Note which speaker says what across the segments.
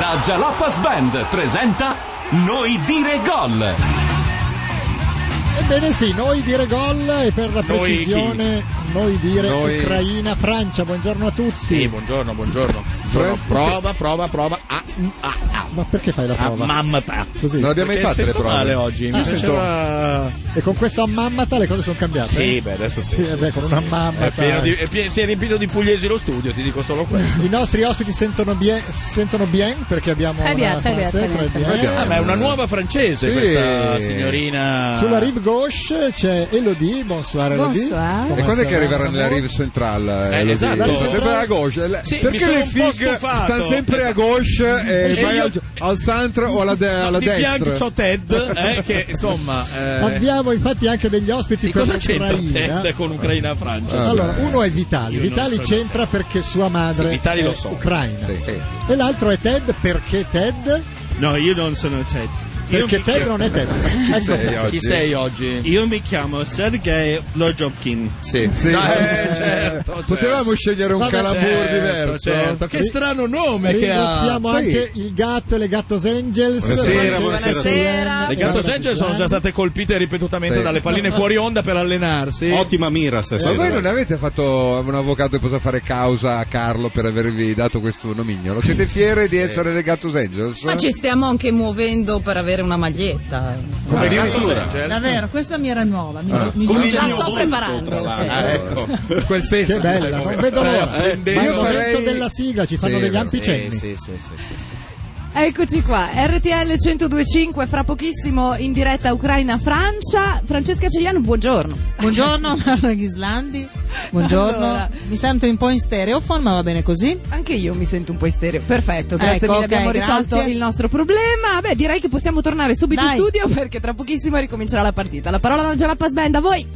Speaker 1: La Jalapas Band presenta Noi dire gol.
Speaker 2: Ebbene sì, noi dire gol e per la precisione noi dire
Speaker 3: Noi-
Speaker 2: Ucraina, Francia, buongiorno a tutti.
Speaker 3: Sì, buongiorno, buongiorno. Sono
Speaker 4: Fred-
Speaker 3: prova, prova, prova. Ah, mm, ah, ah,
Speaker 2: Ma perché fai la
Speaker 3: ah,
Speaker 2: prova?
Speaker 3: mammata.
Speaker 2: Così.
Speaker 4: No, abbiamo mai
Speaker 3: Perché
Speaker 4: fatto le
Speaker 3: sento
Speaker 4: prove.
Speaker 3: male oggi, mi
Speaker 2: Ah,
Speaker 3: faceva...
Speaker 2: E con questo ammammata le cose sono cambiate.
Speaker 3: Sì, beh, adesso sì.
Speaker 2: Sì, eh beh, con una
Speaker 3: È
Speaker 2: mammata.
Speaker 3: pieno di- è pie- si è riempito di pugliesi lo studio, ti dico solo questo.
Speaker 2: I nostri ospiti sentono bien, sentono bien perché abbiamo
Speaker 5: Très bien,
Speaker 2: una
Speaker 5: très bien,
Speaker 2: francese,
Speaker 5: très bien.
Speaker 2: très bien.
Speaker 3: Ah, ma è una nuova francese
Speaker 4: Sì.
Speaker 3: questa signorina.
Speaker 2: eh. Sulla rive gauche c'è Elodie, bonsoir Elodie.
Speaker 5: Bonsoir.
Speaker 4: E quando è che arriverà nella
Speaker 2: rive
Speaker 4: Rive Central?
Speaker 3: Eh,
Speaker 4: Elodie?
Speaker 3: esatto.
Speaker 4: Sta sempre a gauche. Le-
Speaker 3: Sì, mi
Speaker 4: Perché
Speaker 3: sono
Speaker 4: le
Speaker 3: un po'
Speaker 4: fig
Speaker 3: stufato.
Speaker 4: stanno sempre a gauche e,
Speaker 3: E
Speaker 4: vai
Speaker 3: io-
Speaker 4: al, al centro o alla, de- alla
Speaker 3: di fianco
Speaker 4: destra?
Speaker 3: c'ho Ted, eh, che insomma. eh,
Speaker 2: Abbiamo infatti anche degli ospiti
Speaker 3: sì,
Speaker 2: per
Speaker 3: cosa c'entra
Speaker 2: l'Ucraina.
Speaker 3: Ted con Ucraina e Francia?
Speaker 4: Ah.
Speaker 2: Allora, uno è Vitali.
Speaker 3: Cioè, Io non
Speaker 2: Vitali
Speaker 3: so
Speaker 2: c'entra perché sua madre
Speaker 3: Sì, Vitali
Speaker 2: è
Speaker 3: lo so.
Speaker 2: ucraina.
Speaker 4: Sì, sì.
Speaker 2: E l'altro è Ted perché Ted?
Speaker 6: No, io non sono Ted. Io
Speaker 2: Perché
Speaker 6: mi,
Speaker 2: Ted non è Ted. Ecco,
Speaker 4: Sei oggi.
Speaker 3: Chi sei oggi?
Speaker 6: io mi chiamo Sergei Lojobkin.
Speaker 3: Sì,
Speaker 4: Sì.
Speaker 3: No, eh,
Speaker 4: Eh,
Speaker 3: certo,
Speaker 4: Potevamo scegliere un
Speaker 2: Vabbè,
Speaker 4: calabur
Speaker 3: certo,
Speaker 4: diverso?
Speaker 3: certo. Che strano nome che ha.
Speaker 2: Ringraziamo
Speaker 4: Sì.
Speaker 2: anche il gatto e le Gattos Angels.
Speaker 4: Buonasera,
Speaker 2: Francesca
Speaker 4: buonasera.
Speaker 5: Buonasera.
Speaker 3: Le Gattos Angels sono già state colpite ripetutamente
Speaker 4: Sì.
Speaker 3: dalle palline fuori onda per allenarsi. Eh,
Speaker 6: Ottima mira
Speaker 4: Ma
Speaker 6: stasera.
Speaker 4: voi non avete fatto un avvocato che possa fare causa a Carlo per avervi dato questo nomignolo? Siete fiere di essere legato Angels?
Speaker 5: Ma ci stiamo anche muovendo per avere una maglietta.
Speaker 3: Come Gattos Angels.
Speaker 7: Davvero, questa mi era nuova. Mi, mi-
Speaker 5: La sto preparando. eh.
Speaker 3: Ah, ecco, quel senso.
Speaker 2: Che bella, non vedo l'ora. Ma
Speaker 3: Eh,
Speaker 2: è
Speaker 3: devo-
Speaker 2: il momento
Speaker 4: farei-
Speaker 2: della sigla, ci fanno
Speaker 4: Sì,
Speaker 2: degli
Speaker 4: vero.
Speaker 2: ampi cenni.
Speaker 3: Sì, sì, sì, sì.
Speaker 5: Eccoci qua, RTL 1025, fra pochissimo in diretta Ucraina-Francia. Francesca Cegliano, buongiorno. Ecco,
Speaker 7: Buongiorno Marla Ghislandi. Buongiorno.
Speaker 5: Allora.
Speaker 7: Mi sento un po' in stereofono, ma va bene così.
Speaker 5: Anche io mi sento un po' in stereo. Perfetto, grazie
Speaker 7: Ecco,
Speaker 5: mille,
Speaker 7: ok,
Speaker 5: abbiamo risolto
Speaker 7: grazie.
Speaker 5: il nostro problema. Beh, direi che possiamo tornare subito
Speaker 7: Dai.
Speaker 5: in studio perché tra pochissimo ricomincerà la partita. La parola alla Jalapas Band, a voi.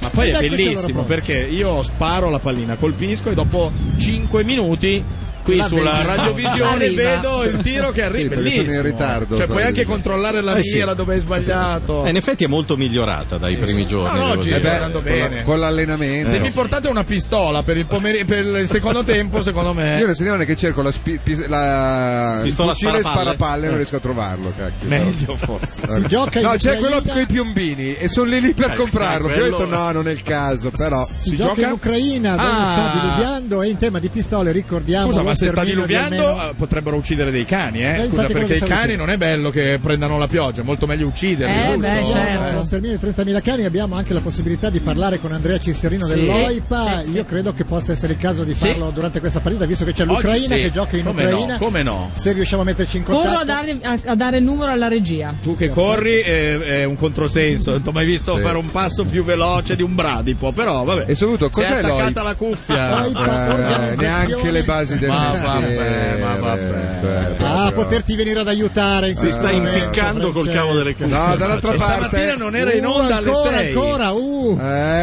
Speaker 3: Ma poi è
Speaker 2: Ed eccoci allora
Speaker 3: bellissimo
Speaker 2: pronti.
Speaker 3: perché io sparo la pallina, colpisco e dopo 5 minuti qui
Speaker 2: La
Speaker 3: sulla
Speaker 2: vedi.
Speaker 3: radiovisione
Speaker 5: Arriva.
Speaker 3: vedo il tiro che arriva.
Speaker 4: Sì, perché sono in
Speaker 3: bellissimo.
Speaker 4: ritardo,
Speaker 3: Cioè, puoi anche
Speaker 4: probabilmente.
Speaker 3: controllare la
Speaker 6: Eh, sì.
Speaker 3: riera dove hai sbagliato.
Speaker 6: Eh, in effetti è molto migliorata dai primi giorni.
Speaker 3: No, no,
Speaker 6: devo
Speaker 3: oggi-
Speaker 6: dire. Eh, ecco.
Speaker 4: Eh beh,
Speaker 3: andando
Speaker 4: con la-
Speaker 3: bene.
Speaker 4: con l'allenamento.
Speaker 8: eh,
Speaker 3: Se mi portate una pistola per il, pomeri- per il secondo tempo, secondo me.
Speaker 4: Io la settimana che cerco la, spi- pis- la
Speaker 6: Pistola
Speaker 4: il fucile
Speaker 6: sparapalle.
Speaker 4: sparapalle
Speaker 3: Eh.
Speaker 4: non riesco a trovarlo, cacchio.
Speaker 3: Meglio forse.
Speaker 2: Si gioca in
Speaker 4: No, c'è
Speaker 2: Ucraina-
Speaker 4: quello con i piombini e sono lì lì per
Speaker 6: Eh,
Speaker 4: comprarlo. Poi ho detto
Speaker 6: quello-
Speaker 4: no, non è il caso, però
Speaker 2: Si, gioca, in Ucraina dove
Speaker 3: Ah.
Speaker 2: sta diluviando e in tema di pistole ricordiamo
Speaker 3: Scusa,
Speaker 2: lo
Speaker 3: ma se sta
Speaker 2: sterminio di almeno-
Speaker 3: diluviando eh, potrebbero uccidere dei cani, eh?
Speaker 2: Eh,
Speaker 3: Scusa,
Speaker 2: infatti
Speaker 3: perché i
Speaker 2: quello che stavo
Speaker 3: cani
Speaker 2: dicendo.
Speaker 3: non è bello che prendano la pioggia, è molto meglio ucciderli,
Speaker 7: Eh,
Speaker 3: giusto?
Speaker 7: beh, certo.
Speaker 2: Lo sterminio di 30.000 cani abbiamo anche la possibilità di parlare con Andrea Cisterino dell'OIPA. Io credo che possa essere il caso di
Speaker 3: Sì.
Speaker 2: farlo durante questa partita, visto che c'è
Speaker 3: Oggi
Speaker 2: l'Ucraina
Speaker 3: sì.
Speaker 2: che gioca in
Speaker 3: Come no,
Speaker 2: Ucraina.
Speaker 3: come no?
Speaker 2: Se riusciamo a metterci in
Speaker 7: Corro a
Speaker 2: contatto.
Speaker 7: dare, a, a dare il numero alla regia.
Speaker 3: Tu che corri eh, è, un controsenso, non ti ho mai visto fare un passo più veloce di un bradipo, però vabbè.
Speaker 4: E soprattutto,
Speaker 3: Si è
Speaker 4: cos'è l'OIP?
Speaker 3: attaccata la cuffia.
Speaker 2: Poi-
Speaker 4: Eh,
Speaker 2: organizzazione.
Speaker 4: neanche le basi del
Speaker 3: Ma
Speaker 4: mestiere,
Speaker 3: vabbè, ma vabbè.
Speaker 4: cioè,
Speaker 2: Ah,
Speaker 4: proprio-
Speaker 2: poterti venire ad aiutare. in
Speaker 6: Si
Speaker 2: questo
Speaker 6: sta
Speaker 2: momento,
Speaker 6: impiccando col cavo delle
Speaker 2: Francesca.
Speaker 6: cuffie.
Speaker 4: No, dall'altra
Speaker 3: Cioè, stamattina
Speaker 4: parte.
Speaker 3: non era in
Speaker 2: Uh,
Speaker 3: onda alle
Speaker 2: ancora,
Speaker 3: 6.
Speaker 2: ancora, uh.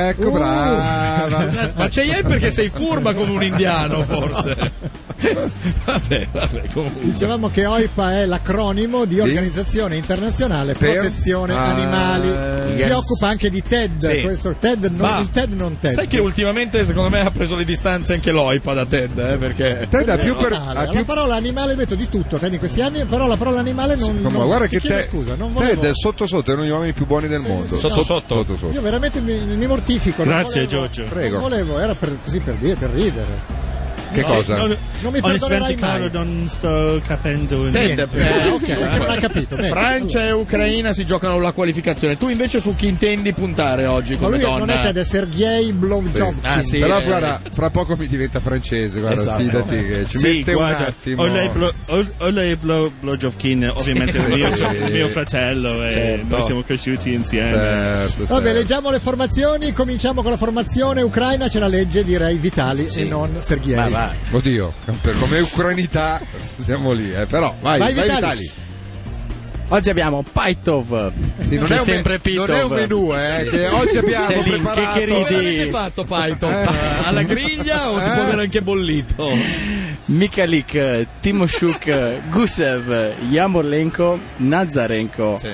Speaker 4: Ecco,
Speaker 2: Uh.
Speaker 4: brava.
Speaker 3: Ma c'è ieri perché sei furba come un indiano, forse. vabbè, vabbè, comunque.
Speaker 2: Dicevamo che OIPA è l'acronimo di Organizzazione Internazionale
Speaker 4: Per-
Speaker 2: Protezione
Speaker 4: Ah,
Speaker 2: Animali. Si
Speaker 4: yes.
Speaker 2: occupa anche di TED,
Speaker 3: Sì.
Speaker 2: questo TED non,
Speaker 3: Ma-
Speaker 2: il TED non TED.
Speaker 3: Sai che ultimamente secondo me ha preso le distanze anche l'OIPA da Ted, eh, perché...
Speaker 4: Ted ha più per-
Speaker 2: Personale.
Speaker 4: ha
Speaker 2: La
Speaker 4: più-
Speaker 2: parola animale metto di tutto, Ted, in questi anni, però la parola animale non...
Speaker 4: Ma
Speaker 2: non-
Speaker 4: Uh, guarda
Speaker 2: ti
Speaker 4: che
Speaker 2: chiedo
Speaker 4: Ted,
Speaker 2: scusa, non volevo...
Speaker 4: Ted sotto sotto è uno degli uomini più buoni del mondo.
Speaker 2: sì, Sotto no.
Speaker 4: sotto.
Speaker 2: Io veramente mi, mi mortifico. non
Speaker 6: Grazie,
Speaker 2: volevo-
Speaker 6: Giorgio.
Speaker 2: non
Speaker 4: Prego.
Speaker 2: volevo, era per, così per dire, per ridere.
Speaker 4: Che cosa?
Speaker 2: Non mi
Speaker 6: Onestamente,
Speaker 2: perdonerai
Speaker 6: Carlo,
Speaker 2: mai.
Speaker 6: non sto capendo niente.
Speaker 3: certo. Ted, eh,
Speaker 2: Ok, non hai capito. bene.
Speaker 3: Francia e Ucraina si giocano la qualificazione. Tu invece su chi intendi puntare oggi
Speaker 2: Ma
Speaker 3: come
Speaker 2: lui
Speaker 3: donna?
Speaker 2: non è Ted, è Sergei Blomjovkin.
Speaker 3: Ah, sì,
Speaker 4: Però
Speaker 3: eh,
Speaker 4: guarda, fra poco mi diventa francese, guarda,
Speaker 3: Esatto.
Speaker 4: fidati che ci
Speaker 6: Sì,
Speaker 4: mette un
Speaker 6: guarda,
Speaker 4: attimo.
Speaker 6: Oleg Blo- Ol- Oleg Blo- Blojovkin, ovviamente è mio, mio fratello, e
Speaker 3: Certo.
Speaker 6: noi siamo cresciuti insieme.
Speaker 4: Certo,
Speaker 2: Vabbè,
Speaker 4: certo.
Speaker 2: leggiamo le formazioni, cominciamo con la formazione ucraina, c'è la legge direi Vitali e non Sergei.
Speaker 6: Ma va.
Speaker 4: Oddio, per come ucranità siamo lì, eh. però vai,
Speaker 2: Vai,
Speaker 4: vai,
Speaker 2: Vitali.
Speaker 4: Vitali.
Speaker 9: Oggi abbiamo Paitov.
Speaker 4: Sì, non,
Speaker 9: C'è
Speaker 4: è un,
Speaker 9: sempre
Speaker 4: me- non
Speaker 9: Pitov.
Speaker 4: è un menù, eh, che oggi abbiamo
Speaker 9: Sei lì,
Speaker 4: preparato. Eh.
Speaker 9: che
Speaker 3: Come
Speaker 9: ridi.
Speaker 3: l'avete fatto Python? Alla griglia o si può avere anche bollito?
Speaker 9: Mikalik, Timoshuk, Gusev, Yamolenko, Nazarenko,
Speaker 3: Sì.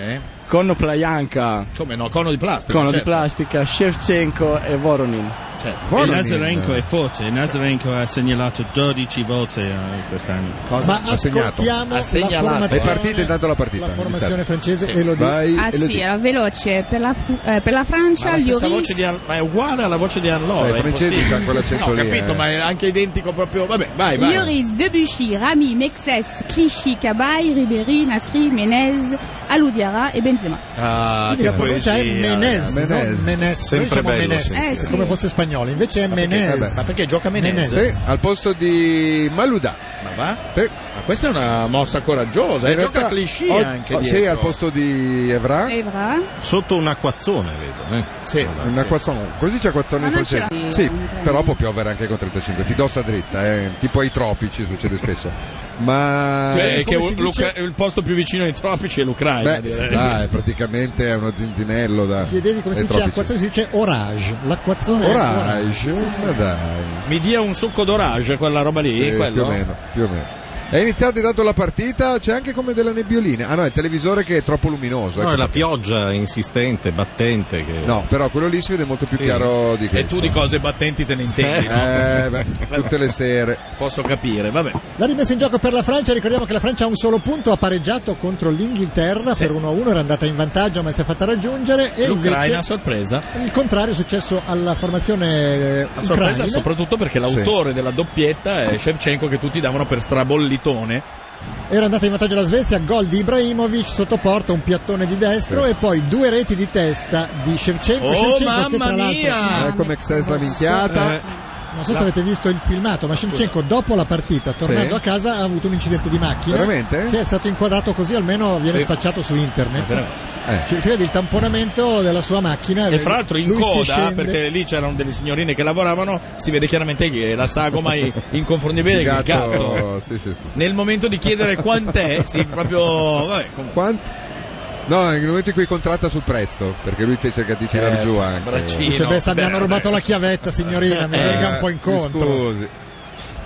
Speaker 9: Konoplayanka,
Speaker 6: Certo.
Speaker 3: Come no, cono di plastica.
Speaker 9: Cono di
Speaker 3: certo.
Speaker 9: plastica, Shevchenko e Voronin.
Speaker 3: Cioè,
Speaker 4: Voronin. Eh,
Speaker 6: Il Nazarenko è forte, il Nazarenko ha segnalato 12 volte eh, quest'anno.
Speaker 3: cosa?
Speaker 2: Ma
Speaker 4: Ha segnato.
Speaker 2: ascoltiamo
Speaker 3: Ha
Speaker 2: la
Speaker 3: segnalato.
Speaker 2: formazione,
Speaker 4: È partita intanto la partita,
Speaker 2: La
Speaker 6: esatto.
Speaker 2: diciamo. formazione
Speaker 4: iniziate.
Speaker 2: francese
Speaker 3: Sì.
Speaker 2: e lo dico.
Speaker 4: Vai,
Speaker 10: Ah
Speaker 4: Elodie.
Speaker 10: sì, era veloce per la, eh, per la
Speaker 3: Ma,
Speaker 10: Francia,
Speaker 3: la
Speaker 10: gli
Speaker 3: stessa voce di
Speaker 10: Lloris.
Speaker 3: Al- ma è uguale alla voce di Anlova. è
Speaker 4: Eh, francesi
Speaker 3: impossibile.
Speaker 4: c'ha quell'accento
Speaker 3: No, ho
Speaker 4: lì,
Speaker 3: capito,
Speaker 4: eh.
Speaker 3: ma è anche identico proprio. Vabbè, vai, eh, vai.
Speaker 10: Lloris, Debuchy, Rami, Mexes, Clichy, Cabaye, Ribéry, Nasri, Menez, Aloudiara e Benzema.
Speaker 3: Ah,
Speaker 2: Quindi
Speaker 3: che
Speaker 2: la pronuncia è
Speaker 3: poesia.
Speaker 2: Menez,
Speaker 4: Menez.
Speaker 2: non Menez. Noi
Speaker 8: Sempre
Speaker 2: diciamo
Speaker 8: bello,
Speaker 2: Menez,
Speaker 10: sì. Eh, sì.
Speaker 2: come fosse spagnolo, invece è Menez.
Speaker 4: vabbè.
Speaker 3: Ma perché gioca Menez?
Speaker 2: Menez.
Speaker 4: Sì, al posto di Maluda.
Speaker 3: Ma va?
Speaker 4: Sì.
Speaker 3: Ma questa è una mossa coraggiosa. E
Speaker 4: In
Speaker 3: gioca
Speaker 4: realtà,
Speaker 3: cliché
Speaker 4: o-
Speaker 3: anche
Speaker 4: o-
Speaker 3: dietro.
Speaker 4: Sì, al posto di Evra.
Speaker 10: Evra.
Speaker 8: Sotto un acquazzone, vedo. eh.
Speaker 3: Sì.
Speaker 4: Un acquazzone. Così c'è acquazzone
Speaker 10: Ma
Speaker 4: in
Speaker 10: non
Speaker 4: francese.
Speaker 10: ce l'ha.
Speaker 4: Sì,
Speaker 10: Mm.
Speaker 4: però può piovere anche con 35. Ti do sta dritta, eh. tipo ai tropici succede spesso. Ma
Speaker 3: Cioè,
Speaker 2: Eh,
Speaker 3: che
Speaker 2: come si dice-
Speaker 3: Luca- eh. il posto più vicino ai tropici è l'Ucraina.
Speaker 4: beh,
Speaker 3: direi.
Speaker 4: si sa, è praticamente è uno zinzinello da
Speaker 2: Chiedevi come
Speaker 4: dai
Speaker 2: si dice
Speaker 4: tropici.
Speaker 2: acquazzone, si dice orage. L'acquazzone è
Speaker 4: Orage, ma dai.
Speaker 3: Mi dia un succo d'orage quella roba lì.
Speaker 4: Sì, più
Speaker 3: quello?
Speaker 4: o meno, più o meno. È iniziata intanto la partita, c'è anche come delle nebbiolina. Ah no, è il televisore che è troppo luminoso.
Speaker 8: No,
Speaker 4: ecco.
Speaker 8: è la pioggia insistente, battente. Che...
Speaker 4: No, però quello lì si vede molto più chiaro di questo.
Speaker 3: E tu di cose battenti te ne intendi, no?
Speaker 4: Eh, beh, tutte le sere.
Speaker 3: Posso capire, vabbè.
Speaker 2: La rimessa in gioco per la Francia, ricordiamo che la Francia ha un solo punto, ha pareggiato contro l'Inghilterra per 1-1, era andata in vantaggio ma si è fatta raggiungere e
Speaker 3: L'Ucraina a
Speaker 2: invece
Speaker 3: sorpresa.
Speaker 2: il contrario è successo alla formazione eh,
Speaker 3: A sorpresa
Speaker 2: ucraina.
Speaker 3: soprattutto perché l'autore della doppietta è Shevchenko che tutti davano per strabollitone.
Speaker 2: Era andata in vantaggio la Svezia, gol di Ibrahimovic, sottoporta un piattone di destro e poi due reti di testa di Shevchenko.
Speaker 3: Oh,
Speaker 2: Shevchenko che
Speaker 3: mamma
Speaker 2: tra l'altro- Eh,
Speaker 3: mia!
Speaker 4: Ecco Mexes la minchiata.
Speaker 2: Non so se avete visto il filmato, ma Shevchenko dopo la partita, tornando
Speaker 4: Sì.
Speaker 2: a casa, ha avuto un incidente di macchina.
Speaker 4: Veramente?
Speaker 2: Che è stato inquadrato così, almeno viene
Speaker 3: Sì.
Speaker 2: spacciato su internet.
Speaker 4: Eh.
Speaker 2: Cioè, si vede il tamponamento della sua macchina.
Speaker 3: E fra l'altro in
Speaker 2: lui che
Speaker 3: coda,
Speaker 2: scende.
Speaker 3: perché lì c'erano delle signorine che lavoravano, si vede chiaramente che la sagoma è inconfondibile
Speaker 4: Il
Speaker 3: del gatto.
Speaker 4: sì, sì, sì.
Speaker 3: Nel momento di chiedere quant'è, si proprio. Vabbè, comunque.
Speaker 4: Quanto? No, nel momento in cui contratta sul prezzo, perché lui te cerca di tirare giù anche.
Speaker 3: Certo, braccino.
Speaker 2: Dice, beh, se abbiamo
Speaker 3: Beh,
Speaker 2: rubato la chiavetta, signorina, mi venga un po'
Speaker 4: Eh,
Speaker 2: incontro.
Speaker 4: Scusi.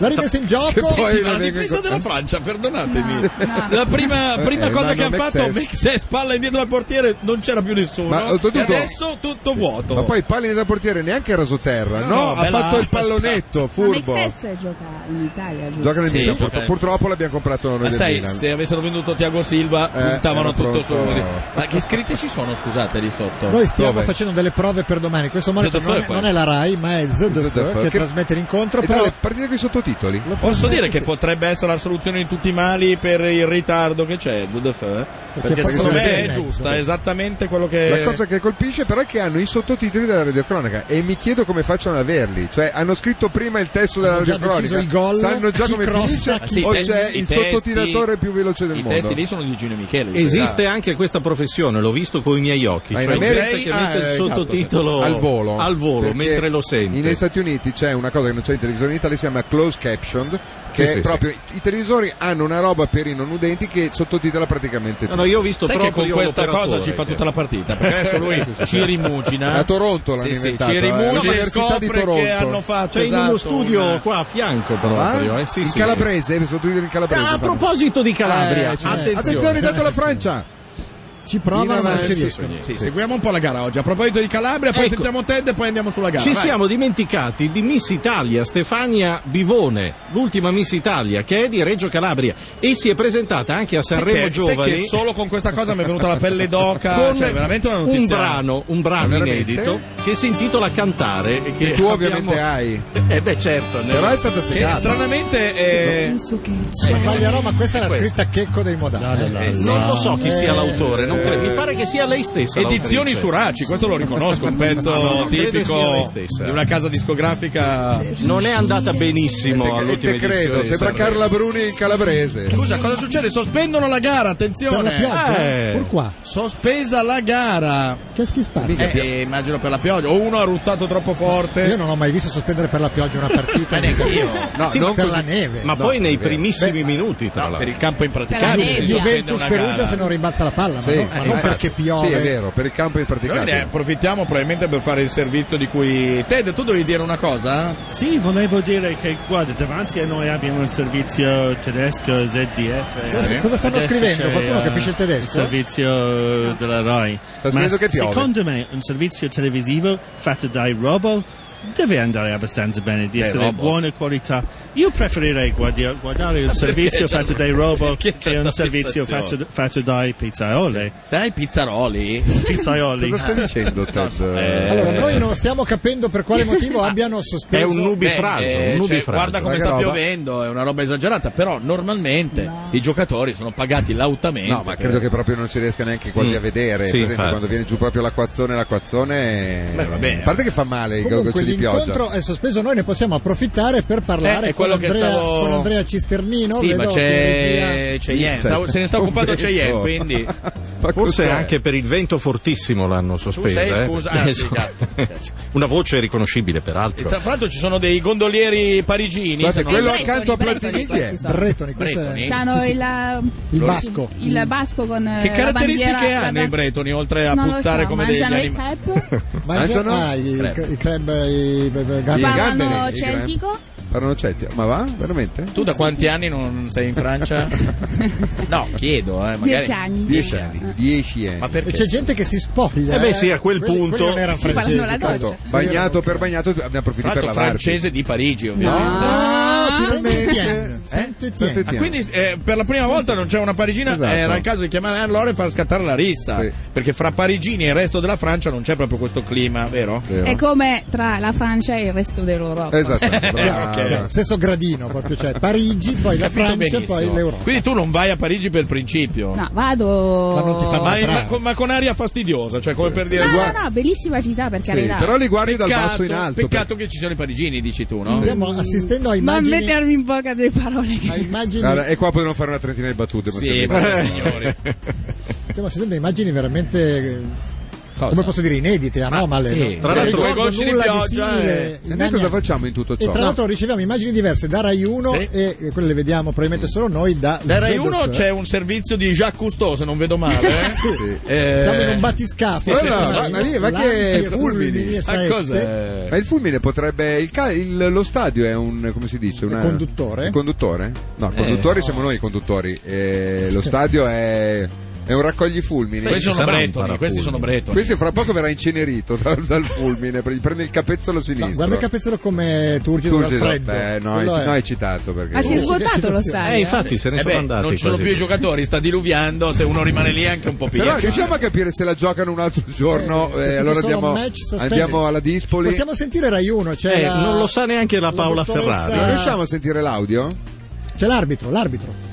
Speaker 2: La rimessa in
Speaker 4: Che
Speaker 2: gioco.
Speaker 4: poi-
Speaker 3: la
Speaker 4: non vengo
Speaker 3: difesa
Speaker 4: in-
Speaker 3: della Francia, perdonatemi.
Speaker 10: no.
Speaker 3: La prima, prima
Speaker 4: Eh,
Speaker 3: cosa
Speaker 4: ma
Speaker 3: che
Speaker 4: non
Speaker 3: hanno fatto,
Speaker 4: Mexes.
Speaker 3: Mexes, palla indietro al portiere, non c'era più nessuno.
Speaker 4: Ma, oltretutto-
Speaker 3: e adesso tutto vuoto.
Speaker 4: Ma poi palline da portiere neanche rasoterra, no?
Speaker 3: no,
Speaker 4: ha
Speaker 3: bella
Speaker 4: fatto il
Speaker 3: alta.
Speaker 4: pallonetto,
Speaker 10: Ma
Speaker 4: furbo.
Speaker 10: Mexes gioca in Italia. giusto?
Speaker 4: Gioca nel
Speaker 3: Sì,
Speaker 4: Milan,
Speaker 3: gioca
Speaker 4: purtro-
Speaker 3: nel-
Speaker 4: purtroppo l'abbiamo comprato noi
Speaker 3: Ma
Speaker 4: del
Speaker 3: sai,
Speaker 4: Milan.
Speaker 3: se avessero venduto Tiago Silva,
Speaker 4: Eh,
Speaker 3: puntavano
Speaker 4: era
Speaker 3: tutto
Speaker 4: pronto.
Speaker 3: solo. Ma che scritte ci sono, scusate, lì sotto?
Speaker 2: Noi stiamo
Speaker 4: Dove?
Speaker 2: facendo delle prove per domani. Questo monitor
Speaker 3: ZDF
Speaker 2: non,
Speaker 3: è
Speaker 2: è-
Speaker 3: quello.
Speaker 2: non è la Rai, ma è ZDF,
Speaker 4: ZDF,
Speaker 2: che,
Speaker 4: che-
Speaker 2: trasmette l'incontro.
Speaker 4: E
Speaker 2: Però
Speaker 4: dalle partite con i sottotitoli?
Speaker 2: lo
Speaker 3: Posso
Speaker 2: trasmette-
Speaker 3: dire che potrebbe essere la soluzione di tutti i mali per il ritardo che c'è, ZDF? eh? Perché
Speaker 2: poi
Speaker 3: secondo
Speaker 2: sono
Speaker 3: me
Speaker 2: dei
Speaker 3: è
Speaker 2: mezzo.
Speaker 3: giusta, è esattamente quello che.
Speaker 4: La cosa che colpisce però è che hanno i sottotitoli della radiocronaca e mi chiedo come facciano ad averli. Cioè hanno scritto prima il testo della
Speaker 2: Hanno già
Speaker 4: radiocronaca,
Speaker 2: deciso il gol,
Speaker 4: sanno già
Speaker 2: chi
Speaker 4: come
Speaker 2: crossa,
Speaker 4: finisce
Speaker 2: chi-
Speaker 3: Ah, sì,
Speaker 4: o
Speaker 3: i testi-
Speaker 4: c'è il
Speaker 3: i testi-
Speaker 4: sottotiratore più veloce del
Speaker 3: I
Speaker 4: mondo.
Speaker 3: testi lì sono di Gino Michele.
Speaker 8: Esiste
Speaker 3: Ah.
Speaker 8: anche questa professione, l'ho visto con i miei occhi.
Speaker 4: Ma in
Speaker 8: Cioè,
Speaker 4: America-
Speaker 8: gente che
Speaker 3: Ah,
Speaker 8: mette il
Speaker 3: eh,
Speaker 8: sottotitolo
Speaker 4: esatto, al volo,
Speaker 8: al volo,
Speaker 4: Perché
Speaker 8: mentre lo sente.
Speaker 4: Negli Stati Uniti c'è una cosa che non c'è in televisione in Italia, si chiama closed captioned, che
Speaker 8: Sì,
Speaker 4: è
Speaker 8: sì,
Speaker 4: proprio i televisori hanno una roba per i non udenti che sottotitola praticamente
Speaker 8: No,
Speaker 4: tutto.
Speaker 8: no, io ho visto
Speaker 3: Sai che
Speaker 8: proprio
Speaker 3: con questa
Speaker 8: l'operatore,
Speaker 3: cosa ci fa
Speaker 8: sì.
Speaker 3: tutta la partita, perché adesso lui ci rimugina.
Speaker 4: A Toronto l'hanno
Speaker 3: Sì, sì,
Speaker 4: inventato,
Speaker 3: ci
Speaker 4: eh,
Speaker 3: rimugina e
Speaker 4: all'Università di
Speaker 3: scopre che
Speaker 4: Toronto.
Speaker 3: hanno fatto.
Speaker 8: Cioè, in uno
Speaker 3: esatto,
Speaker 8: studio
Speaker 3: un-
Speaker 8: qua a fianco proprio.
Speaker 4: Ah?
Speaker 8: eh, sì,
Speaker 4: in
Speaker 8: sì, sì.
Speaker 4: calabrese, sottotitoli in calabrese.
Speaker 8: Ah, a
Speaker 4: fanno.
Speaker 8: proposito di Calabria,
Speaker 4: Eh, cioè,
Speaker 8: attenzione.
Speaker 4: attenzione dato la Francia.
Speaker 2: Ci provano, ma non ci
Speaker 4: Avanti.
Speaker 2: riescono.
Speaker 3: Sì, seguiamo un po' la gara oggi. A proposito di Calabria, poi
Speaker 8: Ecco.
Speaker 3: sentiamo Ted e poi andiamo sulla gara.
Speaker 8: Ci
Speaker 3: Vai.
Speaker 8: siamo dimenticati di Miss Italia Stefania Bivone, l'ultima Miss Italia che è di Reggio Calabria e si è presentata anche a
Speaker 3: Sai
Speaker 8: Sanremo
Speaker 3: che- sai
Speaker 8: Giovani
Speaker 3: che solo con questa cosa mi è venuta la pelle d'oca.
Speaker 8: con
Speaker 3: cioè, veramente una notizia.
Speaker 8: un brano, un brano
Speaker 4: Ah, veramente?
Speaker 8: inedito che si intitola Cantare e che
Speaker 4: tu ovviamente
Speaker 8: abbiamo-
Speaker 4: hai.
Speaker 8: Eh beh certo, ne-
Speaker 4: Però è stata
Speaker 3: Che
Speaker 4: segata.
Speaker 3: stranamente eh,
Speaker 2: Se sbaglierò, ma questa è la scritta Checco dei Modali. Eh,
Speaker 8: non lo so chi sia l'autore, non cre- mi pare che sia lei stessa.
Speaker 3: edizioni
Speaker 8: l'autrice.
Speaker 3: su Raci, questo lo riconosco, un
Speaker 8: No,
Speaker 3: pezzo
Speaker 8: no, credo sia lei
Speaker 3: tipico
Speaker 8: stessa.
Speaker 3: di una casa discografica.
Speaker 8: Non è andata benissimo
Speaker 4: E
Speaker 8: all'ultima
Speaker 4: te credo,
Speaker 8: edizione. di
Speaker 4: sembra
Speaker 8: Sanremo.
Speaker 4: Carla Bruni in calabrese.
Speaker 3: Scusa, cosa succede? Sospendono la gara,
Speaker 2: Per la
Speaker 3: attenzione.
Speaker 2: pioggia?
Speaker 8: Eh.
Speaker 2: Pur qua.
Speaker 3: Sospesa la gara.
Speaker 2: Che schispazio.
Speaker 3: Eh, eh, immagino per la pioggia. O uno ha ruttato troppo forte.
Speaker 2: Io non ho mai visto sospendere per la pioggia una partita.
Speaker 3: Ma neanche io.
Speaker 4: No,
Speaker 8: Sì,
Speaker 4: non
Speaker 2: per
Speaker 4: così.
Speaker 2: la neve.
Speaker 8: Ma
Speaker 2: No,
Speaker 8: poi nei
Speaker 4: è vero.
Speaker 8: primissimi minuti, tra
Speaker 3: No, per
Speaker 8: l'altro.
Speaker 3: il campo impraticabile.
Speaker 10: Per la
Speaker 3: si
Speaker 10: neve.
Speaker 3: sospende
Speaker 2: Juventus
Speaker 3: una
Speaker 2: Perugia
Speaker 3: gara. Eh,
Speaker 2: se non rimbalza la palla, ma,
Speaker 4: Sì,
Speaker 2: no- ma non
Speaker 4: infatti.
Speaker 2: perché piove.
Speaker 4: Sì, è vero, per il campo è
Speaker 3: Noi ne
Speaker 4: impraticabile.
Speaker 3: approfittiamo probabilmente per fare il servizio di cui. Ted, tu dovevi dire una cosa?
Speaker 6: Sì, volevo dire che, guarda, davanti a noi abbiamo il servizio tedesco ZDF.
Speaker 2: Cosa- Cosa stanno
Speaker 6: Adesso
Speaker 2: scrivendo?
Speaker 6: c'è,
Speaker 2: Qualcuno
Speaker 6: eh,
Speaker 2: capisce il
Speaker 6: Il
Speaker 2: tedesco?
Speaker 6: servizio della RAI.
Speaker 4: scrivendo
Speaker 6: s-
Speaker 4: che piove.
Speaker 6: secondo me un servizio televisivo fatto dai robot deve andare abbastanza bene di
Speaker 8: Dei
Speaker 6: essere
Speaker 8: robot.
Speaker 6: buona qualità. Io preferirei guardia- guardare un servizio
Speaker 3: c'è-
Speaker 6: fatto dai robot
Speaker 3: Cioè, perché c'è
Speaker 6: che un
Speaker 3: sta
Speaker 6: servizio
Speaker 3: fissazione?
Speaker 6: fatto, fatto dai pizzaioli.
Speaker 3: Dai, pizzaroli.
Speaker 6: Pizzaioli.
Speaker 3: Cosa stai
Speaker 4: dicendo, Ted?
Speaker 6: eh.
Speaker 2: Allora, noi non stiamo capendo per quale motivo abbiano sospeso.
Speaker 3: Beh, eh, cioè, guarda come sta piovendo, è una roba esagerata, però normalmente i giocatori sono pagati lautamente.
Speaker 4: No, ma credo che proprio non si riesca neanche quasi
Speaker 3: Mm.
Speaker 4: a vedere.
Speaker 3: Sì,
Speaker 4: Per esempio,
Speaker 3: infatti.
Speaker 4: quando viene giù proprio l'acquazzone, l'acquazzone.
Speaker 3: Beh, vabbè.
Speaker 4: a parte che fa male i go-
Speaker 2: Comunque
Speaker 4: gocce di
Speaker 2: l'incontro
Speaker 4: pioggia.
Speaker 2: è sospeso, noi ne possiamo approfittare per parlare
Speaker 4: Eh, è
Speaker 2: con,
Speaker 4: quello che
Speaker 2: Andrea,
Speaker 4: stavo-
Speaker 2: con Andrea Cisternino.
Speaker 3: sì, ma
Speaker 2: vedo
Speaker 3: c'è,
Speaker 2: che
Speaker 3: c'è
Speaker 2: regia-
Speaker 3: Yen, stavo- se ne sta occupando
Speaker 8: Completo.
Speaker 3: Yen, quindi
Speaker 4: Ecco.
Speaker 8: Forse
Speaker 3: cos'è?
Speaker 8: anche per il vento fortissimo l'hanno sospesa.
Speaker 3: sei,
Speaker 8: eh.
Speaker 3: scusa, ah, sì,
Speaker 8: Una voce riconoscibile,
Speaker 3: E
Speaker 8: peraltro.
Speaker 3: tra l'altro ci sono dei gondolieri parigini.
Speaker 8: Guarda,
Speaker 3: se non-
Speaker 8: quello accanto a Platini
Speaker 4: chi è?
Speaker 2: Bretoni,
Speaker 3: questo è-
Speaker 10: C'hanno il,
Speaker 3: Eh. Il basco.
Speaker 10: il basco con eh,
Speaker 3: Che
Speaker 10: la
Speaker 3: caratteristiche
Speaker 10: bandiera-
Speaker 3: hanno
Speaker 10: la
Speaker 3: i
Speaker 10: ban-
Speaker 3: bretoni oltre a
Speaker 10: Non lo
Speaker 3: puzzare
Speaker 10: so,
Speaker 3: come degli
Speaker 10: mangiano i
Speaker 3: animali?
Speaker 10: crepe,
Speaker 2: Mangia-
Speaker 4: Mangiano?
Speaker 2: ah, i,
Speaker 4: Crepe.
Speaker 2: i crab, i, i
Speaker 10: parlano
Speaker 4: i
Speaker 3: eh?
Speaker 10: celtico
Speaker 4: Parlano celti. Ma va? Veramente?
Speaker 3: Tu da quanti anni non sei in Francia? no, chiedo, eh, magari.
Speaker 10: Dieci anni.
Speaker 4: Dieci anni. Dieci anni.
Speaker 3: Ma
Speaker 2: E
Speaker 3: perché?
Speaker 2: c'è gente che si spoglia.
Speaker 3: Eh beh, sì, a quel
Speaker 2: Quelli-
Speaker 3: punto-
Speaker 2: quelli non erano
Speaker 3: Si fanno
Speaker 2: francesi,
Speaker 3: la
Speaker 2: cazzo.
Speaker 3: doccia.
Speaker 4: Bagnato per bagnato, tu- abbiamo approfittato per
Speaker 3: Tra l'altro
Speaker 4: lavarci.
Speaker 3: francese di Parigi, ovviamente.
Speaker 4: Ah,
Speaker 3: Eh,
Speaker 4: finalmente.
Speaker 3: Ah, quindi eh, per la prima volta non c'è una parigina,
Speaker 4: Esatto.
Speaker 3: era il caso di chiamare allora e far scattare la rissa. Perché fra parigini e il resto della Francia non c'è proprio questo clima, vero?
Speaker 10: è come tra la Francia e il resto dell'Europa.
Speaker 3: Esatto.
Speaker 2: Ok, Cioè, Stesso gradino proprio, cioè Parigi, poi la
Speaker 3: Capito
Speaker 2: Francia,
Speaker 3: benissimo.
Speaker 2: poi l'Europa.
Speaker 3: Quindi tu non vai a Parigi per principio.
Speaker 10: No, vado.
Speaker 3: Ma, ma- ma con, ma con aria fastidiosa, cioè come per dire
Speaker 10: No,
Speaker 3: guarda-
Speaker 10: no, no, bellissima città per carità.
Speaker 3: Peccato- Peccato che ci siano i parigini, dici tu, no?
Speaker 2: Stiamo assistendo a
Speaker 10: Non
Speaker 2: immagini.
Speaker 10: mettermi in bocca delle parole.
Speaker 2: A immagini,
Speaker 4: Guarda, e qua potremmo fare una trentina di battute. ma
Speaker 3: Sì,
Speaker 4: siamo
Speaker 3: ma
Speaker 4: rimasti-
Speaker 3: signori.
Speaker 2: stiamo assistendo a immagini veramente. eh, Come posso dire,
Speaker 3: Ah,
Speaker 2: inedite, anomale.
Speaker 4: sì.
Speaker 2: no?
Speaker 4: Tra
Speaker 2: Non
Speaker 4: l'altro,
Speaker 2: ricordo
Speaker 4: coi gocci di
Speaker 2: nulla
Speaker 4: pioggia,
Speaker 2: simile
Speaker 4: eh.
Speaker 2: in
Speaker 4: E noi cosa
Speaker 2: anni-
Speaker 4: facciamo in tutto
Speaker 2: E
Speaker 4: ciò?
Speaker 2: tra l'altro riceviamo immagini diverse da Rai 1
Speaker 3: Sì.
Speaker 2: e eh, quelle le vediamo probabilmente solo noi da
Speaker 3: Da Rai
Speaker 2: Zedok.
Speaker 3: 1 c'è un servizio di Jacques Cousteau, se non vedo male. eh? Eh,
Speaker 2: Siamo in un battiscafo.
Speaker 3: sì, sì,
Speaker 4: Guarda,
Speaker 3: sì.
Speaker 4: Eh, ma- ma lì, ma che
Speaker 2: Lampie,
Speaker 4: fulmini.
Speaker 2: fulmini e
Speaker 4: Ma
Speaker 2: saette.
Speaker 4: cos'è? Ma il fulmine potrebbe. il ca- il- lo stadio è un. come si dice? Una,
Speaker 2: conduttore?
Speaker 4: Un conduttore? No, i
Speaker 2: Eh,
Speaker 4: conduttori
Speaker 2: no.
Speaker 4: siamo noi i conduttori. Eh, lo stadio è. È un raccogli fulmini.
Speaker 3: Questi sono Sarà un bretoni, parafulmine. questi sono bretoni.
Speaker 4: Questo fra poco verrà incenerito dal, dal fulmine. perché Gli prende il capezzolo sinistro.
Speaker 2: Guarda che capezzolo come turgido
Speaker 4: Scusi,
Speaker 2: dal freddo.
Speaker 4: eh, no,
Speaker 2: Quello
Speaker 4: è-
Speaker 2: è-
Speaker 4: no, è eccitato perché.
Speaker 10: Ma si è svuotato lo stadio.
Speaker 8: Eh, infatti, se ne
Speaker 3: eh
Speaker 8: sono
Speaker 3: beh,
Speaker 8: andati
Speaker 3: Non ci sono
Speaker 8: quasi
Speaker 3: più i giocatori, sta diluviando. Se uno rimane lì è anche un po'
Speaker 4: Però diciamo
Speaker 3: pigliato.
Speaker 4: riusciamo a capire se la giocano un altro giorno. eh, allora
Speaker 2: sono
Speaker 4: andiamo,
Speaker 2: match sospeso.
Speaker 4: andiamo alla Dispoli.
Speaker 2: Possiamo sentire Rai 1, c'è
Speaker 4: Eh,
Speaker 2: la-
Speaker 4: non lo sa
Speaker 8: neanche la eh.
Speaker 2: Paola dottoressa- Ferrari.
Speaker 4: Non riusciamo a sentire l'audio?
Speaker 2: C'è l'arbitro, l'arbitro.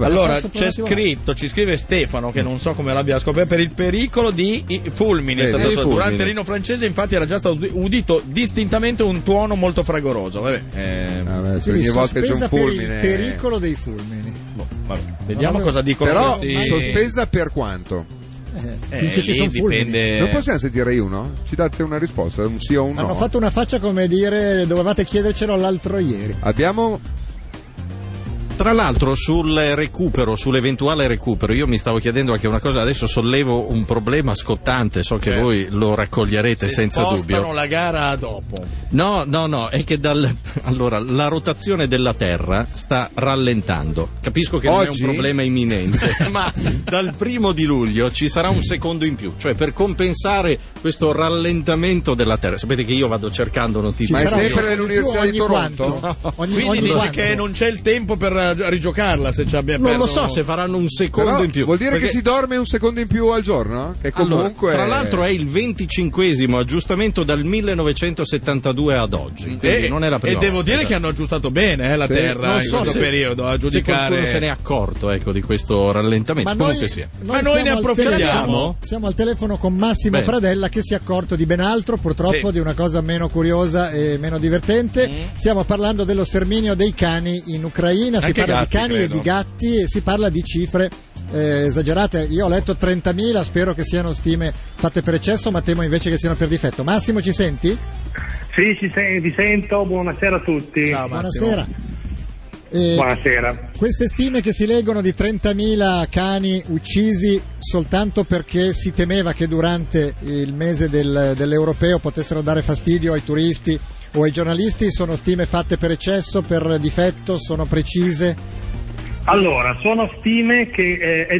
Speaker 3: Allora,
Speaker 2: Passo
Speaker 3: c'è
Speaker 2: provativo-
Speaker 3: scritto, ci scrive Stefano, che non so come l'abbia scoperto, per il pericolo di i- fulmini. è
Speaker 4: Vedi,
Speaker 3: stato
Speaker 4: di
Speaker 3: solo- Durante
Speaker 4: fulmini.
Speaker 3: l'inno francese, infatti, era già stato udi- udito distintamente un tuono molto fragoroso. Vabbè, eh,
Speaker 4: ogni volta che c'è un
Speaker 2: Sospesa per il
Speaker 4: fulmine. eh.
Speaker 2: pericolo dei fulmini.
Speaker 3: boh, vabbè, vediamo cosa dicono
Speaker 4: Però
Speaker 3: questi.
Speaker 4: sospesa per quanto?
Speaker 2: Eh,
Speaker 3: Eh,
Speaker 2: finché ci
Speaker 3: lì
Speaker 2: sono
Speaker 3: dipende-
Speaker 2: fulmini.
Speaker 4: Non possiamo sentire uno? Ci date una risposta, un sì o un
Speaker 2: Hanno
Speaker 4: no?
Speaker 2: fatto una faccia come dire dovevate chiedercelo l'altro ieri.
Speaker 4: Abbiamo
Speaker 8: Tra l'altro sul recupero, sull'eventuale recupero, io mi stavo chiedendo anche una cosa, adesso sollevo un problema scottante, so che
Speaker 3: Certo.
Speaker 8: voi lo raccoglierete senza
Speaker 3: Spostano
Speaker 8: dubbio.
Speaker 3: la gara dopo.
Speaker 8: No, no, no, è che dal... Allora, la rotazione della Terra sta rallentando. Capisco che non è
Speaker 4: Oggi?
Speaker 8: un problema imminente, ma dal primo di luglio ci sarà un secondo in più, cioè per compensare questo rallentamento della Terra. Sapete che io vado cercando notizie.
Speaker 4: Ma è
Speaker 8: io-
Speaker 4: sempre l'Università di Toronto?
Speaker 3: Quindi dici
Speaker 8: quanto?
Speaker 3: che non c'è il tempo per eh, rigiocarla se ci abbia
Speaker 8: Non lo
Speaker 3: perso-
Speaker 8: so se faranno un secondo
Speaker 4: Però
Speaker 8: in più.
Speaker 4: Vuol dire che
Speaker 8: perché-
Speaker 4: si dorme un secondo in più al giorno? Che comunque
Speaker 8: Allora, tra l'altro è il 25 aggiustamento dal 1972 ad oggi, quindi
Speaker 3: E,
Speaker 8: non è la
Speaker 3: Eh, e
Speaker 8: prima
Speaker 3: devo
Speaker 8: volta.
Speaker 3: dire che hanno aggiustato bene eh, la
Speaker 8: Sì.
Speaker 3: terra
Speaker 8: Non
Speaker 3: in
Speaker 8: so
Speaker 3: questo
Speaker 8: se-
Speaker 3: periodo a
Speaker 8: Se qualcuno
Speaker 3: giudicare
Speaker 8: se ne è accorto ecco, di questo rallentamento, comunque sia.
Speaker 3: Ma noi ne
Speaker 2: siamo al
Speaker 3: approfittiamo.
Speaker 2: telefono- siamo al telefono con Massimo
Speaker 8: Bene.
Speaker 2: Pradella che si è accorto di ben altro, purtroppo
Speaker 8: Sì.
Speaker 2: di una cosa meno curiosa e meno divertente. Stiamo parlando dello sterminio dei cani in Ucraina, si
Speaker 3: Anche
Speaker 2: parla
Speaker 3: gatti,
Speaker 2: di cani
Speaker 3: credo.
Speaker 2: e di gatti e si parla di cifre eh, esagerate. Io ho letto 30.000, spero che siano stime fatte per eccesso, ma temo invece che siano per difetto. Massimo, ci senti?
Speaker 11: Sì, ci sen- vi sento, buonasera a tutti.
Speaker 2: Buonasera. Eh,
Speaker 11: Buonasera.
Speaker 2: Queste stime che si leggono di 30.000 cani uccisi soltanto perché si temeva che durante il mese del- dell'europeo potessero dare fastidio ai turisti o ai giornalisti sono stime fatte per eccesso, per difetto, sono precise.
Speaker 11: Allora, sono stime che eh, è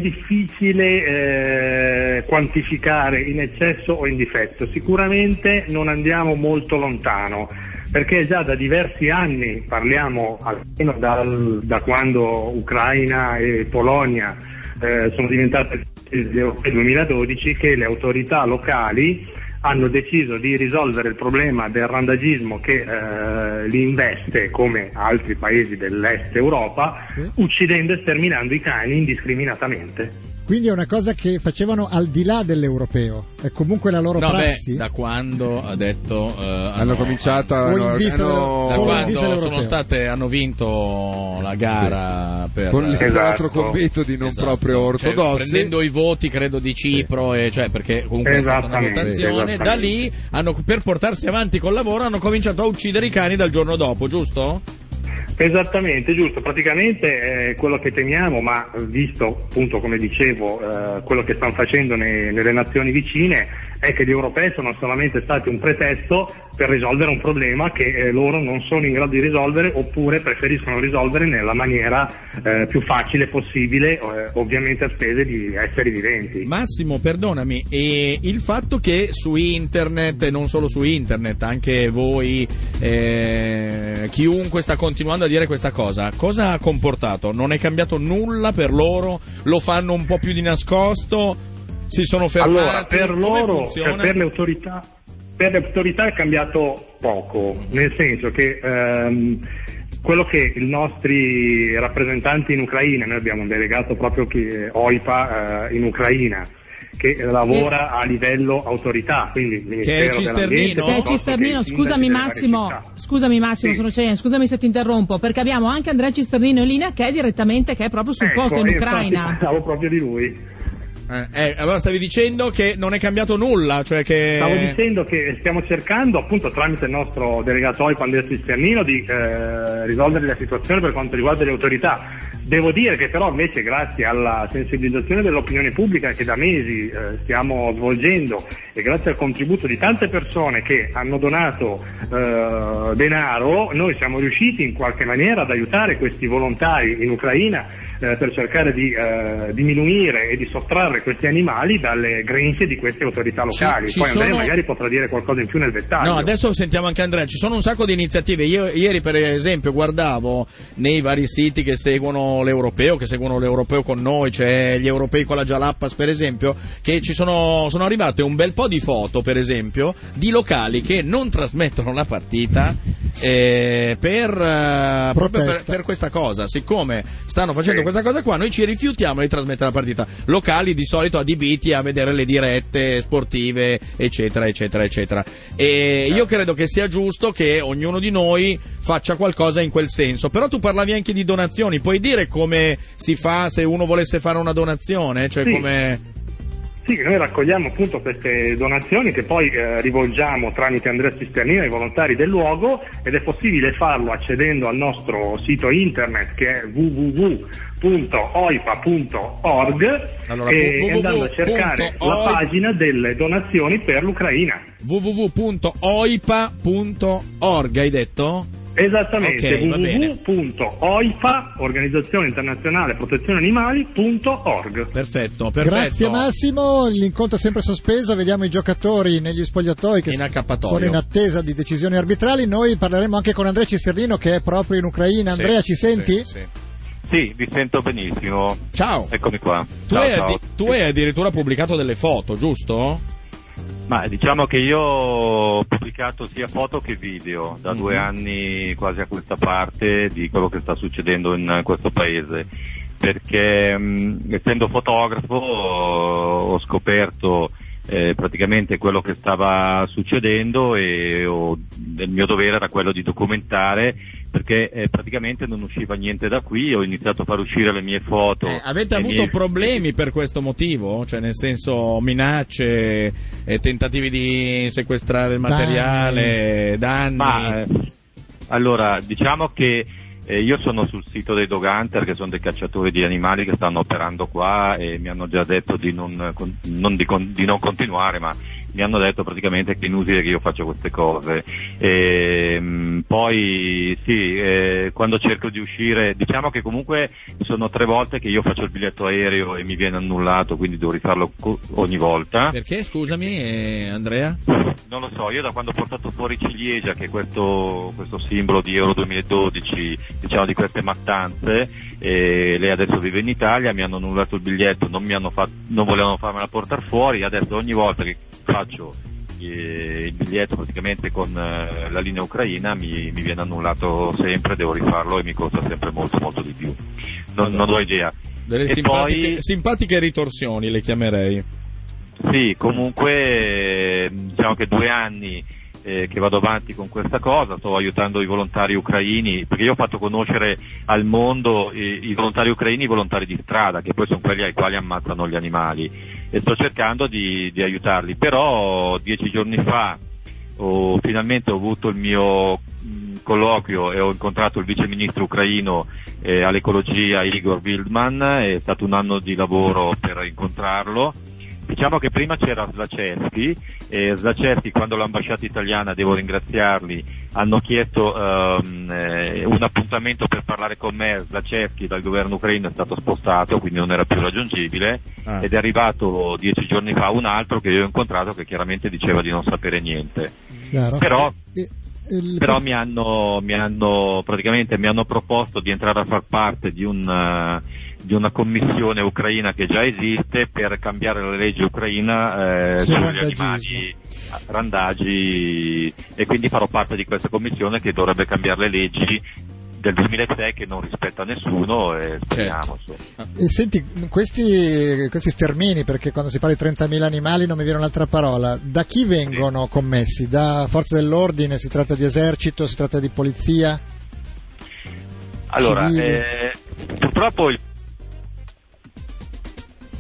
Speaker 11: difficile eh, quantificare in eccesso o in difetto. Sicuramente non andiamo molto lontano perché già da diversi anni, parliamo almeno dal- da quando Ucraina e Polonia eh, sono diventate nel 2012, che le autorità locali hanno deciso di risolvere il problema del randagismo che eh, li investe come altri paesi dell'est Europa, uccidendo e sterminando i cani indiscriminatamente.
Speaker 2: Quindi è una cosa che facevano al di là dell'europeo, è comunque la loro
Speaker 3: No, beh,
Speaker 2: prassi.
Speaker 3: da quando ha detto. eh,
Speaker 4: cominciato a-
Speaker 2: O in vista del-
Speaker 3: hanno- da
Speaker 2: solo in vista
Speaker 3: quando
Speaker 2: dell'europeo.
Speaker 3: sono state, hanno vinto la gara per
Speaker 4: Con l-
Speaker 3: eh,
Speaker 4: l'altro commento di non proprio
Speaker 3: Cioè,
Speaker 4: ortodossi.
Speaker 3: prendendo i voti credo di Cipro e cioè perché comunque è stata una
Speaker 4: Esattamente,
Speaker 3: votazione
Speaker 4: esattamente.
Speaker 3: da lì hanno, per portarsi avanti col lavoro hanno cominciato a uccidere i cani dal giorno dopo giusto?
Speaker 11: Esattamente, giusto. Praticamente è quello che temiamo, ma visto appunto come dicevo eh, quello che stanno facendo ne- nelle nazioni vicine, è che gli europei sono solamente stati un pretesto per risolvere un problema che eh, loro non sono in grado di risolvere oppure preferiscono risolvere nella maniera eh, più facile possibile, eh, ovviamente a spese di esseri viventi.
Speaker 3: Massimo, perdonami, e il fatto che su internet, e non solo su internet, anche voi, eh, chiunque sta continuando a dire questa cosa, cosa ha comportato? Non è cambiato nulla per loro? Lo fanno un po' più di nascosto? Si sono fermati?
Speaker 11: Allora, per
Speaker 3: Come
Speaker 11: loro,
Speaker 3: funziona?
Speaker 11: cioè, per le autorità, per le autorità è cambiato poco, nel senso che ehm, quello che i nostri rappresentanti in Ucraina, noi abbiamo un delegato proprio che OIPA eh, in Ucraina, che lavora a livello autorità, quindi Ministero dell'Ambiente,
Speaker 7: Che è
Speaker 11: piuttosto
Speaker 7: Cisternino,
Speaker 11: che i sindaci
Speaker 7: scusami
Speaker 11: delle varie
Speaker 7: Massimo, scusami Massimo, sono Celian, scusami se ti interrompo, perché abbiamo anche Andrea Cisternino in linea che è direttamente, che è proprio sul
Speaker 11: Ecco,
Speaker 7: posto in
Speaker 11: io infatti
Speaker 7: Ucraina.
Speaker 11: Pensavo proprio di lui.
Speaker 3: Eh, eh, allora stavi dicendo che non è cambiato nulla, cioè che...
Speaker 11: Stavo dicendo che stiamo cercando, appunto, tramite il nostro delegato OIP Andrea Cristianino, di eh, risolvere la situazione per quanto riguarda le autorità. Devo dire che però invece grazie alla sensibilizzazione dell'opinione pubblica che da mesi eh, stiamo svolgendo e grazie al contributo di tante persone che hanno donato eh, denaro, noi siamo riusciti in qualche maniera ad aiutare questi volontari in Ucraina eh, per cercare di eh, diminuire e di sottrarre questi animali dalle grinfie di queste autorità locali.
Speaker 3: ci
Speaker 11: Poi Andrea
Speaker 3: sono-
Speaker 11: magari potrà dire qualcosa in più nel dettaglio.
Speaker 3: No, adesso sentiamo anche Andrea. Ci sono un sacco di iniziative. Io, ieri, per esempio, guardavo nei vari siti che seguono l'europeo, che seguono l'europeo con noi, c'è gli europei con la Jalappas, per esempio, che ci sono, sono arrivate un bel po' di foto, per esempio, di locali che non trasmettono la partita. eh, per, eh, proprio per, per questa cosa, siccome stanno facendo questa cosa qua, noi ci rifiutiamo di trasmettere la partita. Locali di solito adibiti a vedere le dirette sportive, eccetera, eccetera, eccetera. E io credo che sia giusto che ognuno di noi faccia qualcosa in quel senso. Però tu parlavi anche di donazioni, puoi dire come si fa se uno volesse fare una donazione? Cioè
Speaker 11: Sì.
Speaker 3: come...
Speaker 11: Sì, noi raccogliamo appunto queste donazioni che poi eh, rivolgiamo tramite Andrea Cisternino ai volontari del luogo ed è possibile farlo accedendo al nostro sito internet che è www.oipa.org
Speaker 3: Allora,
Speaker 11: e
Speaker 3: www.oipa.org.
Speaker 11: andando a cercare la pagina delle donazioni per l'Ucraina.
Speaker 3: www.oipa.org hai detto?
Speaker 11: Esattamente,
Speaker 3: Ok, va bene.
Speaker 11: www.oipa, Organizzazione Internazionale Protezione Animali.org.
Speaker 3: Perfetto,
Speaker 2: Grazie Massimo, l'incontro è sempre sospeso, vediamo i giocatori negli spogliatoi che
Speaker 3: In accappatoio.
Speaker 2: sono in attesa di decisioni arbitrali, noi parleremo anche con Andrea Cisternino che è proprio in Ucraina. Andrea ci senti?
Speaker 12: Sì, vi sento benissimo.
Speaker 3: Ciao.
Speaker 12: Eccomi qua.
Speaker 3: Tu,
Speaker 12: Ciao,
Speaker 3: hai,
Speaker 12: ciao.
Speaker 3: addi- tu hai addirittura pubblicato delle foto, giusto?
Speaker 12: Ma diciamo che io ho pubblicato sia foto che video da due
Speaker 3: Mhm.
Speaker 12: anni quasi a questa parte di quello che sta succedendo in questo paese. Perché mh, essendo fotografo ho scoperto eh, praticamente quello che stava succedendo e ho- il mio dovere era quello di documentare perché eh, praticamente non usciva niente da qui, ho iniziato a far uscire le mie foto.
Speaker 3: Eh, Avete
Speaker 12: e i
Speaker 3: avuto
Speaker 12: miei-
Speaker 3: problemi per questo motivo? Cioè, nel senso, minacce, eh, tentativi di sequestrare il materiale, eh, danni?
Speaker 12: Ma, eh, allora, diciamo che Eh, io sono sul sito dei dog hunter che sono dei cacciatori di animali che stanno operando qua e mi hanno già detto di non, con- non di con- di non continuare ma mi hanno detto praticamente che è inutile che io faccia queste cose. Ehm, poi sì, eh, quando cerco di uscire, diciamo che comunque sono tre volte che io faccio il biglietto aereo e mi viene annullato, quindi devo rifarlo co- ogni volta.
Speaker 3: Perché, scusami, eh, Andrea?
Speaker 12: Non lo so, io da quando ho portato fuori Ciliegia, che è questo, questo simbolo di Euro 2012, diciamo di queste mattanze, e lei adesso vive in Italia, mi hanno annullato il biglietto, non, mi hanno fatto, non volevano farmela portare fuori, adesso ogni volta che faccio eh, il biglietto praticamente con eh, la linea ucraina mi, mi viene annullato sempre, devo rifarlo e mi costa sempre molto molto di più. Non, non ho idea.
Speaker 3: Delle
Speaker 12: E
Speaker 3: simpatiche,
Speaker 12: poi-
Speaker 3: simpatiche ritorsioni le chiamerei.
Speaker 12: Sì, comunque eh, diciamo che due anni eh, che vado avanti con questa cosa, sto aiutando i volontari ucraini, perché io ho fatto conoscere al mondo eh, i, volontari ucraini, i volontari di strada, che poi sono quelli ai quali ammazzano gli animali, e sto cercando di, di aiutarli, però dieci giorni fa ho, finalmente ho avuto il mio mh, colloquio e ho incontrato il vice ministro ucraino eh, all'ecologia Igor Wildman, è stato un anno di lavoro per incontrarlo. Diciamo che prima c'era Slacevski e Slacevski quando l'ambasciata italiana, devo ringraziarli, hanno chiesto ehm, eh, un appuntamento per parlare con me, Slacevski dal governo ucraino è stato spostato, quindi non era più raggiungibile
Speaker 13: Ah.
Speaker 12: ed è arrivato dieci giorni fa un altro che io ho incontrato che chiaramente diceva di non sapere niente.
Speaker 2: Chiaro.
Speaker 12: Però
Speaker 2: E- e il-
Speaker 12: però mi hanno, mi hanno praticamente mi hanno proposto di entrare a far parte di, un, eh, di una commissione ucraina che già esiste per cambiare la legge ucraina eh,
Speaker 2: Sul
Speaker 12: sugli
Speaker 2: randagismo.
Speaker 12: animali randagi e quindi farò parte di questa commissione che dovrebbe cambiare le leggi del 2006 che non rispetta nessuno e speriamo.
Speaker 8: Certo.
Speaker 12: insomma.
Speaker 2: E Eh, senti, questi, questi stermini, perché quando si parla di 30.000 animali non mi viene un'altra parola, da chi vengono commessi? Da forze dell'ordine? Si tratta di esercito? Si tratta di polizia?
Speaker 12: Allora,
Speaker 2: Civili.
Speaker 12: eh, purtroppo il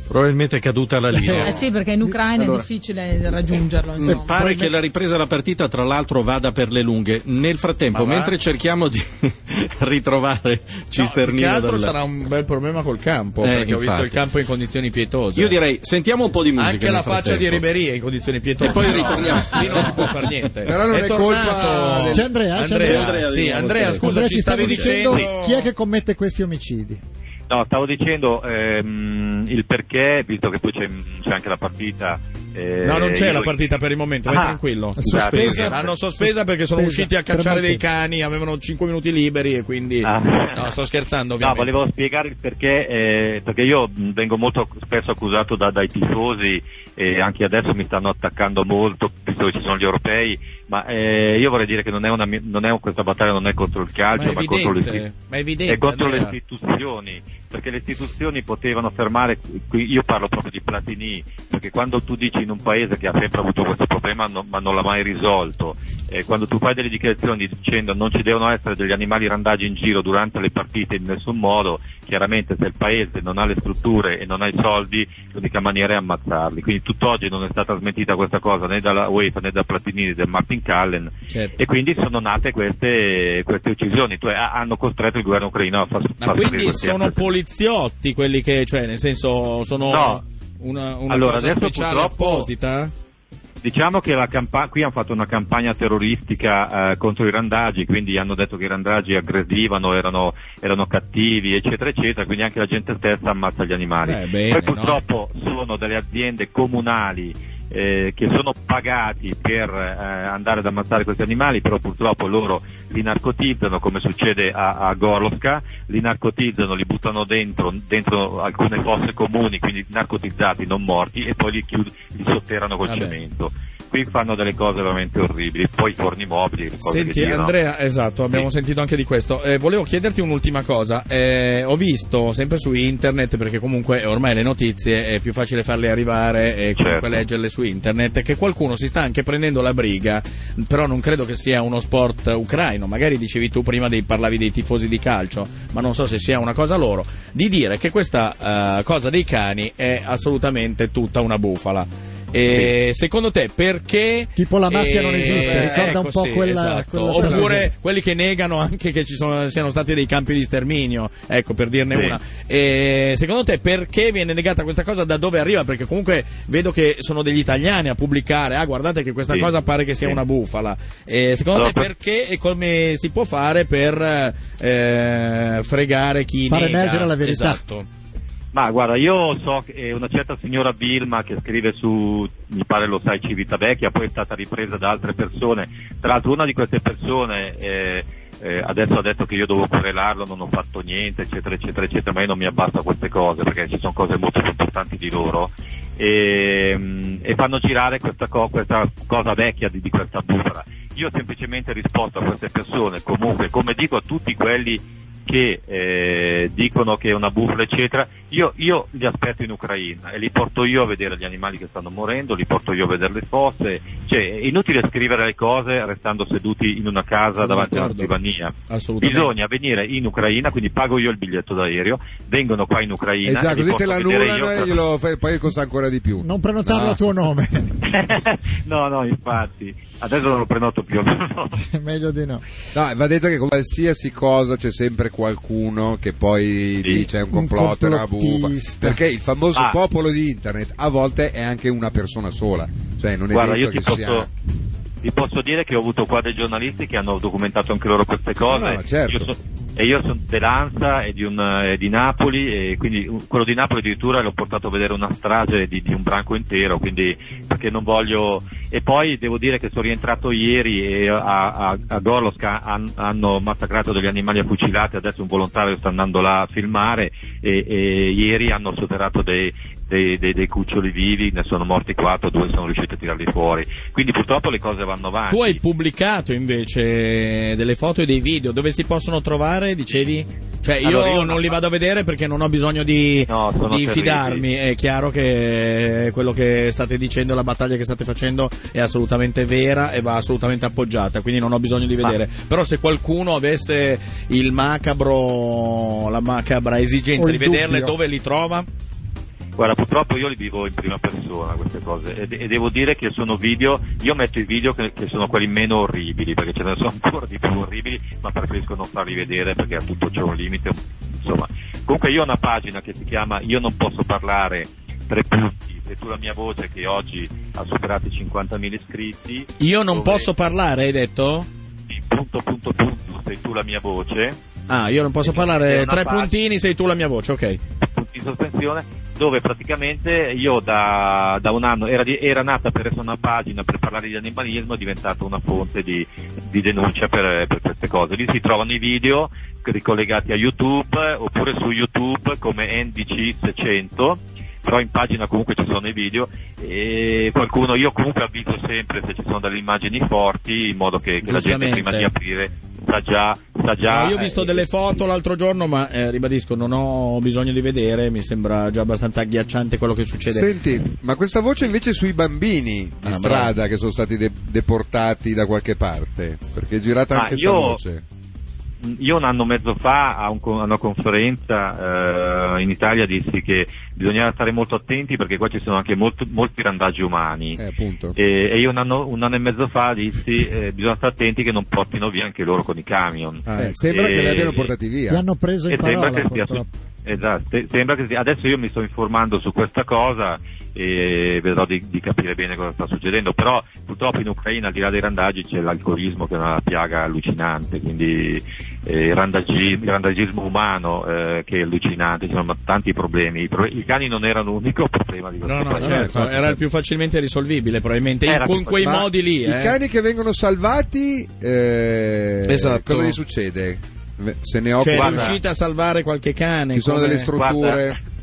Speaker 8: Probabilmente è caduta la linea.
Speaker 7: Eh sì, perché in Ucraina
Speaker 8: Allora.
Speaker 7: è difficile raggiungerlo. Insomma.
Speaker 8: Pare che la ripresa della partita, tra l'altro, vada per le lunghe. Nel frattempo,
Speaker 3: Ma va?
Speaker 8: mentre cerchiamo di ritrovare
Speaker 3: Più che
Speaker 8: Cisternino
Speaker 3: altro
Speaker 8: dal-
Speaker 3: sarà un bel problema col campo,
Speaker 8: Eh,
Speaker 3: perché ho visto
Speaker 8: infatti.
Speaker 3: il campo in condizioni pietose.
Speaker 8: Io direi, sentiamo un po' di musica.
Speaker 3: Anche la
Speaker 8: nel
Speaker 3: faccia di
Speaker 8: frattempo.
Speaker 3: Riberia in condizioni pietose.
Speaker 8: E poi
Speaker 3: No,
Speaker 8: ritorniamo.
Speaker 3: Lì non si può fare niente.
Speaker 8: Però non è
Speaker 3: tornato-
Speaker 8: colpa del-
Speaker 2: C'è Andrea? C'è
Speaker 3: Andrea,
Speaker 2: Andrea?
Speaker 3: sì, Andrea, scusa,
Speaker 2: Andrea,
Speaker 3: ci
Speaker 2: ti
Speaker 3: stavi
Speaker 2: stavo
Speaker 3: dicendo...
Speaker 2: dicendo chi è che commette questi omicidi?
Speaker 12: No, stavo dicendo ehm, il perché, visto che poi c'è, c'è anche la partita. eh,
Speaker 3: No, non c'è
Speaker 12: io-
Speaker 3: la partita per il momento, vai
Speaker 12: Ah.
Speaker 3: tranquillo.
Speaker 12: È sospesa.
Speaker 3: L'hanno sospesa perché sono
Speaker 12: Sospesa.
Speaker 3: usciti a cacciare
Speaker 12: Fermate.
Speaker 3: dei cani, avevano 5 minuti liberi e quindi... No, sto scherzando
Speaker 12: No,
Speaker 3: ovviamente.
Speaker 12: volevo spiegare il perché, eh, perché io mh, vengo molto spesso accusato da- dai tifosi e anche adesso mi stanno attaccando molto, visto che ci sono gli europei, ma eh, io vorrei dire che non è una, mi- non è un- questa battaglia non è contro il calcio,
Speaker 3: Ma
Speaker 12: ma,
Speaker 3: è
Speaker 12: contro le
Speaker 3: evidente, ma è evidente,
Speaker 12: è contro le
Speaker 3: Andrea.
Speaker 12: istituzioni, perché le istituzioni potevano fermare, qui- io parlo proprio di Platini, perché quando tu dici in un paese che ha sempre avuto questo problema non- ma non l'ha mai risolto, eh, quando tu fai delle dichiarazioni dicendo non ci devono essere degli animali randagi in giro durante le partite in nessun modo, chiaramente se il paese non ha le strutture e non ha i soldi, l'unica maniera è ammazzarli. Quindi tutt'oggi non è stata smentita questa cosa né dalla UEFA né da Platini né da Martin Callen
Speaker 3: Certo.
Speaker 12: e quindi sono nate queste, queste uccisioni, cioè ha- hanno costretto il governo ucraino a far
Speaker 3: Ma
Speaker 12: far
Speaker 3: quindi
Speaker 12: scoprire questi
Speaker 3: sono
Speaker 12: attacchi.
Speaker 3: poliziotti quelli che, cioè, nel senso, sono
Speaker 12: No.
Speaker 3: una, una
Speaker 12: Allora,
Speaker 3: cosa
Speaker 12: adesso
Speaker 3: speciale
Speaker 12: purtroppo-
Speaker 3: apposita?
Speaker 12: Diciamo che la campa- qui hanno fatto una campagna terroristica eh, contro i randagi, quindi hanno detto che i randagi aggredivano, erano, erano cattivi, eccetera, eccetera, quindi anche la gente stessa ammazza gli animali.
Speaker 3: Beh, bene,
Speaker 12: Poi purtroppo sono delle aziende comunali eh, che sono pagati per eh, andare ad ammazzare questi animali, però purtroppo loro li narcotizzano come succede a, a Gorlovka, li narcotizzano, li buttano dentro, dentro alcune fosse comuni, quindi narcotizzati, non morti, e poi li, chiud- li sotterrano col cemento. Qui fanno delle cose veramente orribili, poi i forni mobili, le cose che
Speaker 3: Senti
Speaker 12: girano.
Speaker 3: Andrea, esatto, abbiamo sentito anche di questo. Eh, volevo chiederti un'ultima cosa. Eh, ho visto sempre su internet, perché comunque ormai le notizie è più facile farle arrivare e comunque
Speaker 12: Certo.
Speaker 3: leggerle su internet, che qualcuno si sta anche prendendo la briga, però non credo che sia uno sport ucraino, magari dicevi tu prima dei, parlavi dei tifosi di calcio, ma non so se sia una cosa loro, di dire che questa eh, cosa dei cani è assolutamente tutta una bufala. E Secondo te perché...
Speaker 2: Tipo la mafia non esiste, ricorda
Speaker 3: ecco,
Speaker 2: un po'
Speaker 3: sì,
Speaker 2: quella-
Speaker 3: esatto.
Speaker 2: quella frase.
Speaker 3: Oppure quelli che negano anche che ci sono- siano stati dei campi di sterminio, ecco per dirne
Speaker 13: Sì.
Speaker 3: una. E secondo te perché viene negata questa cosa? Da dove arriva? Perché comunque vedo che sono degli italiani a pubblicare, ah guardate che questa
Speaker 13: Sì.
Speaker 3: cosa pare che sia
Speaker 13: Sì.
Speaker 3: una bufala. E secondo
Speaker 13: Allora,
Speaker 3: te perché e come si può fare per eh, fregare chi
Speaker 2: Far
Speaker 3: nega?
Speaker 2: emergere la verità.
Speaker 3: Esatto.
Speaker 12: Ma guarda, io so che eh, una certa signora Vilma che scrive su, mi pare lo sai, Civitavecchia, poi è stata ripresa da altre persone. Tra l'altro una di queste persone eh, eh, adesso ha detto che io devo querelarlo, non ho fatto niente, eccetera, eccetera, eccetera, ma io non mi abbasso a queste cose perché ci sono cose molto più importanti di loro. E, mm, e fanno girare questa, co- questa cosa vecchia di, di questa bufala. Io ho semplicemente risposto a queste persone, comunque, come dico a tutti quelli che eh, dicono che è una bufala, eccetera, io, io li aspetto in Ucraina e li porto io a vedere gli animali che stanno morendo, li porto io a vedere le fosse, cioè è inutile scrivere le cose restando seduti in una casa
Speaker 3: Sono
Speaker 12: davanti a una
Speaker 3: d'accordo.
Speaker 12: scrivania.
Speaker 3: Assolutamente.
Speaker 12: Bisogna venire in Ucraina, quindi pago io il biglietto d'aereo, vengono qua in
Speaker 4: E
Speaker 12: Ucraina.
Speaker 4: già
Speaker 3: Esatto,
Speaker 12: li
Speaker 4: così te
Speaker 12: porto a vedere io
Speaker 4: l'annullano e
Speaker 12: per-
Speaker 4: glielo fai- poi costa ancora di più.
Speaker 2: Non prenotarlo a tuo nome,
Speaker 12: No, no, infatti, adesso non lo prenoto più.
Speaker 2: meglio di no.
Speaker 4: No, va detto che con qualsiasi cosa c'è sempre qualcuno che poi dice è un complotto, è una buba.
Speaker 2: complottista.
Speaker 4: Perché il famoso
Speaker 12: Ah.
Speaker 4: popolo di internet a volte è anche una persona sola. Cioè non è
Speaker 12: Guarda, io
Speaker 4: detto
Speaker 12: ti
Speaker 4: che
Speaker 12: posso,
Speaker 4: sia.
Speaker 12: ti posso dire che ho avuto qua dei giornalisti che hanno documentato anche loro queste cose.
Speaker 4: No, no, certo.
Speaker 12: Io so- e io sono dell'Ansa e di, un- e di Napoli, e quindi uh, quello di Napoli addirittura l'ho portato a vedere una strage di, di un branco intero, quindi perché non voglio. E poi devo dire che sono rientrato ieri e a, a, a Gorlovsk han- hanno massacrato degli animali a fucilate, adesso un volontario sta andando là a filmare e, e ieri hanno sotterrato dei, dei, dei- dei cuccioli vivi, ne sono morti quattro, due sono riusciti a tirarli fuori. Quindi purtroppo le cose vanno avanti.
Speaker 3: Tu hai pubblicato invece delle foto e dei video dove si possono trovare, dicevi? Cioè io,
Speaker 12: Allora, io
Speaker 3: non li vado a vedere perché non ho bisogno di,
Speaker 12: sono
Speaker 3: di
Speaker 12: terribili.
Speaker 3: fidarmi, è chiaro che quello che state dicendo, la battaglia che state facendo è assolutamente vera e va assolutamente appoggiata, quindi non ho bisogno di
Speaker 13: Ma-
Speaker 3: vedere. Però se qualcuno avesse il macabro, la macabra
Speaker 12: Ho
Speaker 3: esigenza di
Speaker 12: il
Speaker 3: vederle,
Speaker 12: dubbio.
Speaker 3: dove li trova?
Speaker 12: Guarda, purtroppo io li vivo in prima persona queste cose e, de- e devo dire che sono video, io metto i video che, che sono quelli meno orribili, perché ce ne sono ancora di più orribili, ma preferisco non farli vedere perché a tutto c'è un limite, insomma. Comunque io ho una pagina che si chiama Io non posso parlare, tre punti, se tu la mia voce che oggi ha superato i 50.000 iscritti,
Speaker 3: Io non posso parlare, hai detto?
Speaker 12: punto punto punto, sei tu la mia voce,
Speaker 3: Ah, io non posso
Speaker 12: è
Speaker 3: parlare,
Speaker 12: una
Speaker 3: tre
Speaker 12: pagina.
Speaker 3: puntini, sei tu la mia voce, ok.
Speaker 12: punti in sospensione, dove praticamente io da, da un anno era, di- era nata per essere una pagina per parlare di animalismo, è diventata una fonte di, di denuncia per, per queste cose. Lì si trovano i video ricollegati a YouTube eh, oppure su YouTube come NDC600 però in pagina comunque ci sono i video e qualcuno, io comunque avviso sempre se ci sono delle immagini forti in modo che, che la gente
Speaker 3: Giustamente.
Speaker 12: prima di aprire sa già, sa già
Speaker 3: No, io ho visto
Speaker 12: eh,
Speaker 3: delle foto l'altro giorno, ma eh, ribadisco, non ho bisogno di vedere, mi sembra già abbastanza agghiacciante quello che succede.
Speaker 4: Senti, ma questa voce invece sui bambini di
Speaker 3: Ah,
Speaker 4: strada
Speaker 3: bravo.
Speaker 4: che sono stati de- deportati da qualche parte, perché è girata
Speaker 12: Ma
Speaker 4: anche
Speaker 12: Ah, io-
Speaker 4: questa voce.
Speaker 12: Io un anno e mezzo fa a, un co- a una conferenza eh, in Italia dissi che bisognava stare molto attenti perché qua ci sono anche molto- molti randaggi umani.
Speaker 4: Eh, appunto.
Speaker 12: E, e io un anno, un anno e mezzo fa dissi eh, bisogna stare attenti che non portino via anche loro con i camion.
Speaker 4: Eh, sembra che
Speaker 12: E-
Speaker 4: li abbiano portati via.
Speaker 2: Li Ecco. hanno preso in
Speaker 12: e sembra
Speaker 2: parola,
Speaker 12: che stia
Speaker 2: purtroppo.
Speaker 12: Esatto, se- sembra che sia- adesso io mi sto informando su questa cosa e vedrò di, di capire bene cosa sta succedendo, però purtroppo in Ucraina al di là dei randaggi c'è l'alcolismo che è una piaga allucinante, quindi eh, il, randagi- il randagismo umano eh, che è allucinante, ci sono tanti problemi, I, pro- i cani non erano l'unico problema di questo
Speaker 3: No, no,
Speaker 12: paese.
Speaker 3: certo, era il più facilmente risolvibile probabilmente, in-
Speaker 12: Era
Speaker 3: con
Speaker 12: più
Speaker 3: quei
Speaker 12: facile.
Speaker 3: modi lì.
Speaker 4: I
Speaker 3: eh.
Speaker 4: cani che vengono salvati, eh,
Speaker 3: Esatto.
Speaker 4: cosa gli succede? Ve- Se ne
Speaker 3: Cioè,
Speaker 4: occupa.
Speaker 3: è riuscita a salvare qualche cane.
Speaker 4: Ci sono
Speaker 3: come-
Speaker 4: delle strutture.
Speaker 12: Guarda,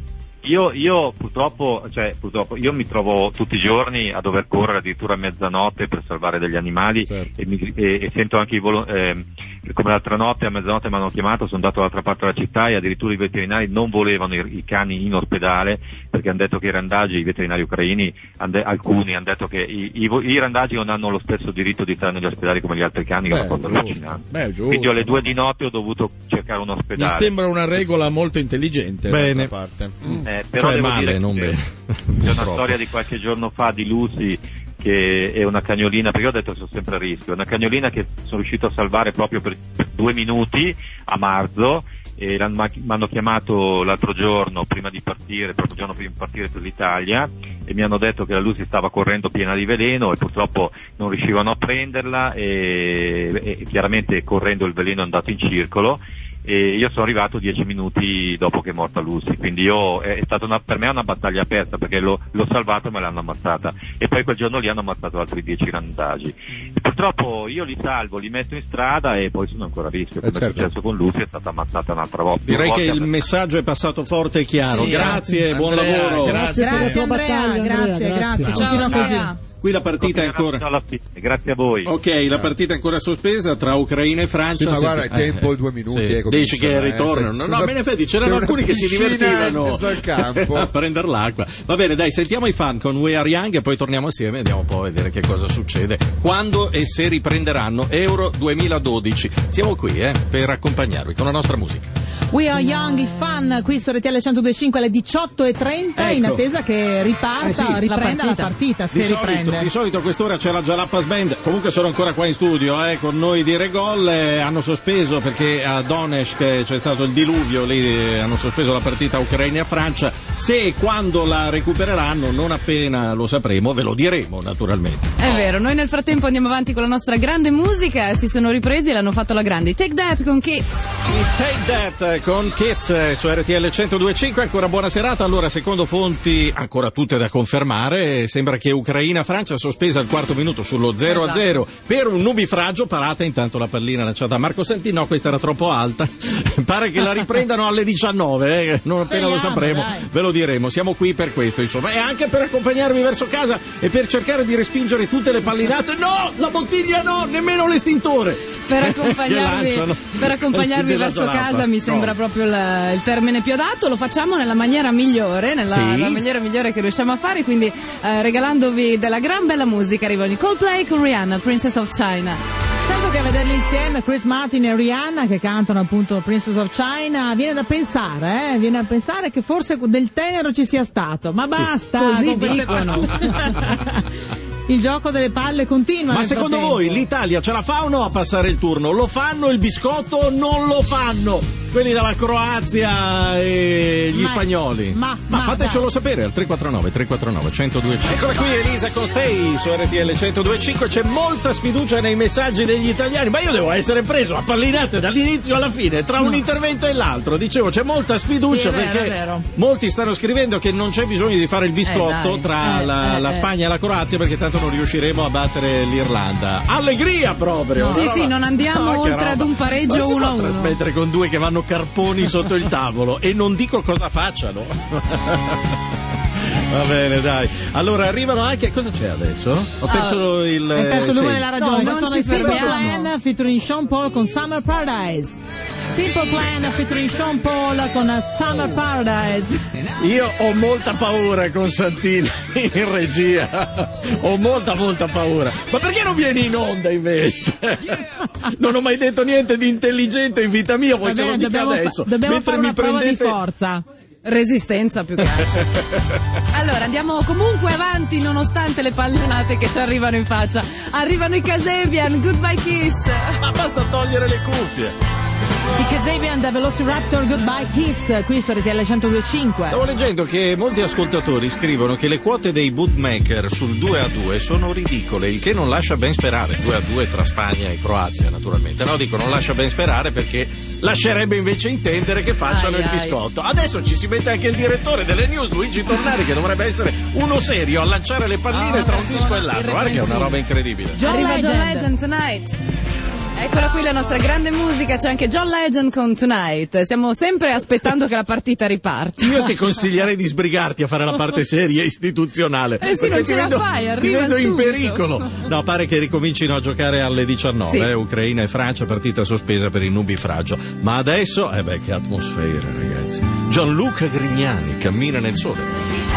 Speaker 12: Io, io purtroppo, cioè, purtroppo, io mi trovo tutti i giorni a dover correre addirittura a mezzanotte per salvare degli animali e, mi- e- e sento anche i volo- ehm, come l'altra notte a mezzanotte mi hanno chiamato, sono andato dall'altra parte della città e addirittura i veterinari non volevano i, i cani in ospedale perché hanno detto che i randaggi, i veterinari ucraini, han de- alcuni hanno detto che i, i vo- i randaggi non hanno lo stesso diritto di stare negli ospedali come gli altri cani, che è una cosa allucinante.
Speaker 3: Beh, giusto.
Speaker 12: Quindi io alle due di notte ho dovuto cercare un
Speaker 3: Mi
Speaker 12: ospedale.
Speaker 3: sembra una regola molto intelligente.
Speaker 12: Bene.
Speaker 3: d'altra Parte.
Speaker 12: Eh, Eh, però
Speaker 8: cioè
Speaker 12: devo
Speaker 8: male,
Speaker 12: dire che
Speaker 8: non
Speaker 12: c'è-
Speaker 8: bene.
Speaker 12: C'è una
Speaker 8: Purtroppo.
Speaker 12: storia di qualche giorno fa di Lucy che è una cagnolina, perché io ho detto che sono sempre a rischio, è una cagnolina che sono riuscito a salvare proprio per, per due minuti a marzo e l'han- mi hanno chiamato l'altro giorno prima di partire, proprio il giorno prima di partire per l'Italia e mi hanno detto che la Lucy stava correndo piena di veleno e purtroppo non riuscivano a prenderla e, e chiaramente correndo il veleno è andato in circolo e io sono arrivato dieci minuti dopo che è morta Lucy, quindi io, è stata una- per me è una battaglia aperta perché l'ho, l'ho salvata e me l'hanno ammazzata e poi quel giorno lì hanno ammazzato altri dieci randagi. Purtroppo io li salvo, li metto in strada e poi sono ancora a rischio, come è successo con Lucy è stata ammazzata un'altra volta.
Speaker 8: Eh, certo. Direi
Speaker 12: Due
Speaker 8: che
Speaker 12: volte
Speaker 8: il messaggio è passato forte e chiaro.
Speaker 12: Sì,
Speaker 8: grazie,
Speaker 12: Andrea,
Speaker 8: buon lavoro.
Speaker 12: grazie
Speaker 7: per la tua
Speaker 13: Andrea,
Speaker 7: battaglia, Andrea,
Speaker 13: grazie, grazie.
Speaker 8: grazie.
Speaker 7: Continua
Speaker 8: Ciao,
Speaker 7: così.
Speaker 8: Andrea. Qui la partita è ancora.
Speaker 12: Grazie a voi.
Speaker 8: Ok, la partita è ancora sospesa tra Ucraina e Francia.
Speaker 4: Sì, ma
Speaker 8: Se-
Speaker 4: guarda, è tempo
Speaker 8: eh,
Speaker 4: due minuti,
Speaker 8: sì.
Speaker 4: eh, comincia,
Speaker 8: Dici che
Speaker 4: eh,
Speaker 8: ritornano.
Speaker 4: se-
Speaker 8: No,
Speaker 4: se
Speaker 8: no,
Speaker 4: una-
Speaker 8: ma in effetti
Speaker 4: se
Speaker 8: c'erano
Speaker 4: una
Speaker 8: alcuni che si
Speaker 4: piscina in
Speaker 8: divertivano
Speaker 4: mezzo al campo.
Speaker 8: a prendere l'acqua. Va bene, dai, sentiamo i fan con We Are Young e poi torniamo assieme e andiamo un po' a vedere che cosa succede. Quando e se riprenderanno Euro 2012. Siamo qui, eh, per accompagnarvi con la nostra musica.
Speaker 7: We are young, i fan, qui su RTL 1025 alle 18.30 in
Speaker 8: Ecco.
Speaker 7: attesa che riparta,
Speaker 8: Eh sì, la
Speaker 7: riprenda la partita, se
Speaker 8: Di solito,
Speaker 7: riprende.
Speaker 8: di solito a quest'ora c'è la Jalapas Band, comunque sono ancora qua in studio eh, con noi di Regol, eh, hanno sospeso perché a Donetsk eh, c'è stato il diluvio, lì eh, hanno sospeso la partita Ucraina-Francia, se e quando la recupereranno non appena lo sapremo ve lo diremo naturalmente.
Speaker 5: È vero, noi nel frattempo andiamo avanti con la nostra grande musica, si sono ripresi e l'hanno fatto alla grande. Take that con Kids.
Speaker 8: I Take That con Kids eh, su RTL 1025, ancora buona serata. Allora, secondo fonti ancora tutte da confermare, eh, sembra che Ucraina-Francia sospesa al quarto minuto sullo 0
Speaker 14: Esatto.
Speaker 8: a 0 per un nubifragio. Parata intanto la pallina lanciata a Marco Santino, questa era troppo alta. Pare che la riprendano alle 19, eh, non appena lo
Speaker 14: Speriamo,
Speaker 8: sapremo,
Speaker 14: dai.
Speaker 8: ve lo diremo. Siamo qui per questo, insomma, e anche per accompagnarvi verso casa e per cercare di respingere tutte le pallinate. No, la bottiglia no, nemmeno l'estintore.
Speaker 5: Per
Speaker 8: Che
Speaker 5: accompagnarvi,
Speaker 8: lanciano.
Speaker 5: per accompagnarvi
Speaker 8: Della
Speaker 5: verso
Speaker 8: giallappa.
Speaker 5: casa mi
Speaker 8: No.
Speaker 5: sembra proprio il, il termine più adatto, lo facciamo nella maniera migliore, nella
Speaker 8: Sì.
Speaker 5: la maniera migliore che riusciamo a fare, quindi eh, regalandovi della gran bella musica arrivano i Coldplay con Rihanna, Princess of China.
Speaker 7: Tanto che a vederli insieme Chris Martin e Rihanna che cantano appunto Princess of China viene da pensare, eh? viene da pensare che forse del tenero ci sia stato, ma basta.
Speaker 5: Così
Speaker 7: con queste
Speaker 5: dicono.
Speaker 7: palle. Il gioco delle palle continua.
Speaker 8: Ma
Speaker 7: nel
Speaker 8: secondo
Speaker 7: frattempo.
Speaker 8: voi l'Italia ce la fa o no a passare il turno? Lo fanno il biscotto o non lo fanno? Quelli dalla Croazia e gli
Speaker 14: Ma-
Speaker 8: spagnoli.
Speaker 14: ma- ma-
Speaker 8: fatecelo sapere al 349 349 1025. Eccola qui Elisa con Stay su RTL 1025. C'è molta sfiducia nei messaggi degli italiani, ma io devo essere preso a pallinate dall'inizio alla fine, tra un intervento e l'altro. Dicevo, c'è molta
Speaker 7: Sì,
Speaker 8: sfiducia
Speaker 7: è vero,
Speaker 8: perché
Speaker 7: è vero.
Speaker 8: molti stanno scrivendo che non c'è bisogno di fare il biscotto
Speaker 7: Eh, dai.
Speaker 8: tra
Speaker 7: Eh,
Speaker 8: la,
Speaker 7: eh,
Speaker 8: la
Speaker 7: eh.
Speaker 8: Spagna e la Croazia perché tanto non riusciremo a battere l'Irlanda. Allegria proprio!
Speaker 5: Sì,
Speaker 8: Una
Speaker 5: sì,
Speaker 8: roba-
Speaker 5: non andiamo
Speaker 8: che
Speaker 5: oltre
Speaker 8: roba.
Speaker 5: ad un pareggio
Speaker 8: Ma si può
Speaker 5: uno a uno.
Speaker 8: trasmettere con due che vanno carponi sotto il tavolo e non dico cosa facciano. Va bene, dai. Allora arrivano anche. Cosa c'è adesso? Ho
Speaker 7: Ah,
Speaker 8: perso il.
Speaker 7: Hai perso il
Speaker 8: eh,
Speaker 7: nome
Speaker 8: sì.
Speaker 7: della ragione.
Speaker 8: No,
Speaker 7: Sono
Speaker 8: ci
Speaker 7: i Simple
Speaker 8: fermiamo.
Speaker 7: Plan featuring Sean Paul con Summer Paradise. Simple Plan featuring Sean Paul con Summer Paradise.
Speaker 8: Io ho molta paura con Santina in regia. Ho molta, molta paura. Ma perché non vieni in onda invece? Non ho mai detto niente di intelligente in vita mia, vuoi che
Speaker 7: Va bene,
Speaker 8: lo dica
Speaker 7: dobbiamo, fa-
Speaker 8: adesso?
Speaker 7: dobbiamo
Speaker 8: Mentre
Speaker 7: fare
Speaker 8: mi
Speaker 7: una prova
Speaker 8: prendete.
Speaker 7: di forza.
Speaker 5: Resistenza più che altro. Allora andiamo comunque avanti nonostante le pallonate che ci arrivano in faccia. Arrivano i Casebian, goodbye kiss.
Speaker 8: Ma basta togliere le cuffie.
Speaker 7: I Kasabian da Velociraptor Goodbye Kiss qui su RTL 1025.
Speaker 8: Stavo leggendo che molti ascoltatori scrivono che le quote dei bootmaker sul 2 a 2 sono ridicole, il che non lascia ben sperare. 2 a 2 tra Spagna e Croazia, naturalmente. No, dico non lascia ben sperare perché lascerebbe invece intendere che facciano
Speaker 14: Ai,
Speaker 8: il
Speaker 14: ai.
Speaker 8: biscotto. Adesso ci si mette anche il direttore delle news, Luigi Tornari, che dovrebbe essere uno serio a lanciare le palline
Speaker 14: Ah,
Speaker 8: tra un disco e l'altro. Guarda che è una roba incredibile.
Speaker 5: Arriva John
Speaker 7: Legend.
Speaker 5: Legend tonight. Eccola qui la nostra grande musica, c'è anche John Legend con Tonight. Stiamo sempre aspettando che la partita riparta.
Speaker 8: Io ti consiglierei di sbrigarti a fare la parte seria e istituzionale.
Speaker 5: Eh sì,
Speaker 8: perché
Speaker 5: non
Speaker 8: ti
Speaker 5: ce la
Speaker 8: vedo,
Speaker 5: fai,
Speaker 8: ti
Speaker 5: arriva
Speaker 8: vedo in
Speaker 5: subito.
Speaker 8: pericolo. No, pare che ricomincino a giocare alle 19.
Speaker 5: Sì.
Speaker 8: eh, Ucraina e Francia, partita sospesa per il nubifragio. Ma adesso, eh beh, che atmosfera, ragazzi. Gianluca Grignani cammina nel sole.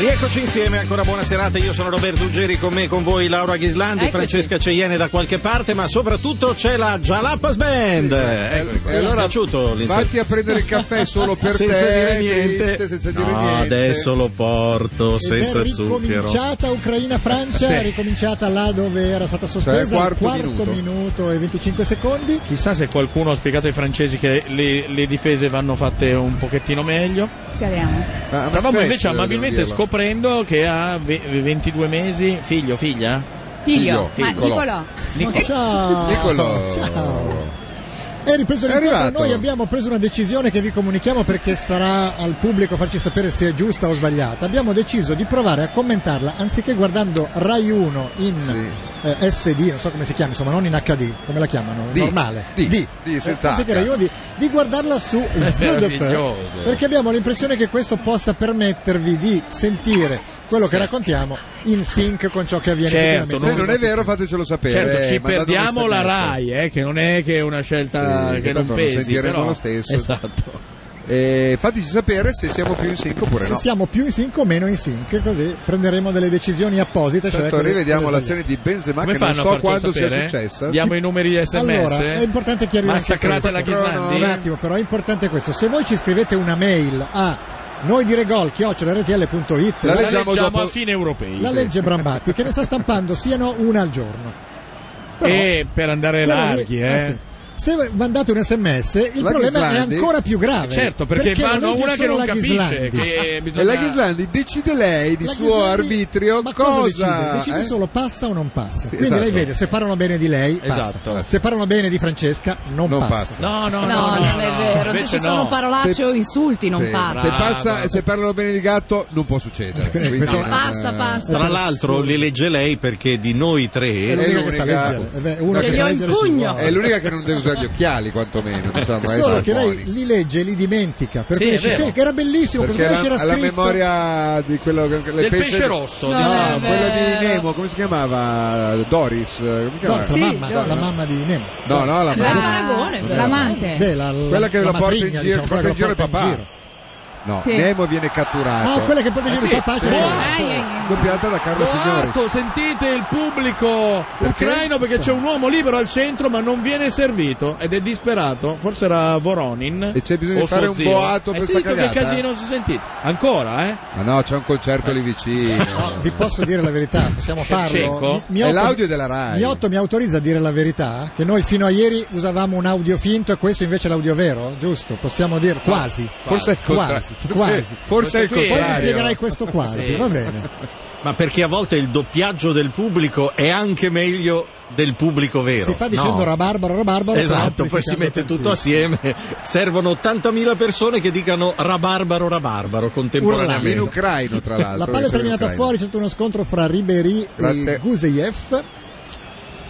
Speaker 8: Rieccoci insieme, ancora buona serata. Io sono Roberto Uggeri, con me, con voi Laura Ghislandi,
Speaker 13: Eccoci.
Speaker 8: Francesca Ceiene da qualche parte, ma soprattutto c'è la Jalapas Band. Eccoli qua.
Speaker 4: e
Speaker 8: Mi è
Speaker 4: allora
Speaker 8: piaciuto l'inter-
Speaker 4: Vatti a prendere il caffè solo per
Speaker 8: senza
Speaker 4: te.
Speaker 8: dire
Speaker 4: triste,
Speaker 8: niente.
Speaker 4: senza dire
Speaker 8: No,
Speaker 4: niente.
Speaker 8: adesso lo porto senza
Speaker 2: Ed è
Speaker 8: zucchero.
Speaker 2: ricominciata Ucraina-Francia,
Speaker 8: Sì.
Speaker 2: è ricominciata là dove era stata sospesa,
Speaker 3: Cioè,
Speaker 2: al
Speaker 3: quarto
Speaker 2: minuto.
Speaker 3: minuto.
Speaker 2: e 25 secondi.
Speaker 3: Chissà se qualcuno ha spiegato ai francesi che le, le difese vanno fatte un pochettino meglio.
Speaker 10: Scariamo.
Speaker 3: Stavamo
Speaker 10: Maxes,
Speaker 3: invece amabilmente
Speaker 10: devo dirlo.
Speaker 3: scoprendo che ha ve- 22 mesi, figlio, figlia?
Speaker 10: Figlio, ma
Speaker 3: Nicolò.
Speaker 10: Nicolò.
Speaker 2: Oh, ciao.
Speaker 4: Nicolò.
Speaker 2: Ciao. È ripreso
Speaker 4: È
Speaker 2: l'incontro,
Speaker 4: arrivato.
Speaker 2: noi abbiamo preso una decisione che vi comunichiamo perché starà al pubblico farci sapere se è giusta o sbagliata. Abbiamo deciso di provare a commentarla anziché guardando Rai 1 in eh, SD, non so come si chiama, insomma non in HD, come la chiamano?
Speaker 4: D.
Speaker 2: Normale.
Speaker 4: D.
Speaker 2: D.
Speaker 4: D, senza
Speaker 2: Eh, anziché
Speaker 4: H.
Speaker 2: Rai 1 di, di guardarla su
Speaker 4: meraviglioso.
Speaker 2: ZDF perché abbiamo l'impressione che questo possa permettervi di sentire quello che raccontiamo in sync con ciò che avviene
Speaker 3: Certo,
Speaker 2: quotidianamente.
Speaker 4: Se non è vero, fatecelo sapere.
Speaker 3: Certo,
Speaker 4: eh,
Speaker 3: ci
Speaker 4: mandate un
Speaker 3: perdiamo la
Speaker 4: SMS.
Speaker 3: RAI, eh, che non è che è una scelta
Speaker 4: Sì,
Speaker 3: che non
Speaker 4: tanto
Speaker 3: pesi.
Speaker 4: Lo sentiremo
Speaker 3: però-
Speaker 4: lo stesso.
Speaker 3: Esatto.
Speaker 4: Eh, fateci sapere se siamo più in sync oppure
Speaker 2: se
Speaker 4: no.
Speaker 2: siamo più in sync o meno in sync, così prenderemo delle decisioni apposite. Cioè
Speaker 4: Tanto
Speaker 2: quelle-
Speaker 4: rivediamo
Speaker 2: quelle
Speaker 4: l'azione di Benzema
Speaker 3: Come
Speaker 4: che non
Speaker 3: fanno a
Speaker 4: so
Speaker 3: farcelo
Speaker 4: quando sia
Speaker 3: sapere?
Speaker 4: successa.
Speaker 3: Diamo i numeri di sms?
Speaker 2: Allora, è importante chiarire anche
Speaker 3: Massacrate
Speaker 2: questo.
Speaker 3: la Ghislandi?
Speaker 2: Un attimo, però è importante questo. Se voi ci scrivete una mail a noi dire gol chiocciolrtl.it
Speaker 3: La leggiamo, a fine europei.
Speaker 2: la
Speaker 3: Sì.
Speaker 2: legge Brambatti che ne sta stampando siano una al giorno. Però-
Speaker 3: E per andare
Speaker 2: Però-
Speaker 3: larghi, eh.
Speaker 2: eh sì. Se mandate un sms, il
Speaker 3: La
Speaker 2: problema
Speaker 3: Ghislandi?
Speaker 2: è ancora più grave.
Speaker 3: Eh certo, perché vanno
Speaker 2: lo
Speaker 3: a
Speaker 2: legge
Speaker 3: una che
Speaker 2: solo
Speaker 3: non
Speaker 2: la
Speaker 3: capisce,
Speaker 2: Ghislandi.
Speaker 3: che bisogna-
Speaker 4: E la Ghislandi decide lei di
Speaker 2: La
Speaker 4: suo
Speaker 2: Ghislandi-
Speaker 4: arbitrio
Speaker 2: Ma cosa,
Speaker 4: cosa.
Speaker 2: decide? Decide
Speaker 4: eh?
Speaker 2: solo passa o non passa.
Speaker 4: Sì,
Speaker 2: Quindi
Speaker 4: esatto.
Speaker 2: lei vede se parlano bene di lei, passa.
Speaker 4: Esatto.
Speaker 2: Se parlano bene di Francesca, non,
Speaker 4: Non
Speaker 2: passa.
Speaker 4: passa. No,
Speaker 5: No, non è vero. Se ci sono parolacce
Speaker 4: Se-
Speaker 5: o insulti, non
Speaker 4: Sì.
Speaker 5: passa.
Speaker 4: Se, passa- se parlano bene di gatto, non può succedere. Ah, Quindi,
Speaker 5: questo-
Speaker 4: eh,
Speaker 5: Passa, passa.
Speaker 8: Tra l'altro li legge lei perché di noi tre
Speaker 4: È l'unica che sa leggere.
Speaker 2: Eh beh, uno
Speaker 5: Ce
Speaker 2: che
Speaker 5: li ho
Speaker 2: sa
Speaker 5: in
Speaker 2: leggere ci
Speaker 5: pugno.
Speaker 2: vuole.
Speaker 4: È l'unica che non deve usare gli occhiali, quantomeno. diciamo, eh. Esatto. Insomma, è
Speaker 2: Solo che
Speaker 4: sarconica.
Speaker 2: lei li legge e li dimentica. Per
Speaker 4: Sì,
Speaker 2: cui
Speaker 4: è
Speaker 2: dice,
Speaker 4: vero.
Speaker 2: "Sì, che era bellissimo,
Speaker 4: Perché
Speaker 2: così c'era
Speaker 4: la, la
Speaker 2: scritto.
Speaker 4: memoria di quello che, le
Speaker 3: Del pesce rosso,
Speaker 4: no,
Speaker 3: diciamo.
Speaker 4: quella
Speaker 3: Vero.
Speaker 4: di Nemo come si chiamava Doris eh, come
Speaker 2: Doris,
Speaker 4: chiamava?
Speaker 2: la, mamma, la mamma di Nemo.
Speaker 4: no no la
Speaker 2: La
Speaker 4: mamma
Speaker 10: Paragone,
Speaker 4: però.
Speaker 10: l'amante.
Speaker 2: Beh, la- la-
Speaker 4: quella che la, porta in
Speaker 2: matrigna,
Speaker 4: giro
Speaker 2: diciamo,
Speaker 4: porta
Speaker 2: quella che
Speaker 4: in giro
Speaker 2: la
Speaker 4: è papà
Speaker 2: porta in giro.
Speaker 4: no
Speaker 2: Sì.
Speaker 4: Nemo viene catturato Eh,
Speaker 2: Ah, quella
Speaker 3: Eh
Speaker 2: che porta in giro il papà, cioè-
Speaker 4: doppiata da Carlo Signori
Speaker 3: Ecco, sentite il pubblico ucraino perché c'è un uomo libero al centro ma non viene servito ed è disperato. Forse era Voronin.
Speaker 4: E c'è bisogno
Speaker 3: o
Speaker 4: di fare
Speaker 3: Oh, suo
Speaker 4: un
Speaker 3: zio.
Speaker 4: boato per
Speaker 3: eh sì,
Speaker 4: sta
Speaker 3: che
Speaker 4: cagata,
Speaker 3: casino
Speaker 4: eh.
Speaker 3: si è sentito. Ancora, eh?
Speaker 4: ma no c'è un concerto lì vicino
Speaker 2: Vi posso dire la verità, possiamo farlo.
Speaker 4: Shevchenko? È l'audio della Rai.
Speaker 2: Miotto mi autorizza a dire la verità? Che noi fino a ieri usavamo un audio finto e questo invece è l'audio vero? Giusto? Possiamo dire quasi.
Speaker 8: ah,
Speaker 4: Forse è il contrario.
Speaker 2: quasi.
Speaker 4: Forse-
Speaker 2: quasi.
Speaker 4: forse è il
Speaker 2: Poi mi
Speaker 4: contrario.
Speaker 2: spiegherai questo quasi,
Speaker 8: Sì.
Speaker 2: va bene.
Speaker 8: Ma perché a volte il doppiaggio del pubblico è anche meglio del pubblico vero.
Speaker 2: Si fa dicendo
Speaker 8: No.
Speaker 2: rabarbaro, rabarbaro.
Speaker 8: Esatto,
Speaker 2: però
Speaker 8: poi si
Speaker 2: amplificando
Speaker 8: mette tutto assieme. Servono 80.000 persone che dicano rabarbaro, rabarbaro contemporaneamente.
Speaker 4: Urlando. In ucraino, tra l'altro,
Speaker 2: diciamo, La palla è
Speaker 4: perché
Speaker 2: terminata
Speaker 4: l'Ucraina.
Speaker 2: fuori, c'è stato uno scontro fra Ribery e Guseyev.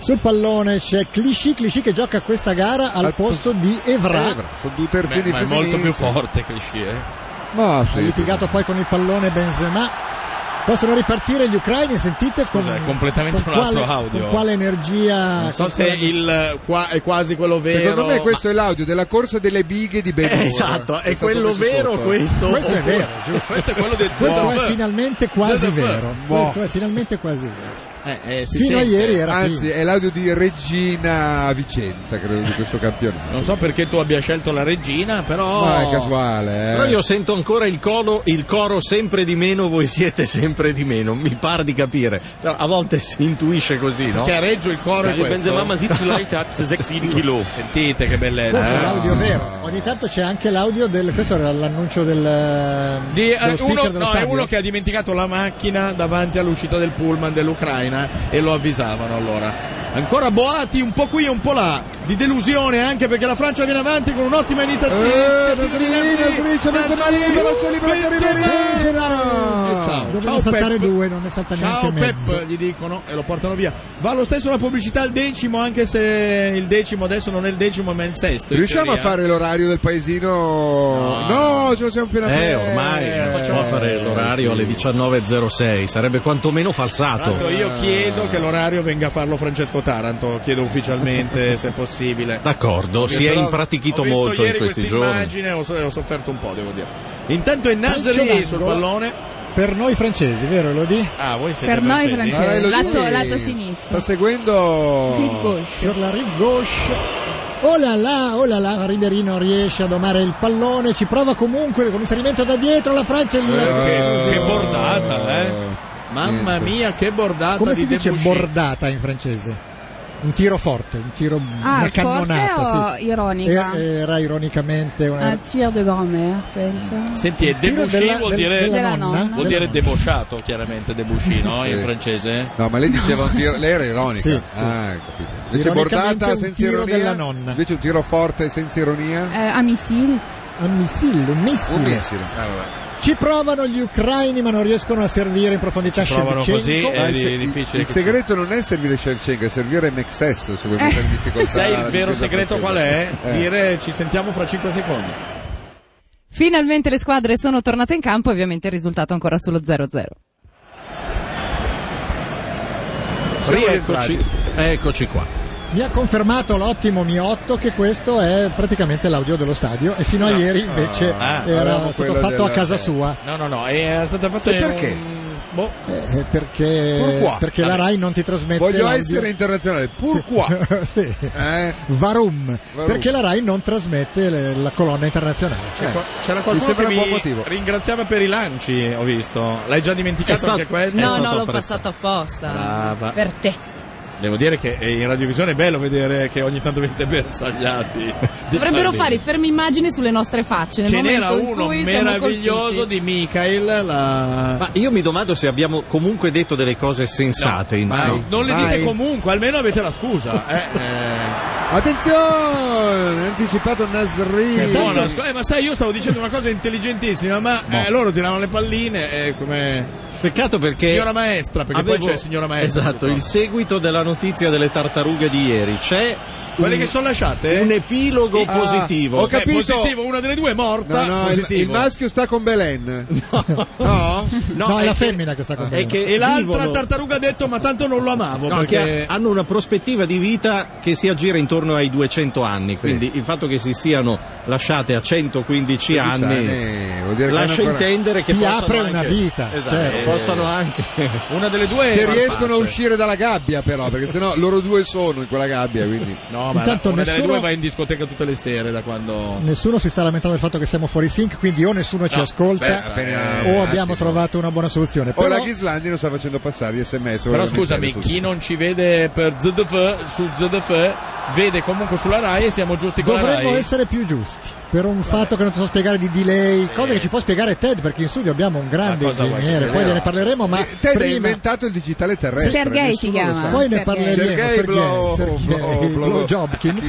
Speaker 2: Sul pallone c'è Clichy, Clichy che gioca questa gara al, posto di Evra.
Speaker 4: Eh, sono due terzi
Speaker 3: Beh,
Speaker 4: di
Speaker 3: ma è molto più forte Clichy, eh.
Speaker 4: ma
Speaker 2: Ha litigato poi con il pallone Benzema. Possono ripartire gli ucraini, sentite con,
Speaker 3: Cos'è? Completamente
Speaker 2: con
Speaker 3: un altro
Speaker 2: quale,
Speaker 3: audio.
Speaker 2: Con quale energia?
Speaker 3: Non so
Speaker 2: con
Speaker 3: se
Speaker 2: quale-
Speaker 3: Ah, il eh, qua è quasi quello vero.
Speaker 4: Secondo me questo è l'audio della corsa delle bighe di Benur.
Speaker 3: Eh, esatto, è
Speaker 4: stato
Speaker 3: quello
Speaker 4: messo
Speaker 3: vero
Speaker 4: sotto.
Speaker 3: questo?
Speaker 2: Questo è
Speaker 3: Oppure-
Speaker 2: vero, giusto.
Speaker 3: Questo è quello "Boh". del eh.
Speaker 2: Questo
Speaker 3: Zaf.
Speaker 2: è finalmente quasi
Speaker 3: Zaf.
Speaker 2: vero.
Speaker 4: Boh.
Speaker 2: Questo è finalmente quasi vero.
Speaker 3: ma- eh, eh, si
Speaker 2: Fino a
Speaker 3: sente.
Speaker 2: ieri era
Speaker 4: Anzi,
Speaker 2: finto.
Speaker 4: è l'audio di Regina Vicenza, credo, di questo campionato.
Speaker 3: Non so perché tu abbia scelto la regina, però.
Speaker 4: Ma è casuale, eh.
Speaker 8: Però io sento ancora il coro, il coro sempre di meno, voi siete sempre di meno, mi pare di capire. Però a volte si intuisce così, no?
Speaker 3: Che a Reggio il coro è
Speaker 8: Dario
Speaker 3: questo.
Speaker 8: Benzema, ma
Speaker 3: sitz light hat 6-7 kg. Sentite che bellezza. eh.
Speaker 2: Questo è l'audio vero. Ogni tanto c'è anche l'audio del. Questo era l'annuncio del.
Speaker 3: Di-
Speaker 2: dello
Speaker 3: eh,
Speaker 2: speaker
Speaker 3: uno,
Speaker 2: dello
Speaker 3: no, è
Speaker 2: stadio.
Speaker 3: uno che ha dimenticato la macchina davanti all'uscita del pullman dell'Ucraina e lo avvisavano allora. Ancora boati un po' qui e un po' là, di delusione anche perché la Francia viene avanti con un'ottima inizia-
Speaker 2: Eh,
Speaker 3: iniziativa di Nasri. Nasri, Benzema! E ciao.
Speaker 2: Doveva
Speaker 3: Ciao,
Speaker 2: saltare
Speaker 3: Pep.
Speaker 2: due, non ne salta
Speaker 3: Ciao
Speaker 2: neanche mezzo.
Speaker 3: Pep, gli dicono e lo portano via. Va lo stesso la pubblicità al decimo, anche se il decimo adesso non è il decimo, ma è il sesto. in
Speaker 4: Riusciamo a
Speaker 3: teoria. Ah.
Speaker 4: fare l'orario del paesino? No, ce lo siamo appena
Speaker 8: Eh,
Speaker 4: persi.
Speaker 8: ormai non facciamo a fare l'orario alle 19.06, sarebbe quantomeno falsato.
Speaker 3: Tanto io chiedo che l'orario venga a farlo Francesco Taranto, chiedo ufficialmente se possibile.
Speaker 8: D'accordo, si è
Speaker 3: Però
Speaker 8: impratichito
Speaker 3: ho visto
Speaker 8: molto in
Speaker 3: ieri
Speaker 8: questi
Speaker 3: questa
Speaker 8: giorni.
Speaker 3: immagine, ho, so- ho sofferto un po', devo dire. Intanto è
Speaker 2: Calcio
Speaker 3: Nazari
Speaker 2: d'angolo.
Speaker 3: sul pallone.
Speaker 2: Per noi francesi, vero Elodie?
Speaker 3: Ah, voi
Speaker 10: Per noi francesi, lato, lato
Speaker 4: Sta
Speaker 10: sinistro.
Speaker 4: seguendo
Speaker 10: Rive gauche.
Speaker 2: Sur la rive gauche. Oh là là, oh là là, Ribery non riesce a domare il pallone, ci prova comunque con inserimento da dietro la Francia. Il...
Speaker 3: Eh, che,
Speaker 4: Eh.
Speaker 3: che bordata, eh. Mamma mia, che bordata
Speaker 2: Come
Speaker 3: di
Speaker 2: si dice
Speaker 3: Debussy.
Speaker 2: bordata in francese? Un tiro forte, un tiro,
Speaker 10: Ah,
Speaker 2: una cannonata.
Speaker 10: forte o
Speaker 2: sì. Eh,
Speaker 10: ironica? Eh,
Speaker 2: E- Era ironicamente una...
Speaker 10: Un tir de grand-mère, penso.
Speaker 3: Senti, e
Speaker 2: Tiro
Speaker 3: debouché
Speaker 2: della-
Speaker 3: vuol
Speaker 2: del-
Speaker 3: dire,
Speaker 10: della Della nonna. nonna.
Speaker 3: vuol dire debosciato, chiaramente, debouché, no? In francese?
Speaker 4: No, ma lei diceva un tiro, lei era ironica.
Speaker 3: Sì, sì.
Speaker 4: Ah, ho capito. Invece
Speaker 3: Ironicamente
Speaker 4: bordata
Speaker 3: un
Speaker 4: senza
Speaker 3: tiro
Speaker 4: ironia.
Speaker 3: della
Speaker 2: nonna.
Speaker 4: Invece un tiro forte senza ironia.
Speaker 10: Eh, a missile.
Speaker 2: A missile, un missile.
Speaker 4: Un missile. Ah, vabbè.
Speaker 2: Ci provano gli ucraini ma non riescono a servire in profondità
Speaker 4: Ci provano
Speaker 2: Shevchenko.
Speaker 4: così, è
Speaker 2: Ma il
Speaker 4: di-
Speaker 2: se-
Speaker 4: Il segreto non è servire Shevchenko, è servire Mexes se vuoi mettere in difficoltà.
Speaker 3: Sai il
Speaker 4: la
Speaker 3: vero
Speaker 4: difesa
Speaker 3: segreto qual
Speaker 4: francese.
Speaker 3: è?
Speaker 4: Eh.
Speaker 3: Dire ci sentiamo fra 5 secondi.
Speaker 5: Finalmente le squadre sono tornate in campo, ovviamente il risultato è ancora sullo 0-0.
Speaker 8: Rieccoci. Eccoci qua.
Speaker 2: Mi ha confermato l'ottimo Miotto che questo è praticamente l'audio dello stadio e fino a ieri invece
Speaker 3: Ah,
Speaker 2: era
Speaker 3: avevamo
Speaker 2: stato
Speaker 3: quello
Speaker 2: fatto a
Speaker 3: della-
Speaker 2: casa sua.
Speaker 3: No, no, no, è stato fatto
Speaker 2: E perché?
Speaker 3: un- Boh.
Speaker 2: Eh, perché,
Speaker 3: Pourquoi?
Speaker 2: perché la
Speaker 3: Vabbè.
Speaker 2: RAI non ti trasmette
Speaker 4: Voglio
Speaker 2: l'audio.
Speaker 4: essere internazionale, pur qua.
Speaker 2: Sì. Varum, perché la RAI non trasmette le- la colonna internazionale Ecco.
Speaker 3: C'è qua- C'era qualcuno che vi ringraziava per i lanci, ho visto. L'hai già dimenticato anche questo?
Speaker 5: No, no, l'ho passato apposta.
Speaker 3: Brava.
Speaker 5: Per te.
Speaker 3: Devo dire che eh, in radiovisione è bello vedere che ogni tanto venite bersagliati.
Speaker 5: Dovrebbero fare i fermi immagini sulle nostre facce nel
Speaker 3: Ce n'era
Speaker 5: momento in
Speaker 3: uno
Speaker 5: cui siamo
Speaker 3: meraviglioso di Michael. La...
Speaker 8: Ma io mi domando se abbiamo comunque detto delle cose sensate in
Speaker 3: Ma
Speaker 8: giro.
Speaker 3: non le
Speaker 8: Vai.
Speaker 3: dite comunque, almeno avete la scusa. Eh,
Speaker 4: Attenzione! Anticipato Nasri.
Speaker 3: eh, buona scu- eh, ma sai, io stavo dicendo una cosa intelligentissima, ma eh, loro tiravano le palline eh, come.
Speaker 8: Peccato perché.
Speaker 3: Signora maestra, perché poi
Speaker 8: avevo-
Speaker 3: c'è signora maestra.
Speaker 8: Esatto, il seguito della notizia delle tartarughe di ieri. C'è.
Speaker 3: Quelle
Speaker 8: un-
Speaker 3: che sono lasciate?
Speaker 8: Un epilogo
Speaker 3: Ah,
Speaker 8: positivo.
Speaker 4: ho capito.
Speaker 3: Eh, positivo, una delle due è morta.
Speaker 4: No, no, il,
Speaker 3: positivo.
Speaker 4: il maschio sta con Belen.
Speaker 3: No,
Speaker 8: No, No, è è la che- Ah.
Speaker 2: femmina che sta con
Speaker 8: è me. che
Speaker 3: e l'altra
Speaker 8: vivono-
Speaker 3: tartaruga ha detto: Ma tanto non lo amavo.
Speaker 8: No,
Speaker 3: perché
Speaker 8: che ha- hanno una prospettiva di vita che si aggira intorno ai 200 anni, quindi il fatto che si siano lasciate a 115 anni,
Speaker 4: anni, vuol dire che
Speaker 8: lascia
Speaker 4: hanno ancora-
Speaker 8: intendere che
Speaker 4: Ti
Speaker 8: possano
Speaker 4: apre una
Speaker 8: anche-
Speaker 4: vita,
Speaker 8: esatto,
Speaker 4: certo.
Speaker 8: possano anche
Speaker 3: una delle due
Speaker 4: Se riescono a uscire dalla gabbia, però, perché sennò loro due sono in quella gabbia. Quindi.
Speaker 3: No, ma
Speaker 2: Intanto
Speaker 3: una delle
Speaker 2: nessuno-
Speaker 3: due va in discoteca tutte le sere da quando.
Speaker 2: Nessuno si sta lamentando del fatto che siamo fuori sync, quindi o nessuno ci
Speaker 3: No,
Speaker 2: ascolta
Speaker 3: beh, appena-
Speaker 2: o
Speaker 3: un
Speaker 2: abbiamo
Speaker 3: attimo.
Speaker 2: trovato una buona soluzione.
Speaker 4: O
Speaker 2: Però-
Speaker 4: la Ghislandi non sta facendo passare gli sms.
Speaker 3: Però
Speaker 4: volevo
Speaker 3: scusami,
Speaker 4: mettere su-
Speaker 3: chi non ci vede per ZDF su ZDF vede comunque sulla Rai e siamo giusti con la
Speaker 2: Dovremmo
Speaker 3: Rai.
Speaker 2: essere più giusti per un fatto che non ti so spiegare di delay, cosa che ci può spiegare Ted perché in studio abbiamo un grande
Speaker 4: Ma cosa vuoi
Speaker 2: ingegnere,
Speaker 4: che
Speaker 2: poi
Speaker 4: sia?
Speaker 2: gliene parleremo, ma
Speaker 4: Ted ha
Speaker 2: prima
Speaker 4: inventato il digitale terrestre.
Speaker 2: Sergei
Speaker 4: nessuno
Speaker 2: si
Speaker 4: lo
Speaker 2: chiama,
Speaker 4: sa.
Speaker 2: poi ne parleremo,
Speaker 4: Sergei
Speaker 2: Sergei,
Speaker 4: Blo-
Speaker 2: Sergei
Speaker 4: Blo- Blo-
Speaker 2: Blowjobkin.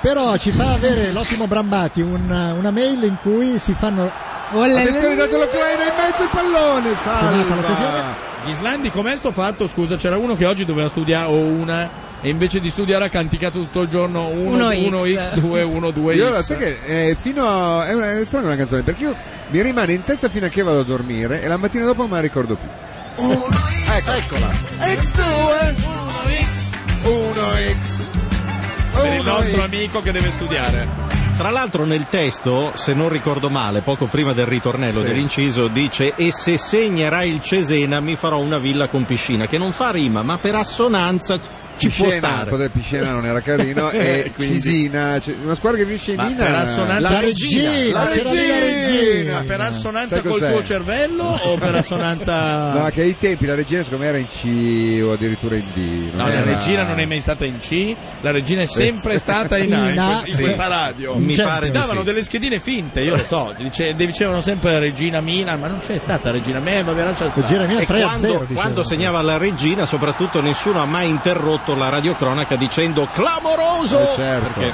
Speaker 2: però ci fa avere l'ottimo Brambati una, una mail in cui si fanno
Speaker 4: Attenzione, dato lo Kleina in mezzo il pallone,
Speaker 2: Fermata l'occasione.
Speaker 4: salva.
Speaker 3: Ah, Ghislandi, com'è sto fatto? Scusa, c'era uno che oggi doveva studiare o una e invece di studiare ha canticato tutto il giorno 1
Speaker 4: 1X.
Speaker 3: 1x 2 1 2
Speaker 4: Io la sai che eh, fino a- è, una, è strana una canzone perché io mi rimane in testa fino a che vado a dormire e la mattina dopo non me la ricordo più.
Speaker 8: Eccola.
Speaker 4: X2 1X
Speaker 3: per il nostro amico che deve studiare.
Speaker 8: Tra l'altro nel testo, se non ricordo male, poco prima del ritornello
Speaker 3: Sì.
Speaker 8: dell'inciso dice e se segnerai il Cesena mi farò una villa con piscina, che non fa rima, ma per assonanza ci può
Speaker 4: Piscena,
Speaker 8: stare.
Speaker 4: poter- piscina non era carino e
Speaker 8: Quindi-
Speaker 4: Cisina, cioè, una squadra che riesce in
Speaker 3: Eh, Ma
Speaker 4: Ina-
Speaker 3: per assonanza
Speaker 4: la regina, la
Speaker 3: c'era lì
Speaker 4: regina.
Speaker 3: la regina.
Speaker 4: Sai
Speaker 3: per assonanza col
Speaker 4: cos'è?
Speaker 3: tuo cervello o per assonanza
Speaker 4: No, che ai tempi la regina secondo me era in C o addirittura in D. non
Speaker 3: No, la
Speaker 4: era-
Speaker 3: regina non è mai stata in C, la regina è sempre stata in A in,
Speaker 4: In A,
Speaker 3: quest- in
Speaker 4: sì.
Speaker 3: questa radio.
Speaker 4: Mi pare di
Speaker 3: Davano
Speaker 4: sì.
Speaker 3: delle schedine finte, io lo so, dice- dicevano sempre regina Milan, ma non c'è stata regina me, va bene, c'è stata.
Speaker 8: E quando, quando segnava la regina, soprattutto nessuno ha mai interrotto la radiocronaca dicendo clamoroso!
Speaker 4: Eh, certo.
Speaker 8: Perché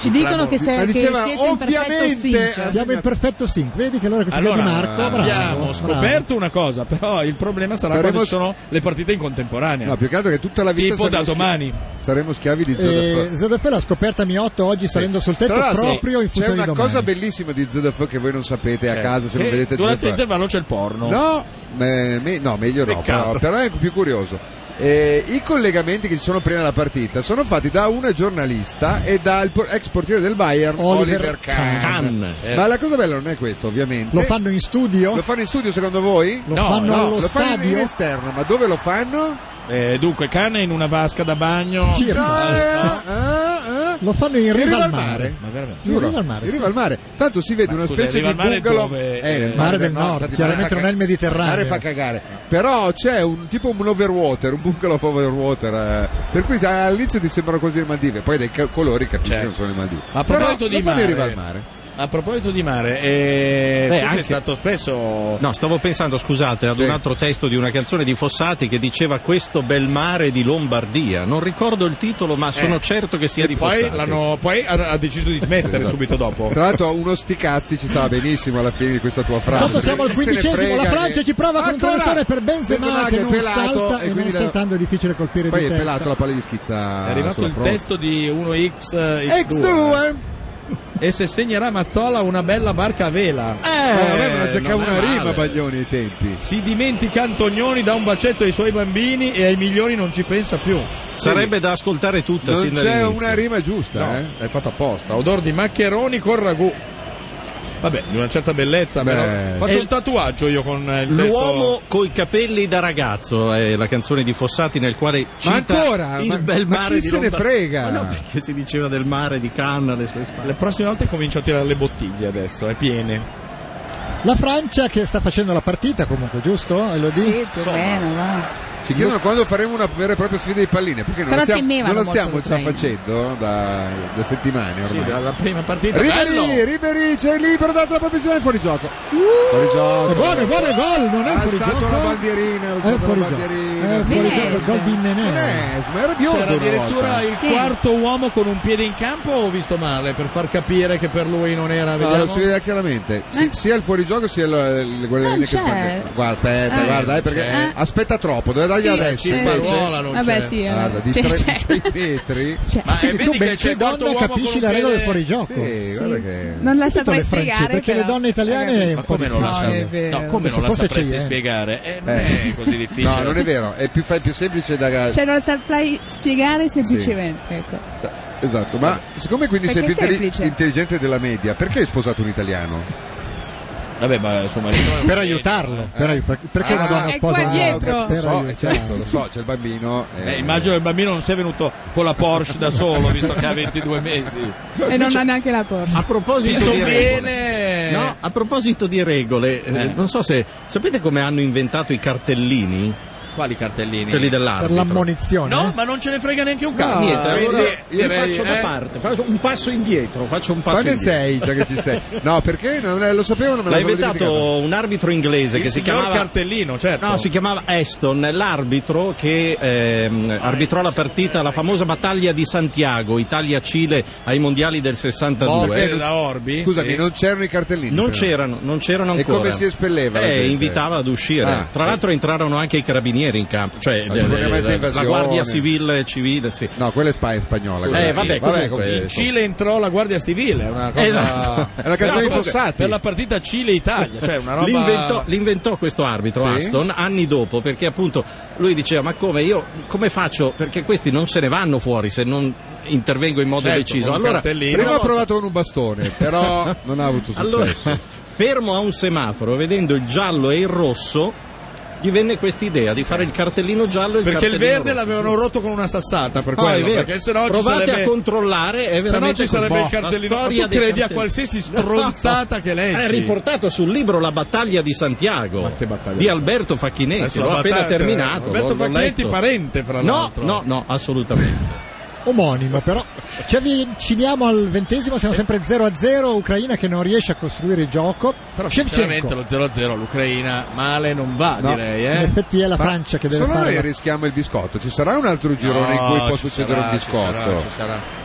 Speaker 7: Ci dicono che, se,
Speaker 2: Ma
Speaker 7: che
Speaker 2: diceva,
Speaker 7: siete in perfetto
Speaker 2: ovviamente
Speaker 7: sync.
Speaker 2: siamo in perfetto sync vedi che allora che si
Speaker 3: Allora,
Speaker 2: di Marco bravo,
Speaker 3: abbiamo
Speaker 2: bravo.
Speaker 3: scoperto una cosa, però il problema sarà
Speaker 4: Saremo-
Speaker 3: quando ci sono le partite in contemporanea.
Speaker 4: No, più che altro che tutta la vita
Speaker 3: Tipo da
Speaker 4: saremo schi-
Speaker 3: domani.
Speaker 4: Saremo schiavi di
Speaker 2: Eh,
Speaker 4: ZDF.
Speaker 2: ZDF l'ha scoperta Miotto oggi salendo sul tetto
Speaker 4: Tra l'altro,
Speaker 2: proprio in
Speaker 4: c'è
Speaker 2: funzione
Speaker 4: una
Speaker 2: di domani
Speaker 4: cosa bellissima di ZDF che voi non sapete a
Speaker 3: Cioè,
Speaker 4: casa se non
Speaker 3: che
Speaker 4: vedete
Speaker 3: durante
Speaker 4: ZDF.
Speaker 3: l'intervallo c'è il porno.
Speaker 4: No, eh, me- no, meglio no,
Speaker 3: Peccato.
Speaker 4: però, però è più curioso. Eh, I collegamenti che ci sono prima della partita sono fatti da un giornalista e dal por- ex portiere del Bayern Oliver, Kahn.
Speaker 8: Kahn, certo.
Speaker 4: Ma la cosa bella non è questa, ovviamente.
Speaker 2: Lo fanno in studio?
Speaker 4: Lo fanno in studio secondo voi?
Speaker 2: Lo No, fanno
Speaker 4: no,
Speaker 2: allo
Speaker 4: lo fanno in
Speaker 2: stadio?
Speaker 4: esterno, ma dove lo fanno?
Speaker 6: Eh, dunque, cane in una vasca da bagno.
Speaker 4: eh?
Speaker 2: Lo fanno in riva al mare.
Speaker 6: Ma veramente?
Speaker 2: In
Speaker 4: Giuro,
Speaker 2: riva al mare,
Speaker 4: in
Speaker 2: sì.
Speaker 4: riva al mare. Tanto si vede
Speaker 2: Ma
Speaker 4: una
Speaker 2: scusa,
Speaker 4: specie
Speaker 2: in riva
Speaker 4: di
Speaker 2: al mare
Speaker 4: bungalow.
Speaker 2: dove-
Speaker 4: Eh,
Speaker 2: Mare del Nord,
Speaker 4: infatti,
Speaker 2: chiaramente
Speaker 4: fa
Speaker 2: non è il
Speaker 4: cag-
Speaker 2: Mediterraneo.
Speaker 4: Il mare fa cagare. Però c'è un tipo un overwater, un bungalow overwater. eh, per cui sa- all'inizio ti sembrano quasi le Maldive, poi dai ca- colori capisci che non sono le Maldive.
Speaker 3: A proposito
Speaker 4: Però
Speaker 3: di
Speaker 4: lo fanno
Speaker 3: mare,
Speaker 4: in riva al mare.
Speaker 3: A proposito di mare, eh,
Speaker 8: Beh,
Speaker 3: tu sei
Speaker 8: anche-
Speaker 3: stato spesso
Speaker 8: No, stavo pensando, scusate, ad
Speaker 3: Sì.
Speaker 8: un altro testo di una canzone di Fossati che diceva Questo bel mare di Lombardia. Non ricordo il titolo, ma sono
Speaker 3: Eh.
Speaker 8: certo che sia
Speaker 3: E
Speaker 8: di
Speaker 3: poi,
Speaker 8: Fossati.
Speaker 3: l'hanno- poi ha, ha deciso di smettere
Speaker 4: Esatto.
Speaker 3: subito dopo.
Speaker 4: Tra l'altro uno sticazzi ci stava benissimo alla fine di questa tua frase.
Speaker 2: Tanto siamo al
Speaker 4: Chi se ne
Speaker 2: quindicesimo, la
Speaker 4: frega
Speaker 2: Francia
Speaker 4: che-
Speaker 2: ci prova con un
Speaker 4: Ancora!
Speaker 2: traversone per Benzema
Speaker 4: Benzema che
Speaker 2: che
Speaker 4: è
Speaker 2: non
Speaker 4: pelato
Speaker 2: salta
Speaker 4: e
Speaker 2: e, non
Speaker 4: quindi la-
Speaker 2: saltando è difficile colpire
Speaker 4: Poi
Speaker 2: di
Speaker 4: è
Speaker 2: testa.
Speaker 4: pelato la palla di schizza.
Speaker 3: È arrivato
Speaker 4: sulla
Speaker 3: il
Speaker 4: fronte.
Speaker 3: testo di 1X eh,
Speaker 4: X2.
Speaker 3: E se segnerà Mazzola una bella barca a vela. Eh,
Speaker 2: Eh,
Speaker 4: Ma Eh, vabbè, non azzeccava
Speaker 3: non è
Speaker 4: una
Speaker 3: male.
Speaker 4: rima Baglioni ai tempi.
Speaker 3: Si dimentica Antonioni, dà un bacetto ai suoi bambini e ai milioni non ci pensa più.
Speaker 8: Sarebbe da ascoltare tutta
Speaker 3: Non
Speaker 8: sin
Speaker 3: c'è
Speaker 8: dall'inizio.
Speaker 3: una
Speaker 4: rima giusta,
Speaker 3: No,
Speaker 8: eh?
Speaker 3: è fatta apposta. Odor di maccheroni con ragù. Vabbè, di una certa bellezza, però. Faccio
Speaker 8: E-
Speaker 3: un tatuaggio io con eh, il
Speaker 8: L'uomo coi capelli da ragazzo è la canzone di Fossati nel quale cita
Speaker 3: ancora?
Speaker 8: il
Speaker 3: Ma-
Speaker 8: bel
Speaker 3: ma
Speaker 8: mare
Speaker 3: chi
Speaker 8: di
Speaker 3: se ne
Speaker 8: Lombardia.
Speaker 3: frega?
Speaker 8: Ma no, perché si diceva del mare di Canna alle sue spalle.
Speaker 3: Le prossime volte comincio a tirare le bottiglie adesso, è piene.
Speaker 2: La Francia che sta facendo la partita comunque, giusto? Elodie?
Speaker 10: Sì, più o meno, va.
Speaker 4: Ci chiedono quando faremo una vera e propria sfida di palline, perché non
Speaker 10: Però
Speaker 4: la stiamo,
Speaker 10: temevano
Speaker 4: non la
Speaker 10: molto
Speaker 4: stiamo già
Speaker 10: l'Ucraina.
Speaker 4: facendo da, da settimane ormai.
Speaker 3: Sì, dalla prima partita.
Speaker 4: Ribery,
Speaker 3: Bello!
Speaker 4: Ribery, c'è libero dato la posizione fuori gioco. Fuori gioco.
Speaker 2: È Uh! buono, è buono, è gol, non è Eh, un fuorigioco.
Speaker 4: la bandierina,
Speaker 2: È un fuorigioco.
Speaker 4: bandierina.
Speaker 2: È un fuorigioco, il Eh, gol di Menez.
Speaker 4: Menez, ma era biondo
Speaker 3: C'era
Speaker 4: una
Speaker 3: addirittura
Speaker 4: volta.
Speaker 3: il quarto uomo con un piede in campo o ho visto male per far capire che per lui non era
Speaker 4: No,
Speaker 3: vediamo.
Speaker 4: lo si vede chiaramente Si- sia il fuorigioco sia il, il guardiamine
Speaker 10: Non
Speaker 4: che
Speaker 10: Eh. c'è.
Speaker 4: sbaglia guarda aspetta
Speaker 10: Eh,
Speaker 4: guarda eh, perché
Speaker 10: c'è.
Speaker 4: aspetta troppo doveva dargli
Speaker 10: Sì,
Speaker 4: adesso
Speaker 10: sì,
Speaker 4: invece-
Speaker 10: Barruola non Vabbè, c'è. sì, eh.
Speaker 4: guarda di
Speaker 10: C'è,
Speaker 4: 36 metri
Speaker 10: Ma,
Speaker 2: Quindi tu benché
Speaker 3: quarto
Speaker 2: donna
Speaker 3: uomo
Speaker 2: capisci
Speaker 3: con
Speaker 2: la
Speaker 3: un
Speaker 2: regola del
Speaker 3: piede-
Speaker 2: fuorigioco.
Speaker 4: Sì, guarda che
Speaker 10: Non la
Speaker 2: Soprattutto
Speaker 10: saprei
Speaker 2: le francesi,
Speaker 10: spiegare.
Speaker 2: perché le
Speaker 10: però. Eh,
Speaker 2: donne italiane è un po' Eh,
Speaker 3: Come non la,
Speaker 10: Ah,
Speaker 2: difficile.
Speaker 3: sa- no, come
Speaker 2: Adesso
Speaker 3: non la
Speaker 2: forse
Speaker 3: sapresti
Speaker 2: c'è, eh.
Speaker 3: spiegare? Eh, non
Speaker 4: Eh.
Speaker 3: è così difficile.
Speaker 4: no non è vero è più, fa- è più semplice da
Speaker 10: Cioè, non la saprei spiegare semplicemente. Ecco.
Speaker 4: esatto ma siccome quindi sei più
Speaker 10: Perché è
Speaker 4: intelli-
Speaker 10: semplice.
Speaker 4: intelligente della media perché hai sposato un italiano?
Speaker 3: Vabbè, ma insomma,
Speaker 2: Per aiutarlo, per aiut- per- perché
Speaker 4: Ah,
Speaker 2: una donna
Speaker 10: è
Speaker 2: sposa
Speaker 10: qua
Speaker 2: un
Speaker 10: dietro.
Speaker 2: uomo?
Speaker 4: lo
Speaker 2: Per
Speaker 4: so eh,
Speaker 2: aiutarlo.
Speaker 4: certo lo so c'è il bambino eh.
Speaker 3: Eh, immagino il bambino non sia venuto con la Porsche da solo, visto che ha 22 mesi.
Speaker 10: E non ha neanche la Porsche.
Speaker 8: A
Speaker 3: Si
Speaker 8: proposito di regole,
Speaker 3: sovviene.
Speaker 8: no, a proposito di regole, eh, non so se sapete come hanno inventato i cartellini,
Speaker 3: Quali cartellini?
Speaker 8: quelli
Speaker 2: Per
Speaker 8: dell'arbitro.
Speaker 2: l'ammonizione.
Speaker 3: No, ma non ce ne frega neanche un cazzo.
Speaker 8: niente,
Speaker 4: eh.
Speaker 8: allora
Speaker 3: Quindi,
Speaker 8: io
Speaker 3: direi,
Speaker 8: faccio da
Speaker 3: eh,
Speaker 8: parte, faccio un passo indietro, faccio un passo
Speaker 4: Fanne
Speaker 8: indietro.
Speaker 4: sei già che ci sei. No, perché non eh, lo sapevano, me
Speaker 8: L'ha
Speaker 4: l'avevo dimenticato.
Speaker 8: inventato un arbitro inglese
Speaker 3: Il
Speaker 8: che si
Speaker 3: signor
Speaker 8: chiamava
Speaker 3: cartellino, certo.
Speaker 8: No, si chiamava Aston, l'arbitro che ehm, arbitrò la partita, la famosa battaglia di Santiago, Italia-Cile ai mondiali del 62.
Speaker 3: Botte Eh,
Speaker 4: Boh,
Speaker 3: da Orbi.
Speaker 4: Scusami,
Speaker 3: sì.
Speaker 4: non c'erano i cartellini.
Speaker 8: Non
Speaker 4: però.
Speaker 8: c'erano, non c'erano
Speaker 4: eh, E
Speaker 8: Ecco ancora.
Speaker 4: come si espelleva la
Speaker 8: Eh,
Speaker 4: gente?
Speaker 8: invitava ad uscire.
Speaker 4: Ah,
Speaker 8: Tra l'altro entrarono anche i carabinieri in campo, cioè
Speaker 4: Ma
Speaker 8: eh,
Speaker 4: ci voleva
Speaker 8: eh,
Speaker 4: mezza
Speaker 8: la,
Speaker 4: invasione.
Speaker 8: guardia civile civile, sì.
Speaker 4: No, quella è spa- spagnola. quella.
Speaker 8: Eh, vabbè, comunque,
Speaker 3: In Cile entrò la Guardia Civile, è una cosa.
Speaker 8: Esatto.
Speaker 4: È la canzone
Speaker 3: No,
Speaker 4: dei
Speaker 3: comunque,
Speaker 4: Fossati.
Speaker 3: Per la partita Cile-Italia, cioè una roba.
Speaker 8: L'inventò, l'inventò questo arbitro
Speaker 4: Sì.
Speaker 8: Aston anni dopo perché appunto lui diceva ma come io come faccio perché questi non se ne vanno fuori se non intervengo in modo
Speaker 3: Certo,
Speaker 8: deciso
Speaker 3: con un
Speaker 8: allora
Speaker 3: cartellino.
Speaker 8: una
Speaker 4: Prima ha
Speaker 8: volta-
Speaker 4: provato con un bastone, però non ha avuto
Speaker 8: Allora,
Speaker 4: successo.
Speaker 8: fermo a un semaforo, vedendo il giallo e il rosso, gli venne quest'idea di fare il cartellino giallo e il
Speaker 3: Perché il
Speaker 8: cartellino
Speaker 3: verde
Speaker 8: rosso.
Speaker 3: l'avevano rotto con una sassata, per
Speaker 8: Ah, è
Speaker 3: quello.
Speaker 8: vero.
Speaker 3: Perché sennò ci
Speaker 8: Provate
Speaker 3: sarebbe.
Speaker 8: a controllare, è
Speaker 3: Se no
Speaker 8: veramente
Speaker 3: ci
Speaker 8: così.
Speaker 3: sarebbe il cartellino.
Speaker 8: La
Speaker 3: Ma
Speaker 8: storia
Speaker 3: tu
Speaker 8: dei
Speaker 3: credi a
Speaker 8: cartellini.
Speaker 3: qualsiasi stronzata che leggi.
Speaker 8: È riportato sul libro La battaglia di Santiago
Speaker 3: che battaglia
Speaker 8: di
Speaker 3: di
Speaker 8: Alberto Facchinetti.
Speaker 3: Adesso
Speaker 8: L'ho
Speaker 3: la
Speaker 8: appena
Speaker 3: battaglia-
Speaker 8: terminato.
Speaker 3: Alberto
Speaker 8: l'ho- l'ho
Speaker 3: Facchinetti,
Speaker 8: letto.
Speaker 3: parente, fra
Speaker 8: no,
Speaker 3: l'altro.
Speaker 8: no, no, assolutamente.
Speaker 2: Omonimo, però. Ci avviciniamo al ventesimo, siamo sempre 0-0. Ucraina che non riesce a costruire il gioco.
Speaker 3: Però
Speaker 2: Shevchenko.
Speaker 3: sinceramente lo 0-0 all'Ucraina male non va,
Speaker 4: No.
Speaker 3: direi,
Speaker 2: In
Speaker 3: eh.
Speaker 2: effetti è la Francia che deve
Speaker 4: Solo
Speaker 2: fare.
Speaker 4: noi
Speaker 2: la-
Speaker 4: rischiamo il biscotto. Ci sarà un altro girone in cui
Speaker 3: No,
Speaker 4: può
Speaker 3: ci
Speaker 4: succedere
Speaker 3: sarà,
Speaker 4: un biscotto?
Speaker 3: Ci sarà, ci sarà.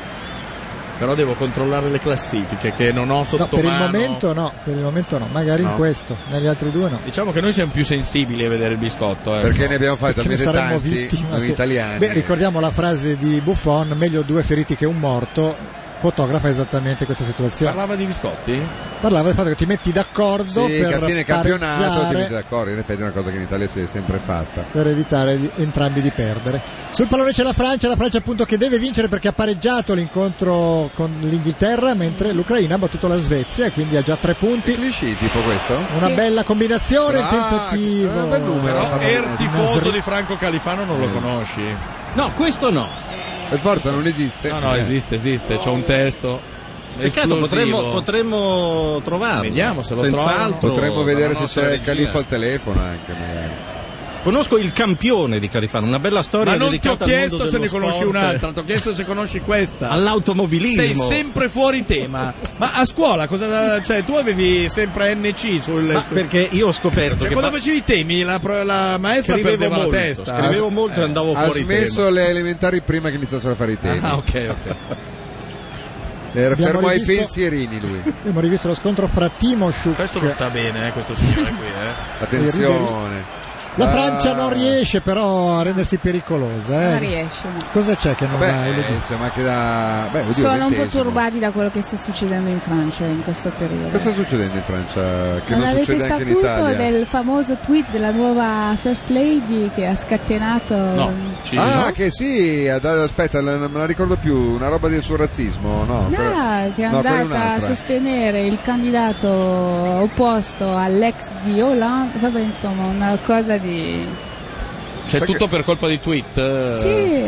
Speaker 3: Però devo controllare le classifiche che non ho sotto
Speaker 2: No, per il
Speaker 3: mano.
Speaker 2: momento no, per il momento no, magari in
Speaker 3: No.
Speaker 2: questo, negli altri due no.
Speaker 3: Diciamo che noi siamo più sensibili a vedere il biscotto, eh.
Speaker 4: Perché ne abbiamo fatti
Speaker 2: Perché ne
Speaker 4: talmente
Speaker 2: saremmo
Speaker 4: tanti
Speaker 2: vittime.
Speaker 4: noi
Speaker 2: sì.
Speaker 4: italiani.
Speaker 2: Beh, ricordiamo la frase di Buffon: meglio due feriti che un morto. Fotografa esattamente questa situazione.
Speaker 3: Parlava di biscotti?
Speaker 2: parlava del fatto che ti metti d'accordo
Speaker 4: Sì, che
Speaker 2: per
Speaker 4: a fine campionato si
Speaker 2: pareggiare
Speaker 4: mette d'accordo, in effetti è una cosa che in Italia si è sempre fatta.
Speaker 2: per evitare di- entrambi di perdere. Sul pallone c'è la Francia, la Francia appunto che deve vincere perché ha pareggiato l'incontro con l'Inghilterra, mentre l'Ucraina ha battuto la Svezia e quindi ha già tre punti.
Speaker 4: Clichy tipo questo?
Speaker 2: Una bella combinazione, il
Speaker 4: Ah,
Speaker 2: tentativo.
Speaker 4: è un bel numero.
Speaker 3: Però
Speaker 4: Vabbè,
Speaker 3: er tifoso
Speaker 4: Nasri-
Speaker 3: di Franco Califano non lo conosci.
Speaker 8: No, questo no.
Speaker 4: Per forza non esiste.
Speaker 3: No, no,
Speaker 4: Eh.
Speaker 3: esiste, esiste, c'è un testo.
Speaker 8: Peccato, potremmo,
Speaker 3: esclusivo.
Speaker 8: potremmo trovarlo.
Speaker 3: Vediamo se lo
Speaker 8: Senz'altro,
Speaker 3: trovano.
Speaker 4: Potremmo vedere se c'è
Speaker 8: il
Speaker 4: Califa al telefono anche magari.
Speaker 8: Conosco il campione di Califano, una bella storia
Speaker 3: Ma non ti ho
Speaker 8: dedicata al
Speaker 3: chiesto
Speaker 8: mondo
Speaker 3: se
Speaker 8: dello
Speaker 3: ne conosci
Speaker 8: sport.
Speaker 3: un'altra, ti ho chiesto se conosci questa. Sei
Speaker 8: All'automobilismo.
Speaker 3: sempre fuori tema. Ma a scuola cosa. Cioè, tu avevi sempre NC sul.
Speaker 8: Ma
Speaker 3: sul-
Speaker 8: perché io ho scoperto
Speaker 3: Cioè,
Speaker 8: che
Speaker 3: quando
Speaker 8: pa-
Speaker 3: facevi i temi, la, pro- la maestra
Speaker 8: Scrivevo
Speaker 3: perdeva
Speaker 8: molto,
Speaker 3: la testa.
Speaker 8: scrivevo molto
Speaker 3: Eh,
Speaker 8: e andavo
Speaker 4: ha
Speaker 8: fuori
Speaker 4: smesso
Speaker 8: tema.
Speaker 4: le elementari prima che iniziassero a fare i temi.
Speaker 3: Ah, ok, ok.
Speaker 4: Era
Speaker 2: Abbiamo
Speaker 4: fermo ai
Speaker 2: rivisto-
Speaker 4: pensierini lui.
Speaker 2: Abbiamo rivisto lo scontro fra Timoshuk
Speaker 3: Questo non sta bene, eh, questo signore qui, eh.
Speaker 4: Attenzione.
Speaker 2: La Francia
Speaker 4: Ah.
Speaker 2: non riesce però a rendersi pericolosa. eh.
Speaker 10: Non riesce, no.
Speaker 2: Cosa c'è che non
Speaker 4: Beh,
Speaker 2: va? Elodie?
Speaker 4: insomma, anche da. Beh, oddio,
Speaker 10: Sono un po'
Speaker 4: ventesimo.
Speaker 10: turbati da quello che sta succedendo in Francia in questo periodo.
Speaker 4: Cosa sta succedendo in Francia? Che
Speaker 10: non
Speaker 4: non,
Speaker 10: avete
Speaker 4: succede anche in
Speaker 10: saputo
Speaker 4: Italia.
Speaker 10: del famoso tweet della nuova First Lady che ha scatenato
Speaker 2: Eh.
Speaker 4: ah, che sì, ad- aspetta, la- non me la ricordo più, una roba del suo razzismo, no?
Speaker 10: No,
Speaker 4: quella-
Speaker 10: Ah, che è
Speaker 4: no, quella
Speaker 10: andata a
Speaker 4: un'altra.
Speaker 10: sostenere il candidato opposto all'ex di Hollande, vabbè insomma una cosa di...
Speaker 3: C'è
Speaker 4: Sai
Speaker 3: tutto per colpa di tweet. eh.
Speaker 10: Sì,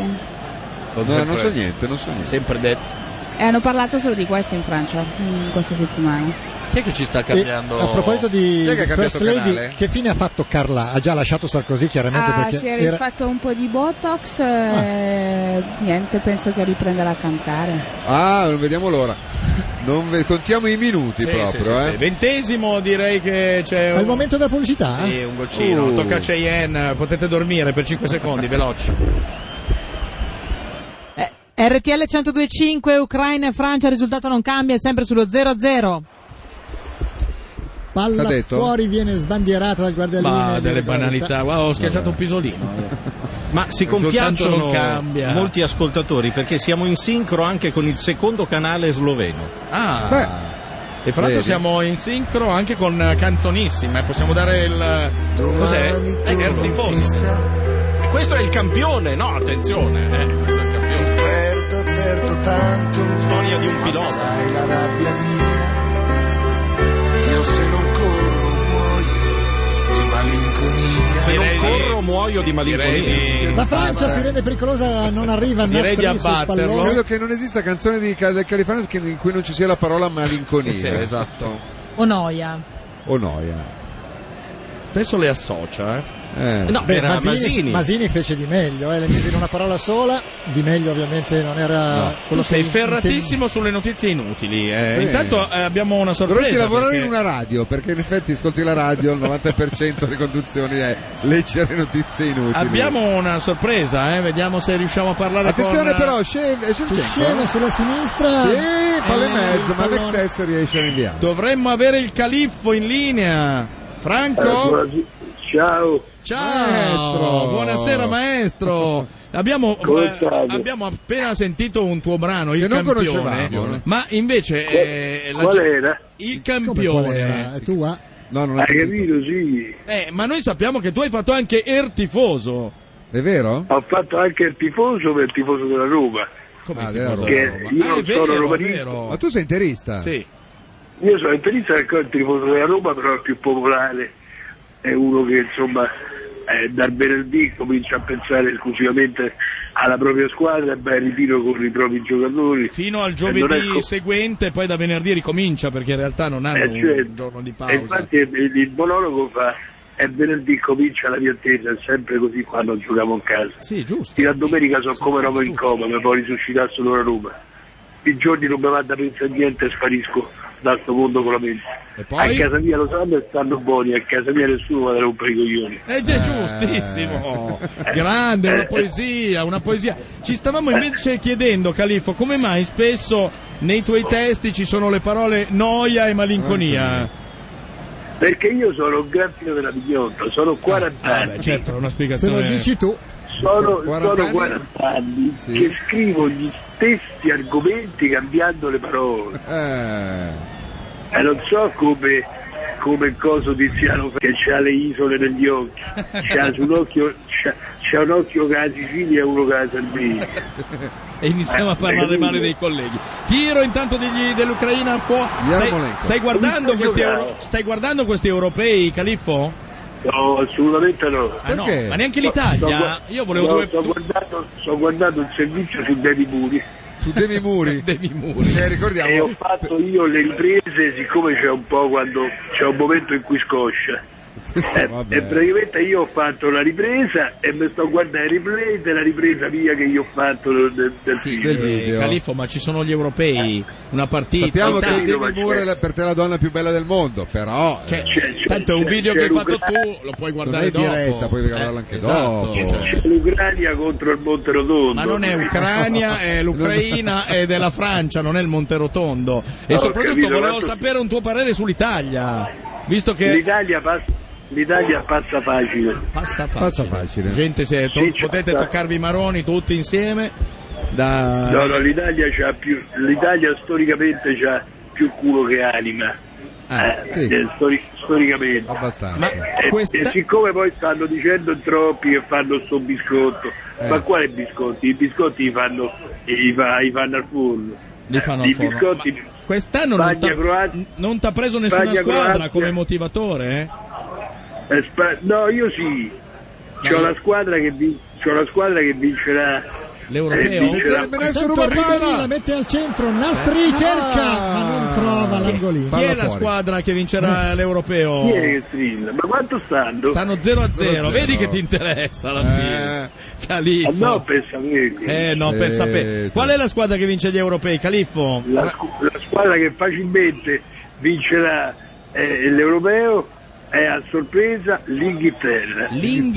Speaker 3: L'ho
Speaker 4: No,
Speaker 3: sempre-
Speaker 4: non so niente, non so niente.
Speaker 3: Sempre detto.
Speaker 10: e hanno parlato solo di questo in Francia in questa settimana.
Speaker 3: Chi è che ci sta
Speaker 2: E
Speaker 3: cambiando?
Speaker 2: a proposito di
Speaker 4: Chi è che ha cambiato
Speaker 2: First Lady,
Speaker 4: canale?
Speaker 2: che fine ha fatto Carla? Ha già lasciato Sarkozy chiaramente
Speaker 10: Ah,
Speaker 2: perché
Speaker 10: si è
Speaker 2: era-
Speaker 10: rifatto un po' di Botox
Speaker 4: Ah.
Speaker 10: e niente, penso che riprenderà a cantare.
Speaker 4: Ah, non vediamo l'ora. Non ve- Contiamo i minuti
Speaker 3: Sì, sì,
Speaker 4: proprio,
Speaker 3: sì,
Speaker 4: eh.
Speaker 3: sì. Ventesimo direi che c'è
Speaker 2: al
Speaker 3: un,
Speaker 2: momento della pubblicità. eh?
Speaker 3: sì, un goccino.
Speaker 4: Uh.
Speaker 3: Tocca a Cheyenne, potete dormire per 5 secondi, veloci.
Speaker 7: RTL 1025 Ucraina e Francia, il risultato non cambia, è sempre sullo 0-0.
Speaker 2: Palla
Speaker 4: L'ha detto?
Speaker 2: fuori viene sbandierata dal guardialinea.
Speaker 3: Ma
Speaker 2: di
Speaker 3: delle
Speaker 2: regolarità.
Speaker 3: banalità, oh, guarda, ho schiacciato un pisolino.
Speaker 8: Ma si
Speaker 3: Il risultato non
Speaker 8: compiacciono
Speaker 3: cambia.
Speaker 8: molti ascoltatori perché siamo in sincro anche con il secondo canale sloveno.
Speaker 3: Ah, e fra l'altro
Speaker 8: vedi.
Speaker 3: siamo in sincro anche con eh, Canzonissima. eh, Possiamo dare il. Cos'è? Eh, è il tifoso.
Speaker 8: E questo è il campione, no, attenzione, eh, questo è il campione.
Speaker 13: Perdo, perdo tanto.
Speaker 8: Storia di un
Speaker 13: Ma
Speaker 8: pilota.
Speaker 13: sai la rabbia mia. Io se non corro muoio di malinconia.
Speaker 8: Se non
Speaker 3: Direi di-
Speaker 8: corro muoio di malinconia.
Speaker 2: La Francia si rende pericolosa, non arriva
Speaker 3: Direi di
Speaker 2: Nasri sul
Speaker 3: abbatterlo.
Speaker 2: pallone.
Speaker 4: Credo che non esista canzone di Ca- del Califano che- in cui non ci sia la parola malinconia.
Speaker 3: Eh sì, esatto.
Speaker 7: O noia.
Speaker 4: O noia.
Speaker 3: Spesso le associa, eh.
Speaker 4: Eh.
Speaker 8: No,
Speaker 2: Beh,
Speaker 8: era
Speaker 2: Masini,
Speaker 8: Masini.
Speaker 2: Masini fece di meglio, eh, le mise in una parola sola, di meglio ovviamente non era
Speaker 3: Tu
Speaker 2: eh, quello che
Speaker 3: sei
Speaker 2: intendi.
Speaker 3: ferratissimo sulle notizie inutili. eh.
Speaker 4: Sì.
Speaker 3: Intanto eh, abbiamo una sorpresa.
Speaker 4: Dovresti lavorare
Speaker 3: perché-
Speaker 4: in una radio, perché in effetti ascolti la radio, il 90% di conduzioni è leggere notizie inutili.
Speaker 3: Abbiamo una sorpresa, eh. vediamo se riusciamo a parlare
Speaker 4: Attenzione
Speaker 3: con...
Speaker 4: però, Shev- eh,
Speaker 2: Su scena
Speaker 4: Shevchenko.
Speaker 2: sulla sinistra. Eh,
Speaker 4: Sì, palle e mezzo, ma
Speaker 2: pallone.
Speaker 4: Alexis riesce a rinviare.
Speaker 3: Dovremmo avere il califfo in linea. Franco?
Speaker 14: Eh, Ciao,
Speaker 3: Ciao,
Speaker 4: Maestro.
Speaker 3: buonasera maestro. Abbiamo,
Speaker 14: Come
Speaker 3: eh,
Speaker 14: state?
Speaker 3: abbiamo appena sentito un tuo brano,
Speaker 4: Che
Speaker 3: il
Speaker 4: non
Speaker 3: campione.
Speaker 4: conoscevamo.
Speaker 3: Ma invece eh, la
Speaker 14: qual
Speaker 3: ge-
Speaker 14: era?
Speaker 3: il
Speaker 2: Come qual
Speaker 3: campione.
Speaker 2: era? È tua?
Speaker 4: No, non ho
Speaker 14: Hai
Speaker 4: sentito.
Speaker 14: capito? Sì,
Speaker 3: Eh, ma noi sappiamo che tu hai fatto anche er tifoso.
Speaker 4: È vero?
Speaker 14: ho fatto anche il tifoso per il tifoso della Roma.
Speaker 3: Come
Speaker 4: Ah,
Speaker 3: il
Speaker 4: della
Speaker 3: tifoso
Speaker 4: Roma.
Speaker 3: della Roma?
Speaker 14: Che io
Speaker 3: Ah, è
Speaker 14: non sono
Speaker 3: vero, è
Speaker 14: romanista.
Speaker 3: vero.
Speaker 4: Ma tu sei interista?
Speaker 3: Sì.
Speaker 14: Io sono interista perché il tifoso della Roma, però è più popolare. È uno che insomma eh, dal venerdì comincia a pensare esclusivamente alla propria squadra e va in ritiro con i propri giocatori.
Speaker 3: Fino al
Speaker 14: E Eh, non è
Speaker 3: giovedì
Speaker 14: co-
Speaker 3: seguente, poi da venerdì ricomincia perché in realtà non hanno
Speaker 14: Eh, certo.
Speaker 3: un giorno di
Speaker 14: E
Speaker 3: pausa.
Speaker 14: infatti il, il monologo fa è venerdì comincia la mia attesa, è sempre così quando giocavo a casa.
Speaker 3: Sì, giusto.
Speaker 14: Fino a domenica sono come Roma in coma, mi può risuscitare solo la Roma. I giorni non mi vado a pensare a niente e sparisco dal sto mondo con la mente.
Speaker 3: E poi?
Speaker 14: A casa mia lo sanno e stanno buoni, a casa mia nessuno va a rompere i coglioni.
Speaker 3: Ed è Eh, giustissimo,
Speaker 14: Eh.
Speaker 3: grande, una poesia, una poesia. Ci stavamo invece chiedendo, Califo, come mai spesso nei tuoi testi ci sono le parole noia e malinconia?
Speaker 14: Perché io sono un gran figlio della pignotta, sono 40
Speaker 3: Ah,
Speaker 14: anni.
Speaker 3: beh, certo, è
Speaker 2: Eh,
Speaker 3: una
Speaker 2: Se lo
Speaker 3: spiegazione.
Speaker 2: dici tu,
Speaker 14: Sono
Speaker 4: 40
Speaker 14: sono
Speaker 4: anni?
Speaker 14: 40 anni
Speaker 4: Sì.
Speaker 14: che scrivo gli stessi argomenti cambiando le parole.
Speaker 4: Eh.
Speaker 14: Eh, non so come, come il coso Tiziano che c'ha le isole negli occhi, c'ha, sull'occhio, c'ha, c'ha un occhio che ha la Sicilia e uno che ha la Sardegna.
Speaker 3: E iniziamo
Speaker 14: Eh,
Speaker 3: a parlare male dei colleghi. Tiro intanto degli- dell'Ucraina fuori. Stai,
Speaker 14: Yarmolenko.
Speaker 3: stai guardando
Speaker 14: Ho visto
Speaker 3: questi
Speaker 14: giocare.
Speaker 3: euro- stai guardando questi europei, Califfo?
Speaker 14: No, assolutamente no.
Speaker 3: Ah, no, Perché? ma neanche l'Italia? Io volevo due-
Speaker 14: Sto guardando, sto guardando il servizio su Demi Muri.
Speaker 4: Su Demi Muri?
Speaker 3: Demi Muri.
Speaker 4: Eh, ricordiamo.
Speaker 14: E ho fatto io le riprese, siccome c'è un po' quando c'è un momento in cui scoscia. Eh,
Speaker 4: Vabbè.
Speaker 14: e praticamente io ho fatto la ripresa e mi sto guardando le riprese della ripresa mia che io ho fatto del, del- del film.
Speaker 3: Eh, Califfo, ma ci sono gli
Speaker 14: Eh.
Speaker 3: europei, una partita.
Speaker 4: Sappiamo che
Speaker 3: Italia-
Speaker 4: Demi Moore è la- per te la donna più bella del mondo, però. eh,
Speaker 3: Cioè, tanto è un video che hai fatto tu, lo puoi
Speaker 4: non
Speaker 3: guardare
Speaker 4: è
Speaker 3: dopo.
Speaker 4: diretta, puoi guardarla anche
Speaker 3: esatto,
Speaker 4: dopo.
Speaker 3: cioè.
Speaker 14: C'è l'Ucraina contro il Monte Rotondo.
Speaker 3: Ma non è Ucrania, è l'Ucraina è della Francia, non è il Monterotondo. E
Speaker 14: Ho
Speaker 3: soprattutto
Speaker 14: capito,
Speaker 3: volevo
Speaker 14: l'altro-
Speaker 3: sapere un tuo parere sull'Italia, visto che
Speaker 14: L'Italia, passa, l'Italia passa facile.
Speaker 3: Passa
Speaker 4: Passa facile.
Speaker 3: gente se to- potete toccarvi i maroni tutti insieme da
Speaker 14: No, no, l'Italia, c'ha più, l'Italia storicamente ha più culo che anima.
Speaker 3: Ah,
Speaker 14: Eh, eh, stori- storicamente. Eh,
Speaker 4: Abbastanza.
Speaker 14: E, e siccome poi stanno dicendo in troppi che fanno sto biscotto,
Speaker 3: Eh.
Speaker 14: ma quale biscotti? I biscotti li fanno, li fa- li fanno al forno. Eh,
Speaker 3: li fanno
Speaker 14: I
Speaker 3: al forno.
Speaker 14: biscotti
Speaker 3: Ma Quest'anno non
Speaker 14: Spagna,
Speaker 3: t'ha-
Speaker 14: Croazia-
Speaker 3: non ti ha preso nessuna
Speaker 14: Spagna,
Speaker 3: squadra
Speaker 14: Croazia.
Speaker 3: come motivatore? eh?
Speaker 14: Eh, spa- no, io sì. C'ho la squadra che, vin- c'ho la squadra che vincerà. eh, vincerà-
Speaker 2: Intanto Ribery la mette al centro,
Speaker 3: Ah!
Speaker 2: Nastri cerca, ma non trova l'angolino.
Speaker 3: Chi è la squadra che vincerà l'europeo?
Speaker 14: Chi è che strilla? Ma quanto stanno?
Speaker 3: Stanno 0 a 0, vedi che ti interessa alla fine. Califfo.
Speaker 14: Ah, no, per saperli.
Speaker 3: Eh no, per
Speaker 14: Eh,
Speaker 3: sapere.
Speaker 14: sì.
Speaker 3: Qual è la squadra che vince gli europei, Califfo?
Speaker 14: La, scu- la squadra che facilmente vincerà eh, l'europeo è a sorpresa l'Inghilterra.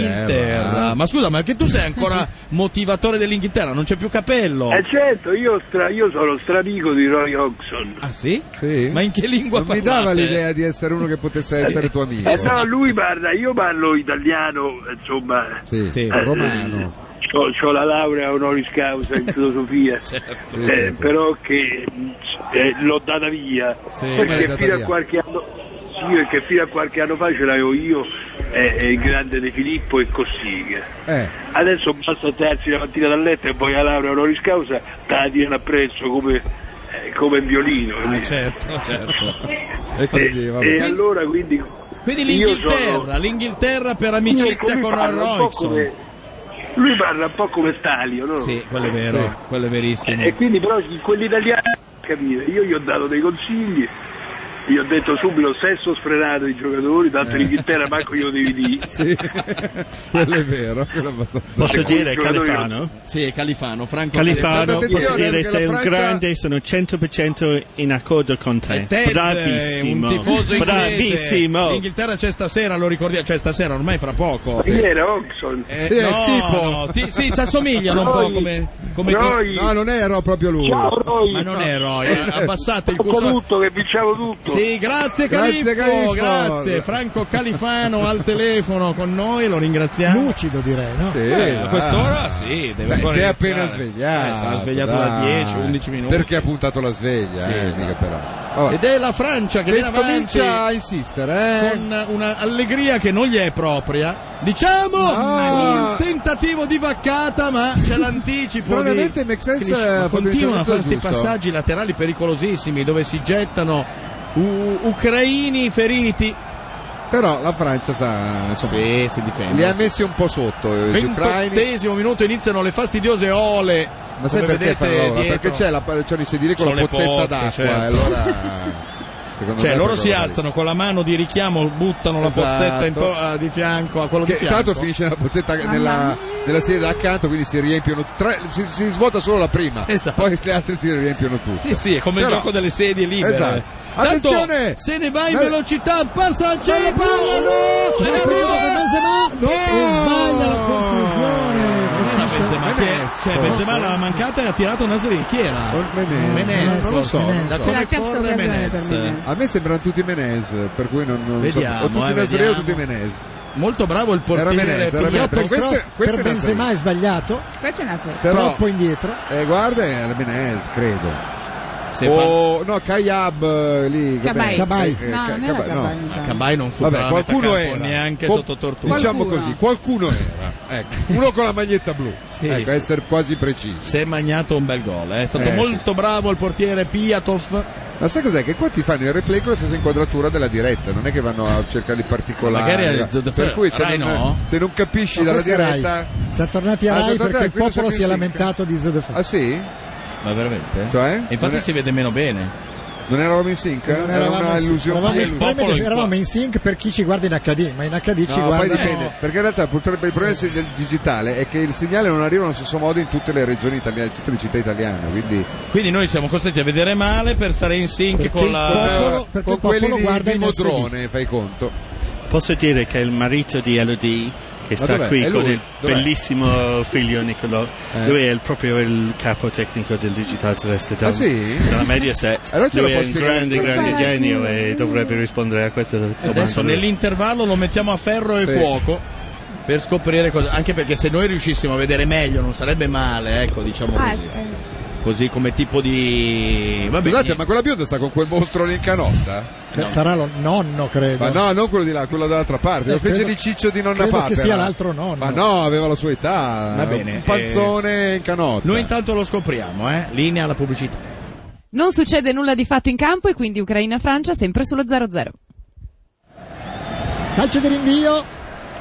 Speaker 3: L'Inghilterra. Ma scusa, ma che tu sei ancora motivatore dell'Inghilterra? Non c'è più capello.
Speaker 14: Eh certo, io, stra- io sono stramico di Roy Oxon.
Speaker 3: Ah sì?
Speaker 4: Sì.
Speaker 3: Ma in che lingua
Speaker 4: Non mi
Speaker 3: parlate?
Speaker 4: dava l'idea di essere uno che potesse essere tuo amico.
Speaker 14: Eh no, lui parla, io parlo italiano, insomma.
Speaker 4: Sì,
Speaker 14: eh,
Speaker 4: romano.
Speaker 14: C'ho, c'ho la laurea honoris causa in filosofia,
Speaker 3: Certo.
Speaker 14: eh,
Speaker 4: Sì, certo.
Speaker 14: però che mh, eh, l'ho data via,
Speaker 4: Sì, l'hai
Speaker 14: perché
Speaker 4: data
Speaker 14: fino a
Speaker 4: via.
Speaker 14: qualche anno sì, perché fino a qualche anno fa ce l'avevo io, eh, eh, il grande De Filippo e Cossiga.
Speaker 4: Eh.
Speaker 14: Adesso basta alzarsi la mattina dal letto e poi la laurea honoris causa te la tirano appresso come, eh, come il violino.
Speaker 3: Ah, certo, certo.
Speaker 4: E quindi, vabbè.
Speaker 14: e allora quindi...
Speaker 3: Quindi
Speaker 14: io
Speaker 3: l'Inghilterra,
Speaker 14: sono-
Speaker 3: l'Inghilterra per amicizia
Speaker 14: Io-
Speaker 3: con
Speaker 14: parla un po'
Speaker 3: Royxon.
Speaker 14: come- Lui parla un po' come Stalio, no?
Speaker 3: Sì, Eh, quello è vero,
Speaker 14: Sì.
Speaker 3: quello è verissimo.
Speaker 14: E quindi però in quell'italiano capire, io gli ho dato dei consigli, gli ho detto subito sesso sfrenato i giocatori, tanto l'Inghilterra manco glielo devi dire.
Speaker 4: quello è vero, quello è abbastanza
Speaker 6: Posso
Speaker 4: vero.
Speaker 6: dire Califano?
Speaker 3: Sì, Califano, Franco
Speaker 6: Califano,
Speaker 3: Califano.
Speaker 6: posso dire
Speaker 3: perché la
Speaker 6: sei un
Speaker 3: Francia-
Speaker 6: grande, sono 100% in accordo con te.
Speaker 3: Ted,
Speaker 6: Bravissimo.
Speaker 3: eh, un tifoso inglese.
Speaker 6: Bravissimo.
Speaker 3: L'Inghilterra c'è stasera, lo ricordiamo, cioè stasera ormai fra poco.
Speaker 14: Chi era Oxon?
Speaker 3: Eh, no, no, ti- sì, si assomigliano un po' come, come
Speaker 14: Roy.
Speaker 4: No, non ero proprio lui.
Speaker 14: Ciao, Roy.
Speaker 3: Ma non è Roy, eh, abbassate il
Speaker 14: Ho
Speaker 3: cursore.
Speaker 14: tutto, che vinciamo tutto.
Speaker 3: Sì, grazie
Speaker 14: Grazie,
Speaker 3: Califfo, grazie,
Speaker 14: Califfo.
Speaker 3: Franco Califano al telefono con noi, lo ringraziamo. Lucido direi, no? Eh,
Speaker 4: Sì,
Speaker 3: a
Speaker 4: dai.
Speaker 3: quest'ora sì, deve
Speaker 4: Beh,
Speaker 3: ancora
Speaker 4: si è
Speaker 3: iniziare.
Speaker 4: appena
Speaker 3: Eh,
Speaker 4: svegliato.
Speaker 3: sarà svegliato da
Speaker 4: dai.
Speaker 3: 10, 11 minuti.
Speaker 4: Perché ha puntato la sveglia,
Speaker 3: Sì,
Speaker 4: eh,
Speaker 3: esatto.
Speaker 4: mica però. Vabbè.
Speaker 3: Ed è la Francia che,
Speaker 4: Che
Speaker 3: viene avanti
Speaker 4: Oh. comincia a insistere, eh.
Speaker 3: con un'allegria che non gli è propria. Diciamo
Speaker 4: Ah.
Speaker 3: un tentativo di vaccata, ma c'è l'anticipo. di...
Speaker 4: Stranamente Mexes
Speaker 3: Finisce-
Speaker 13: eh,
Speaker 3: ma
Speaker 4: ha fatto
Speaker 3: continuano a fare
Speaker 4: l'intervento
Speaker 3: questi
Speaker 4: giusto.
Speaker 3: passaggi laterali pericolosissimi dove si gettano u- ucraini feriti.
Speaker 4: Però la Francia sa, insomma,
Speaker 3: Sì, si difende.
Speaker 4: Li ha messi un po' sotto eh, gli ucraini.
Speaker 3: Ventottesimo minuto iniziano le fastidiose ole.
Speaker 4: Ma sai
Speaker 3: come vedete
Speaker 4: perché fanno loro?
Speaker 3: dietro.
Speaker 4: Perché c'è la c'è i sedili con
Speaker 3: Sono
Speaker 4: la
Speaker 3: le
Speaker 4: pozzetta
Speaker 3: pozze,
Speaker 4: d'acqua,
Speaker 3: certo.
Speaker 4: e allora secondo
Speaker 3: Cioè,
Speaker 4: me
Speaker 3: loro
Speaker 4: è
Speaker 3: si
Speaker 4: quello
Speaker 3: alzano con la mano di richiamo, buttano la
Speaker 4: Esatto.
Speaker 3: pozzetta in po- a- di fianco a quello
Speaker 4: lì.
Speaker 3: di
Speaker 4: Che
Speaker 3: fianco.
Speaker 4: tanto finisce nella pozzetta nella, nella serie da accanto, quindi si riempiono tre, si, si svuota solo la prima,
Speaker 3: Esatto.
Speaker 4: poi le altre si riempiono tutte.
Speaker 3: Sì, sì, è come il
Speaker 4: Però-
Speaker 3: gioco delle sedie libere.
Speaker 4: Esatto.
Speaker 3: Tanto,
Speaker 4: Attenzione!
Speaker 3: se ne va in
Speaker 4: Beh-
Speaker 3: velocità, passa al
Speaker 4: Bella
Speaker 3: centro.
Speaker 4: palla, no!
Speaker 3: E
Speaker 4: Bella
Speaker 3: arriva
Speaker 4: palla!
Speaker 2: Benzema
Speaker 4: No!
Speaker 2: e sbaglia la conclusione.
Speaker 3: Non era Benzema, chi è? Cioè, Benzema l'ha mancata e ha tirato Nasri. Chi era?
Speaker 4: Menez.
Speaker 3: Menez, non lo so.
Speaker 4: Menez.
Speaker 3: Da
Speaker 4: C'è
Speaker 3: come
Speaker 4: la terza
Speaker 3: corre
Speaker 4: occasione
Speaker 3: Menez.
Speaker 4: per A me sembrano tutti Menez, per cui non, non
Speaker 3: Vediamo,
Speaker 4: so, o tutti
Speaker 3: eh,
Speaker 4: Nasri o
Speaker 3: vediamo.
Speaker 4: tutti Menez.
Speaker 3: Molto bravo il
Speaker 4: Era
Speaker 3: portiere.
Speaker 4: Menez, era
Speaker 3: pigliato
Speaker 4: Menez.
Speaker 3: il
Speaker 4: Questo-
Speaker 3: cross
Speaker 4: questo
Speaker 3: per
Speaker 4: è Nasri.
Speaker 3: Benzema.
Speaker 2: Benzema è sbagliato,
Speaker 10: Questo è una serie.
Speaker 4: Però-
Speaker 2: troppo indietro.
Speaker 4: Eh, guarda, era Menez, credo.
Speaker 3: Se
Speaker 4: o no, Kayab eh, lì.
Speaker 3: Cabai.
Speaker 4: Cabai.
Speaker 3: No,
Speaker 4: Ca-
Speaker 3: non era
Speaker 4: Cabai, no.
Speaker 3: Cabai, mi pare. Cabai non supera
Speaker 4: Vabbè, qualcuno
Speaker 3: Metacampo
Speaker 4: era.
Speaker 3: neanche
Speaker 4: Com-
Speaker 3: sotto tortura.
Speaker 4: Diciamo
Speaker 3: Qualcuno.
Speaker 4: così, qualcuno era. Ecco, uno con la maglietta blu. ecco,
Speaker 3: sì.
Speaker 4: essere quasi precisi.
Speaker 3: Si è magnato un bel gol, eh. è stato
Speaker 4: Eh,
Speaker 3: molto bravo il portiere Piatov.
Speaker 4: Ma sai cos'è? Che qua ti fanno il replay con la stessa inquadratura della diretta, non è che vanno a cercare i particolari.
Speaker 3: Magari ha realizzato-
Speaker 4: per cui se
Speaker 3: Rai
Speaker 4: non,
Speaker 3: no?
Speaker 4: se non capisci
Speaker 2: No,
Speaker 4: dalla
Speaker 2: questo è Rai.
Speaker 4: diretta.
Speaker 2: Siamo tornati a
Speaker 4: Ah,
Speaker 2: Rai
Speaker 4: siamo tornati
Speaker 2: perché
Speaker 4: a-
Speaker 2: il
Speaker 4: quindi
Speaker 2: popolo
Speaker 4: siamo
Speaker 2: si è
Speaker 4: in
Speaker 2: lamentato di ZDF.
Speaker 4: Ah sì?
Speaker 3: Ma veramente?
Speaker 4: Cioè? Non
Speaker 3: Infatti
Speaker 4: è-
Speaker 3: si vede meno bene.
Speaker 4: Non eravamo in sync?
Speaker 3: Non eravamo
Speaker 4: Era una
Speaker 3: in-
Speaker 4: illusione.
Speaker 3: eravamo in-
Speaker 4: Illusione.
Speaker 2: Probabilmente se eravamo in sync per chi ci guarda in HD, ma in HD ci
Speaker 4: No, poi
Speaker 2: guarda.
Speaker 4: dipende, perché in realtà purtroppo il problema del digitale è che il segnale non arriva allo stesso modo in tutte le regioni italiane, in tutte le città italiane, quindi
Speaker 3: Quindi noi siamo costretti a vedere male per stare in sync con la.
Speaker 4: con quelli di Mimo Drone, fai conto.
Speaker 6: Posso dire che il marito di Elodie, che
Speaker 4: Ma
Speaker 6: sta
Speaker 4: dov'è?
Speaker 6: qui
Speaker 4: È
Speaker 6: con
Speaker 4: lui?
Speaker 6: il
Speaker 4: Dov'è?
Speaker 6: bellissimo figlio Nicolò,
Speaker 4: Eh.
Speaker 6: lui è il- proprio il capo tecnico del Digital Terrestre della
Speaker 4: Ah, sì?
Speaker 6: Mediaset.
Speaker 4: Allora ce lo
Speaker 6: lui è
Speaker 4: puoi
Speaker 6: un
Speaker 4: spiegare
Speaker 6: grande,
Speaker 4: ancora
Speaker 6: grande
Speaker 4: meglio.
Speaker 6: genio e dovrebbe rispondere a questa domanda.
Speaker 3: Adesso nell'intervallo lo mettiamo a ferro e
Speaker 6: Sì.
Speaker 3: fuoco per scoprire cosa. Anche perché se noi riuscissimo a vedere meglio non sarebbe male, ecco, diciamo
Speaker 10: Ah,
Speaker 3: così. Così come tipo di. Vabbè,
Speaker 4: Scusate, ma quella bionda sta con quel mostro lì in canotta?
Speaker 2: Beh, eh, Sarà lo nonno, credo.
Speaker 4: Ma no, non quello di là, quello dall'altra parte,
Speaker 2: Eh,
Speaker 4: una specie
Speaker 2: credo-
Speaker 4: di ciccio di nonna
Speaker 2: credo che
Speaker 4: papera.
Speaker 2: sia l'altro nonno.
Speaker 4: Ma no, aveva la sua età.
Speaker 3: Va bene, eh,
Speaker 4: Un panzone in canotta.
Speaker 3: Noi intanto lo scopriamo, eh? Linea alla pubblicità.
Speaker 5: Non succede nulla di fatto in campo e quindi Ucraina-Francia sempre sullo 0-0.
Speaker 2: Calcio di rinvio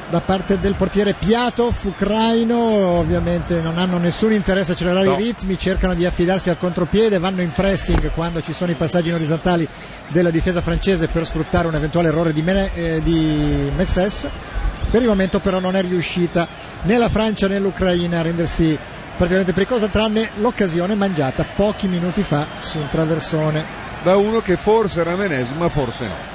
Speaker 2: da parte del portiere Piatov, ucraino, ovviamente non hanno nessun interesse a accelerare
Speaker 4: No.
Speaker 2: i ritmi, cercano di affidarsi al contropiede, vanno in pressing quando ci sono i passaggi in orizzontali della difesa francese per sfruttare un eventuale errore di, Mene- eh, di Mexes. Per il momento però non è riuscita né la Francia né l'Ucraina a rendersi praticamente pericolosa, tranne l'occasione mangiata pochi minuti fa su un traversone.
Speaker 4: Da uno che forse era Menez, ma forse no.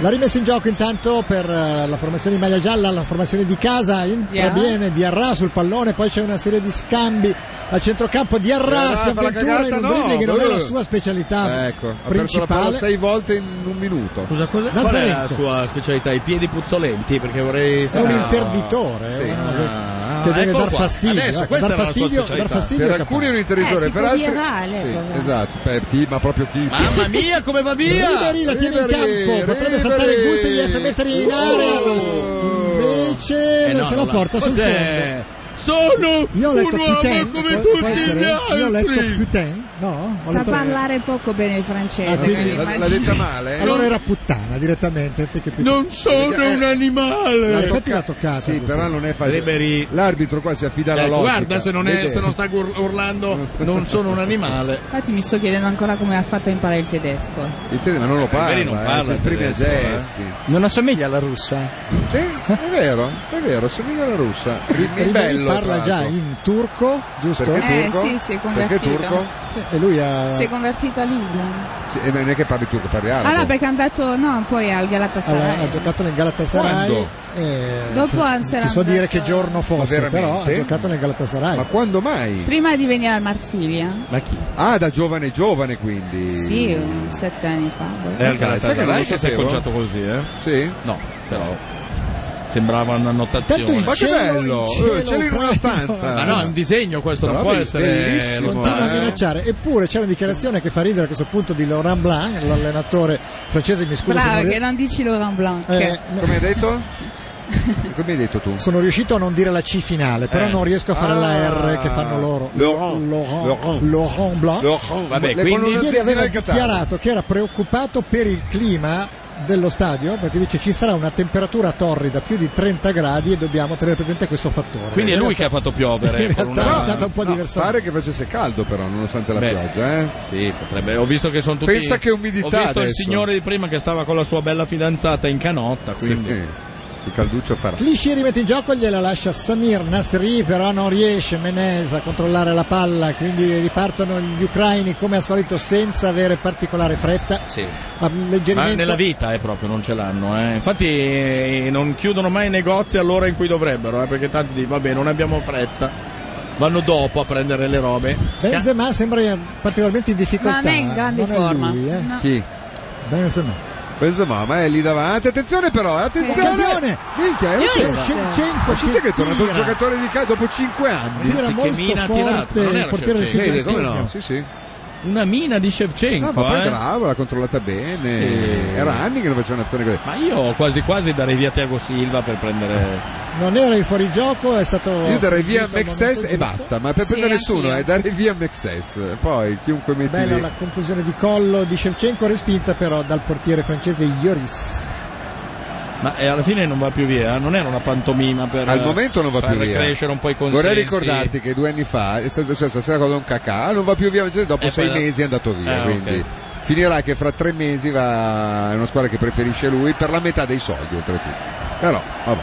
Speaker 2: La rimessa in gioco intanto per eh, la formazione di maglia gialla, la formazione di casa, entra
Speaker 5: Diarra.
Speaker 2: bene Diarra sul pallone, poi c'è una serie di scambi a centrocampo, Diarra
Speaker 4: Diarra
Speaker 2: si
Speaker 4: fa la
Speaker 2: avventura in
Speaker 4: cagata,
Speaker 2: un
Speaker 4: no,
Speaker 2: dribbling che non è la
Speaker 4: eh.
Speaker 2: sua specialità
Speaker 4: Ecco, ha perso la palla
Speaker 2: principale.
Speaker 4: sei volte in un minuto.
Speaker 3: Scusa, cosa? Qual è la sua specialità? I piedi puzzolenti? Perché vorrei
Speaker 2: È un
Speaker 3: sapere-
Speaker 2: interditore,
Speaker 3: Sì.
Speaker 2: eh, una-
Speaker 3: Ah,
Speaker 2: che deve
Speaker 3: eccolo
Speaker 2: dar
Speaker 3: qua.
Speaker 2: fastidio,
Speaker 3: Adesso,
Speaker 2: ecco,
Speaker 3: questa
Speaker 2: dar
Speaker 3: era la sua
Speaker 2: fastidio,
Speaker 3: specialità.
Speaker 2: dar fastidio
Speaker 4: per
Speaker 2: è
Speaker 4: alcuni è un
Speaker 2: capace.
Speaker 4: interditore, per altri sì, esatto, per ti, ma proprio ti.
Speaker 3: Mamma mia, come va via!
Speaker 2: Ribéry la tiene in campo, potrebbe saltare Gusev e mettere in area.
Speaker 4: Oh,
Speaker 2: Invece
Speaker 3: Eh no,
Speaker 2: se la
Speaker 3: non la-
Speaker 2: porta sul
Speaker 3: Cos'è?
Speaker 2: fondo.
Speaker 3: Sono
Speaker 2: Io ho letto
Speaker 10: un uomo
Speaker 2: Putain,
Speaker 10: come
Speaker 2: può-
Speaker 10: tutti
Speaker 2: può essere?
Speaker 10: gli
Speaker 2: Io ho letto
Speaker 10: altri.
Speaker 2: Putain, no? Ho
Speaker 10: Sa
Speaker 2: letto-
Speaker 10: parlare poco bene il francese.
Speaker 2: Ah, quindi
Speaker 10: quindi
Speaker 2: l'ha- l'ha
Speaker 10: immagino.
Speaker 2: detta Allora era puttana direttamente, anziché più.
Speaker 10: Non
Speaker 3: sono un
Speaker 2: Eh. Ma
Speaker 3: animale!
Speaker 2: infatti l'ha toccata.
Speaker 4: Sì, però non è facile.
Speaker 3: Ribéry-
Speaker 4: L'arbitro qua si affida alla
Speaker 3: Ecco,
Speaker 4: logica.
Speaker 3: guarda se non, è,
Speaker 4: Vedete?
Speaker 3: se non sta gur- urlando non sono un animale
Speaker 10: Infatti mi sto chiedendo ancora come ha fatto a imparare il tedesco.
Speaker 4: Il tedesco non lo parla,
Speaker 3: Ribéry non
Speaker 4: eh,
Speaker 3: parla
Speaker 4: si esprime a
Speaker 3: tedesco, eh.
Speaker 4: gesti.
Speaker 9: Non assomiglia alla russa?
Speaker 4: Sì, è vero, è vero, somiglia alla russa.
Speaker 2: Ribéry
Speaker 4: Rimini bello.
Speaker 2: parla
Speaker 4: tra
Speaker 2: già
Speaker 4: l'altro.
Speaker 2: in turco, giusto? Eh,
Speaker 4: Perché
Speaker 10: Eh,
Speaker 4: turco?
Speaker 10: sì, si è
Speaker 4: Perché
Speaker 10: convertito.
Speaker 4: turco?
Speaker 2: E lui ha...
Speaker 10: Si è convertito all'Islam.
Speaker 4: Sì, eh, ma non è che parli turco, parli
Speaker 10: Ah no,
Speaker 4: arabo.
Speaker 10: perché è andato no, poi al
Speaker 2: ha,
Speaker 10: Galatasaray.
Speaker 2: ha giocato nel Galatasaray.
Speaker 4: Quando?
Speaker 2: eh,
Speaker 10: Dopo
Speaker 2: se-
Speaker 10: Anser
Speaker 2: ti so
Speaker 10: ha
Speaker 2: dire
Speaker 10: detto-
Speaker 2: che giorno fosse,
Speaker 4: veramente?
Speaker 2: però ha giocato nel Galatasaray.
Speaker 4: Ma quando mai?
Speaker 10: Prima di venire a Marsiglia.
Speaker 3: Ma chi?
Speaker 4: Ah, da giovane giovane quindi.
Speaker 10: Sì, un- sette anni fa. boh.
Speaker 4: Eh, Galatasaray
Speaker 3: Sai che non lo
Speaker 4: che si è
Speaker 3: sapevo?
Speaker 4: acconciato
Speaker 3: così eh?
Speaker 4: Sì?
Speaker 3: no però sembrava
Speaker 4: Tanto
Speaker 3: un'annotazione
Speaker 4: il Ma che cielo, bello! il cielo Eh, ce l'ho in una ucraino. stanza.
Speaker 3: ma no è un disegno questo non può essere lo
Speaker 2: continua a
Speaker 3: fa, eh.
Speaker 2: minacciare eppure c'è una dichiarazione che fa ridere a questo punto di Laurent Blanc l'allenatore francese mi scuso se non
Speaker 10: Bravo,
Speaker 2: ri-
Speaker 10: che non dici Laurent Blanc.
Speaker 2: Eh,
Speaker 4: Come hai detto? Come hai detto tu?
Speaker 2: sono riuscito a non dire la C finale però
Speaker 4: Eh. Ah.
Speaker 2: non riesco a fare la R che fanno loro
Speaker 4: Laurent.
Speaker 2: Laurent, Laurent Blanc
Speaker 4: Laurent.
Speaker 3: Oh, Vabbè,
Speaker 2: Le
Speaker 3: quindi-
Speaker 2: colonne- ieri aveva
Speaker 3: del Qatar.
Speaker 2: dichiarato che era preoccupato per il clima dello stadio perché dice ci sarà una temperatura torrida più di 30 gradi e dobbiamo tenere presente questo fattore
Speaker 3: quindi è
Speaker 2: In
Speaker 3: lui che ha fatto piovere
Speaker 2: in
Speaker 3: con
Speaker 2: realtà
Speaker 3: una-
Speaker 2: è andata un po'
Speaker 4: No,
Speaker 2: diversa
Speaker 4: pare che facesse caldo però, nonostante la
Speaker 3: Beh,
Speaker 4: pioggia, eh.
Speaker 3: Sì, potrebbe. Ho visto che sono tutti.
Speaker 4: Pensa che umidità
Speaker 3: Ho visto il
Speaker 4: adesso.
Speaker 3: signore di prima che stava con la sua bella fidanzata in canotta. Quindi.
Speaker 4: Il calduccio Eh, farà.
Speaker 2: Clichy rimette in gioco, gliela lascia Samir Nasri, però non riesce Menez a controllare la palla, quindi ripartono gli ucraini come al solito senza avere particolare fretta.
Speaker 3: Sì.
Speaker 2: Ma
Speaker 3: Ma
Speaker 2: leggermente
Speaker 3: nella vita eh, proprio non ce l'hanno. eh. Infatti eh, non chiudono mai i negozi all'ora in cui dovrebbero, eh, perché tanto di vabbè non abbiamo fretta. Vanno dopo a prendere le robe.
Speaker 2: Eh, Benzema sembra particolarmente in difficoltà.
Speaker 10: Ma non è in grande
Speaker 2: non è
Speaker 10: forma.
Speaker 2: lui, eh.
Speaker 10: No.
Speaker 4: Chi?
Speaker 2: Benzema.
Speaker 4: Benzema, ma è lì davanti. Attenzione però, eh, attenzione!
Speaker 2: Occasione!
Speaker 4: Minchia, è
Speaker 2: Io
Speaker 4: uscito.
Speaker 2: lo Shevchenko
Speaker 4: Ma ci sai che è tornato un
Speaker 2: tira.
Speaker 4: giocatore di calcio dopo 5 anni?
Speaker 2: Tira Sì, che molto mina ha tirato, forte non era il portiere Shevchenko.
Speaker 4: Sì,
Speaker 2: del
Speaker 4: come no?
Speaker 2: Sassuolo.
Speaker 4: Sì, sì.
Speaker 3: una mina di Shevchenko.
Speaker 4: No, ma poi
Speaker 3: eh.
Speaker 4: bravo, l'ha controllata bene.
Speaker 3: Sì.
Speaker 4: Era anni che non faceva un'azione così.
Speaker 3: Ma io quasi quasi darei via Tiago Silva per prendere.
Speaker 2: Non era il fuorigioco, è stato.
Speaker 4: Io darei via
Speaker 2: sentito al
Speaker 4: Mexes
Speaker 2: momento
Speaker 4: e
Speaker 2: giusto.
Speaker 4: basta, ma per
Speaker 2: Sì,
Speaker 4: prendere nessuno
Speaker 2: anch'io.
Speaker 4: è dare via Mexes. Poi chiunque metti
Speaker 2: Bella
Speaker 4: lì.
Speaker 2: la conclusione di collo di Shevchenko, respinta però dal portiere francese Ioris.
Speaker 3: Ma eh, alla fine non va più via, non era una pantomima per
Speaker 4: Al momento non va
Speaker 3: far
Speaker 4: più via.
Speaker 3: crescere un po' i consensi.
Speaker 4: Vorrei ricordarti che due anni fa eh, è stato successo la stessa cosa con Kakà, ah, non va più via, cioè, dopo
Speaker 3: Eh,
Speaker 4: sei
Speaker 3: poi-
Speaker 4: mesi è andato via.
Speaker 3: Ah,
Speaker 4: quindi
Speaker 3: ok.
Speaker 4: finirà che fra tre mesi va in una squadra che preferisce lui per la metà dei soldi, oltretutto. Però, vabbè.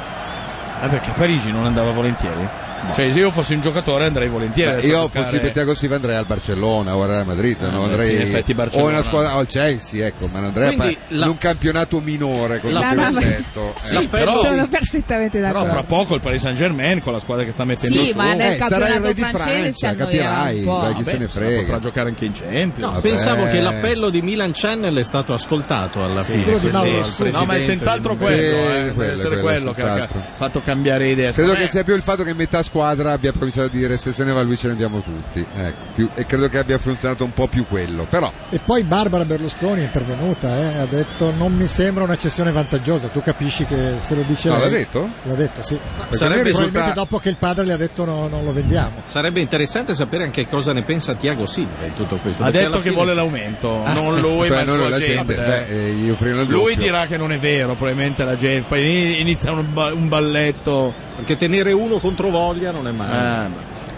Speaker 3: Ah, perché a Parigi non andava volentieri. Cioè, se io fossi un giocatore andrei volentieri.
Speaker 4: Beh,
Speaker 3: adesso a
Speaker 4: io
Speaker 3: giocare-
Speaker 4: fossi per Tiago Silva andrei al Barcellona o al Real Madrid, non
Speaker 3: beh,
Speaker 4: andrei
Speaker 3: Eh, sì, in effetti
Speaker 4: o
Speaker 3: Barcellona.
Speaker 4: una squadra o al Chelsea, ecco, ma non andrei a
Speaker 3: Quindi
Speaker 4: pa- in un campionato minore con
Speaker 3: La-
Speaker 4: tutto il
Speaker 3: la-
Speaker 4: rispetto. Eh.
Speaker 3: Sì, però-
Speaker 15: Sono perfettamente
Speaker 3: Però
Speaker 15: d'accordo.
Speaker 3: fra poco il Paris Saint Germain con la squadra che sta mettendo
Speaker 15: Sì,
Speaker 3: su.
Speaker 15: ma nel Eh, sarà il campionato
Speaker 4: re di francese Francia, capirai, un po'. cioè, chi se ne frega.
Speaker 3: Potrà giocare anche in Champions. Eh.
Speaker 8: No, pensavo che l'appello di Milan Channel è stato ascoltato alla
Speaker 3: Sì,
Speaker 8: fine.
Speaker 3: quello di
Speaker 8: così,
Speaker 3: Mauro
Speaker 8: al
Speaker 3: Suso.
Speaker 8: presidente
Speaker 3: No, ma è senz'altro
Speaker 8: del-
Speaker 3: quello, eh,
Speaker 8: Sì,
Speaker 3: deve
Speaker 4: quello,
Speaker 3: essere
Speaker 4: quello,
Speaker 3: quello che ha
Speaker 4: senz'altro.
Speaker 3: fatto cambiare idea.
Speaker 4: Credo
Speaker 3: Secondo
Speaker 4: che
Speaker 3: me-
Speaker 4: sia più il fatto che metà squadra abbia cominciato a dire se se ne va lui ce ne andiamo tutti. Ecco, più- e credo che abbia funzionato un po' più quello. Però
Speaker 2: E poi Barbara Berlusconi è intervenuta, eh, ha detto non mi sembra una cessione vantaggiosa, tu capisci che se lo dice
Speaker 4: No,
Speaker 2: lei-
Speaker 4: l'ha detto?
Speaker 2: L'ha detto, sì.
Speaker 8: Perché sarebbe
Speaker 2: Probabilmente
Speaker 8: risulta-
Speaker 2: dopo che il padre le ha detto no, non lo vendiamo.
Speaker 8: Sarebbe interessante sapere anche cosa ne pensa Tiago Silva in tutto questo.
Speaker 3: Ha
Speaker 8: perché
Speaker 3: detto
Speaker 8: alla
Speaker 3: che
Speaker 8: fine-
Speaker 3: vuole l'aumento, non lui,
Speaker 8: Cioè,
Speaker 3: ma il
Speaker 8: non
Speaker 3: suo
Speaker 8: la gente,
Speaker 3: agente.
Speaker 8: beh,
Speaker 4: eh, gli offrivano il
Speaker 3: Lui
Speaker 4: doppio.
Speaker 3: dirà che non è vero, probabilmente la gente. Poi inizia un, ba- un balletto.
Speaker 8: Perché tenere uno contro voglia non è
Speaker 3: eh,
Speaker 8: male.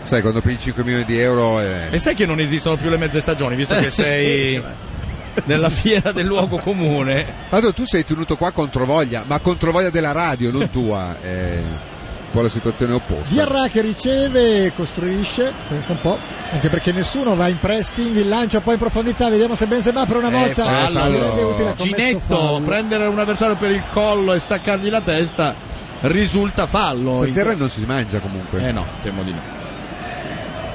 Speaker 4: sai, quando pigli 5 milioni di euro eh,
Speaker 3: E sai che non esistono più le mezze stagioni, visto
Speaker 4: Eh,
Speaker 3: che
Speaker 4: sì,
Speaker 3: sei nella fiera del luogo comune.
Speaker 4: Vado, tu sei tenuto qua contro voglia, ma contro voglia della radio, non tua. È un po' la situazione opposta.
Speaker 2: Diarra che riceve e costruisce, pensa un po', anche perché nessuno va in pressing, il lancio poi in profondità, vediamo se Benzema per
Speaker 4: Eh,
Speaker 2: una volta
Speaker 3: Eh, fallo.
Speaker 2: si rende utile, ha commesso
Speaker 3: Ginetto,
Speaker 2: fallo.
Speaker 3: prendere un avversario per il collo e staccargli la testa risulta fallo.
Speaker 4: Stasera non si mangia comunque.
Speaker 3: Eh no, temo di no.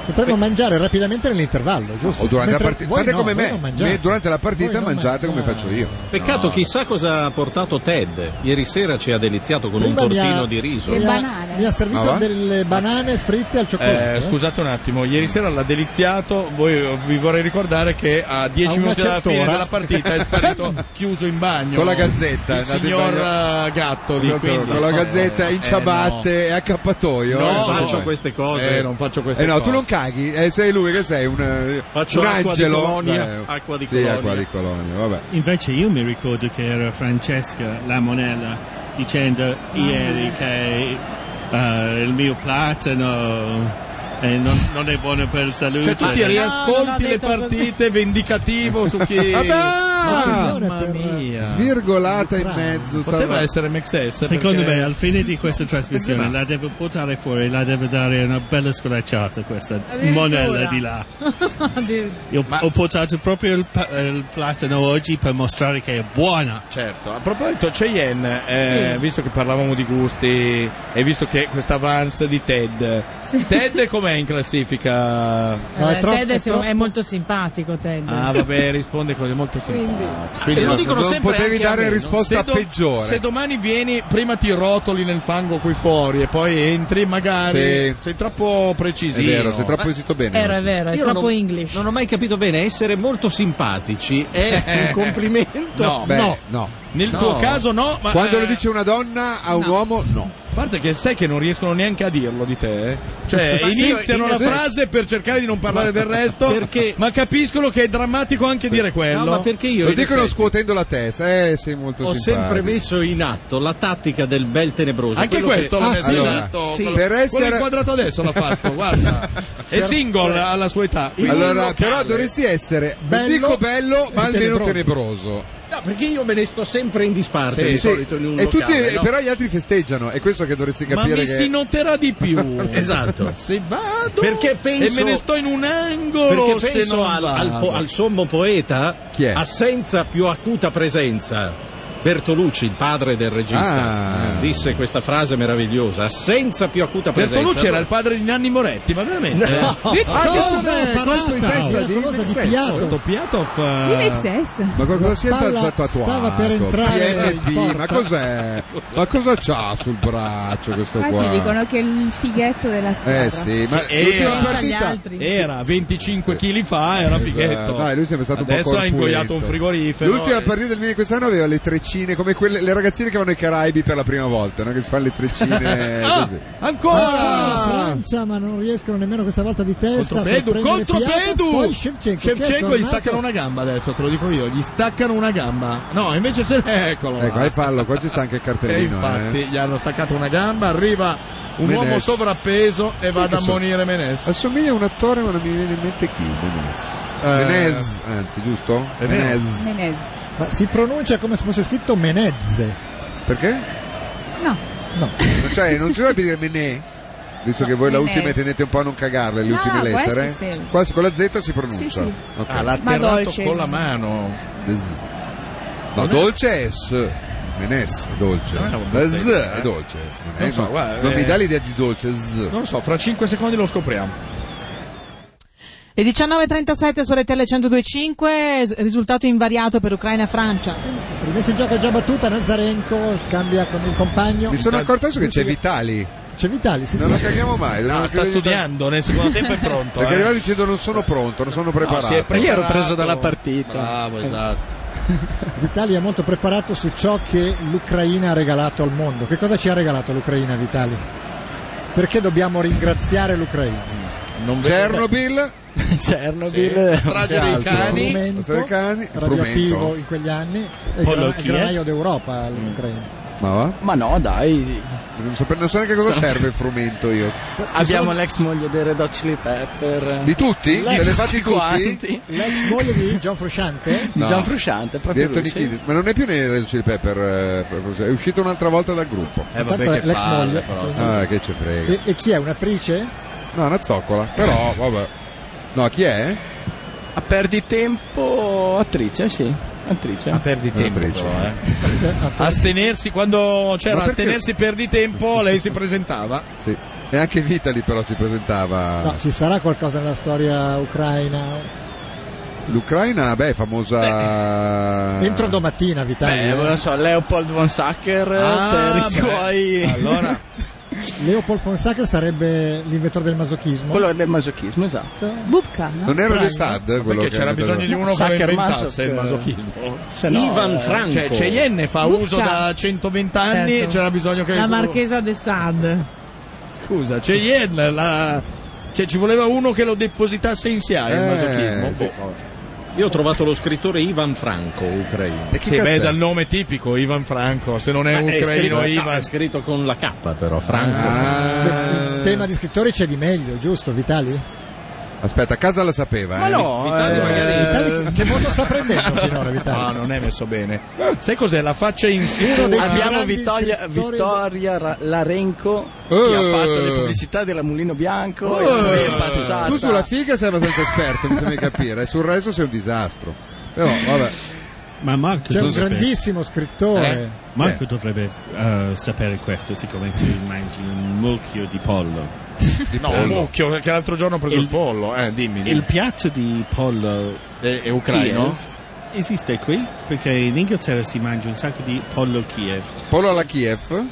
Speaker 2: Potremmo mangiare rapidamente nell'intervallo, giusto?
Speaker 4: O durante
Speaker 2: Mentre
Speaker 4: la partita.
Speaker 2: voi
Speaker 4: Fate
Speaker 2: no,
Speaker 4: come
Speaker 2: voi
Speaker 4: me.
Speaker 2: non mangiate.
Speaker 4: Me Durante la partita
Speaker 2: Voi non
Speaker 4: mangiate come faccio io.
Speaker 8: Peccato,
Speaker 4: No.
Speaker 8: chissà cosa ha portato Ted. Ieri sera ci ha deliziato con un
Speaker 2: Prima mi ha-
Speaker 8: tortino di riso.
Speaker 2: Mi ha, mi ha
Speaker 8: Ah,
Speaker 2: servito
Speaker 8: va?
Speaker 2: delle banane fritte al cioccolato.
Speaker 3: Eh, scusate un attimo, ieri sera l'ha deliziato, voi, vi vorrei ricordare che a
Speaker 2: A
Speaker 3: 10
Speaker 2: una
Speaker 3: minuti dalla fine
Speaker 2: cert'ora.
Speaker 3: della partita è sparito chiuso in bagno
Speaker 4: Con la gazzetta, è
Speaker 3: il
Speaker 4: andato in
Speaker 3: signor
Speaker 4: bagno.
Speaker 3: eh, Gattoli
Speaker 4: Con-
Speaker 3: quindi-
Speaker 4: con la gazzetta
Speaker 3: Eh,
Speaker 4: in ciabatte
Speaker 3: eh,
Speaker 4: e
Speaker 3: no.
Speaker 4: a cappatoio.
Speaker 3: No,
Speaker 4: eh,
Speaker 3: non
Speaker 4: come
Speaker 3: faccio
Speaker 4: fai?
Speaker 3: queste cose. Eh, non faccio queste
Speaker 4: Eh no, tu
Speaker 3: cose.
Speaker 4: non caghi, eh, sei lui che sei un, eh,
Speaker 6: Faccio
Speaker 4: un
Speaker 6: acqua di
Speaker 4: angelo.
Speaker 6: colonia,
Speaker 4: Beh,
Speaker 6: acqua di
Speaker 4: sì,
Speaker 6: colonia.
Speaker 4: acqua di colonia, vabbè.
Speaker 6: Invece io mi ricordo che era Francesca La Monella dicendo ieri che eh, il mio platano eh, non, non è buono per la salute.
Speaker 3: Cioè, tu ti riascolti le partite vendicativo su chi
Speaker 6: Vabbè!
Speaker 4: Ah!
Speaker 3: Mamma mia.
Speaker 4: Svirgolata in mezzo.
Speaker 3: Poteva
Speaker 6: stava-
Speaker 3: essere Mexes.
Speaker 6: Secondo
Speaker 3: perché-
Speaker 6: me, al fine di questa
Speaker 3: Perché
Speaker 6: trasmissione,
Speaker 3: no?
Speaker 6: la devo portare fuori, la devo dare una bella scolacciata questa
Speaker 7: Addirittura.
Speaker 6: monella di là. Io ho portato proprio il, pa- il platano oggi per mostrare che è buona.
Speaker 3: Certo, a proposito, Cheyenne, eh,
Speaker 6: Sì.
Speaker 3: visto che parlavamo di gusti e visto che questa avance di Ted, Ted com'è in classifica?
Speaker 7: Eh, Ted è, è molto simpatico, Ted.
Speaker 3: Ah, vabbè, risponde cose molto
Speaker 7: Quindi-
Speaker 3: simpatiche.
Speaker 4: E lo dicono sempre anche a me,
Speaker 3: Se
Speaker 4: no? Se do-
Speaker 3: Se
Speaker 4: se
Speaker 3: domani vieni, prima ti rotoli nel fango qui fuori e poi entri, magari
Speaker 8: Sì.
Speaker 3: sei troppo precisino.
Speaker 4: È vero, sei troppo esito bene Era oggi. vero, è
Speaker 8: Io
Speaker 4: troppo
Speaker 8: non,
Speaker 7: English.
Speaker 8: Non ho mai capito bene, essere molto simpatici è un complimento.
Speaker 3: No,
Speaker 4: Beh,
Speaker 3: no.
Speaker 4: no.
Speaker 3: Nel tuo caso no, ma
Speaker 4: Quando lo
Speaker 3: eh,
Speaker 4: dice una donna a un
Speaker 3: no.
Speaker 4: uomo, no.
Speaker 3: A parte che sai che non riescono neanche a dirlo di te, eh? cioè
Speaker 4: Ma sì,
Speaker 3: iniziano
Speaker 4: in
Speaker 3: la
Speaker 4: effetti-
Speaker 3: frase per cercare di non parlare del resto,
Speaker 4: Perché-
Speaker 3: ma capiscono che è drammatico anche dire quello.
Speaker 4: Lo dicono scuotendo la testa, eh, sei molto
Speaker 8: Ho
Speaker 4: simpatico.
Speaker 8: sempre messo in atto la tattica del bel tenebroso.
Speaker 3: Anche
Speaker 8: quello
Speaker 3: questo
Speaker 8: che-
Speaker 3: l'ha messo
Speaker 8: Allora,
Speaker 3: in atto.
Speaker 8: sì,
Speaker 3: quello-
Speaker 8: per
Speaker 3: quello
Speaker 8: essere-
Speaker 3: inquadrato adesso l'ha fatto, Oh, guarda. È single alla sua età. quindi-
Speaker 4: Cioè, Allora, però dovresti essere, non
Speaker 8: Bello
Speaker 4: dico bello, ma
Speaker 8: e
Speaker 4: almeno
Speaker 8: tenebroso.
Speaker 4: tenebroso.
Speaker 8: No, perché io me ne sto sempre in disparte di
Speaker 4: Sì,
Speaker 8: solito in un
Speaker 4: e tutti,
Speaker 8: locale, no?
Speaker 4: però gli altri festeggiano, è questo che dovresti
Speaker 3: Ma
Speaker 4: capire.
Speaker 3: mi
Speaker 4: che...
Speaker 3: si noterà di più.
Speaker 8: Esatto.
Speaker 3: Se vado
Speaker 8: Perché penso-
Speaker 3: e me ne sto in un angolo
Speaker 8: Perché
Speaker 3: se
Speaker 8: penso
Speaker 3: non
Speaker 8: al, al
Speaker 3: vado.
Speaker 8: po- al sommo poeta, assenza più acuta presenza. Bertolucci, il padre del
Speaker 4: Ah.
Speaker 8: regista, disse questa frase meravigliosa, senza più acuta presenza.
Speaker 3: Bertolucci era il padre di Nanni Moretti, ma veramente?
Speaker 8: No.
Speaker 3: Eh.
Speaker 8: Ah,
Speaker 3: Attenzione,
Speaker 4: colpo in testa di Mexes.
Speaker 10: Di Mexes.
Speaker 4: Ma cosa si è
Speaker 10: La palla
Speaker 4: tatuato? tatuato?
Speaker 10: stava per
Speaker 2: entrare
Speaker 4: PNP,
Speaker 2: in porta.
Speaker 4: ma cos'è? Ma cosa c'ha sul braccio questo
Speaker 10: Infatti
Speaker 4: qua?
Speaker 3: eh.
Speaker 10: dicono che è il fighetto della squadra.
Speaker 4: Eh sì, ma l'ultima partita
Speaker 3: Era 25 kg fa, era fighetto.
Speaker 4: Eh, Dai, lui sembra stato un po'
Speaker 3: Adesso ha
Speaker 4: corpulento.
Speaker 3: ingoiato un frigorifero.
Speaker 4: L'ultima
Speaker 3: e-
Speaker 4: partita del Milan di quest'anno aveva le treccine come quelle, le ragazzine che vanno ai Caraibi per la prima volta, no? che si fanno le treccine
Speaker 2: Ah,
Speaker 4: così.
Speaker 2: Ancora la Francia, ma non riescono nemmeno questa volta di testa. a
Speaker 3: Contropedu,
Speaker 2: sorprendere
Speaker 3: contropedu!
Speaker 2: Piatek, Poi Shevchenko, che è
Speaker 3: Shevchenko gli
Speaker 2: tornato-
Speaker 3: staccano una gamba adesso, te lo dico io. Gli staccano una gamba. No, invece se ne... Eccolo. là.
Speaker 4: Ecco, hai fallo, qua ci sta anche il
Speaker 3: E
Speaker 4: cartellino.
Speaker 3: infatti
Speaker 4: eh.
Speaker 3: gli hanno staccato una gamba, arriva un
Speaker 4: Menes.
Speaker 3: uomo sovrappeso e va ad
Speaker 4: che so-
Speaker 3: ammonire Menes.
Speaker 4: eh. Assomiglia a un attore, ma non mi viene in mente chi. Menez.
Speaker 3: Eh.
Speaker 4: Menez, anzi, giusto?
Speaker 3: È vero.
Speaker 10: Menez.
Speaker 2: Ma si pronuncia come se fosse scritto Menezze.
Speaker 4: Perché?
Speaker 10: No.
Speaker 2: No.
Speaker 4: Cioè, non ci dovrebbe dire Menè? Visto che voi la
Speaker 10: Menez.
Speaker 4: ultima tendete un po' a non cagarle, le
Speaker 10: No,
Speaker 4: ultime
Speaker 10: può
Speaker 4: lettere.
Speaker 10: essere, sì.
Speaker 4: Qua con la Z si pronuncia.
Speaker 10: Sì, sì.
Speaker 4: Ok.
Speaker 3: Ah, l'ha
Speaker 10: Ma
Speaker 3: atterrato
Speaker 10: dolce.
Speaker 3: con la mano.
Speaker 4: Z. No, dolce è S. Menes è dolce.
Speaker 3: Non è una
Speaker 4: La Z
Speaker 3: bottega,
Speaker 4: è
Speaker 3: eh.
Speaker 4: dolce. Non, è-
Speaker 3: Non so,
Speaker 4: no.
Speaker 3: guarda,
Speaker 4: Non
Speaker 3: eh.
Speaker 4: mi dà l'idea di dolce. Z.
Speaker 3: Non lo so, fra 5 secondi lo scopriamo.
Speaker 15: Le 19.37 su Retele 102.5, risultato invariato per Ucraina-Francia.
Speaker 2: Rimessa in gioco già battuta, Nazarenko scambia con il compagno.
Speaker 4: Mi sono accorto adesso che c'è
Speaker 2: Vitali.
Speaker 4: Vitali.
Speaker 2: C'è Vitali, sì,
Speaker 4: Non
Speaker 2: sì.
Speaker 4: lo caghiamo mai.
Speaker 3: No, sta studiando, nel secondo tempo è pronto.
Speaker 4: Perché
Speaker 3: eh.
Speaker 4: arriva dicendo non sono pronto, non sono preparato.
Speaker 3: si è preparato. Io ero preso dalla
Speaker 2: partita.
Speaker 3: Bravo, esatto.
Speaker 2: Vitali è molto preparato su ciò che l'Ucraina ha regalato al mondo. Che cosa ci ha regalato l'Ucraina, Vitali? Perché dobbiamo ringraziare l'Ucraina?
Speaker 3: Non
Speaker 4: Chernobyl.
Speaker 2: Chernobyl.
Speaker 4: Sì.
Speaker 2: La strage dei
Speaker 4: Altro.
Speaker 2: cani.
Speaker 4: La strage dei cani.
Speaker 2: radioattivo
Speaker 4: Frumento. eh?
Speaker 2: in quegli anni e
Speaker 4: Pollo
Speaker 2: grana-
Speaker 4: Kiev.
Speaker 2: granaio d'Europa l'Ucraina.
Speaker 4: Ma va?
Speaker 9: Ma no, dai.
Speaker 4: Non so, non so neanche cosa serve il frumento io.
Speaker 9: Abbiamo l'ex moglie dei Red Hot Chili Pepper.
Speaker 4: Di tutti?
Speaker 9: Lei-
Speaker 4: Te le fatti tutti?
Speaker 9: quanti?
Speaker 2: L'ex moglie di John Frusciante?
Speaker 9: Di
Speaker 4: No.
Speaker 9: Gian Frusciante, proprio
Speaker 4: Detto
Speaker 9: lui, sì.
Speaker 4: Nichidis. Ma non è più nei Red Hot Chili Pepper, eh, Frusciante. è uscito un'altra volta dal gruppo.
Speaker 2: Eh, vabbè, Tanto è che l'ex palle, moglie. però, scusa.
Speaker 4: Ah, che ce frega.
Speaker 2: E, e chi è? Un'attrice?
Speaker 4: No, una zoccola.
Speaker 2: Eh.
Speaker 4: Però, vabbè. No, chi è?
Speaker 9: A perditempo attrice, sì. Attrice. A
Speaker 3: perditempo. però, eh. Astenersi quando c'era
Speaker 4: Ma perché-
Speaker 3: astenersi per di tempo, lei si presentava.
Speaker 4: Sì. E anche Vitali però si presentava.
Speaker 2: No, ci sarà qualcosa nella storia ucraina?
Speaker 4: L'Ucraina, beh, è famosa.
Speaker 2: Entro domattina, Vitali.
Speaker 9: Beh,
Speaker 2: eh.
Speaker 9: non so, Leopold von Sacker
Speaker 2: Ah,
Speaker 9: per i
Speaker 2: beh.
Speaker 9: suoi.
Speaker 2: Allora. Leopold von Sacker sarebbe l'inventore del masochismo.
Speaker 9: Quello del masochismo, esatto.
Speaker 15: Bubka, no?
Speaker 4: Non era
Speaker 2: Ucraina.
Speaker 4: De Sad quello
Speaker 3: Perché
Speaker 4: che
Speaker 3: c'era
Speaker 4: ha detto-
Speaker 3: bisogno di uno che lo
Speaker 9: Sacher
Speaker 3: inventasse il
Speaker 9: Masoch,
Speaker 3: masochismo.
Speaker 9: se no, Ivan eh, Franco.
Speaker 3: Cioè, Cheyenne fa
Speaker 7: Lucca.
Speaker 3: uso da 120 anni
Speaker 7: Certo.
Speaker 3: c'era bisogno che...
Speaker 7: La marchesa de Sade.
Speaker 3: Scusa, Cheyenne, la... cioè, ci voleva uno che lo depositasse in SIA il
Speaker 8: Eh,
Speaker 3: masochismo.
Speaker 8: sì.
Speaker 3: Boh.
Speaker 8: Io ho trovato lo scrittore Ivan Franco, ucraino.
Speaker 3: Sì, beh, dal nome tipico, Ivan Franco, se non è
Speaker 8: Ma
Speaker 3: ucraino
Speaker 8: scritto,
Speaker 3: Ivan.
Speaker 8: è scritto con la K però, Franco.
Speaker 4: Ah.
Speaker 2: Beh, in tema di scrittori c'è di meglio, giusto, Vitali?
Speaker 4: Aspetta, a casa la sapeva.
Speaker 3: Ma
Speaker 4: eh.
Speaker 3: no, eh,
Speaker 2: Vitali, che mondo sta prendendo finora, Vitali?
Speaker 3: No, Ah, non è messo bene. Sai cos'è? La faccia in su.
Speaker 2: Uno dei
Speaker 9: Abbiamo
Speaker 2: grandi
Speaker 9: Vittoria,
Speaker 2: scrittori-
Speaker 9: Vittoria Ra- Larenco che
Speaker 4: Eh.
Speaker 3: Oh.
Speaker 9: ha fatto le pubblicità della Mulino Bianco e poi è passata.
Speaker 4: Oh, Tu sulla figa sei abbastanza esperto, mi sembra di capire. Sul resto sei un disastro. Però, vabbè.
Speaker 6: Ma Marco
Speaker 2: C'è un
Speaker 6: dovrebbe- Eh?
Speaker 2: grandissimo scrittore.
Speaker 6: Marco dovrebbe eh, sapere questo, siccome tu mangi un mucchio di pollo.
Speaker 3: No, un mucchio, perché l'altro giorno ho preso il, pollo. Eh, dimmi. dimmi. eh?
Speaker 6: Il piatto di pollo
Speaker 3: È- è ucraino?
Speaker 6: Kiev esiste qui perché in Inghilterra si mangia un sacco di pollo Kiev.
Speaker 4: Pollo alla Kiev?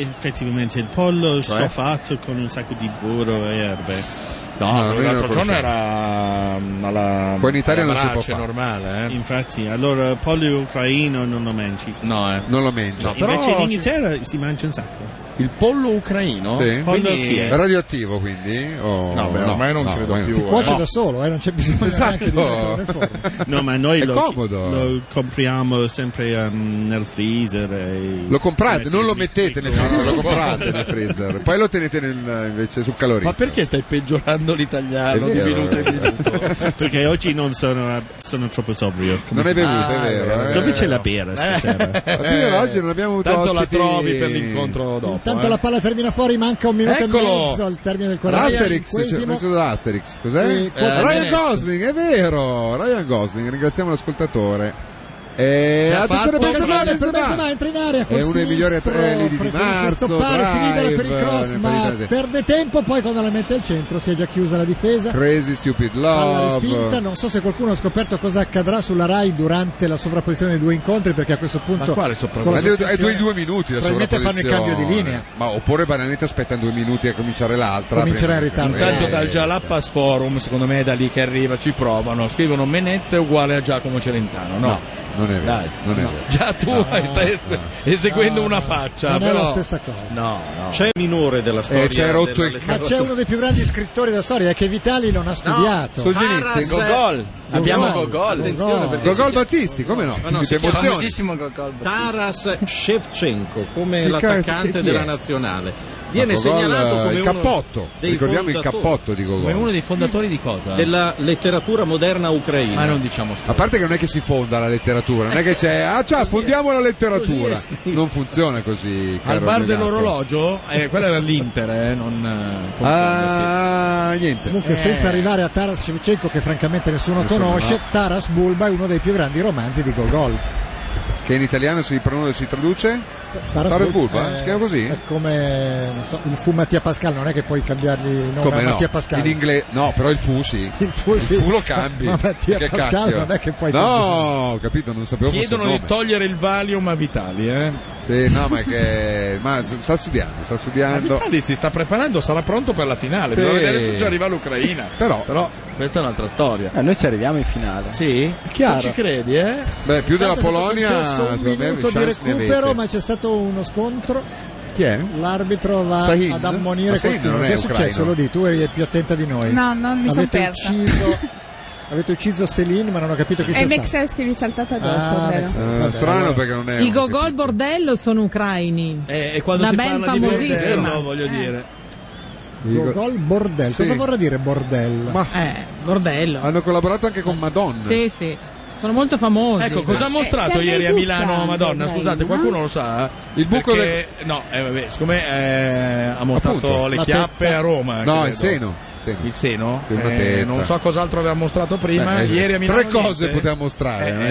Speaker 6: Effettivamente il pollo
Speaker 4: Cioè?
Speaker 6: stoffato con un sacco di burro e erbe.
Speaker 3: No,
Speaker 4: noi non
Speaker 3: l'altro
Speaker 4: lo
Speaker 3: giorno
Speaker 4: conosciamo.
Speaker 3: era mm, alla.
Speaker 4: Qua in Italia
Speaker 3: alla
Speaker 4: non si può
Speaker 3: brace,
Speaker 4: fare.
Speaker 3: normale, eh.
Speaker 6: Infatti, allora pollo ucraino non lo mangi.
Speaker 3: No, eh.
Speaker 4: Non lo mangio.
Speaker 3: No, però
Speaker 6: Invece in
Speaker 3: ci-
Speaker 6: Inghilterra si mangia un sacco.
Speaker 3: Il pollo ucraino?
Speaker 4: Sì.
Speaker 6: Pollo
Speaker 3: Quindi-
Speaker 6: Kiev.
Speaker 4: Radioattivo quindi? O-
Speaker 3: No, beh, ormai non credo
Speaker 4: ormai
Speaker 3: più,
Speaker 4: si-
Speaker 3: eh.
Speaker 2: Cuoce
Speaker 3: No.
Speaker 2: da solo, eh, non c'è bisogno
Speaker 4: Esatto.
Speaker 2: neanche di metterlo in forno.
Speaker 6: No, ma noi
Speaker 4: È
Speaker 6: lo,
Speaker 4: comodo.
Speaker 6: lo compriamo sempre ehm, nel freezer. e-
Speaker 4: Lo comprate,
Speaker 6: Sì,
Speaker 4: non lo
Speaker 6: mi-
Speaker 4: mettete nel
Speaker 6: mi-
Speaker 4: freezer, lo comprate nel freezer. Poi lo tenete nel- invece sul calorifero.
Speaker 3: Ma perché stai peggiorando l'italiano
Speaker 4: È
Speaker 3: di
Speaker 4: vero,
Speaker 3: minuto
Speaker 4: eh.
Speaker 3: in minuto?
Speaker 6: Perché oggi non sono, sono troppo sobrio.
Speaker 4: Non hai bevuto,
Speaker 3: Ah,
Speaker 4: è vero. eh.
Speaker 6: Dove c'è la bera stasera?
Speaker 4: La birra oggi non abbiamo avuto
Speaker 3: Eh, Tanto la
Speaker 4: ospiti.
Speaker 3: trovi per l'incontro dopo.
Speaker 2: Intanto
Speaker 3: eh.
Speaker 2: la palla termina fuori, manca un minuto
Speaker 3: Eccolo!
Speaker 2: e mezzo al termine del
Speaker 4: L'Asterix, cioè, c'è
Speaker 2: 45esimo.
Speaker 4: messo dall'Asterix, cos'è?
Speaker 2: Eh,
Speaker 4: Ryan
Speaker 3: Benetton.
Speaker 4: Gosling, è vero, Ryan Gosling, ringraziamo l'ascoltatore. Eh,
Speaker 2: Ce l'ha
Speaker 4: attenzione
Speaker 2: fatta.
Speaker 4: per Benzema,
Speaker 2: Attenzione per
Speaker 4: Benzema.
Speaker 2: Benzema, entra in area col
Speaker 4: È uno dei
Speaker 2: sinistro,
Speaker 4: migliori atleti di
Speaker 2: preferisce
Speaker 4: marzo,
Speaker 2: stoppare, si libera per il
Speaker 4: drive,
Speaker 2: cross
Speaker 4: ne fa
Speaker 2: ma
Speaker 4: tante.
Speaker 2: perde tempo poi quando la mette al centro si è già chiusa la difesa
Speaker 4: Crazy Stupid
Speaker 2: palla
Speaker 4: Love.
Speaker 2: respinta non so se qualcuno ha scoperto cosa accadrà sulla Rai durante la sovrapposizione dei due incontri perché a questo punto con la
Speaker 4: Ma deve- È due,
Speaker 2: sospensione-
Speaker 4: due minuti la
Speaker 2: probabilmente fanno il cambio di
Speaker 4: sovrapposizione.
Speaker 2: linea
Speaker 4: Ma oppure banalmente aspettano due minuti a cominciare l'altra.
Speaker 2: Comincerà in
Speaker 4: prima di-
Speaker 3: Intanto
Speaker 4: Eh,
Speaker 3: dal Jalappas Forum, secondo me è da lì che arriva, ci provano. Scrivono Menezza è uguale a Giacomo Celentano. No,
Speaker 4: No, non è vero.
Speaker 3: Dai.
Speaker 4: non è
Speaker 3: No.
Speaker 4: vero.
Speaker 3: Già tu stai es- eseguendo una faccia,
Speaker 2: non è
Speaker 3: però
Speaker 2: la stessa cosa
Speaker 3: No, no.
Speaker 8: C'è minore della storia.
Speaker 4: Eh, c'è rotto
Speaker 8: della
Speaker 4: il
Speaker 8: letteratura.
Speaker 2: ma c'è uno dei più grandi scrittori della storia che Vitali non ha studiato
Speaker 8: Paras-
Speaker 4: Gogol.
Speaker 8: Abbiamo
Speaker 2: Gogol.
Speaker 8: Gogol.
Speaker 2: Attenzione, perché
Speaker 4: Gogol
Speaker 8: si-
Speaker 4: Battisti, come no?
Speaker 8: Ma no,
Speaker 4: Mi
Speaker 8: si chiama-
Speaker 4: emoziona.
Speaker 8: famosissimo Taras Shevchenko come
Speaker 4: Che cazzo-
Speaker 8: l'attaccante
Speaker 4: chi è?
Speaker 8: della nazionale. Viene
Speaker 4: Ma Gogol,
Speaker 8: segnalato come
Speaker 4: il
Speaker 8: uno
Speaker 4: cappotto.
Speaker 8: dei
Speaker 4: Ricordiamo il
Speaker 8: fondatori
Speaker 4: cappotto di Gogol.
Speaker 8: Come uno
Speaker 3: dei fondatori di cosa?
Speaker 8: della letteratura moderna ucraina.
Speaker 4: Ma non
Speaker 3: diciamo
Speaker 4: A parte che non è che si fonda la letteratura, non è che c'è, ah ciao, fondiamo la letteratura.
Speaker 3: Così
Speaker 4: Non funziona così.
Speaker 3: Al
Speaker 4: caro
Speaker 3: bar
Speaker 4: Renato.
Speaker 3: dell'orologio, eh, quella era l'Inter, eh, non. eh,
Speaker 4: Ah, niente.
Speaker 2: Comunque,
Speaker 9: Eh.
Speaker 2: senza arrivare a Taras Shevchenko, che francamente nessuno
Speaker 4: Nessuno
Speaker 2: conosce,
Speaker 4: no.
Speaker 2: Taras Bulba è uno dei più grandi romanzi di Gogol.
Speaker 4: Che in italiano si pronuncia si traduce? Taras, Bulba?
Speaker 2: eh,
Speaker 4: si chiama così?
Speaker 2: È come non so, il fu Mattia Pascal, non è che puoi cambiargli il nome
Speaker 4: Come
Speaker 2: a
Speaker 4: no?
Speaker 2: Mattia Pascal.
Speaker 4: In inglese, no, però il fu sì.
Speaker 2: Il fu sì.
Speaker 4: lo cambi.
Speaker 2: Ma Mattia
Speaker 4: che
Speaker 2: Pascal
Speaker 4: cacchio.
Speaker 2: non è che puoi
Speaker 4: No, capito, non sapevo fosse
Speaker 3: Chiedono
Speaker 4: il
Speaker 3: di
Speaker 4: nome.
Speaker 3: togliere il Valium a Vitali, eh.
Speaker 4: Sì, no, ma è che ma sta studiando, sta studiando.
Speaker 3: Vitali si sta preparando, sarà pronto per la finale.
Speaker 4: Sì.
Speaker 3: Bisogna vedere se ci arriva l'Ucraina.
Speaker 4: Però-
Speaker 3: questa è un'altra storia.
Speaker 9: noi ci arriviamo in finale.
Speaker 3: Sì?
Speaker 9: Chiaro.
Speaker 3: Non ci credi, eh?
Speaker 4: Beh, più della
Speaker 2: Tanto è stato
Speaker 4: Polonia,
Speaker 2: concesso un
Speaker 4: secondo me,
Speaker 2: minuto di
Speaker 4: chance ne
Speaker 2: recupero,
Speaker 4: avete.
Speaker 2: ma c'è stato uno scontro.
Speaker 4: Chi è?
Speaker 2: L'arbitro va
Speaker 4: Sahin?
Speaker 2: ad
Speaker 4: Ma
Speaker 2: ammonire
Speaker 4: Sahin
Speaker 2: qualcuno.
Speaker 4: non è
Speaker 2: Che è successo?
Speaker 4: ucraino.
Speaker 2: Lo di, tu eri più attenta di
Speaker 3: eh.
Speaker 2: noi.
Speaker 10: No, non mi son
Speaker 2: avete
Speaker 10: persa.
Speaker 2: ucciso, avete ucciso Selin, ma non ho capito chi
Speaker 10: È
Speaker 2: sia stato.
Speaker 10: Mexes che mi è saltata addosso,
Speaker 2: Ah,
Speaker 10: vero?
Speaker 4: Eh,
Speaker 2: vabbè,
Speaker 4: strano
Speaker 2: allora.
Speaker 4: perché non è
Speaker 7: I
Speaker 4: un-
Speaker 7: Gogol Bordello sono ucraini.
Speaker 3: eh, E, e quando
Speaker 7: Una
Speaker 3: si
Speaker 7: band
Speaker 3: parla di
Speaker 7: famosissima.
Speaker 3: bordello, voglio dire.
Speaker 2: Gogol bordello.
Speaker 4: Sì.
Speaker 2: Cosa vorrà dire bordello?
Speaker 4: Ma
Speaker 7: Eh, bordello.
Speaker 4: hanno collaborato anche con Madonna.
Speaker 7: Sì, sì. Sono molto famosi. Eh,
Speaker 3: Ecco, cosa ha
Speaker 7: Sì,
Speaker 3: mostrato
Speaker 7: serve
Speaker 3: ieri a
Speaker 7: il
Speaker 3: Milano
Speaker 7: buco
Speaker 3: Madonna?
Speaker 7: anche,
Speaker 3: Scusate,
Speaker 7: dai,
Speaker 3: qualcuno
Speaker 7: no?
Speaker 3: lo sa?
Speaker 4: Il buco
Speaker 3: Perché- No, eh, vabbè, siccome eh, ha mostrato
Speaker 4: Appunto.
Speaker 3: le
Speaker 4: La
Speaker 3: chiappe
Speaker 4: testa.
Speaker 3: a Roma.
Speaker 4: No,
Speaker 3: credo.
Speaker 4: il seno. seno.
Speaker 3: Il seno?
Speaker 4: Sì, una
Speaker 3: Eh,
Speaker 4: testa.
Speaker 3: non so cos'altro aveva mostrato prima.
Speaker 4: Eh,
Speaker 3: ieri a Milano.
Speaker 4: Tre cose
Speaker 3: niente.
Speaker 4: poteva mostrare.
Speaker 3: Eh,
Speaker 4: non è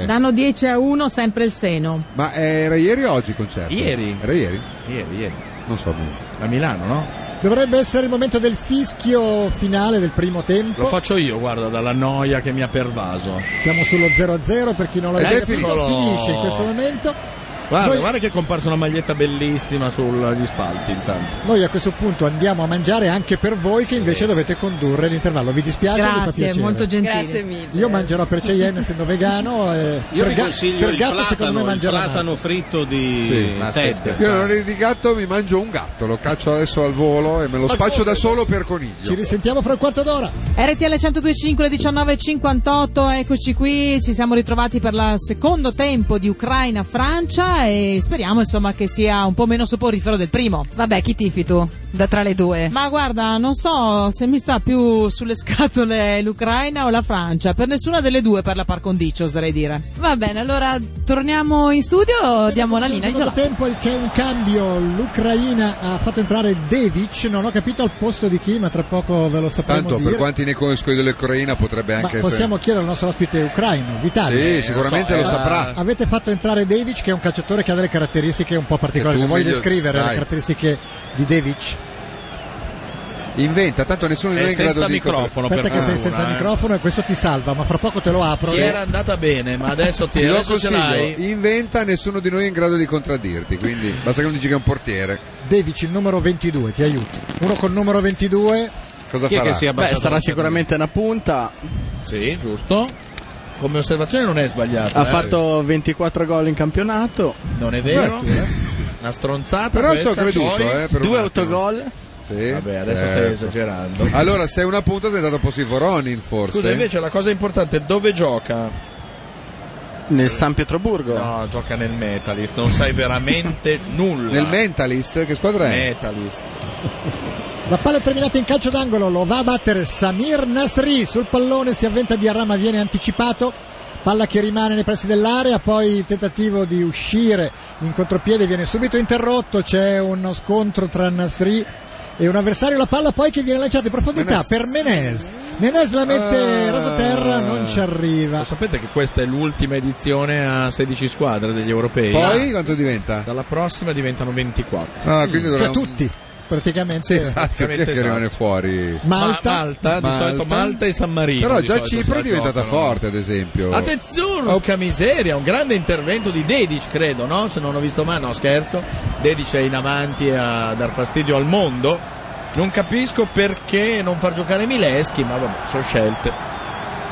Speaker 4: che-
Speaker 7: Danno 10 a 1 sempre il seno.
Speaker 4: Ma era ieri o oggi il concerto?
Speaker 3: Ieri.
Speaker 4: Era ieri?
Speaker 3: Ieri, ieri.
Speaker 4: Non so. bene.
Speaker 3: A Milano, no?
Speaker 2: Dovrebbe essere il momento del fischio finale del primo tempo.
Speaker 3: Lo faccio io, guarda, dalla noia che mi ha pervaso.
Speaker 2: Siamo sullo 0-0 per chi non l'ha
Speaker 3: Ed è
Speaker 2: capito,
Speaker 3: piccolo.
Speaker 2: finisce in questo momento.
Speaker 3: Guarda,
Speaker 2: Noi-
Speaker 3: guarda che è comparsa una maglietta bellissima sugli spalti intanto.
Speaker 2: Noi a questo punto andiamo a mangiare anche per voi che invece dovete condurre l'intervallo. Vi dispiace? mi fa
Speaker 7: Grazie,
Speaker 2: piacere.
Speaker 7: molto gentile.
Speaker 5: Grazie mille.
Speaker 2: Io mangerò per Cheyenne essendo vegano. eh, E
Speaker 8: Io
Speaker 2: per
Speaker 8: vi
Speaker 2: ga-
Speaker 8: consiglio
Speaker 2: per
Speaker 8: il
Speaker 2: gatto secondo
Speaker 8: platano,
Speaker 2: me
Speaker 8: il
Speaker 2: mangerà male.
Speaker 8: platano fritto di
Speaker 4: ma stai
Speaker 8: Ted.
Speaker 4: scherzando. Io non ho di gatto, mi mangio un gatto, lo caccio adesso al volo e me lo spaccio da solo per
Speaker 2: Ci
Speaker 4: coniglio.
Speaker 2: risentiamo fra un quarto d'ora.
Speaker 15: RTL 102.5 le 19.58, eccoci qui, ci siamo ritrovati per il secondo tempo di Ucraina-Francia e speriamo insomma che sia un po' meno soporifero del primo.
Speaker 5: Vabbè, chi tifi tu? Da tra le due.
Speaker 15: Ma guarda, non so se mi sta più sulle scatole l'Ucraina o la Francia, per nessuna delle due per la par condicio oserei dire.
Speaker 5: Va bene, allora torniamo in studio, diamo la linea
Speaker 2: Nel
Speaker 5: ai
Speaker 2: secondo
Speaker 5: gelati.
Speaker 2: tempo c'è un cambio. L'Ucraina ha fatto entrare Devic. Non ho capito al posto di chi, ma tra poco ve lo sapremo
Speaker 4: Tanto
Speaker 2: dire.
Speaker 4: per quanti ne conosco io dell'Ucraina potrebbe
Speaker 2: Ma
Speaker 4: anche
Speaker 2: possiamo
Speaker 4: essere.
Speaker 2: chiedere al nostro ospite ucraino, Vitali.
Speaker 4: Sì, sicuramente lo,
Speaker 2: so,
Speaker 4: saprà.
Speaker 2: Avete fatto entrare Devic, che è un calciatore che ha delle caratteristiche un po' particolari.
Speaker 4: Che tu
Speaker 2: Vuoi
Speaker 4: meglio-
Speaker 2: descrivere le
Speaker 4: dai.
Speaker 2: caratteristiche di Devic?
Speaker 4: Inventa, tanto
Speaker 9: Eh,
Speaker 4: nessuno di
Speaker 3: È
Speaker 4: noi è in grado
Speaker 3: Eh, senza
Speaker 4: di.
Speaker 3: microfono,
Speaker 4: contro-
Speaker 2: Aspetta che sei
Speaker 3: fortuna,
Speaker 2: senza
Speaker 3: eh.
Speaker 2: microfono e questo ti salva, ma fra poco te lo apro.
Speaker 3: Ti
Speaker 2: E-
Speaker 3: era andata bene, ma adesso ti
Speaker 4: Glielo
Speaker 3: adesso ce l'hai.
Speaker 4: consiglio, inventa, nessuno di noi è in grado di contraddirti. Quindi basta che non dici che è un portiere.
Speaker 2: Devic, il numero 22, ti aiuto. Uno col numero 22.
Speaker 4: Cosa
Speaker 9: Chi è
Speaker 4: farà?
Speaker 9: che si è abbassato? Beh, sarà sicuramente
Speaker 3: una punta. Sì, giusto. Come osservazione non è sbagliata.
Speaker 9: Ha
Speaker 3: eh.
Speaker 9: fatto 24 gol in campionato.
Speaker 3: Non è vero? Una stronzata.
Speaker 4: eh. Però ci ho
Speaker 3: questa,
Speaker 4: creduto,
Speaker 3: poi-
Speaker 4: eh,
Speaker 9: Due
Speaker 4: per un attimo.
Speaker 9: autogol.
Speaker 4: Sì,
Speaker 3: Vabbè, adesso stai
Speaker 4: certo.
Speaker 3: esagerando.
Speaker 4: Allora, se è una punta sei andato posto Voronin forse.
Speaker 3: Scusa, invece la cosa importante è dove gioca?
Speaker 9: Nel San Pietroburgo.
Speaker 3: No, gioca nel Metalist, non sai veramente nulla.
Speaker 4: Nel Mentalist, che squadra è?
Speaker 3: Metalist.
Speaker 2: La palla è terminata in calcio d'angolo, lo va a battere Samir Nasri. Sul pallone si avventa di Arama, viene anticipato. Palla che rimane nei pressi dell'area, poi il tentativo di uscire in contropiede viene subito interrotto. C'è uno scontro tra Nasri e un avversario la palla poi che viene lanciata in profondità per Menez. Menez la mette raso terra, non ci arriva.
Speaker 3: Lo sapete che questa è l'ultima edizione a 16 squadre degli europei?
Speaker 4: Poi quanto diventa?
Speaker 3: Dalla prossima diventano 24.
Speaker 4: Ah, quindi
Speaker 2: Cioè
Speaker 4: dovremmo-
Speaker 2: tutti, praticamente.
Speaker 4: Sì, esatto, chi è che
Speaker 3: esatto.
Speaker 4: rimane fuori?
Speaker 2: Malta.
Speaker 3: Ma- Malta, di solito Malta e San Marino.
Speaker 4: Però
Speaker 3: di
Speaker 4: già
Speaker 3: solito se
Speaker 4: Cipro
Speaker 3: la
Speaker 4: è diventata
Speaker 3: giocano.
Speaker 4: forte, ad esempio.
Speaker 3: Attenzione, urca miseria, un grande intervento di Dedic, credo, no? Se non ho visto mai, no, scherzo. Dedic è in avanti a dar fastidio al mondo. Non capisco perché non far giocare Mileschi, ma vabbè, sono scelte.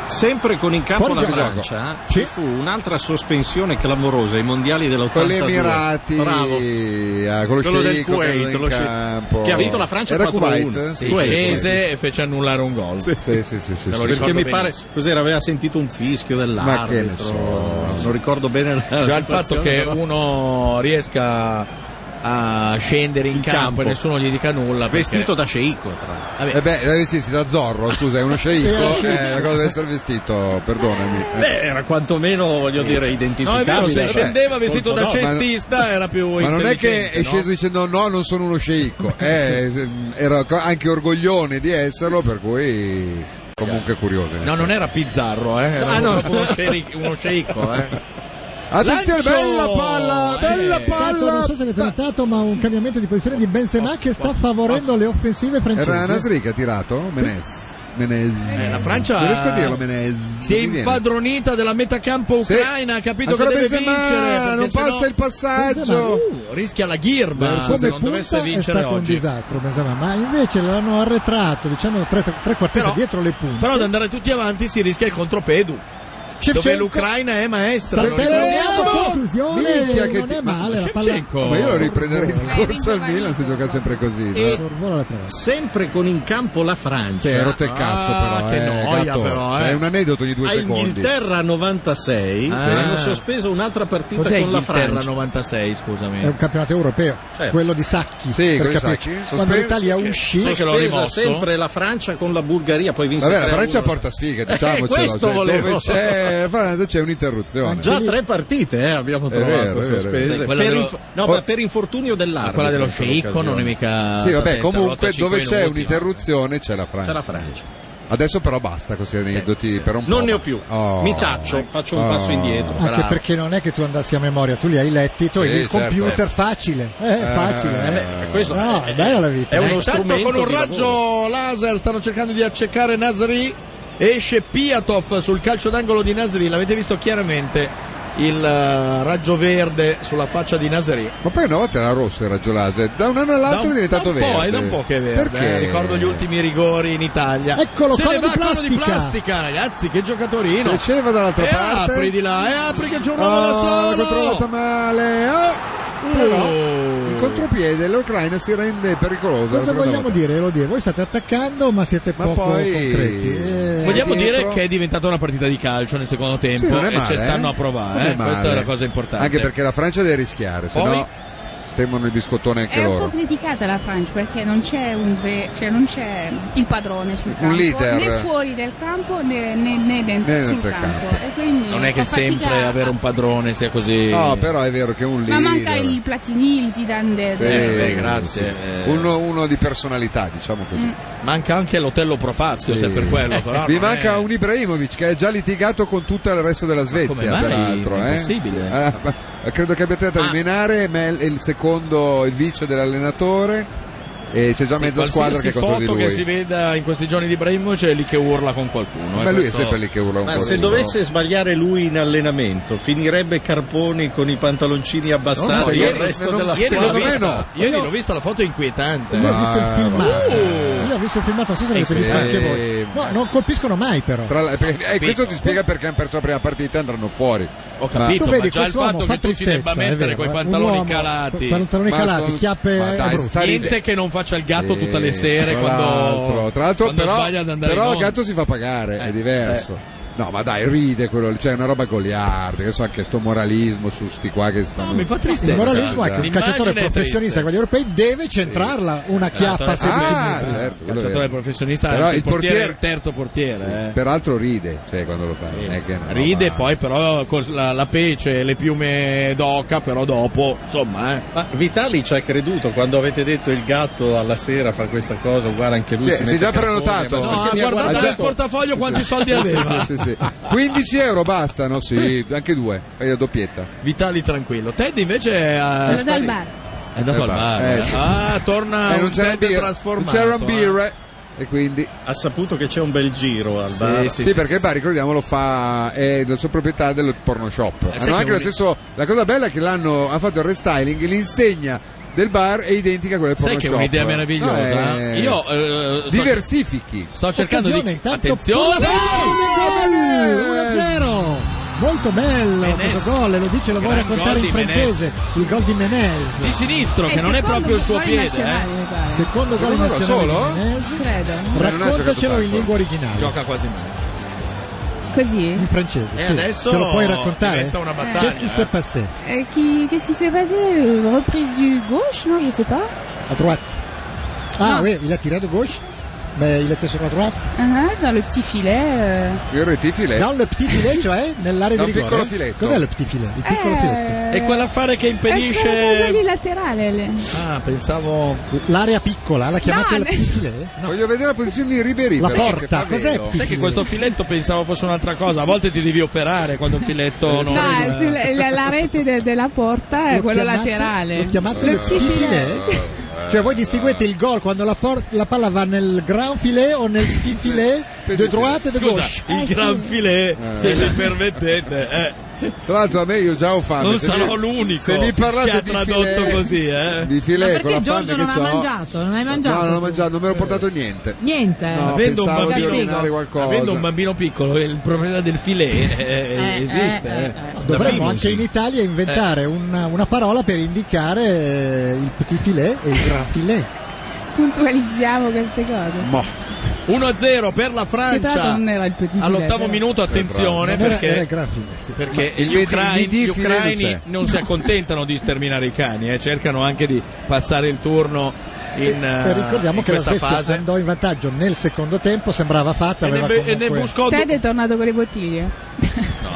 Speaker 8: Sempre con in campo
Speaker 3: Fuori
Speaker 8: la
Speaker 3: gioco.
Speaker 8: Francia, ci fu un'altra sospensione clamorosa ai mondiali dell'82.
Speaker 4: Con gli Emirati,
Speaker 8: Bravo.
Speaker 4: ah, con lo
Speaker 8: Quello del
Speaker 4: sceicco che
Speaker 8: Kuwait,
Speaker 4: era in
Speaker 8: Eh, lo sceicco.
Speaker 4: campo.
Speaker 8: Che ha vinto la Francia
Speaker 4: Era
Speaker 8: 4-1.
Speaker 4: Kuwait, eh?
Speaker 8: Sì,
Speaker 4: Sì, Kuwait.
Speaker 3: Scese e fece annullare un gol.
Speaker 4: Sì, sì, sì, sì, sì.
Speaker 3: Me lo
Speaker 8: Perché
Speaker 3: ricordo
Speaker 8: mi pare,
Speaker 3: benissimo.
Speaker 8: cos'era, aveva sentito un fischio dell'arbitro.
Speaker 4: Ma che ne so.
Speaker 8: Non ricordo bene Ah, la
Speaker 3: Già il fatto
Speaker 8: situazione,
Speaker 3: che
Speaker 8: però-
Speaker 3: uno riesca a scendere in,
Speaker 8: In
Speaker 3: campo,
Speaker 8: campo.
Speaker 3: e nessuno gli dica nulla.
Speaker 8: Vestito da sceicco,
Speaker 3: Vabbè.
Speaker 4: Eh beh, eh, sì, sì, da Zorro, scusa, è uno
Speaker 3: Era
Speaker 4: sceicco,
Speaker 3: sceicco.
Speaker 4: è la cosa di essere vestito, perdonami. Eh.
Speaker 8: Beh, era quantomeno, voglio dire,
Speaker 3: No, è
Speaker 8: identificabile.
Speaker 3: vero, se
Speaker 4: cioè,
Speaker 3: scendeva vestito
Speaker 8: Colpo
Speaker 3: da
Speaker 8: no, ma-
Speaker 3: cestista era più
Speaker 4: Ma non è che
Speaker 3: intelligente,
Speaker 4: è
Speaker 3: no?
Speaker 4: sceso dicendo no, non sono uno sceicco, eh, ehm, era co- anche orgoglione di esserlo, per cui comunque curioso.
Speaker 3: No, non era Pizzarro, eh, era
Speaker 4: Ah, no.
Speaker 3: proprio uno, sceri- uno sceicco. Eh.
Speaker 4: Attenzione,
Speaker 3: Lancio!
Speaker 4: bella palla,
Speaker 3: Eh.
Speaker 4: bella
Speaker 2: Tanto Ecco, non
Speaker 4: palla.
Speaker 2: so se avete notato, ma un cambiamento di posizione di Benzema che sta favorendo le offensive
Speaker 4: Era
Speaker 2: francesi.
Speaker 4: Nasri che ha tirato? Menez. Menez.
Speaker 3: Eh, la Francia
Speaker 4: Non riesco a dirlo, Menez.
Speaker 3: si è
Speaker 4: Mi viene.
Speaker 3: impadronita della metacampo
Speaker 4: Sì.
Speaker 3: ucraina, ha capito
Speaker 4: Ancora
Speaker 3: che deve
Speaker 4: Benzema,
Speaker 3: vincere. perché
Speaker 4: non
Speaker 3: sennò-
Speaker 4: passa il passaggio.
Speaker 3: Uh, rischia la ghirba
Speaker 2: Come
Speaker 3: se non
Speaker 2: punta
Speaker 3: dovesse
Speaker 2: è
Speaker 3: vincere
Speaker 2: stato un
Speaker 3: oggi.
Speaker 2: disastro Benzema, ma invece l'hanno arretrato, diciamo tre, tre quartette dietro le punte.
Speaker 3: Però ad andare tutti avanti si rischia il contropedu. Dove
Speaker 2: Shevchenko.
Speaker 3: l'Ucraina è maestra. non
Speaker 2: Saltello,
Speaker 3: c'è-
Speaker 2: conclusione,
Speaker 4: Minchia, che
Speaker 2: non è
Speaker 4: ti-
Speaker 2: male la palla.
Speaker 8: Shevchenko.
Speaker 4: Ma io lo riprenderei
Speaker 8: Eh,
Speaker 4: di corsa al Milan se gioca sempre così.
Speaker 8: E-
Speaker 2: Sorvola la traversa.
Speaker 8: Sempre con in campo la Francia.
Speaker 4: eh.
Speaker 8: Ah,
Speaker 4: Sì, hai rotto il cazzo però,
Speaker 8: che
Speaker 4: eh,
Speaker 8: noia
Speaker 4: gatto.
Speaker 8: però, eh.
Speaker 4: È un aneddoto ogni due
Speaker 8: a
Speaker 4: secondi. Eh.
Speaker 8: Inghilterra 96
Speaker 3: Ah.
Speaker 8: hanno sospeso un'altra partita
Speaker 3: Cos'è
Speaker 8: con la
Speaker 3: Inghilterra
Speaker 8: Francia.
Speaker 3: 96, scusami.
Speaker 2: È un campionato europeo,
Speaker 8: Certo.
Speaker 2: quello di Sacchi.
Speaker 4: Sì,
Speaker 2: per
Speaker 4: quello di
Speaker 2: capirci.
Speaker 4: Sacchi.
Speaker 2: Quando
Speaker 4: Sospeso-
Speaker 2: l'Italia
Speaker 4: che-
Speaker 2: uscì,
Speaker 4: Sai che l'ho
Speaker 8: Sospesa
Speaker 4: rimosso?
Speaker 8: sempre la Francia con la Bulgaria, poi vinse
Speaker 4: Vabbè, la
Speaker 8: 3-1.
Speaker 4: Francia porta sfiga, diciamocelo.
Speaker 8: Eh, questo
Speaker 4: cioè,
Speaker 8: volevo.
Speaker 4: Dove c'è, la Francia c'è un'interruzione.
Speaker 8: Già tre partite eh, abbiamo
Speaker 4: È
Speaker 8: trovato
Speaker 4: vero, è vero.
Speaker 8: sospese.
Speaker 4: Beh,
Speaker 8: Per,
Speaker 4: quella dello-
Speaker 8: inf- no,
Speaker 4: Poi-
Speaker 8: ma per infortunio dell'arbitro.
Speaker 3: Quella dello
Speaker 8: in quelle
Speaker 3: sceicco non è
Speaker 8: occasioni.
Speaker 3: mica.
Speaker 4: Sì, vabbè,
Speaker 3: sapete,
Speaker 4: comunque
Speaker 3: 85
Speaker 4: dove c'è
Speaker 3: minuti, no?
Speaker 4: un'interruzione c'è la Francia.
Speaker 8: C'è la Francia.
Speaker 4: Adesso però basta così aneddoti per un po'.
Speaker 8: Non ne ho più.
Speaker 4: Oh.
Speaker 8: Mi taccio, faccio un
Speaker 4: Oh.
Speaker 8: passo indietro.
Speaker 2: anche
Speaker 8: Bravo.
Speaker 2: perché non è che tu andassi a memoria, tu li hai letti, tu
Speaker 4: Sì,
Speaker 2: il
Speaker 4: certo.
Speaker 2: computer facile, eh, facile, eh.
Speaker 8: Eh, questo
Speaker 2: No, è bella la vita. eh.
Speaker 8: è
Speaker 2: dai.
Speaker 8: uno
Speaker 3: Intanto
Speaker 8: strumento
Speaker 3: con un
Speaker 8: di
Speaker 3: raggio laser stanno cercando di accecare Nasri. Esce Piatov sul calcio d'angolo di Nasri. L'avete visto chiaramente il eh, raggio verde sulla faccia di Nasri.
Speaker 4: Ma poi una volta era rosso il raggio laser, da un anno
Speaker 3: Da
Speaker 4: all'altro
Speaker 3: un,
Speaker 4: è diventato
Speaker 3: da un po',
Speaker 4: verde.
Speaker 3: è da un po' che è verde.
Speaker 4: Perché?
Speaker 3: eh. Ricordo gli ultimi rigori in Italia.
Speaker 2: Eccolo,
Speaker 3: Se
Speaker 2: cono
Speaker 3: ne va
Speaker 2: di
Speaker 3: cono di
Speaker 2: plastica.
Speaker 3: plastica, ragazzi, che giocatorino.
Speaker 4: Se ce ne va dall'altra
Speaker 3: e
Speaker 4: parte.
Speaker 3: Eh, apri di là, e apri che c'è un uomo
Speaker 4: Oh,
Speaker 3: da
Speaker 4: controllata
Speaker 3: solo. Uh.
Speaker 4: male. Oh. Però il contropiede l'Ucraina si rende pericolosa.
Speaker 2: Cosa vogliamo dire, Elodie? Voi state attaccando, ma siete
Speaker 4: Ma
Speaker 2: poco
Speaker 4: poi-
Speaker 2: concreti. Eh,
Speaker 3: Vogliamo
Speaker 4: dietro.
Speaker 3: dire che è diventata una partita di calcio nel secondo tempo
Speaker 4: Sì, non è
Speaker 3: e
Speaker 4: male,
Speaker 3: ci stanno
Speaker 4: eh.
Speaker 3: a provare.
Speaker 4: Non
Speaker 3: eh.
Speaker 4: è male.
Speaker 3: Questa è la cosa importante.
Speaker 4: Anche perché la Francia deve rischiare, se
Speaker 3: Poi-
Speaker 4: no temono il biscottone anche
Speaker 10: È un po'
Speaker 4: loro.
Speaker 10: criticata la Francia perché non c'è, un ve- cioè non c'è il padrone sul
Speaker 4: Un
Speaker 10: campo,
Speaker 4: leader.
Speaker 10: né fuori del campo né, né- né dentro
Speaker 4: Né
Speaker 10: sul
Speaker 4: dentro il
Speaker 10: campo.
Speaker 4: campo.
Speaker 10: E quindi
Speaker 3: Non è
Speaker 10: fa
Speaker 3: che
Speaker 10: fatica
Speaker 3: sempre
Speaker 10: a-
Speaker 3: avere un padrone sia così. Eh,
Speaker 4: No, però è vero che è un
Speaker 10: Ma
Speaker 4: leader.
Speaker 10: manca il Platini, il Zidane de- de-
Speaker 3: Eh, beh, grazie. Eh,
Speaker 4: Uno, uno di personalità, diciamo così.
Speaker 2: Mm.
Speaker 3: Manca anche l'Otello Profazio, se è per quello. Però non è-
Speaker 4: Vi Eh, manca un Ibrahimovic che ha già litigato con tutto il resto della Svezia,
Speaker 3: mai?
Speaker 4: peraltro. eh.
Speaker 3: Impossibile. Ah.
Speaker 4: Ah, ma- credo che abbia tentato di menare Mel è il secondo, il vice dell'allenatore. E c'è già
Speaker 3: Sì,
Speaker 4: mezza squadra che
Speaker 3: qualsiasi
Speaker 4: è contro di
Speaker 3: foto
Speaker 4: lui.
Speaker 3: che si veda in questi giorni di Ibrahimovic è lì che urla con qualcuno. eh,
Speaker 4: Ma lui è
Speaker 3: questo-
Speaker 4: sempre lì che urla un
Speaker 8: Ma
Speaker 4: po'
Speaker 8: se
Speaker 4: di-
Speaker 8: dovesse sbagliare lui in allenamento, finirebbe Carponi con i pantaloncini
Speaker 3: Non so,
Speaker 8: abbassati e il
Speaker 3: ieri,
Speaker 8: resto
Speaker 3: non-
Speaker 8: della
Speaker 3: ieri l'ho
Speaker 8: squadra.
Speaker 3: vista,
Speaker 4: no.
Speaker 3: ieri l'ho vista la foto è inquietante.
Speaker 2: Io ho visto il Uh,
Speaker 4: Ah,
Speaker 2: filmato. Io ho visto il filmato, non so se l'avete
Speaker 3: sì.
Speaker 2: visto anche voi.
Speaker 4: Eh,
Speaker 2: No, non colpiscono mai però.
Speaker 4: Tra la- perché- eh,
Speaker 3: Capito.
Speaker 4: questo ti spiega perché hanno perso la prima partita e andranno fuori.
Speaker 3: Ho capito,
Speaker 2: tu
Speaker 3: ma,
Speaker 2: vedi
Speaker 3: già il
Speaker 2: quest'uomo
Speaker 3: fatto
Speaker 2: fa
Speaker 3: che tu ci
Speaker 2: tristezza,
Speaker 3: debba
Speaker 2: è
Speaker 3: mettere
Speaker 2: vero,
Speaker 3: quei
Speaker 2: eh.
Speaker 3: pantaloni
Speaker 2: Un uomo-
Speaker 3: calati.
Speaker 2: Pantaloni
Speaker 4: Ma
Speaker 2: calati,
Speaker 4: son-
Speaker 2: chiappe
Speaker 4: ma dai,
Speaker 2: è brutto.
Speaker 4: sta ridendo.
Speaker 3: Niente che non faccia il gatto
Speaker 4: Sì,
Speaker 3: tutte le sere
Speaker 4: tra
Speaker 3: quando,
Speaker 4: l'altro, tra l'altro
Speaker 3: quando
Speaker 4: però,
Speaker 3: sbaglia ad andare
Speaker 4: però
Speaker 3: in
Speaker 4: il
Speaker 3: onda. Eh,
Speaker 4: gatto si fa pagare, è diverso. No, ma dai, ride quello, c'è una roba goliarda, che so anche sto moralismo su sti qua che stanno.
Speaker 3: mi fa tristezza.
Speaker 2: Il moralismo è che un
Speaker 3: L'immagine
Speaker 2: calciatore
Speaker 3: è triste.
Speaker 2: professionista con gli europei deve centrarla una chiappa se
Speaker 4: Ah, certo,
Speaker 3: il
Speaker 4: quello è
Speaker 3: calciatore
Speaker 4: vero.
Speaker 3: professionista
Speaker 4: Però
Speaker 3: anche il
Speaker 4: il
Speaker 3: portiere,
Speaker 4: portiere-
Speaker 3: è il terzo portiere. eh.
Speaker 4: Peraltro ride, cioè quando lo fa. non è che è una
Speaker 3: Ride
Speaker 4: roba-
Speaker 3: poi però con la, la pece, le piume d'oca, però dopo, insomma, eh.
Speaker 16: Ma Vitali ci ha creduto quando avete detto il gatto alla sera fa questa cosa, uguale anche lui.
Speaker 4: Sì,
Speaker 16: si
Speaker 4: Cioè, si
Speaker 16: mette
Speaker 4: è già
Speaker 16: il cartone, ma-
Speaker 4: prenotato. No,
Speaker 3: ha
Speaker 4: mi ha
Speaker 3: guardato
Speaker 4: guardato-
Speaker 3: nel portafoglio quanti soldi
Speaker 4: Sì,
Speaker 3: aveva.
Speaker 4: sì, sì, sì. 15 euro bastano, sì, anche due, è la doppietta.
Speaker 3: Vitali tranquillo. Teddy invece eh,
Speaker 10: Vado dal bar.
Speaker 3: È andato al
Speaker 4: Eh,
Speaker 3: bar.
Speaker 4: eh, sì.
Speaker 3: Ah, torna
Speaker 4: Eh, non
Speaker 3: un
Speaker 4: c'era
Speaker 3: Ted
Speaker 4: il birra-
Speaker 3: trasformato.
Speaker 4: non c'era un birra,
Speaker 3: eh.
Speaker 4: E quindi
Speaker 16: ha saputo che c'è un bel giro al
Speaker 4: Sì,
Speaker 16: bar.
Speaker 4: sì, perché il bar, ricordiamo, lo fa, è la sua proprietà del porno shop.
Speaker 3: Eh,
Speaker 16: sai
Speaker 4: Hanno
Speaker 16: che
Speaker 4: anche lo
Speaker 16: un-
Speaker 4: stesso, la cosa bella è che l'hanno, hanno fatto il restyling, l'insegna del bar è identica a quella del
Speaker 3: Sai
Speaker 4: porno
Speaker 3: che è
Speaker 4: shop.
Speaker 3: un'idea meravigliosa?
Speaker 4: No, è-
Speaker 3: Io eh, sto-
Speaker 4: Diversifichi.
Speaker 3: Sto cercando
Speaker 4: Occasione,
Speaker 3: di
Speaker 4: intanto,
Speaker 3: attenzione.
Speaker 4: palla
Speaker 2: Gol! 1-0. Molto bello questo gol, e lo dice, lo vuoi
Speaker 3: Gran
Speaker 2: raccontare
Speaker 3: gol
Speaker 2: in
Speaker 3: di Menez.
Speaker 2: francese, il gol di Menez.
Speaker 3: di sinistro
Speaker 10: Eh,
Speaker 3: che non è proprio il suo piede, eh.
Speaker 2: Secondo gol in
Speaker 3: Secondo gol
Speaker 2: nazionale
Speaker 3: solo?
Speaker 2: di Menez.
Speaker 10: Credo.
Speaker 2: Raccontacelo in lingua originale.
Speaker 3: Gioca quasi mai.
Speaker 10: Così.
Speaker 2: In francese,
Speaker 3: E
Speaker 2: Eh, sì.
Speaker 3: adesso
Speaker 2: ce lo puoi raccontare?
Speaker 3: diventa una battaglia,
Speaker 2: Qu'est-ce qui
Speaker 3: eh.
Speaker 2: s'est passé
Speaker 10: Euh, qui- Qu'est-ce qui s'est passé Euh, Reprise du gauche Non, je sais pas.
Speaker 2: A droite. Ah, oui, il a tirato gauche. Beh, il était sur la droite.
Speaker 10: Ah, ah, dans le petit filet. euh,
Speaker 4: Il retifile.
Speaker 2: Dal petit filet, cioè nell'area
Speaker 4: Da
Speaker 2: di
Speaker 4: un
Speaker 2: rigore.
Speaker 4: piccolo filetto.
Speaker 2: Cos'è il petit filet? Il piccolo
Speaker 10: Eh,
Speaker 2: filetto.
Speaker 3: È quell'affare che
Speaker 10: eh, quella cosa
Speaker 3: impedisce
Speaker 10: lì laterale. le-
Speaker 3: Ah, pensavo
Speaker 2: l'area piccola, la chiamate
Speaker 10: No,
Speaker 2: il
Speaker 10: ne-
Speaker 2: petit filet?
Speaker 4: Voglio vedere la posizione di Ribery.
Speaker 2: La
Speaker 4: però,
Speaker 2: porta,
Speaker 4: che fa
Speaker 2: cos'è
Speaker 4: velo.
Speaker 2: il
Speaker 3: Sai che questo filetto pensavo fosse un'altra cosa, a volte ti devi operare quando il
Speaker 7: Eh,
Speaker 3: filetto non
Speaker 10: No, sul- la, la rete de- della porta è
Speaker 2: Lo
Speaker 10: quello
Speaker 2: chiamate-
Speaker 10: laterale.
Speaker 2: Eh, Lo chiamate
Speaker 10: Le
Speaker 2: il
Speaker 10: petit
Speaker 2: petit
Speaker 10: filet.
Speaker 2: filet?
Speaker 4: Eh.
Speaker 2: Cioè voi distinguete il gol quando la, por- la palla va nel grand filet o nel petit filet de droite e de
Speaker 3: Scusa,
Speaker 2: gauche?
Speaker 7: Eh,
Speaker 3: il gran filet,
Speaker 4: Eh.
Speaker 3: se mi permettete, eh,
Speaker 4: Tra l'altro a me io già ho fame.
Speaker 3: non
Speaker 4: se
Speaker 3: sarò
Speaker 4: mi-
Speaker 3: l'unico
Speaker 4: Se mi parlate
Speaker 3: che ha
Speaker 4: di
Speaker 3: tradotto
Speaker 4: filet-
Speaker 3: così, eh.
Speaker 4: Di
Speaker 7: Ma
Speaker 4: filet
Speaker 7: perché
Speaker 4: con la fame
Speaker 7: Giorgio
Speaker 4: che
Speaker 7: non ha
Speaker 4: c'ho.
Speaker 7: mangiato? Non hai
Speaker 4: No,
Speaker 7: mangiato? Eh.
Speaker 4: non ho mangiato, non me l'ho portato niente.
Speaker 7: Niente.
Speaker 4: No,
Speaker 3: avendo, un
Speaker 4: pensavo di
Speaker 3: bambino,
Speaker 4: ordinare qualcosa.
Speaker 3: avendo un bambino piccolo, il problema del filet eh,
Speaker 7: Eh,
Speaker 3: esiste.
Speaker 7: eh,
Speaker 3: eh.
Speaker 7: eh, eh.
Speaker 2: Dovremmo
Speaker 3: Davvero,
Speaker 2: anche
Speaker 3: sì. Eh.
Speaker 2: in Italia inventare una, una parola per indicare eh, il petit filet e il gran filet.
Speaker 10: Puntualizziamo queste cose.
Speaker 3: 1-0 per la
Speaker 10: Che tra l'altro
Speaker 3: Francia.
Speaker 10: non era il petit filet,
Speaker 3: All'ottavo
Speaker 10: però.
Speaker 7: eh.
Speaker 3: minuto, attenzione,
Speaker 2: Non era-
Speaker 3: perché
Speaker 2: era il gran filet, sì.
Speaker 3: perché
Speaker 4: Ma il
Speaker 3: gli
Speaker 4: vedi-
Speaker 3: ucraini,
Speaker 4: il vidi
Speaker 3: gli
Speaker 4: fine
Speaker 3: ucraini
Speaker 4: c'è.
Speaker 3: non
Speaker 2: Eh,
Speaker 3: si accontentano di sterminare i cani, eh, cercano anche di passare il turno in,
Speaker 2: E
Speaker 3: eh,
Speaker 2: ricordiamo
Speaker 3: in
Speaker 2: che la
Speaker 3: questa
Speaker 2: Svezia
Speaker 3: fase.
Speaker 2: andò in vantaggio nel secondo tempo, sembrava fatta,
Speaker 3: E ne,
Speaker 2: aveva
Speaker 3: be- e ne
Speaker 2: comunque-
Speaker 3: buscò due-
Speaker 10: Ted è tornato con le bottiglie.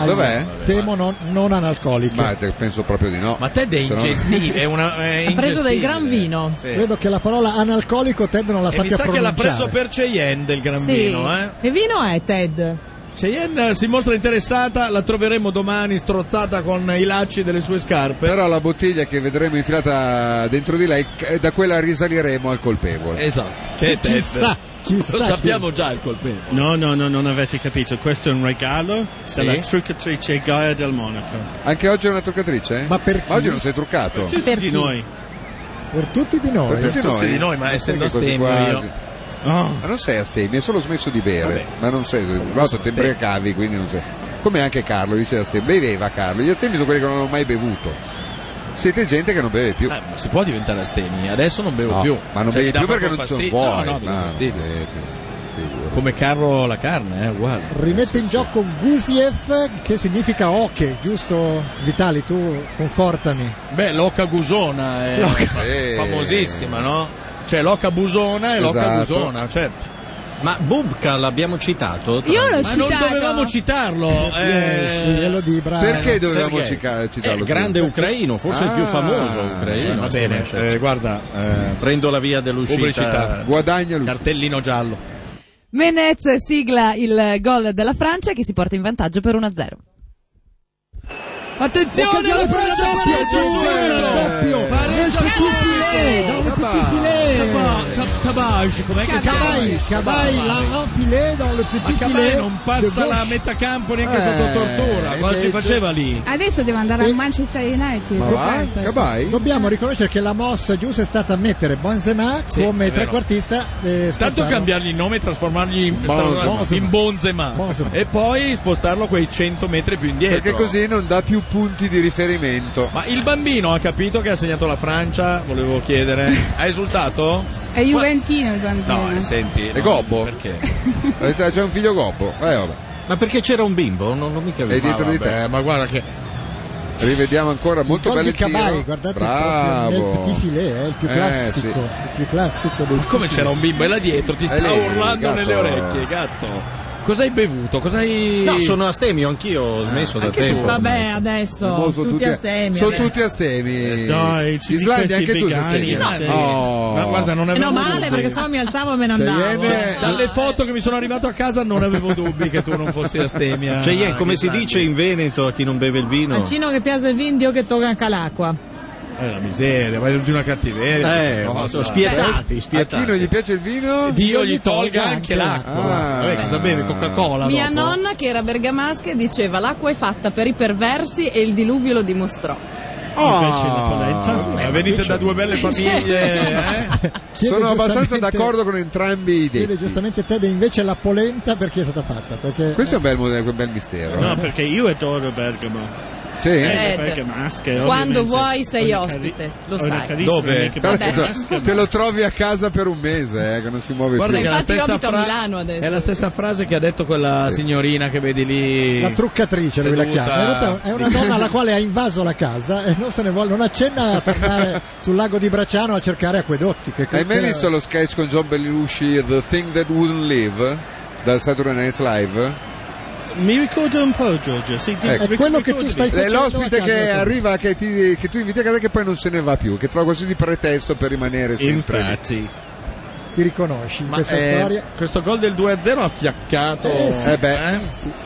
Speaker 4: No, dov'è?
Speaker 2: Temo non, non analcoliche.
Speaker 4: Ma te- penso proprio di no.
Speaker 3: Ma Ted è
Speaker 4: Se no-
Speaker 3: ingestibile, è una, è
Speaker 7: Ha preso del
Speaker 3: ingestibile.
Speaker 7: gran vino.
Speaker 3: Sì.
Speaker 2: Credo che la parola analcolico Ted non la
Speaker 3: E mi
Speaker 2: sappia
Speaker 3: sa che l'ha
Speaker 2: pronunciare.
Speaker 3: preso per Cheyenne del gran
Speaker 7: Sì.
Speaker 3: vino, eh.
Speaker 7: Che vino è, Ted?
Speaker 3: Cheyenne eh, si mostra interessata, la troveremo domani strozzata con i lacci delle sue scarpe.
Speaker 4: Però la bottiglia che vedremo infilata dentro di lei, c- da quella risaliremo al colpevole.
Speaker 3: Esatto, che è Ted.
Speaker 6: Chissà, chissà
Speaker 3: Lo
Speaker 6: chi-
Speaker 3: sappiamo già il colpevole.
Speaker 6: No, no, no, non avete capito. Questo è un regalo
Speaker 3: Sì.
Speaker 6: della truccatrice Gaia del Monaco.
Speaker 4: Anche oggi è una truccatrice? eh?
Speaker 6: Ma per chi?
Speaker 4: oggi non sei truccato?
Speaker 6: Tutti di noi.
Speaker 2: Per tutti di noi.
Speaker 4: Per tutti noi?
Speaker 3: di noi, ma
Speaker 4: Sai
Speaker 3: essendo
Speaker 4: che quasi
Speaker 3: astemio
Speaker 4: quasi.
Speaker 3: io-
Speaker 4: Ma non sei astemio, hai solo smesso di bere.
Speaker 3: Vabbè.
Speaker 4: Ma non sei, tra l'altro ti imbriacavi, quindi non sei. Come anche Carlo, dice astemio. Beveva Carlo, gli astemi sono quelli che non hanno mai bevuto. Siete gente che non beve più.
Speaker 3: Eh, ma si può diventare astemi, adesso non bevo
Speaker 4: No,
Speaker 3: più.
Speaker 4: Ma non
Speaker 3: Cioè, mi
Speaker 4: bevi
Speaker 3: dà
Speaker 4: più perché non
Speaker 3: proprio
Speaker 4: ci
Speaker 3: fastidio.
Speaker 4: vuoi.
Speaker 3: No, no, mi dà
Speaker 4: ma-
Speaker 3: fastidio.
Speaker 4: eh, figurati.
Speaker 3: Come Carlo la carne, è uguale.
Speaker 2: Rimette in gioco Gusiev che significa oche, giusto Vitali? Tu confortami.
Speaker 3: Beh, l'oca gusona è
Speaker 2: L'oca-
Speaker 3: fa-
Speaker 4: Eh.
Speaker 3: famosissima, no? Cioè l'oca busona e l'oca
Speaker 16: Esatto.
Speaker 3: gusona, certo.
Speaker 16: Ma Bubka l'abbiamo citato?
Speaker 10: Io l'ho
Speaker 3: Ma non
Speaker 10: citato.
Speaker 3: dovevamo citarlo. eh,
Speaker 2: Eh, glielo di bravo.
Speaker 4: Perché dovevamo
Speaker 16: Sergei.
Speaker 4: cica-
Speaker 16: È
Speaker 4: citarlo?
Speaker 16: il grande
Speaker 4: scusa?
Speaker 16: ucraino, forse il più
Speaker 4: Ah.
Speaker 16: famoso ucraino.
Speaker 3: Va
Speaker 16: assieme
Speaker 3: bene,
Speaker 16: a Shevchenko.
Speaker 3: eh, guarda, eh,
Speaker 16: Prendo la via
Speaker 3: pubblicità.
Speaker 16: dell'uscita.
Speaker 4: Guadagna lui.
Speaker 3: Cartellino giallo.
Speaker 5: Menez sigla il gol della Francia che si porta in vantaggio per 1-0.
Speaker 3: Attenzione, la Francia pareggia subito. Pareggia subito.
Speaker 14: Eh,
Speaker 3: Cabage, com'è che si
Speaker 2: Cabai, Cabai, la grand filet dans le
Speaker 3: Ma
Speaker 2: petit
Speaker 3: Cabay
Speaker 2: filet.
Speaker 3: non passa
Speaker 2: de
Speaker 3: la
Speaker 2: gauche.
Speaker 3: metà campo neanche
Speaker 4: Eh,
Speaker 3: sotto tortura. Cosa ci
Speaker 4: invece-
Speaker 3: faceva lì?
Speaker 10: Adesso devo andare al Manchester United.
Speaker 4: Eh. Ma va? Cabai?
Speaker 2: Dobbiamo riconoscere che la mossa giusta è stata mettere Benzema come
Speaker 3: è vero.
Speaker 2: trequartista. eh,
Speaker 3: Tanto
Speaker 2: spostando-
Speaker 3: cambiargli il nome e trasformargli in,
Speaker 4: Bonzema.
Speaker 3: trasformarlo in Bonzema.
Speaker 2: Bonzema.
Speaker 3: e poi spostarlo quei 100 metri più indietro.
Speaker 4: Perché così non dà più punti di riferimento.
Speaker 3: Ma il bambino ha capito che ha segnato la Francia? Volevo chiedere. ha esultato?
Speaker 10: È Juventino il bambino.
Speaker 3: No, eh, senti.
Speaker 4: È
Speaker 3: no,
Speaker 4: gobbo?
Speaker 3: Perché?
Speaker 4: Ha detto, C'è un figlio gobbo. Eh, vabbè.
Speaker 8: Ma perché c'era un bimbo? Non, non mica
Speaker 4: È dietro di te.
Speaker 3: ma guarda che.
Speaker 4: Rivediamo ancora molto
Speaker 2: il gol
Speaker 4: bello
Speaker 2: di
Speaker 4: il tiro.
Speaker 2: Cabai, guardate proprio nel
Speaker 4: Bravo.
Speaker 2: petit filet, è il più
Speaker 4: Eh,
Speaker 2: classico,
Speaker 4: sì.
Speaker 2: il più classico dei
Speaker 3: Come c'era un bimbo e là dietro ti sta
Speaker 2: Eh,
Speaker 3: urlando
Speaker 2: gatto.
Speaker 3: nelle orecchie, gatto. Cosa hai bevuto? Cosa hai...
Speaker 8: No, sono astemio, anch'io ho smesso da tempo.
Speaker 7: Vabbè, adesso
Speaker 8: sono
Speaker 7: tutti
Speaker 8: tutti a-
Speaker 7: astemi.
Speaker 4: Sono
Speaker 7: adesso.
Speaker 4: tutti astemi.
Speaker 8: Eh, dai, ci dico
Speaker 4: Islandi,
Speaker 8: questi
Speaker 4: anche tu sei
Speaker 8: vegani,
Speaker 4: astemi.
Speaker 8: astemi.
Speaker 4: No.
Speaker 3: Ma guarda, non
Speaker 7: E
Speaker 3: avevo
Speaker 7: no, male
Speaker 3: dubbi.
Speaker 7: perché sennò mi alzavo e me ne andavo.
Speaker 3: Cioè, dalle foto che mi sono arrivato a casa non avevo dubbi che tu non fossi Esatto. astemia.
Speaker 8: Cioè, Ian, come si dice in Veneto a chi non beve il vino?
Speaker 7: A Cino che piace il vino, Dio che tocca anche l'acqua.
Speaker 3: Eh, la miseria, vai di una cattiveria.
Speaker 8: Eh,
Speaker 3: Cosa?
Speaker 8: ma sono spietati,
Speaker 4: A
Speaker 8: spietati.
Speaker 4: chi non gli piace il vino?
Speaker 3: Dio gli tolga anche l'acqua.
Speaker 4: Ah.
Speaker 3: Vabbè, cosa bevi? Coca-Cola?
Speaker 5: Mia
Speaker 3: dopo?
Speaker 5: nonna, che era bergamasca, diceva l'acqua è fatta per i perversi e il diluvio lo dimostrò.
Speaker 2: Ah.
Speaker 3: Invece la polenta. Ma venite da due belle famiglie, eh?
Speaker 2: Chiede
Speaker 4: Sono abbastanza
Speaker 2: giustamente-
Speaker 4: d'accordo con entrambi i
Speaker 2: Chiede
Speaker 4: detti.
Speaker 2: giustamente Ted invece la polenta perché è stata fatta? Perché
Speaker 4: Questo è un bel, modello, un bel mistero.
Speaker 6: No, perché io adoro Bergamo.
Speaker 4: Sì?
Speaker 6: Eh,
Speaker 5: Ed,
Speaker 6: Bergamasche,
Speaker 5: Quando
Speaker 6: ovviamente.
Speaker 5: vuoi sei
Speaker 6: Ho una cari-
Speaker 5: ospite, lo
Speaker 6: ho una
Speaker 5: sai.
Speaker 6: carissima
Speaker 4: Dove?
Speaker 6: amica
Speaker 4: Guarda,
Speaker 6: bergamasca,
Speaker 4: Te lo trovi a casa per un mese, eh, che non si muove
Speaker 3: Guarda
Speaker 4: più.
Speaker 3: che è la
Speaker 5: Infatti io
Speaker 3: stessa
Speaker 5: abito a
Speaker 3: fra-
Speaker 5: Milano adesso.
Speaker 3: È la stessa frase che ha detto quella signorina che vedi lì.
Speaker 2: la truccatrice lui la
Speaker 3: seduta-
Speaker 2: chiama. In realtà è una donna alla quale ha invaso la casa e non se ne vuole, non accenna a tornare sul lago di Bracciano a cercare acquedotti. Che
Speaker 4: Hai mai
Speaker 2: che-
Speaker 4: visto lo sketch con John Belushi, The Thing That Wouldn't Live, dal Saturday Night Live?
Speaker 6: Mi ricordo un po', Giorgio. Sì, di-
Speaker 4: Ecco.
Speaker 6: ric- ricordami.
Speaker 4: È l'ospite che arriva, che, ti- che tu inviti a casa e che poi non se ne va più, che trova qualsiasi pretesto per rimanere sempre. lì.
Speaker 6: Infatti.
Speaker 2: ti riconosci in
Speaker 3: Ma
Speaker 2: questa
Speaker 3: eh,
Speaker 2: storia?
Speaker 3: questo gol del 2-0 ha fiaccato.
Speaker 2: Eh, sì.
Speaker 3: Eh beh.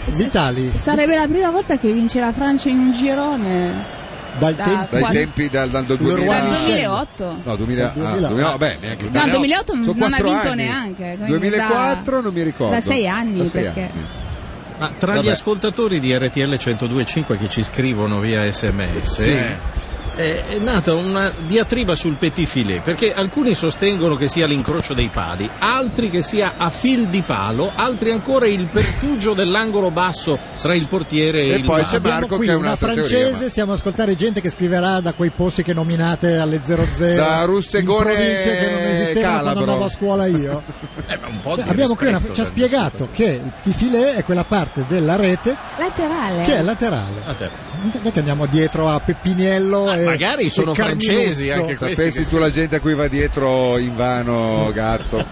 Speaker 2: Vitali
Speaker 10: Sarebbe la prima volta che vince la Francia in un girone.
Speaker 2: dai
Speaker 10: Da
Speaker 2: tempi
Speaker 4: Dai
Speaker 10: Quando-
Speaker 4: tempi dal, dal
Speaker 2: Leroy
Speaker 4: 2000.
Speaker 10: Dal
Speaker 2: Michel.
Speaker 10: 2008.
Speaker 4: No, 2000,
Speaker 2: Dal
Speaker 4: ah,
Speaker 2: 2000.
Speaker 4: 2000 vabbè, neanche
Speaker 10: No, 2008
Speaker 4: Sono
Speaker 10: non ha
Speaker 4: quattro
Speaker 10: vinto
Speaker 4: anni.
Speaker 10: neanche, eh, quindi
Speaker 4: 2004
Speaker 10: da-
Speaker 4: non mi ricordo.
Speaker 10: da sei anni,
Speaker 4: Da sei
Speaker 10: perché-
Speaker 4: anni.
Speaker 8: Ma tra gli
Speaker 4: Vabbè.
Speaker 8: ascoltatori di RTL 1025 che ci scrivono via sms.
Speaker 3: Sì.
Speaker 8: eh, È nata una diatriba sul petit filet perché alcuni sostengono che sia l'incrocio dei pali, altri che sia a fil di palo, altri ancora il pertugio dell'angolo basso tra il portiere e,
Speaker 4: E
Speaker 8: il
Speaker 4: poi
Speaker 8: bar.
Speaker 4: c'è Abbiamo Marco
Speaker 2: qui
Speaker 4: che è
Speaker 2: una
Speaker 4: un'altra
Speaker 2: francese,
Speaker 4: teoria, ma-
Speaker 2: stiamo ad ascoltare gente che scriverà da quei posti che nominate alle 00
Speaker 4: Da Russegone
Speaker 2: in province che non esistevano quando
Speaker 4: Calabro.
Speaker 2: andavo a scuola io.
Speaker 8: Eh, ma un po' di
Speaker 2: Abbiamo qui una
Speaker 8: rispetto
Speaker 2: ci ha
Speaker 8: del-
Speaker 2: spiegato che il tifilè è quella parte della rete
Speaker 10: Laterale.
Speaker 2: che è laterale.
Speaker 8: Ah, te-
Speaker 2: Non è che andiamo dietro a Peppiniello e
Speaker 8: magari sono
Speaker 2: e Carminuzzo.
Speaker 8: francesi anche questi
Speaker 4: Sapessi
Speaker 8: che-
Speaker 4: tu la gente a cui va dietro Invano Gatto.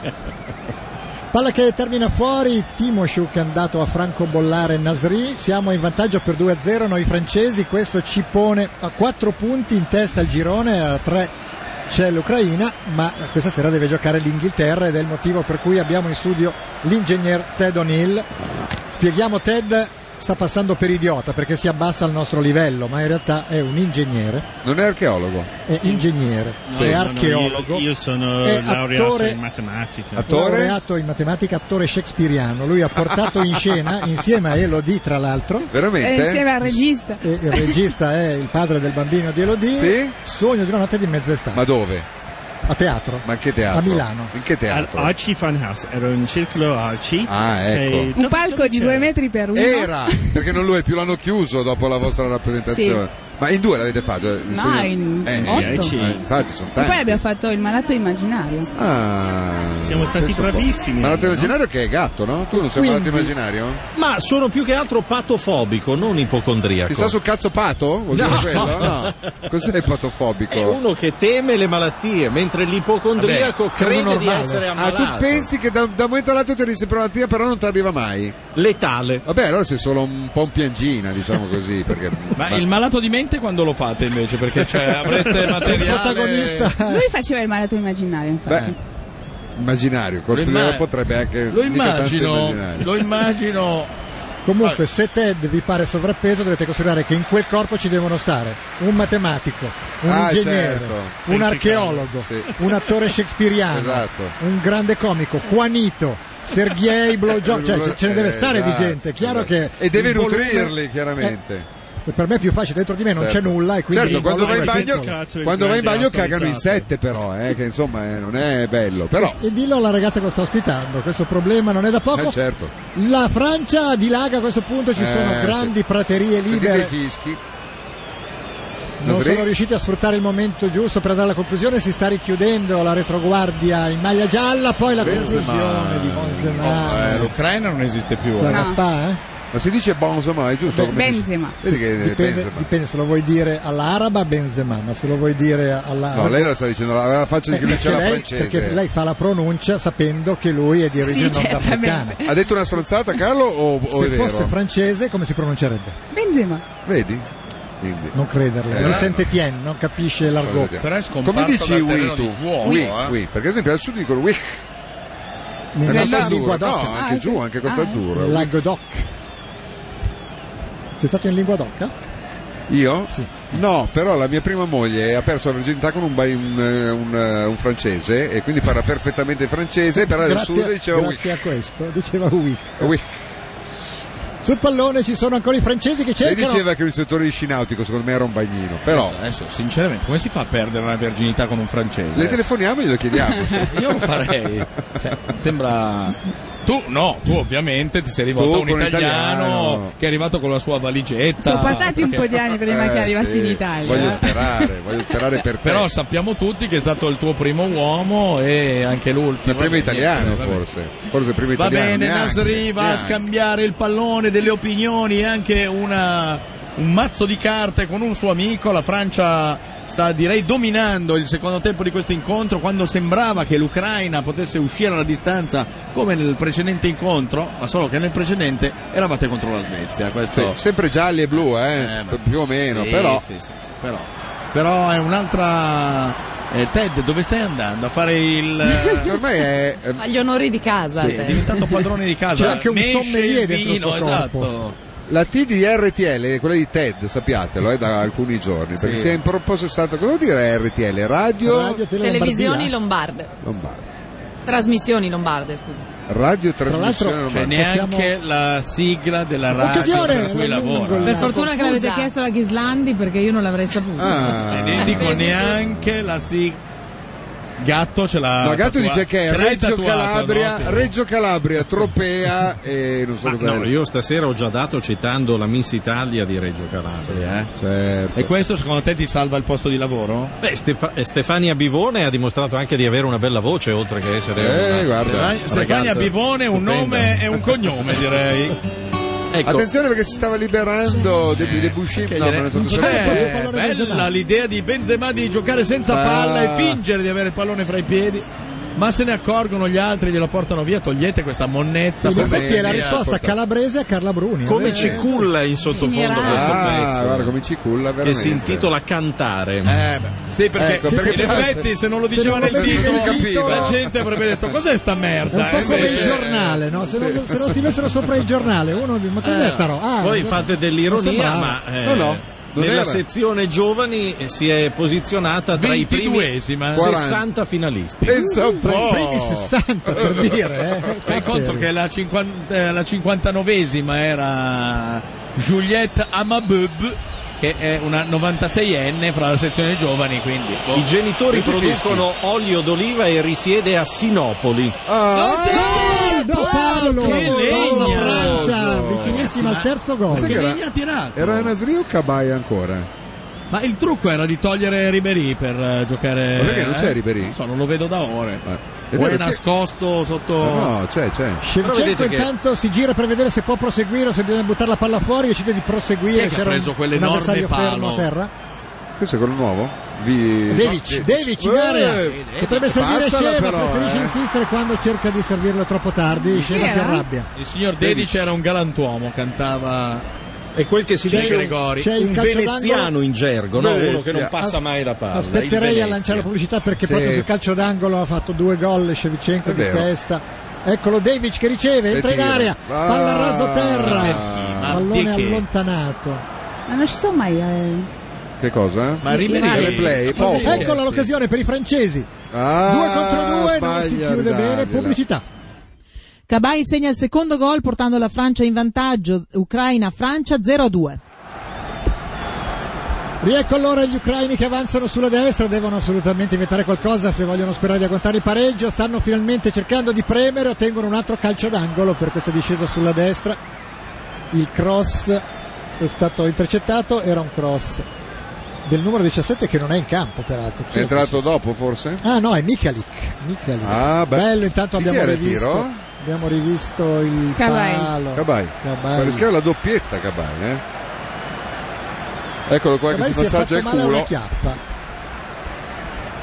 Speaker 2: Palla che termina fuori, Timoshuk è andato a francobollare Nasri, siamo in vantaggio per 2-0 noi francesi, questo ci pone a 4 punti in testa al girone, a 3 c'è l'Ucraina, ma questa sera deve giocare l'Inghilterra ed è il motivo per cui abbiamo in studio l'ingegner Ted O'Neill. Spieghiamo Ted sta passando per idiota perché si abbassa al nostro livello, ma in realtà è un ingegnere,
Speaker 4: Non è archeologo.
Speaker 2: è ingegnere,
Speaker 6: No,
Speaker 2: è
Speaker 6: no, no,
Speaker 2: archeologo.
Speaker 6: io, io sono
Speaker 2: è
Speaker 6: laureato
Speaker 2: attore-
Speaker 6: in matematica.
Speaker 2: laureato in matematica, attore shakespeariano. Lui ha portato in scena, insieme a Elodie tra l'altro,
Speaker 10: Eh,
Speaker 4: Veramente?
Speaker 10: insieme al regista.
Speaker 2: e il regista è il padre del bambino di Elodie,
Speaker 4: Sì?
Speaker 2: Sogno di una notte di mezz'estate,
Speaker 4: Ma dove?
Speaker 2: a teatro.
Speaker 4: Ma in che teatro?
Speaker 2: A Milano.
Speaker 4: In che
Speaker 6: Al
Speaker 4: teatro?
Speaker 6: Arci Fan House, ero in circolo Arci.
Speaker 4: Ah, ecco.
Speaker 6: E
Speaker 4: Un
Speaker 10: Un
Speaker 6: dove-
Speaker 10: palco
Speaker 6: dove
Speaker 10: di
Speaker 6: c'era?
Speaker 10: due metri per uno.
Speaker 4: Era, perché non lo è più, l'hanno chiuso dopo la vostra rappresentazione. Ma in due l'avete fatto?
Speaker 10: No, in otto.
Speaker 4: eh, infatti sono
Speaker 10: E
Speaker 4: tanti.
Speaker 10: poi abbiamo fatto il malato immaginario.
Speaker 4: Ah,
Speaker 6: Siamo stati
Speaker 4: pensa un po'.
Speaker 6: bravissimi,
Speaker 4: Ma l'altro
Speaker 6: no?
Speaker 4: immaginario che è gatto, no? Tu non sei un
Speaker 2: Quindi-
Speaker 4: malato immaginario?
Speaker 8: Ma sono più che altro patofobico, non
Speaker 4: Ti sta
Speaker 8: ipocondriaco.
Speaker 4: sul cazzo pato? Vuol dire
Speaker 8: Ecco. No.
Speaker 4: quello? No. Cos'è patofobico?
Speaker 8: È uno che teme le malattie, mentre l'ipocondriaco
Speaker 2: Vabbè, sono
Speaker 8: crede di
Speaker 2: normale.
Speaker 8: essere
Speaker 4: Ah,
Speaker 8: ammalato.
Speaker 4: tu pensi che da, da un momento all'altro ti risembra una malattia, però non ti arriva mai?
Speaker 8: Letale.
Speaker 4: Vabbè, allora sei solo un po' un piangina, diciamo così. Perché,
Speaker 3: Ma il malato di mente quando lo fate invece? Perché cioè, avreste materiale.
Speaker 2: Protagonista.
Speaker 10: Lui faceva il malato immaginario, infatti.
Speaker 4: Beh, immaginario, col
Speaker 3: Lo
Speaker 4: Fedele
Speaker 3: imma-
Speaker 4: potrebbe anche.
Speaker 3: Lo
Speaker 4: mica tanto
Speaker 3: immagino,
Speaker 4: immaginare.
Speaker 3: lo immagino.
Speaker 2: Comunque, se Ted vi pare sovrappeso, dovete considerare che in quel corpo ci devono stare un matematico, un
Speaker 4: Ah,
Speaker 2: ingegnere,
Speaker 4: certo.
Speaker 2: un archeologo,
Speaker 4: Sì.
Speaker 2: un attore shakespeariano,
Speaker 4: Esatto.
Speaker 2: un grande comico, Juanito, Sergei Blowjob, cioè ce- ce ne deve stare di
Speaker 4: Esatto,
Speaker 2: gente, è chiaro
Speaker 4: esatto.
Speaker 2: che
Speaker 4: E deve
Speaker 2: il volume-
Speaker 4: nutrirli, chiaramente.
Speaker 2: Eh, per me è più facile, dentro di me Eh, non
Speaker 4: Certo.
Speaker 2: c'è nulla e quindi
Speaker 4: certo, quando vai in
Speaker 2: il volume è
Speaker 4: bagno,
Speaker 2: piccolo.
Speaker 6: Cazzo, il
Speaker 4: quando vai in
Speaker 6: grande
Speaker 4: bagno
Speaker 6: autorizzato.
Speaker 4: cagano in sette, però, eh, che insomma eh, non è bello. Però,
Speaker 2: E dillo alla ragazza che lo sta ospitando, questo problema non è da poco.
Speaker 4: eh, certo.
Speaker 2: La Francia dilaga a questo punto, ci
Speaker 4: Eh,
Speaker 2: sono
Speaker 4: sì.
Speaker 2: grandi praterie
Speaker 4: Sentite i
Speaker 2: libere.
Speaker 4: fischi.
Speaker 2: Non
Speaker 4: Nasri?
Speaker 2: sono riusciti a sfruttare il momento giusto per dare la conclusione, si sta richiudendo la retroguardia in maglia gialla, poi la
Speaker 4: Benzema.
Speaker 2: conclusione di
Speaker 3: Oh, eh,
Speaker 2: Monzemano.
Speaker 3: L'Ucraina non esiste più. eh.
Speaker 2: Sarà
Speaker 10: No.
Speaker 2: pa, eh?
Speaker 4: Ma si dice Benzema, è giusto? come dice-
Speaker 10: Benzema.
Speaker 4: Vedi che
Speaker 2: Dipende,
Speaker 4: Benzema.
Speaker 2: dipende se lo vuoi dire all'araba Benzema, ma se lo vuoi dire all'araba
Speaker 4: No, lei lo sta dicendo, aveva la faccia di chi non c'è la
Speaker 2: Eh, lei-
Speaker 4: francese.
Speaker 2: perché lei fa la pronuncia sapendo che lui è di origine nordafricana.
Speaker 4: Ha detto una stronzata, Carlo? O, o
Speaker 2: Se
Speaker 4: è Oh, vero?
Speaker 2: fosse francese come si pronuncierebbe?
Speaker 10: Benzema.
Speaker 4: Vedi? Quindi.
Speaker 2: Non crederlo,
Speaker 4: Eh,
Speaker 2: lui
Speaker 4: no.
Speaker 2: sente Tien, non capisce l'argot.
Speaker 4: Come dici oui tu? Oui,
Speaker 2: eh?
Speaker 4: oui, perché ad esempio al sud dicono oui.
Speaker 2: Nella
Speaker 4: Costa
Speaker 2: lingua
Speaker 4: Azzurra,
Speaker 2: d'oc.
Speaker 4: no, anche
Speaker 2: Ah,
Speaker 4: giù,
Speaker 2: sì.
Speaker 4: anche Costa
Speaker 2: Ah, eh.
Speaker 4: Azzurra. oui.
Speaker 2: Languedoc. Sei stato in lingua d'occa?
Speaker 4: Io? No, però la mia prima moglie ha perso la virginità con un, bai- un, eh, un, eh, un francese e quindi parla perfettamente francese, però al
Speaker 2: grazie
Speaker 4: sud diceva oui.
Speaker 2: grazie a questo diceva oui.
Speaker 4: oui.
Speaker 2: Sul pallone ci sono ancora i francesi che
Speaker 4: Lei
Speaker 2: cercano.
Speaker 4: diceva che l'istruttore di sci nautico secondo me era un bagnino, però...
Speaker 3: Adesso, adesso, sinceramente, come si fa a perdere una virginità con un francese?
Speaker 4: Le telefoniamo e glielo chiediamo. sì.
Speaker 3: Io lo farei. Cioè, sembra. Tu no, tu ovviamente ti sei rivolto
Speaker 4: Tu
Speaker 3: a un
Speaker 4: con
Speaker 3: italiano,
Speaker 4: l'italiano.
Speaker 3: che è arrivato con la sua valigetta.
Speaker 10: Sono passati un po' di anni prima che arrivassi in Italia.
Speaker 4: Eh, sperare, voglio sperare per te.
Speaker 3: Però sappiamo tutti che è stato il tuo primo uomo e anche l'ultimo.
Speaker 4: Il primo
Speaker 3: Niente,
Speaker 4: italiano
Speaker 3: va bene.
Speaker 4: forse, forse il primo
Speaker 3: Va
Speaker 4: italiano.
Speaker 3: bene,
Speaker 4: neanche.
Speaker 3: Nasri va a
Speaker 4: neanche.
Speaker 3: scambiare il pallone delle opinioni e anche una- un mazzo di carte con un suo amico. La Francia sta direi dominando il secondo tempo di questo incontro quando sembrava che l'Ucraina potesse uscire alla distanza come nel precedente incontro, ma solo che nel precedente eravate contro la Svezia. Questo
Speaker 4: Sì, sempre gialli e blu, eh,
Speaker 3: Eh, ma-
Speaker 4: più o meno,
Speaker 3: Sì,
Speaker 4: però...
Speaker 3: sì, sì, sì, però, però è un'altra... eh, Ted, dove stai andando? A fare il... eh,
Speaker 4: Ormai è... eh,
Speaker 5: Agli onori di casa.
Speaker 3: Sì, è diventato padrone di casa.
Speaker 4: C'è anche un
Speaker 3: Ne esce
Speaker 4: sommelier
Speaker 3: il
Speaker 4: dentro il suo
Speaker 3: vino,
Speaker 4: corpo.
Speaker 3: Esatto.
Speaker 4: La T di RTL, quella di Ted, sappiatelo, è da alcuni giorni, perché
Speaker 2: Sì.
Speaker 4: si è impossessato. Cosa vuol dire RTL? Radio,
Speaker 2: Radio Tele
Speaker 5: Televisioni
Speaker 2: Lombardia.
Speaker 5: lombarde.
Speaker 4: Lombardia.
Speaker 5: Trasmissioni lombarde, scusa.
Speaker 4: Radio Trasmissione
Speaker 2: l'altro,
Speaker 3: C'è
Speaker 4: Lombardia.
Speaker 3: neanche la sigla della radio
Speaker 2: Occasione,
Speaker 3: per cui
Speaker 2: la-
Speaker 3: lavora.
Speaker 7: Per fortuna che l'avete
Speaker 5: Scusa.
Speaker 7: chiesto alla Ghislandi perché io non l'avrei saputo.
Speaker 3: Ah.
Speaker 4: Ah.
Speaker 3: E ne dico neanche la sigla. Gatto ce l'ha.
Speaker 4: No,
Speaker 3: tatuata-
Speaker 4: Gatto dice che è
Speaker 3: Ah, ce l'hai
Speaker 4: Reggio
Speaker 3: tatuata,
Speaker 4: Calabria,
Speaker 3: no? Ah, Te-
Speaker 4: Reggio Calabria, Tropea e non so
Speaker 8: Ma
Speaker 4: cosa
Speaker 8: Ah, no, io stasera ho già dato citando la Miss Italia di Reggio
Speaker 4: eh.
Speaker 8: Calabria. Certo.
Speaker 4: Certo.
Speaker 3: E questo secondo te ti salva il posto di lavoro?
Speaker 8: Beh, Stefa- eh, Stefania Bivone ha dimostrato anche di avere una bella voce, oltre che essere.
Speaker 4: Eh,
Speaker 8: una
Speaker 4: guarda.
Speaker 8: ragazza
Speaker 3: Stefania Bivone è un
Speaker 8: stupenda.
Speaker 3: nome e un cognome, direi.
Speaker 8: Ecco.
Speaker 4: Attenzione perché si stava liberando dei De Buscemi.
Speaker 3: Che
Speaker 4: No,
Speaker 3: dire-
Speaker 4: ma non è stato
Speaker 3: Cioè,
Speaker 4: solo-
Speaker 3: bella l'idea di Benzema di giocare senza
Speaker 4: Ah.
Speaker 3: palla e fingere di avere il pallone fra i piedi. Ma se ne accorgono gli altri, glielo portano via, togliete questa monnezza.
Speaker 2: In
Speaker 3: portatela.
Speaker 2: effetti è la risposta calabrese a Carla Bruni.
Speaker 8: Come
Speaker 2: Eh,
Speaker 8: ci culla in sottofondo
Speaker 2: Signorà.
Speaker 8: questo
Speaker 2: Ah,
Speaker 8: pezzo?
Speaker 4: guarda come ci culla
Speaker 8: Che
Speaker 4: veramente.
Speaker 8: si intitola Cantare.
Speaker 3: Eh, beh, sì, perché,
Speaker 4: Ecco, perché
Speaker 3: in
Speaker 4: poi-
Speaker 3: effetti se non lo
Speaker 4: se
Speaker 3: diceva
Speaker 4: non lo
Speaker 3: nel
Speaker 4: vedi
Speaker 3: titolo,
Speaker 4: non si capiva.
Speaker 3: la gente avrebbe detto cos'è sta merda?
Speaker 2: È un po' come il
Speaker 3: Invece-
Speaker 2: giornale, no? Se, lo, se lo scrivessero sopra il giornale, uno dice: Ma cos'è
Speaker 8: Eh,
Speaker 2: sta roba? Ah,
Speaker 8: Voi
Speaker 2: non-
Speaker 8: fate
Speaker 2: non
Speaker 8: dell'ironia,
Speaker 2: sembrava.
Speaker 8: ma eh,
Speaker 2: No, no, non
Speaker 8: nella
Speaker 2: era.
Speaker 8: sezione giovani eh, si è posizionata tra i primi
Speaker 3: 22esima.
Speaker 8: 60 finalisti. Oh!
Speaker 4: Pensa un
Speaker 3: Tra i
Speaker 8: po'.
Speaker 3: primi 60
Speaker 2: per dire, eh.
Speaker 3: Fai conto che la, 50, eh, la 59esima era Juliette Amabub che è una 96enne fra la sezione giovani, quindi boh.
Speaker 8: I genitori
Speaker 3: Tutti
Speaker 8: producono olio d'oliva e risiede a Sinopoli.
Speaker 2: Ah, no, Paolo!
Speaker 3: che
Speaker 2: Paolo,
Speaker 3: legna!
Speaker 2: Francia,
Speaker 3: Ragazzi,
Speaker 2: vicinissima
Speaker 3: ma-
Speaker 2: al terzo gol.
Speaker 4: Sai che era-
Speaker 3: Chi ha tirato?
Speaker 4: Era Nasri o Cabai ancora?
Speaker 3: Ma il trucco era di togliere Ribery per eh, giocare.
Speaker 4: Ma perché non c'è
Speaker 3: eh?
Speaker 4: Ribéry? Eh.
Speaker 3: Non so, non lo vedo da ore.
Speaker 4: È
Speaker 3: O
Speaker 4: vero
Speaker 3: è
Speaker 4: che-
Speaker 3: nascosto sotto. certo,
Speaker 4: No, c'è, c'è.
Speaker 2: Shevchenko certo, intanto si gira per vedere se può proseguire o se bisogna buttare la palla fuori e decide di
Speaker 3: Chi è
Speaker 2: proseguire.
Speaker 3: che ha
Speaker 2: C'era
Speaker 3: preso
Speaker 2: un, un
Speaker 3: quell'enorme
Speaker 2: avversario
Speaker 3: palo?
Speaker 2: fermo a terra.
Speaker 4: Questo è quello nuovo? Vi... Eh,
Speaker 2: Devic,
Speaker 8: Eh,
Speaker 2: Devic in area. Potrebbe servire
Speaker 4: Passala
Speaker 2: Scema,
Speaker 4: però,
Speaker 2: preferisce
Speaker 4: eh.
Speaker 2: insistere quando cerca di servirlo troppo
Speaker 3: Mm,
Speaker 2: tardi. Scema
Speaker 3: eh.
Speaker 2: si arrabbia.
Speaker 3: Il signor Dedic era un galantuomo, cantava.
Speaker 8: E quel che si
Speaker 3: C'è
Speaker 8: dice
Speaker 3: Gregori.
Speaker 2: C'è il
Speaker 8: un
Speaker 2: calcio
Speaker 8: veneziano
Speaker 2: d'angolo.
Speaker 8: in gergo, no?
Speaker 2: Venezia.
Speaker 8: uno che non passa
Speaker 2: As-
Speaker 8: mai la palla. il
Speaker 2: Aspetterei a
Speaker 8: Venezia.
Speaker 2: lanciare la pubblicità perché
Speaker 8: Sì.
Speaker 2: proprio sul calcio d'angolo ha fatto due gol Shevchenko
Speaker 8: È
Speaker 2: di
Speaker 8: vero.
Speaker 2: testa. Eccolo Devic che riceve, entra in
Speaker 4: tira.
Speaker 2: area, palla
Speaker 4: Ah.
Speaker 2: raso terra,
Speaker 4: Ma perché? Ma
Speaker 2: pallone
Speaker 4: Ah, di che?
Speaker 2: allontanato.
Speaker 10: Ma non ci sono mai. eh.
Speaker 4: Che cosa?
Speaker 10: Ma Ribéry-
Speaker 4: Alle play, poco.
Speaker 2: Eccola l'occasione per i francesi.
Speaker 4: eh, Ah,
Speaker 2: due contro due, non si
Speaker 4: sbaglia,
Speaker 2: chiude bene,
Speaker 4: ridagliela.
Speaker 2: pubblicità.
Speaker 15: Cabai segna il secondo gol portando la Francia in vantaggio. Ucraina-Francia 0-2.
Speaker 2: Riecco allora gli ucraini che avanzano sulla destra, devono assolutamente inventare qualcosa se vogliono sperare di agguantare il pareggio, stanno finalmente cercando di premere, ottengono un altro calcio d'angolo per questa discesa sulla destra. Il cross è stato intercettato, era un cross del numero 17 che non è in campo peraltro. Chi
Speaker 4: È
Speaker 2: è?
Speaker 4: entrato dopo forse?
Speaker 2: Ah no, è Mikalik. Mikalik.
Speaker 4: Eh? Ah, beh.
Speaker 2: Bello, intanto
Speaker 4: Di chi
Speaker 2: abbiamo
Speaker 4: era il
Speaker 2: rivisto
Speaker 4: tiro?
Speaker 2: Abbiamo rivisto il
Speaker 4: Cabai.
Speaker 2: palo.
Speaker 4: Cabai.
Speaker 2: Cabai.
Speaker 4: Ma rischiava la doppietta Cabai, eh? Eccolo qua
Speaker 2: Cabai
Speaker 4: che si
Speaker 2: si è fatto
Speaker 4: passaggia il
Speaker 2: male a una
Speaker 4: culo.
Speaker 2: chiappa.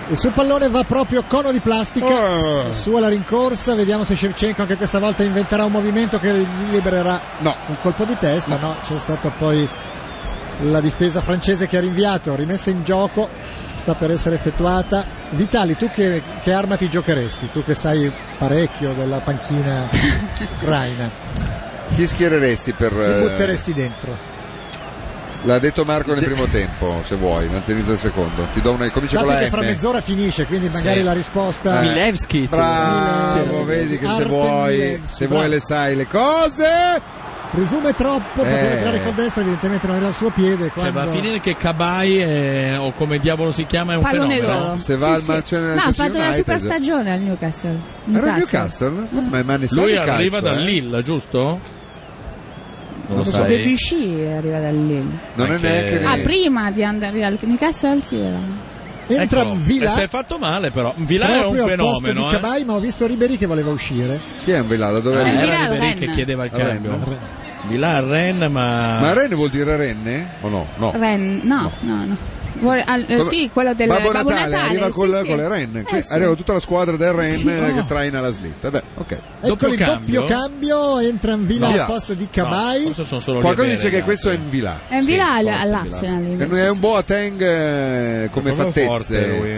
Speaker 2: Il suo pallone va proprio cono di
Speaker 4: Ah.
Speaker 2: plastica. Sua la rincorsa. Vediamo se Shevchenko anche questa volta inventerà un movimento che libererà il colpo di testa. No, c'è stato poi la difesa francese che ha rinviato, rimessa in gioco. Sta per essere effettuata. Vitali, tu che, che arma ti giocheresti? Tu che sai parecchio della panchina ucraina,
Speaker 4: Chi schiereresti per...
Speaker 2: ti
Speaker 4: eh,
Speaker 2: butteresti dentro.
Speaker 4: L'ha detto Marco nel primo tempo, se vuoi, anzi inizio del secondo. Ti do una... Comincia con
Speaker 2: Sappi che
Speaker 4: la M.
Speaker 2: fra mezz'ora finisce, quindi magari
Speaker 4: Sì.
Speaker 2: la risposta.
Speaker 4: Eh, Bravo, vedi che se
Speaker 2: Artem
Speaker 4: vuoi,
Speaker 2: Milevski,
Speaker 4: se
Speaker 2: bravo.
Speaker 4: vuoi le sai le cose.
Speaker 2: Presume troppo, poteva
Speaker 3: Eh.
Speaker 2: entrare col destro, evidentemente non era il suo piede.
Speaker 3: Cioè,
Speaker 2: Quando...
Speaker 3: va a finire che Cabai, è- o come diavolo si chiama, è un
Speaker 10: Pallone
Speaker 3: fenomeno.
Speaker 10: d'oro. Sì, sì. No, ha fatto una super stagione al Newcastle.
Speaker 4: Era il Newcastle? Ma ma- ma ne sa
Speaker 3: Lui
Speaker 4: di calcio,
Speaker 3: arriva da
Speaker 4: eh?
Speaker 3: Lille, giusto? Non lo
Speaker 4: lo so.
Speaker 3: sai.
Speaker 10: Debussy arriva da lì.
Speaker 4: Non è neanche
Speaker 10: Ah, prima di andare al Newcastle sì era.
Speaker 2: Entra
Speaker 3: Ecco,
Speaker 2: Vila.
Speaker 3: eh, si è fatto male però. Vila era un
Speaker 2: proprio al posto
Speaker 3: fenomeno.
Speaker 2: di
Speaker 3: eh.
Speaker 2: Cabai, ma ho visto Ribery che voleva uscire.
Speaker 4: Chi è un Vilà? Da dove
Speaker 3: Eh,
Speaker 4: arriva?
Speaker 3: era Ribery che chiedeva il cambio. Vilà a Ren, ma.
Speaker 4: Ma Ren vuol dire renne? O no? No.
Speaker 10: Ren, no, no, no. Vuole- al- eh,
Speaker 4: Come-
Speaker 10: sì, quello del
Speaker 4: Babbo Natale, arriva
Speaker 10: sì,
Speaker 4: col,
Speaker 10: sì.
Speaker 4: con le renne.
Speaker 10: Eh, sì.
Speaker 4: Arriva tutta la squadra del Ren
Speaker 10: Sì.
Speaker 4: eh, che
Speaker 10: Oh.
Speaker 4: traina la slitta. Beh, ok.
Speaker 2: Ecco il doppio cambio, entra Vila
Speaker 4: No.
Speaker 2: al posto di
Speaker 3: No,
Speaker 2: Cabai.
Speaker 3: forse sono solo
Speaker 4: Qualcosa
Speaker 3: libere,
Speaker 4: dice che
Speaker 3: ragazzi.
Speaker 4: questo è un Vilà.
Speaker 10: È in villa al- all'Arsenal.
Speaker 4: E
Speaker 10: invece.
Speaker 4: lui è un Boateng eh, come
Speaker 3: È proprio
Speaker 4: fattezze.
Speaker 3: forte lui.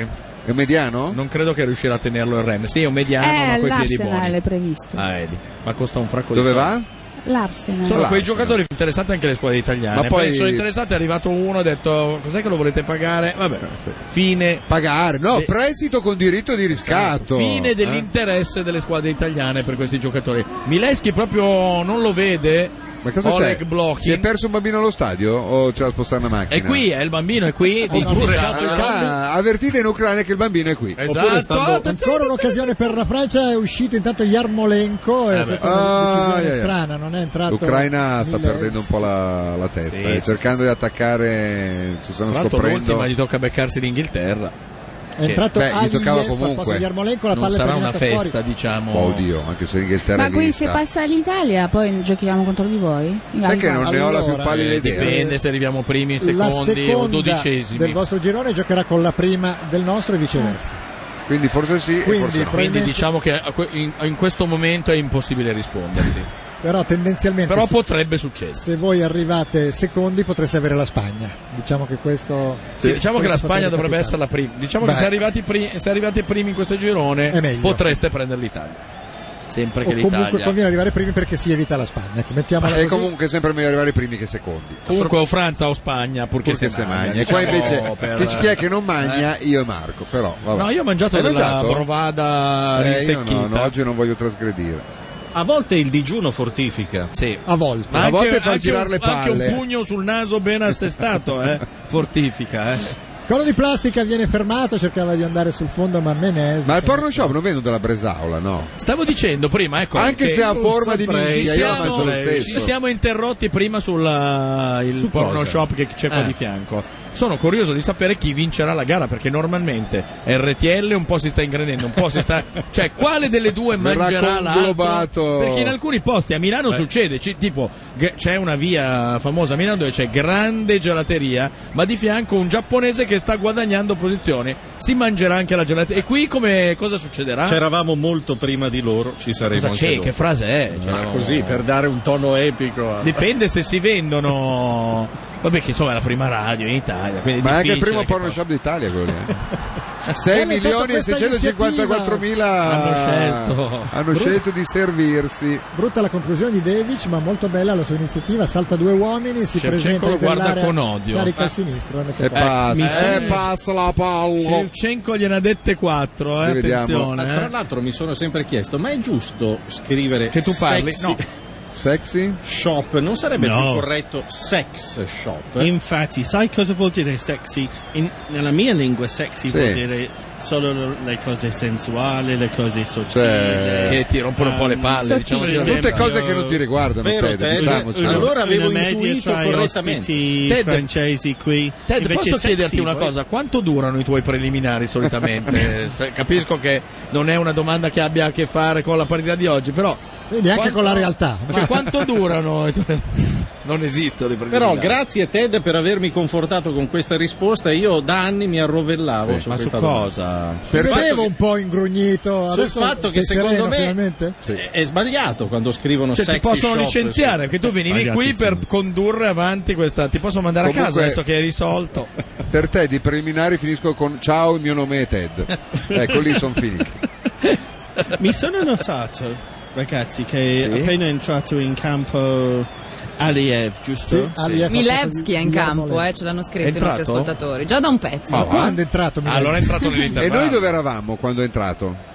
Speaker 4: È un mediano?
Speaker 3: Non credo che riuscirà a tenerlo il Ren. Sì, è un mediano, ma
Speaker 10: Eh,
Speaker 3: coi piedi
Speaker 10: l'Arsenal
Speaker 3: buoni.
Speaker 10: è previsto.
Speaker 3: Ah, vedi. Ma costa un fracco
Speaker 4: Dove
Speaker 3: di soldi.
Speaker 4: va?
Speaker 10: L'Arsenal.
Speaker 3: Sono quei giocatori interessati anche le squadre italiane.
Speaker 4: Ma
Speaker 3: Ma
Speaker 4: poi-
Speaker 3: poi sono interessati, è arrivato uno ha detto cos'è che lo volete pagare? Vabbè, fine.
Speaker 4: Pagare, no,
Speaker 3: De-
Speaker 4: prestito con diritto di riscatto.
Speaker 3: Fine
Speaker 4: Eh?
Speaker 3: dell'interesse delle squadre italiane per questi giocatori. Mileschi proprio non lo vede.
Speaker 4: Ma cosa
Speaker 3: Oleg
Speaker 4: c'è?
Speaker 3: Blocchi.
Speaker 4: Si è perso un bambino allo stadio o c'è da spostare una macchina?
Speaker 3: È qui, è il bambino, è qui. di-
Speaker 4: Oppure,
Speaker 3: Esatto, il
Speaker 4: ah, avvertite in Ucraina che il bambino è qui.
Speaker 3: Esatto. Oppure stanno-
Speaker 2: Ancora un'occasione per la Francia, è uscito intanto Yarmolenko, è
Speaker 4: Eh,
Speaker 2: stata
Speaker 4: beh.
Speaker 2: una
Speaker 4: Ah,
Speaker 2: decisione
Speaker 4: yeah, yeah.
Speaker 2: strana, non è entrato.
Speaker 4: L'Ucraina sta
Speaker 2: Milevski.
Speaker 4: perdendo un po' la, la testa,
Speaker 3: Sì,
Speaker 4: eh,
Speaker 3: sì,
Speaker 4: cercando di attaccare, ci stanno
Speaker 3: Tra l'altro
Speaker 4: scoprendo.
Speaker 3: l'ultima gli tocca beccarsi l'Inghilterra.
Speaker 2: È entrato
Speaker 4: Beh, gli
Speaker 2: Aliyev
Speaker 4: toccava
Speaker 2: al posto
Speaker 4: comunque.
Speaker 2: di Yarmolenko, la
Speaker 3: non
Speaker 2: palla è
Speaker 3: sarà una
Speaker 2: terminata fuori.
Speaker 3: festa, diciamo.
Speaker 4: Oh, oddio, anche se l'Inghilterra
Speaker 10: Ma
Speaker 4: è
Speaker 10: quindi se
Speaker 4: vista.
Speaker 10: passa l'Italia poi giochiamo contro di voi? In
Speaker 4: Sai che
Speaker 10: Albania.
Speaker 4: non ne ho la più pallida
Speaker 3: Eh,
Speaker 4: idea.
Speaker 3: dipende se arriviamo primi, secondi
Speaker 2: la
Speaker 3: o
Speaker 2: seconda del
Speaker 3: dodicesimi.
Speaker 2: vostro girone giocherà con la prima del nostro e viceversa.
Speaker 4: Quindi forse sì, e
Speaker 2: Quindi,
Speaker 4: forse no.
Speaker 3: Quindi
Speaker 2: probabilmente-
Speaker 3: diciamo che a que- in, in questo momento è impossibile risponderti.
Speaker 2: Però tendenzialmente
Speaker 3: Però
Speaker 2: se-
Speaker 3: potrebbe succedere.
Speaker 2: se voi arrivate secondi potreste avere la Spagna. Diciamo che questo
Speaker 3: Sì, diciamo che la
Speaker 2: questo
Speaker 3: Spagna
Speaker 2: potrebbe
Speaker 3: dovrebbe essere
Speaker 2: capitare.
Speaker 3: la prima. Diciamo
Speaker 2: Beh.
Speaker 3: che se arrivati, pri- se arrivate primi in questo girone
Speaker 2: È meglio.
Speaker 3: potreste prendere l'Italia. Sempre che
Speaker 2: O comunque
Speaker 3: l'Italia.
Speaker 2: conviene arrivare primi perché si evita la Spagna. Ecco, mettiamola
Speaker 4: E
Speaker 2: così.
Speaker 4: comunque è sempre meglio arrivare primi che secondi.
Speaker 3: Comunque o Francia o Spagna, purché,
Speaker 4: Perché se magna. E qua
Speaker 3: diciamo,
Speaker 4: invece
Speaker 3: per-
Speaker 4: che chi è che non magna? Io e Marco, però. vabbè.
Speaker 3: No, io ho mangiato
Speaker 4: Hai
Speaker 3: della
Speaker 4: mangiato?
Speaker 3: brovada
Speaker 4: Eh, io
Speaker 3: rinsecchita.
Speaker 4: no, no, oggi non voglio trasgredire.
Speaker 16: A volte il digiuno fortifica.
Speaker 3: Sì.
Speaker 2: A volte.
Speaker 3: Ma
Speaker 4: A
Speaker 3: anche,
Speaker 4: volte fa
Speaker 3: anche
Speaker 4: girare
Speaker 3: un,
Speaker 4: le
Speaker 3: anche un
Speaker 4: palle.
Speaker 3: pugno sul naso ben assestato, eh, fortifica. Eh.
Speaker 2: Cono di plastica viene fermato, cercava di andare sul fondo ma Menez.
Speaker 4: Ma il porno shop non vendo della Bresaola, no?
Speaker 3: Stavo dicendo prima, ecco,
Speaker 4: Anche
Speaker 3: che
Speaker 4: se ha
Speaker 3: non
Speaker 4: forma di
Speaker 3: saprei.
Speaker 4: minchia,
Speaker 3: Ci
Speaker 4: io la
Speaker 3: siamo-
Speaker 4: faccio lo stesso.
Speaker 3: Ci siamo interrotti prima sul eh, il
Speaker 4: Su
Speaker 3: porno
Speaker 4: cosa?
Speaker 3: shop che c'è qua
Speaker 4: Ah.
Speaker 3: di fianco. Sono curioso di sapere chi vincerà la gara perché normalmente RTL un po' si sta ingrandendo, un po' si sta cioè quale delle due
Speaker 4: Verrà
Speaker 3: mangerà
Speaker 4: conglobato.
Speaker 3: l'altro? Perché in alcuni posti a Milano succede, ci- tipo g- c'è una via famosa a Milano dove c'è grande gelateria, ma di fianco un giapponese che sta guadagnando posizioni, si mangerà anche la gelateria. E qui come cosa succederà?
Speaker 16: C'eravamo molto prima di loro, ci saremo
Speaker 3: Cosa
Speaker 16: anche
Speaker 3: c'è?
Speaker 16: noi.
Speaker 3: Che frase è?
Speaker 8: Ah,
Speaker 16: Ma
Speaker 3: Cioè, no.
Speaker 16: così, per dare un tono epico. a-
Speaker 3: Dipende se si vendono. Vabbè, che insomma è la prima radio in Italia. quindi è
Speaker 4: Ma è anche il
Speaker 3: difficile
Speaker 4: primo
Speaker 3: che
Speaker 4: porno
Speaker 3: poi-
Speaker 4: shop d'Italia quello lì. eh.
Speaker 2: Bene,
Speaker 4: 6
Speaker 2: intanto
Speaker 4: milioni e
Speaker 2: questa iniziativa
Speaker 4: 654 mila
Speaker 3: Hanno scelto.
Speaker 4: hanno
Speaker 2: Brutto.
Speaker 4: scelto di servirsi.
Speaker 2: Brutta la conclusione di Devic, ma molto bella la sua iniziativa. Salta due uomini, si
Speaker 3: Shevchenko
Speaker 2: presenta
Speaker 3: lo
Speaker 2: in
Speaker 3: Cioè, guarda
Speaker 2: quell'area,
Speaker 3: con odio.
Speaker 2: Carica
Speaker 3: Eh.
Speaker 2: a sinistra.
Speaker 4: E
Speaker 3: mi
Speaker 4: passa,
Speaker 3: sembra-
Speaker 4: e passa la palla.
Speaker 3: Shevchenko gliene ha dette 4. Eh,
Speaker 16: Ci vediamo. Ma
Speaker 3: attenzione.
Speaker 16: Tra
Speaker 3: eh.
Speaker 16: l'altro mi sono sempre chiesto, ma è giusto scrivere
Speaker 3: Che tu parli?
Speaker 16: sexy
Speaker 3: No.
Speaker 4: Sexy?
Speaker 16: shop? Non sarebbe
Speaker 6: No.
Speaker 16: più corretto sex shop?
Speaker 4: Eh?
Speaker 6: Infatti, sai cosa vuol dire sexy? In- nella mia lingua sexy
Speaker 16: Sì.
Speaker 6: vuol dire solo lo- le cose sensuali, le cose sottili.
Speaker 4: Cioè,
Speaker 3: Che ti rompono un po'
Speaker 2: Ah,
Speaker 3: le palle, diciamo,
Speaker 6: sottili.
Speaker 3: ci
Speaker 4: Tutte
Speaker 3: sembra.
Speaker 4: cose che non ti riguardano,
Speaker 16: Vero,
Speaker 4: Fede,
Speaker 16: Ted?
Speaker 4: diciamocelo.
Speaker 16: Allora
Speaker 6: Una
Speaker 16: avevo
Speaker 6: media
Speaker 16: intuito
Speaker 6: tra i
Speaker 16: correttamente.
Speaker 6: ospiti
Speaker 3: Ted-
Speaker 6: francesi qui.
Speaker 3: Ted,
Speaker 6: Invece
Speaker 3: posso
Speaker 6: sexy,
Speaker 3: chiederti una
Speaker 6: poi-
Speaker 3: cosa? Quanto durano i tuoi preliminari solitamente? Se- Capisco che non è una domanda che abbia a che fare con la partita di oggi, però
Speaker 2: Quindi anche
Speaker 3: Quanto-
Speaker 2: con la realtà.
Speaker 3: Cioè, quanto durano? Non esistono i problemi.
Speaker 8: Però
Speaker 3: grazie
Speaker 8: grazie Ted per avermi confortato con questa risposta. Io da anni mi arrovellavo
Speaker 3: Eh,
Speaker 8: su
Speaker 3: ma su
Speaker 8: questa
Speaker 3: cosa?
Speaker 8: domanda.
Speaker 2: Per vedevo un po' ingrugnito.
Speaker 8: sul
Speaker 2: Adesso
Speaker 8: fatto
Speaker 2: sei
Speaker 8: che
Speaker 2: sereno,
Speaker 8: secondo me
Speaker 2: finalmente?
Speaker 8: è- è sbagliato quando scrivono
Speaker 3: Cioè,
Speaker 8: sexy
Speaker 3: ti possono
Speaker 8: shop
Speaker 3: licenziare
Speaker 8: su-
Speaker 3: perché
Speaker 2: Eh,
Speaker 3: tu venivi qui per condurre avanti questa. Ti possono mandare a casa
Speaker 4: Ah, Comunque-
Speaker 3: adesso che hai risolto.
Speaker 4: Per Ted i preliminari finisco con ciao, il mio nome è Ted. ecco, lì sono finiti.
Speaker 16: Mi sono notato, ragazzi, che
Speaker 4: Sì.
Speaker 16: appena è entrato in campo Aliev, giusto?
Speaker 5: Milevski è in campo, eh, ce l'hanno
Speaker 16: È
Speaker 5: scritto i
Speaker 16: entrato?
Speaker 5: nostri ascoltatori. Già da un pezzo.
Speaker 4: è entrato?
Speaker 3: Allora è entrato
Speaker 4: E
Speaker 3: nell'intervallo.
Speaker 4: noi dove eravamo quando è entrato?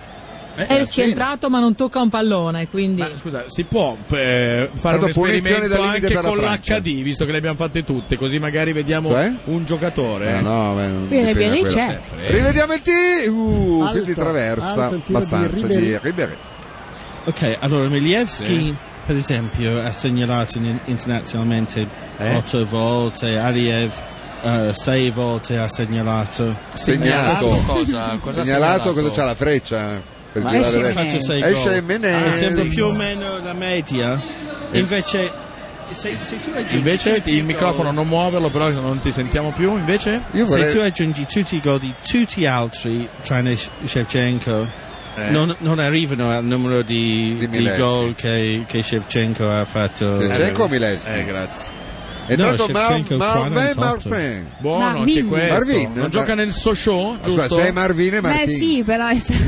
Speaker 3: Eh,
Speaker 7: È entrato ma non tocca un pallone, quindi...
Speaker 3: scusa, si può eh, fare
Speaker 4: Stato
Speaker 3: un
Speaker 4: punizione
Speaker 3: esperimento
Speaker 4: dall'India
Speaker 3: anche
Speaker 4: per la
Speaker 3: con
Speaker 4: Francia.
Speaker 3: l'HD, visto che le abbiamo fatte tutte, così magari vediamo
Speaker 4: Cioè?
Speaker 3: un giocatore.
Speaker 4: Eh, No, no, beh, non
Speaker 3: Qui
Speaker 4: dipende
Speaker 3: Ribéry
Speaker 4: da quello.
Speaker 3: c'è.
Speaker 4: Se- Rivediamo il T. Uh,
Speaker 16: Alto,
Speaker 4: quindi traversa
Speaker 16: alto il tiro di
Speaker 4: abbastanza
Speaker 16: Ribéry.
Speaker 4: di Ribéry.
Speaker 16: Ok, allora Milievski,
Speaker 4: Sì.
Speaker 16: per esempio, ha segnalato in- internazionalmente
Speaker 4: Eh?
Speaker 16: otto volte, Aliev eh, sei volte ha segnalato.
Speaker 4: Segnalato.
Speaker 3: cosa?
Speaker 16: Cosa ha
Speaker 4: segnalato
Speaker 16: segnalato?
Speaker 4: cosa c'ha la freccia? Per
Speaker 16: Ma
Speaker 4: girare
Speaker 16: esce
Speaker 4: adesso.
Speaker 16: Menez. Faccio sei gol.
Speaker 4: Esce
Speaker 16: Ah,
Speaker 4: Menez.
Speaker 16: sembra più o meno la media. Invece, se, se tu aggiungi
Speaker 3: Invece
Speaker 16: tutti i
Speaker 3: il microfono
Speaker 16: gol-
Speaker 3: non muoverlo, però non ti sentiamo più. Invece?
Speaker 16: Se tu aggiungi tutti i gol di tutti gli altri, tranne Sh- Shevchenko,
Speaker 3: Eh.
Speaker 16: non, non arrivano al numero di, di
Speaker 4: Milevski.
Speaker 16: gol che, che Shevchenko ha fatto.
Speaker 4: Shevchenko o Milevski?
Speaker 16: Eh, grazie.
Speaker 4: È entrato Mar-
Speaker 16: Shevchenko
Speaker 4: Marvin
Speaker 16: 48.
Speaker 4: Martin.
Speaker 3: Buono anche questo.
Speaker 4: Marvin.
Speaker 3: non gioca nel Sochaux, giusto?
Speaker 4: Scusa, sei Marvin e
Speaker 10: Beh
Speaker 4: Martin.
Speaker 10: sì, però è stato...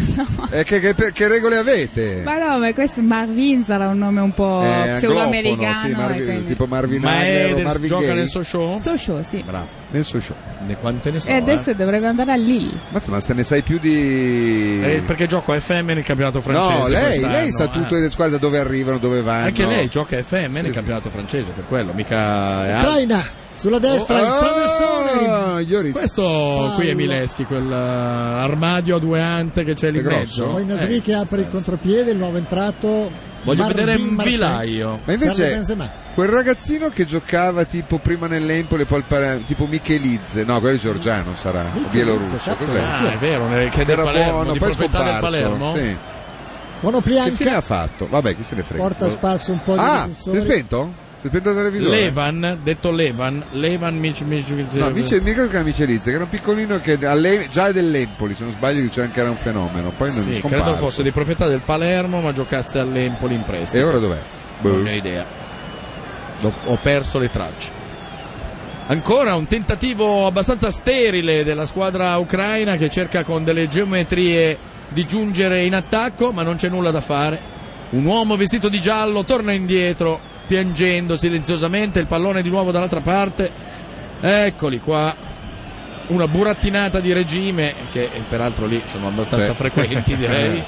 Speaker 4: Eh, che, che- per- che regole avete?
Speaker 10: Ma no, ma questo Marvin sarà un nome un po'
Speaker 4: Eh,
Speaker 10: pseudoamericano. ecco.
Speaker 4: anglofono, sì, Marvin-
Speaker 10: e quindi-
Speaker 4: tipo Marvin
Speaker 3: Ma è
Speaker 4: Hagler o
Speaker 3: del-
Speaker 4: Marvin
Speaker 3: gioca
Speaker 4: Gaye.
Speaker 3: nel Sochaux?
Speaker 10: Sochaux, sì.
Speaker 3: Bravo.
Speaker 4: Nel Sochaux.
Speaker 3: Ne quante ne so?
Speaker 10: e adesso
Speaker 3: eh?
Speaker 10: dovrebbe andare a Lille.
Speaker 4: Ma, ma se ne sai più di...
Speaker 3: Eh, perché gioco a FM nel campionato francese.
Speaker 4: no, lei,
Speaker 3: quest'anno,
Speaker 4: lei sa
Speaker 3: eh.
Speaker 4: tutte le squadre da dove arrivano, dove vanno.
Speaker 3: Anche lei gioca a FM nel campionato francese, per quello, mica è altro.
Speaker 2: Ucraina, sulla destra,
Speaker 3: Oh,
Speaker 4: Ah,
Speaker 2: il traversone.
Speaker 3: Questo qui è Mileschi, quell'armadio a due ante che c'è lì in mezzo.
Speaker 2: Poi Nasri
Speaker 3: Eh,
Speaker 2: che apre il contropiede, il nuovo entrato.
Speaker 3: Voglio
Speaker 2: Marvin
Speaker 3: vedere un
Speaker 2: Martin.
Speaker 3: vilaio.
Speaker 4: Ma
Speaker 2: Serve
Speaker 4: invece
Speaker 2: Benzema.
Speaker 4: quel ragazzino che giocava tipo prima nell'Empoli e poi al Palermo, tipo Michelizze, no, quello è Giorgiano sarà, bielorusso,
Speaker 2: esatto.
Speaker 4: cos'è?
Speaker 3: Ah, è vero, nel- che è del
Speaker 4: Era
Speaker 3: Palermo,
Speaker 4: buono,
Speaker 3: di
Speaker 4: poi è
Speaker 3: proprietà del
Speaker 4: scomparso.
Speaker 3: Palermo?
Speaker 4: Sì. Che fine
Speaker 2: Monoplianca
Speaker 4: ha fatto? Vabbè, chi se ne frega.
Speaker 2: porta a spasso un po' di
Speaker 4: Ah, si
Speaker 2: difensori.
Speaker 4: è spento? Si è spento il televisore?
Speaker 3: Levan, detto Levan, Levan Mic Mic Mic-
Speaker 4: No, Mice, mica che era Michelizze, che era un piccolino che alle- già è dell'Empoli, se non sbaglio c'era anche era un fenomeno, poi non
Speaker 3: Sì,
Speaker 4: è
Speaker 3: credo
Speaker 4: scomparso.
Speaker 3: fosse di proprietà del Palermo, ma giocasse all'Empoli in prestito.
Speaker 4: E ora dov'è? Boh.
Speaker 3: Non ne ho idea. Ho, ho perso le tracce. Ancora un tentativo abbastanza sterile della squadra ucraina che cerca con delle geometrie di giungere in attacco, ma non c'è nulla da fare. Un uomo vestito di giallo torna indietro, piangendo silenziosamente, il pallone di nuovo dall'altra parte. Eccoli qua. Una burattinata di regime, che eh, peraltro lì sono abbastanza
Speaker 4: Beh.
Speaker 3: frequenti, direi.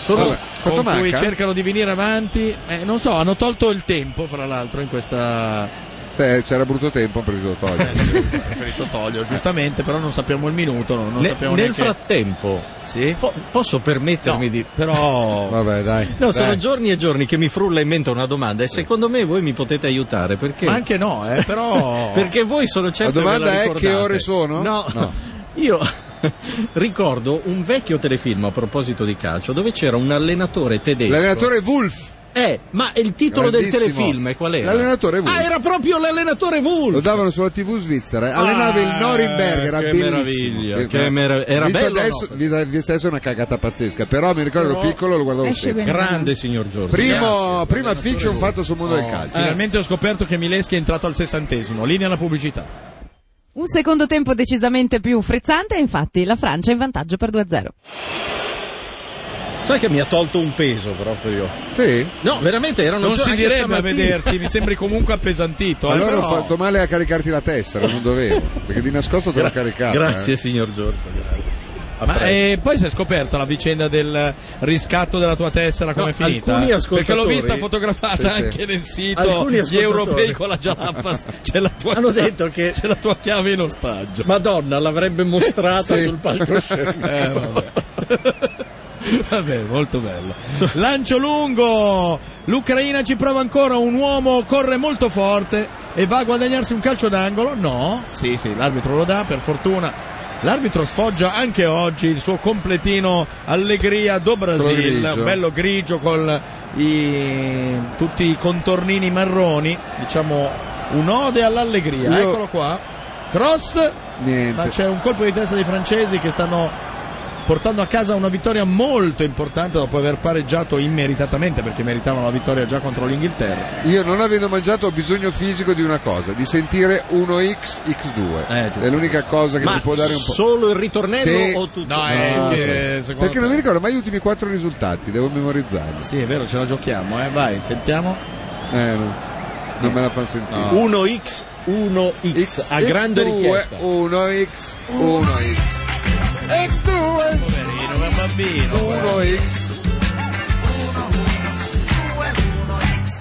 Speaker 3: Sono
Speaker 4: Vabbè,
Speaker 3: con
Speaker 4: quanto
Speaker 3: cui
Speaker 4: manca?
Speaker 3: cercano di venire avanti. Eh, non so, hanno tolto il tempo, fra l'altro, in questa.
Speaker 4: Se eh, c'era brutto tempo, ho preso
Speaker 8: Eh,
Speaker 4: togliere.
Speaker 3: Eh, preferito toglierlo, giustamente, però non sappiamo il minuto. Non, non
Speaker 8: Ne-
Speaker 3: sappiamo
Speaker 8: nel
Speaker 3: neanche-
Speaker 8: frattempo,
Speaker 3: Sì?
Speaker 8: po- posso permettermi
Speaker 3: No,
Speaker 8: di.
Speaker 3: però-
Speaker 4: Vabbè, dai.
Speaker 8: No,
Speaker 4: Dai.
Speaker 8: sono giorni e giorni che mi frulla in mente una domanda e secondo me voi mi potete aiutare perché.
Speaker 3: Ma anche no, eh, però.
Speaker 8: Perché voi sono certo
Speaker 4: La domanda
Speaker 8: che ve la
Speaker 4: è
Speaker 8: ricordate.
Speaker 4: che ore sono?
Speaker 8: No,
Speaker 4: No.
Speaker 8: io ricordo un vecchio telefilm a proposito di calcio dove c'era un allenatore tedesco.
Speaker 4: L'allenatore Wolf.
Speaker 8: Eh, ma il titolo del
Speaker 4: Grandissimo.
Speaker 8: telefilm qual era?
Speaker 4: L'allenatore Wolf.
Speaker 8: Ah, era proprio l'allenatore Wolf.
Speaker 4: Lo davano sulla TV svizzera. eh. Allenava il Norimberg, era
Speaker 8: che
Speaker 4: bellissimo.
Speaker 8: meraviglia,
Speaker 4: Eh,
Speaker 8: che
Speaker 4: ma-
Speaker 8: merav- era
Speaker 4: visto
Speaker 8: bello o
Speaker 4: Adesso,
Speaker 8: no?
Speaker 4: vi- visto adesso è una cagata pazzesca, però mi ricordo ero
Speaker 8: Però-
Speaker 4: piccolo lo guardavo
Speaker 8: Esce
Speaker 4: sempre.
Speaker 8: Benzema. Grande signor Giorgio.
Speaker 4: Primo, prima fiction fatto sul mondo del
Speaker 3: Oh,
Speaker 4: calcio.
Speaker 3: Finalmente ho scoperto che Mileschi è entrato al sessantesimo. Linea alla pubblicità.
Speaker 5: Un secondo tempo decisamente più frizzante, infatti la Francia è in vantaggio per 2-0.
Speaker 8: Sai che mi ha tolto un peso proprio.
Speaker 4: Sì.
Speaker 8: No, veramente erano
Speaker 3: Non
Speaker 8: gio-
Speaker 3: si
Speaker 8: anche
Speaker 3: direbbe a
Speaker 8: stamattina.
Speaker 3: vederti, mi sembri comunque appesantito. eh,
Speaker 4: Allora
Speaker 3: però-
Speaker 4: ho fatto male a caricarti la tessera, non dovevo, perché di nascosto te l'ho
Speaker 8: Gra-
Speaker 4: caricata.
Speaker 8: Grazie
Speaker 4: eh.
Speaker 8: signor Giorgio, grazie.
Speaker 3: Ma
Speaker 8: Apprezzo.
Speaker 3: eh, poi si è scoperta la vicenda del riscatto della tua tessera, come
Speaker 8: No,
Speaker 3: è finita?
Speaker 8: alcuni ascoltatori-
Speaker 3: Perché l'ho vista fotografata
Speaker 8: Sì, sì.
Speaker 3: anche nel sito
Speaker 8: Alcuni
Speaker 3: gli
Speaker 8: ascoltatori-
Speaker 3: europei con la Jalapas. C'è la tua
Speaker 8: Hanno detto che
Speaker 3: c'è la tua chiave in ostaggio.
Speaker 8: Madonna l'avrebbe mostrata
Speaker 3: Sì.
Speaker 8: sul palcoscenico.
Speaker 3: Eh, vabbè. Vabbè, molto bello. Lancio lungo. L'Ucraina ci prova ancora. Un uomo corre molto forte e va a guadagnarsi un calcio d'angolo. No, sì, sì, l'arbitro lo dà, per fortuna. L'arbitro sfoggia anche oggi il suo completino allegria do
Speaker 4: Quello
Speaker 3: Brasil,
Speaker 4: grigio.
Speaker 3: bello grigio col i- tutti i contornini marroni, diciamo un'ode all'allegria.
Speaker 4: Io-
Speaker 3: Eccolo qua. Cross, ma c'è un colpo di testa dei francesi che stanno portando a casa una vittoria molto importante dopo aver pareggiato immeritatamente perché meritavano la vittoria già contro l'Inghilterra.
Speaker 4: Io non avendo mangiato ho bisogno fisico di una cosa, di sentire 1x x2. è l'unica cosa che
Speaker 8: Eh, Ma
Speaker 4: mi può dare un po'.
Speaker 8: solo il ritornello
Speaker 4: Sì.
Speaker 8: o tutto?
Speaker 4: No,
Speaker 8: No,
Speaker 4: sì. Perché non mi ricordo mai gli ultimi quattro risultati, devo memorizzarli.
Speaker 3: Sì, è vero, ce la giochiamo, eh. Vai, sentiamo.
Speaker 4: Eh, non, non me la fanno sentire.
Speaker 3: Ah.
Speaker 8: 1x 1x a grande richiesta
Speaker 4: 1x 1x X2
Speaker 3: Poverino, ma è un bambino.
Speaker 4: 1x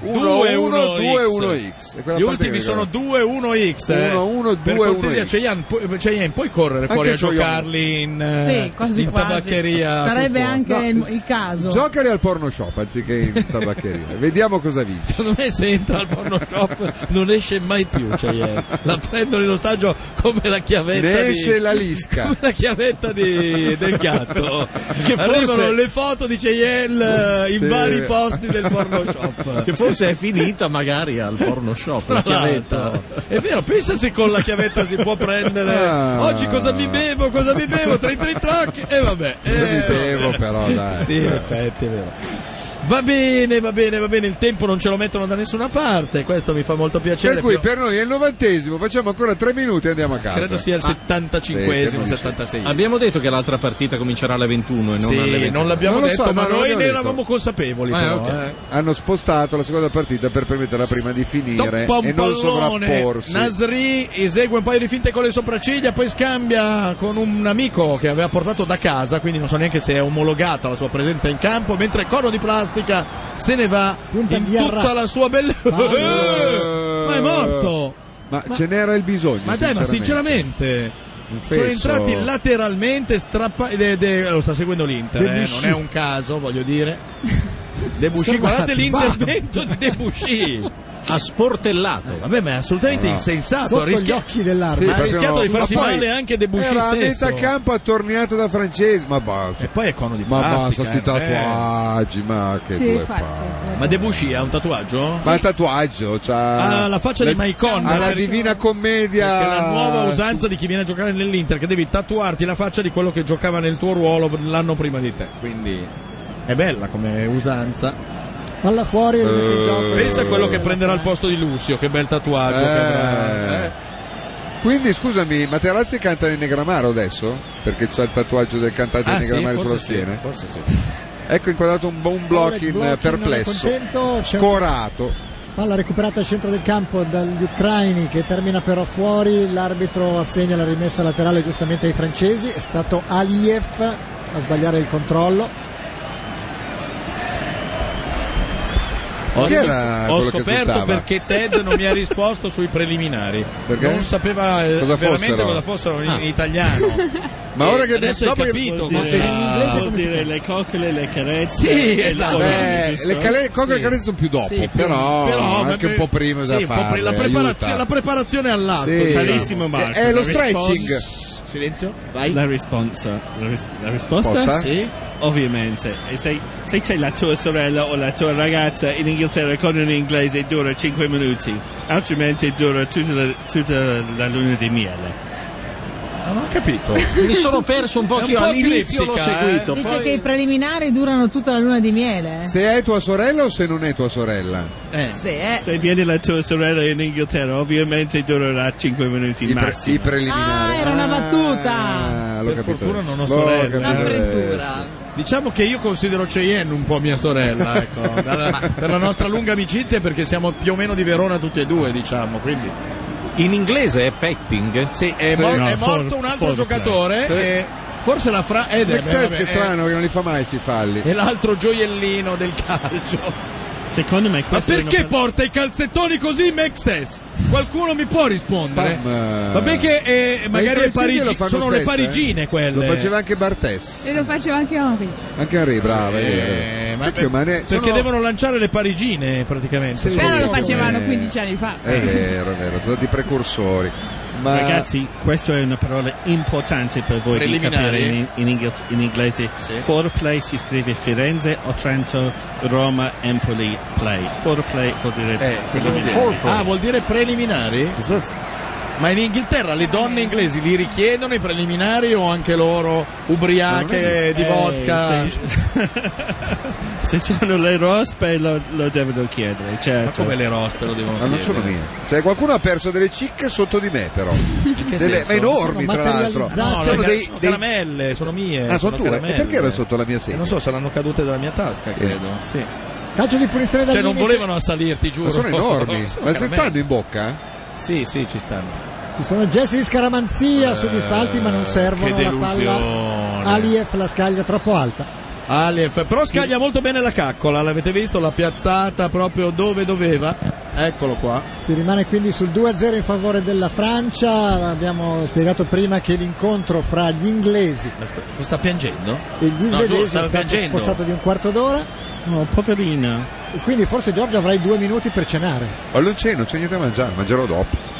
Speaker 4: 1 1x
Speaker 3: Gli ultimi sono 2-1x. eh.
Speaker 4: 1-1,
Speaker 3: Per
Speaker 4: 2-1x.
Speaker 3: cortesia, Cheyenne, pu- Cheyenne, puoi correre
Speaker 4: Anche
Speaker 3: fuori a
Speaker 4: Cheyenne.
Speaker 3: giocarli in, eh,
Speaker 7: Sì, quasi
Speaker 3: in
Speaker 7: quasi.
Speaker 3: tabaccheria.
Speaker 7: Sarebbe
Speaker 3: con
Speaker 7: anche
Speaker 3: fuoco.
Speaker 7: il, il caso.
Speaker 4: Giocali al porno shop anziché in tabaccheria. Vediamo cosa vince.
Speaker 3: Secondo me se entra al porno shop non esce mai più Cheyenne. La prendono in ostaggio come la chiavetta
Speaker 4: Ne
Speaker 3: di-
Speaker 4: esce la lisca.
Speaker 3: come la chiavetta di- del gatto.
Speaker 8: Che forse-
Speaker 3: Arrivano le foto di Cheyenne eh, in
Speaker 8: Sì.
Speaker 3: vari posti del porno shop.
Speaker 8: che forse è finita magari al porno shop la
Speaker 3: Tra
Speaker 8: chiavetta
Speaker 3: È vero, pensa se con la chiavetta si può prendere.
Speaker 8: Ah.
Speaker 3: Oggi cosa mi bevo? Cosa mi bevo? Tra i tre track e vabbè. Eh,
Speaker 4: Mi bevo però dai.
Speaker 3: Sì, in effetti è vero. Va bene, va bene, va bene, il tempo non ce lo mettono da nessuna parte, questo mi fa molto piacere.
Speaker 4: Per cui
Speaker 3: però
Speaker 4: per noi è il novantesimo, facciamo ancora 3 minuti e andiamo a casa.
Speaker 3: Credo sia il
Speaker 4: Ah.
Speaker 3: 75esimo,
Speaker 4: Sì,
Speaker 3: 76.
Speaker 8: abbiamo detto che l'altra partita comincerà alle 21 e non
Speaker 3: Sì,
Speaker 8: alle 23
Speaker 3: non l'abbiamo
Speaker 4: Non lo
Speaker 3: detto,
Speaker 4: so,
Speaker 3: ma
Speaker 4: no, non
Speaker 3: noi
Speaker 4: l'abbiamo
Speaker 3: ne
Speaker 4: detto.
Speaker 3: eravamo consapevoli.
Speaker 4: Ah,
Speaker 3: però,
Speaker 4: ok.
Speaker 3: eh.
Speaker 4: Hanno spostato la seconda partita per permettere la prima di finire
Speaker 3: Toppa un
Speaker 4: e non
Speaker 3: pallone.
Speaker 4: sovrapporsi.
Speaker 3: Nasri esegue un paio di finte con le sopracciglia, poi scambia con un amico che aveva portato da casa, quindi non so neanche se è omologata la sua presenza in campo, mentre il cono di plastica se ne va in
Speaker 2: di
Speaker 3: tutta
Speaker 2: Arra-
Speaker 3: la sua bellezza. ma è morto!
Speaker 4: Eh. Ma,
Speaker 3: Ma-
Speaker 4: ce n'era il bisogno.
Speaker 3: Ma dai, ma sinceramente
Speaker 4: Un
Speaker 3: sono
Speaker 4: fesso.
Speaker 3: entrati lateralmente strappati. lo sta seguendo l'Inter, eh,
Speaker 4: Debussy.
Speaker 3: non è un caso, voglio dire. Debussy, guardate
Speaker 8: Osservati,
Speaker 3: l'intervento di Debussy.
Speaker 8: ha sportellato
Speaker 3: Vabbè, ma è assolutamente
Speaker 8: No.
Speaker 3: insensato.
Speaker 8: Sotto
Speaker 3: ha rischia-
Speaker 8: gli
Speaker 2: occhi dell'arbitro.
Speaker 4: Sì,
Speaker 3: Ma ha
Speaker 4: proprio
Speaker 3: rischiato
Speaker 4: no.
Speaker 3: di farsi
Speaker 4: Ma poi
Speaker 3: male anche Debussy
Speaker 4: era
Speaker 3: stesso.
Speaker 4: a metà campo attorniato da francesi ma
Speaker 3: E poi è cono di
Speaker 4: ma basta
Speaker 3: plastica,
Speaker 4: questi
Speaker 3: eh, non è-
Speaker 4: tatuaggi ma che
Speaker 3: Sì,
Speaker 4: due
Speaker 3: infatti.
Speaker 4: palle.
Speaker 3: Ma Debussy ha un tatuaggio?
Speaker 4: ma il tatuaggio c'ha
Speaker 3: Ha Ah, la faccia di
Speaker 4: le-
Speaker 3: Maicon.
Speaker 4: ha la
Speaker 3: Perché-
Speaker 4: divina commedia
Speaker 3: Che è la nuova usanza di chi viene a giocare nell'Inter, che devi tatuarti la faccia di quello che giocava nel tuo ruolo l'anno prima di te. Quindi è bella come usanza.
Speaker 2: Palla fuori, non
Speaker 4: Eh,
Speaker 2: si gioca.
Speaker 3: Pensa a quello che prenderà il posto di Lucio, che bel tatuaggio che avrà.
Speaker 4: Eh. quindi scusami Materazzi canta nel Negramaro adesso? perché c'ha il tatuaggio del cantante
Speaker 3: Ah,
Speaker 4: del Negramaro
Speaker 3: sì,
Speaker 4: sulla
Speaker 3: forse sì,
Speaker 4: schiena
Speaker 3: forse sì.
Speaker 4: ecco inquadrato un buon blocking
Speaker 2: Blocking, non è
Speaker 4: perplesso
Speaker 2: contento, c'è un-
Speaker 4: scorato
Speaker 2: Palla recuperata al centro del campo dagli ucraini che termina però fuori, l'arbitro assegna la rimessa laterale giustamente ai francesi, è stato Aliev a sbagliare il controllo.
Speaker 3: Ho,
Speaker 4: Chi era
Speaker 3: ho
Speaker 4: quello che
Speaker 3: scoperto
Speaker 4: esultava?
Speaker 3: perché Ted non mi ha risposto sui preliminari.
Speaker 4: Perché?
Speaker 3: Non sapeva eh,
Speaker 4: Cosa
Speaker 3: veramente
Speaker 4: fossero?
Speaker 3: cosa fossero in
Speaker 4: Ah.
Speaker 3: italiano.
Speaker 4: Ma
Speaker 3: E
Speaker 4: ora che
Speaker 3: adesso hai
Speaker 4: dopo che-
Speaker 3: capito,
Speaker 4: Vuol dire- Ah,
Speaker 6: vuol dire le coccole, le carezze.
Speaker 3: Sì,
Speaker 6: e
Speaker 3: esatto.
Speaker 6: i colori,
Speaker 4: Beh,
Speaker 6: giusto?
Speaker 4: Eh, le cale- coccole e carezze sono più dopo,
Speaker 3: Sì, più-
Speaker 4: però,
Speaker 3: ma
Speaker 4: anche
Speaker 3: per-
Speaker 4: un po' prima
Speaker 3: sì,
Speaker 4: da
Speaker 3: un po'
Speaker 4: fare.
Speaker 3: pri- la, preparazio-
Speaker 4: aiuta.
Speaker 3: la preparazione all'atto.
Speaker 4: Sì.
Speaker 3: diciamo.
Speaker 4: Carissimo Marco, È lo la stretching.
Speaker 3: risposta- Silenzio, vai.
Speaker 6: La risposta. La, ris- la risposta?
Speaker 3: Risposta? Sì.
Speaker 6: Ovviamente. E se, se c'è la tua sorella o la tua ragazza in Inghilterra con un inglese dura 5 minuti, altrimenti dura tutta la, tutta la luna di miele.
Speaker 4: Ah,
Speaker 3: Non ho capito.
Speaker 8: mi sono perso un po'
Speaker 6: È un
Speaker 8: che io
Speaker 6: po'
Speaker 8: all'inizio l'ho
Speaker 6: criptica,
Speaker 8: seguito
Speaker 7: Dice
Speaker 8: poi-
Speaker 7: che i preliminari durano tutta la luna di miele. eh.
Speaker 4: Se è tua sorella o se non è tua sorella?
Speaker 3: eh.
Speaker 7: Se-
Speaker 6: Se viene la tua sorella in Inghilterra, ovviamente durerà 5 minuti
Speaker 4: I, pre-
Speaker 6: massimo.
Speaker 4: i preliminari.
Speaker 7: Ah, era una battuta.
Speaker 4: Ah, l'ho
Speaker 3: per
Speaker 4: capito
Speaker 3: fortuna non ho
Speaker 4: adesso. L'ho
Speaker 3: sorella.
Speaker 4: capito adesso.
Speaker 3: Diciamo che io considero Cheyenne un po' mia sorella, ecco, dalla- per la nostra lunga amicizia e perché siamo più o meno di Verona tutti e due, diciamo, quindi.
Speaker 8: in inglese è petting
Speaker 3: Sì, è, mor- è morto un altro giocatore
Speaker 4: Sì.
Speaker 3: e forse la fra... eh, Ed è,
Speaker 4: Mexes che
Speaker 3: è-
Speaker 4: strano che non li fa mai sti falli.
Speaker 3: è l'altro gioiellino del calcio.
Speaker 6: Secondo me
Speaker 3: Ma
Speaker 6: questo è una
Speaker 3: perché porta i calzettoni così Mexes? Qualcuno mi può rispondere?
Speaker 4: Pam.
Speaker 3: Vabbè che eh,
Speaker 4: Ma i
Speaker 3: magari è
Speaker 4: francesi
Speaker 3: Parigi-
Speaker 4: lo fanno
Speaker 3: sono le
Speaker 4: spesso, eh.
Speaker 3: parigine
Speaker 4: Lo
Speaker 3: quelle.
Speaker 4: faceva anche Bartes.
Speaker 10: E lo faceva anche Henry.
Speaker 4: Anche Henry, brava. è
Speaker 3: Eh,
Speaker 4: vero.
Speaker 3: ma
Speaker 4: Cacchio,
Speaker 3: per-
Speaker 4: Cioè, ma ne-
Speaker 3: perché
Speaker 4: sono-
Speaker 3: devono lanciare le parigine praticamente.
Speaker 10: Però
Speaker 3: Solo
Speaker 10: Eh, lo
Speaker 3: quello.
Speaker 10: facevano
Speaker 4: eh.
Speaker 10: 15 anni fa.
Speaker 4: È vero, è vero, sono stati precursori. Ma-
Speaker 6: Ragazzi, questa è una parola importante per voi di
Speaker 3: Preliminari.
Speaker 6: capire in, in inghez- in inglese. Foreplay si scrive Firenze, Otranto, Roma, Empoli, play. Foreplay vuol dire...
Speaker 3: Eh, cosa vuol dire? Ah, vuol dire preliminari? Ma in Inghilterra le donne inglesi li richiedono i preliminari o anche loro ubriache di
Speaker 6: Eh,
Speaker 3: vodka? Cioè,
Speaker 6: sì. Ah, Se sono le rospe lo, lo devono chiedere, certo.
Speaker 4: come le
Speaker 3: rospe lo devono eh.
Speaker 4: Ma non sono mie. Cioè, qualcuno ha perso delle cicche sotto di me, però.
Speaker 3: che
Speaker 4: Delle-
Speaker 3: senso?
Speaker 4: ma enormi,
Speaker 3: Sono
Speaker 4: tra l'altro.
Speaker 3: materializzate. No,
Speaker 4: sono
Speaker 3: le-
Speaker 4: dei,
Speaker 3: sono
Speaker 4: dei-
Speaker 3: caramelle, sono mie.
Speaker 4: Ah, sono tue? E
Speaker 3: caramelle.
Speaker 4: perché era sotto la mia
Speaker 3: Eh,
Speaker 4: sedia?
Speaker 3: Non so, saranno cadute dalla mia tasca, credo. Sì.
Speaker 2: Calcio di punizione dal
Speaker 3: Cioè, non
Speaker 2: limite.
Speaker 3: volevano assalirti, giuro.
Speaker 4: Ma sono
Speaker 3: Sono
Speaker 4: enormi. Ma se
Speaker 3: caramelle.
Speaker 4: stanno in bocca? eh?
Speaker 3: Sì, sì, ci stanno.
Speaker 2: Ci sono gesti di scaramanzia
Speaker 3: Eh,
Speaker 2: sugli spalti, ma non servono.
Speaker 3: che
Speaker 2: La palla
Speaker 3: delusione.
Speaker 2: Aliev la scaglia troppo alta.
Speaker 3: Alef, però scaglia molto bene la caccola, l'avete visto? L'ha piazzata proprio dove doveva. Eccolo qua.
Speaker 2: Si rimane quindi sul 2-0 in favore della Francia. Abbiamo spiegato prima che l'incontro fra gli inglesi
Speaker 3: Lo sta piangendo?
Speaker 2: e gli
Speaker 3: No, giuro,
Speaker 2: svedesi
Speaker 3: stava
Speaker 2: è stato
Speaker 3: piangendo.
Speaker 2: spostato di un quarto d'ora.
Speaker 6: Oh, poverina.
Speaker 2: E quindi forse Giorgio avrai due minuti per cenare.
Speaker 4: Ma non c'è, non c'è niente da mangiare, mangerò dopo.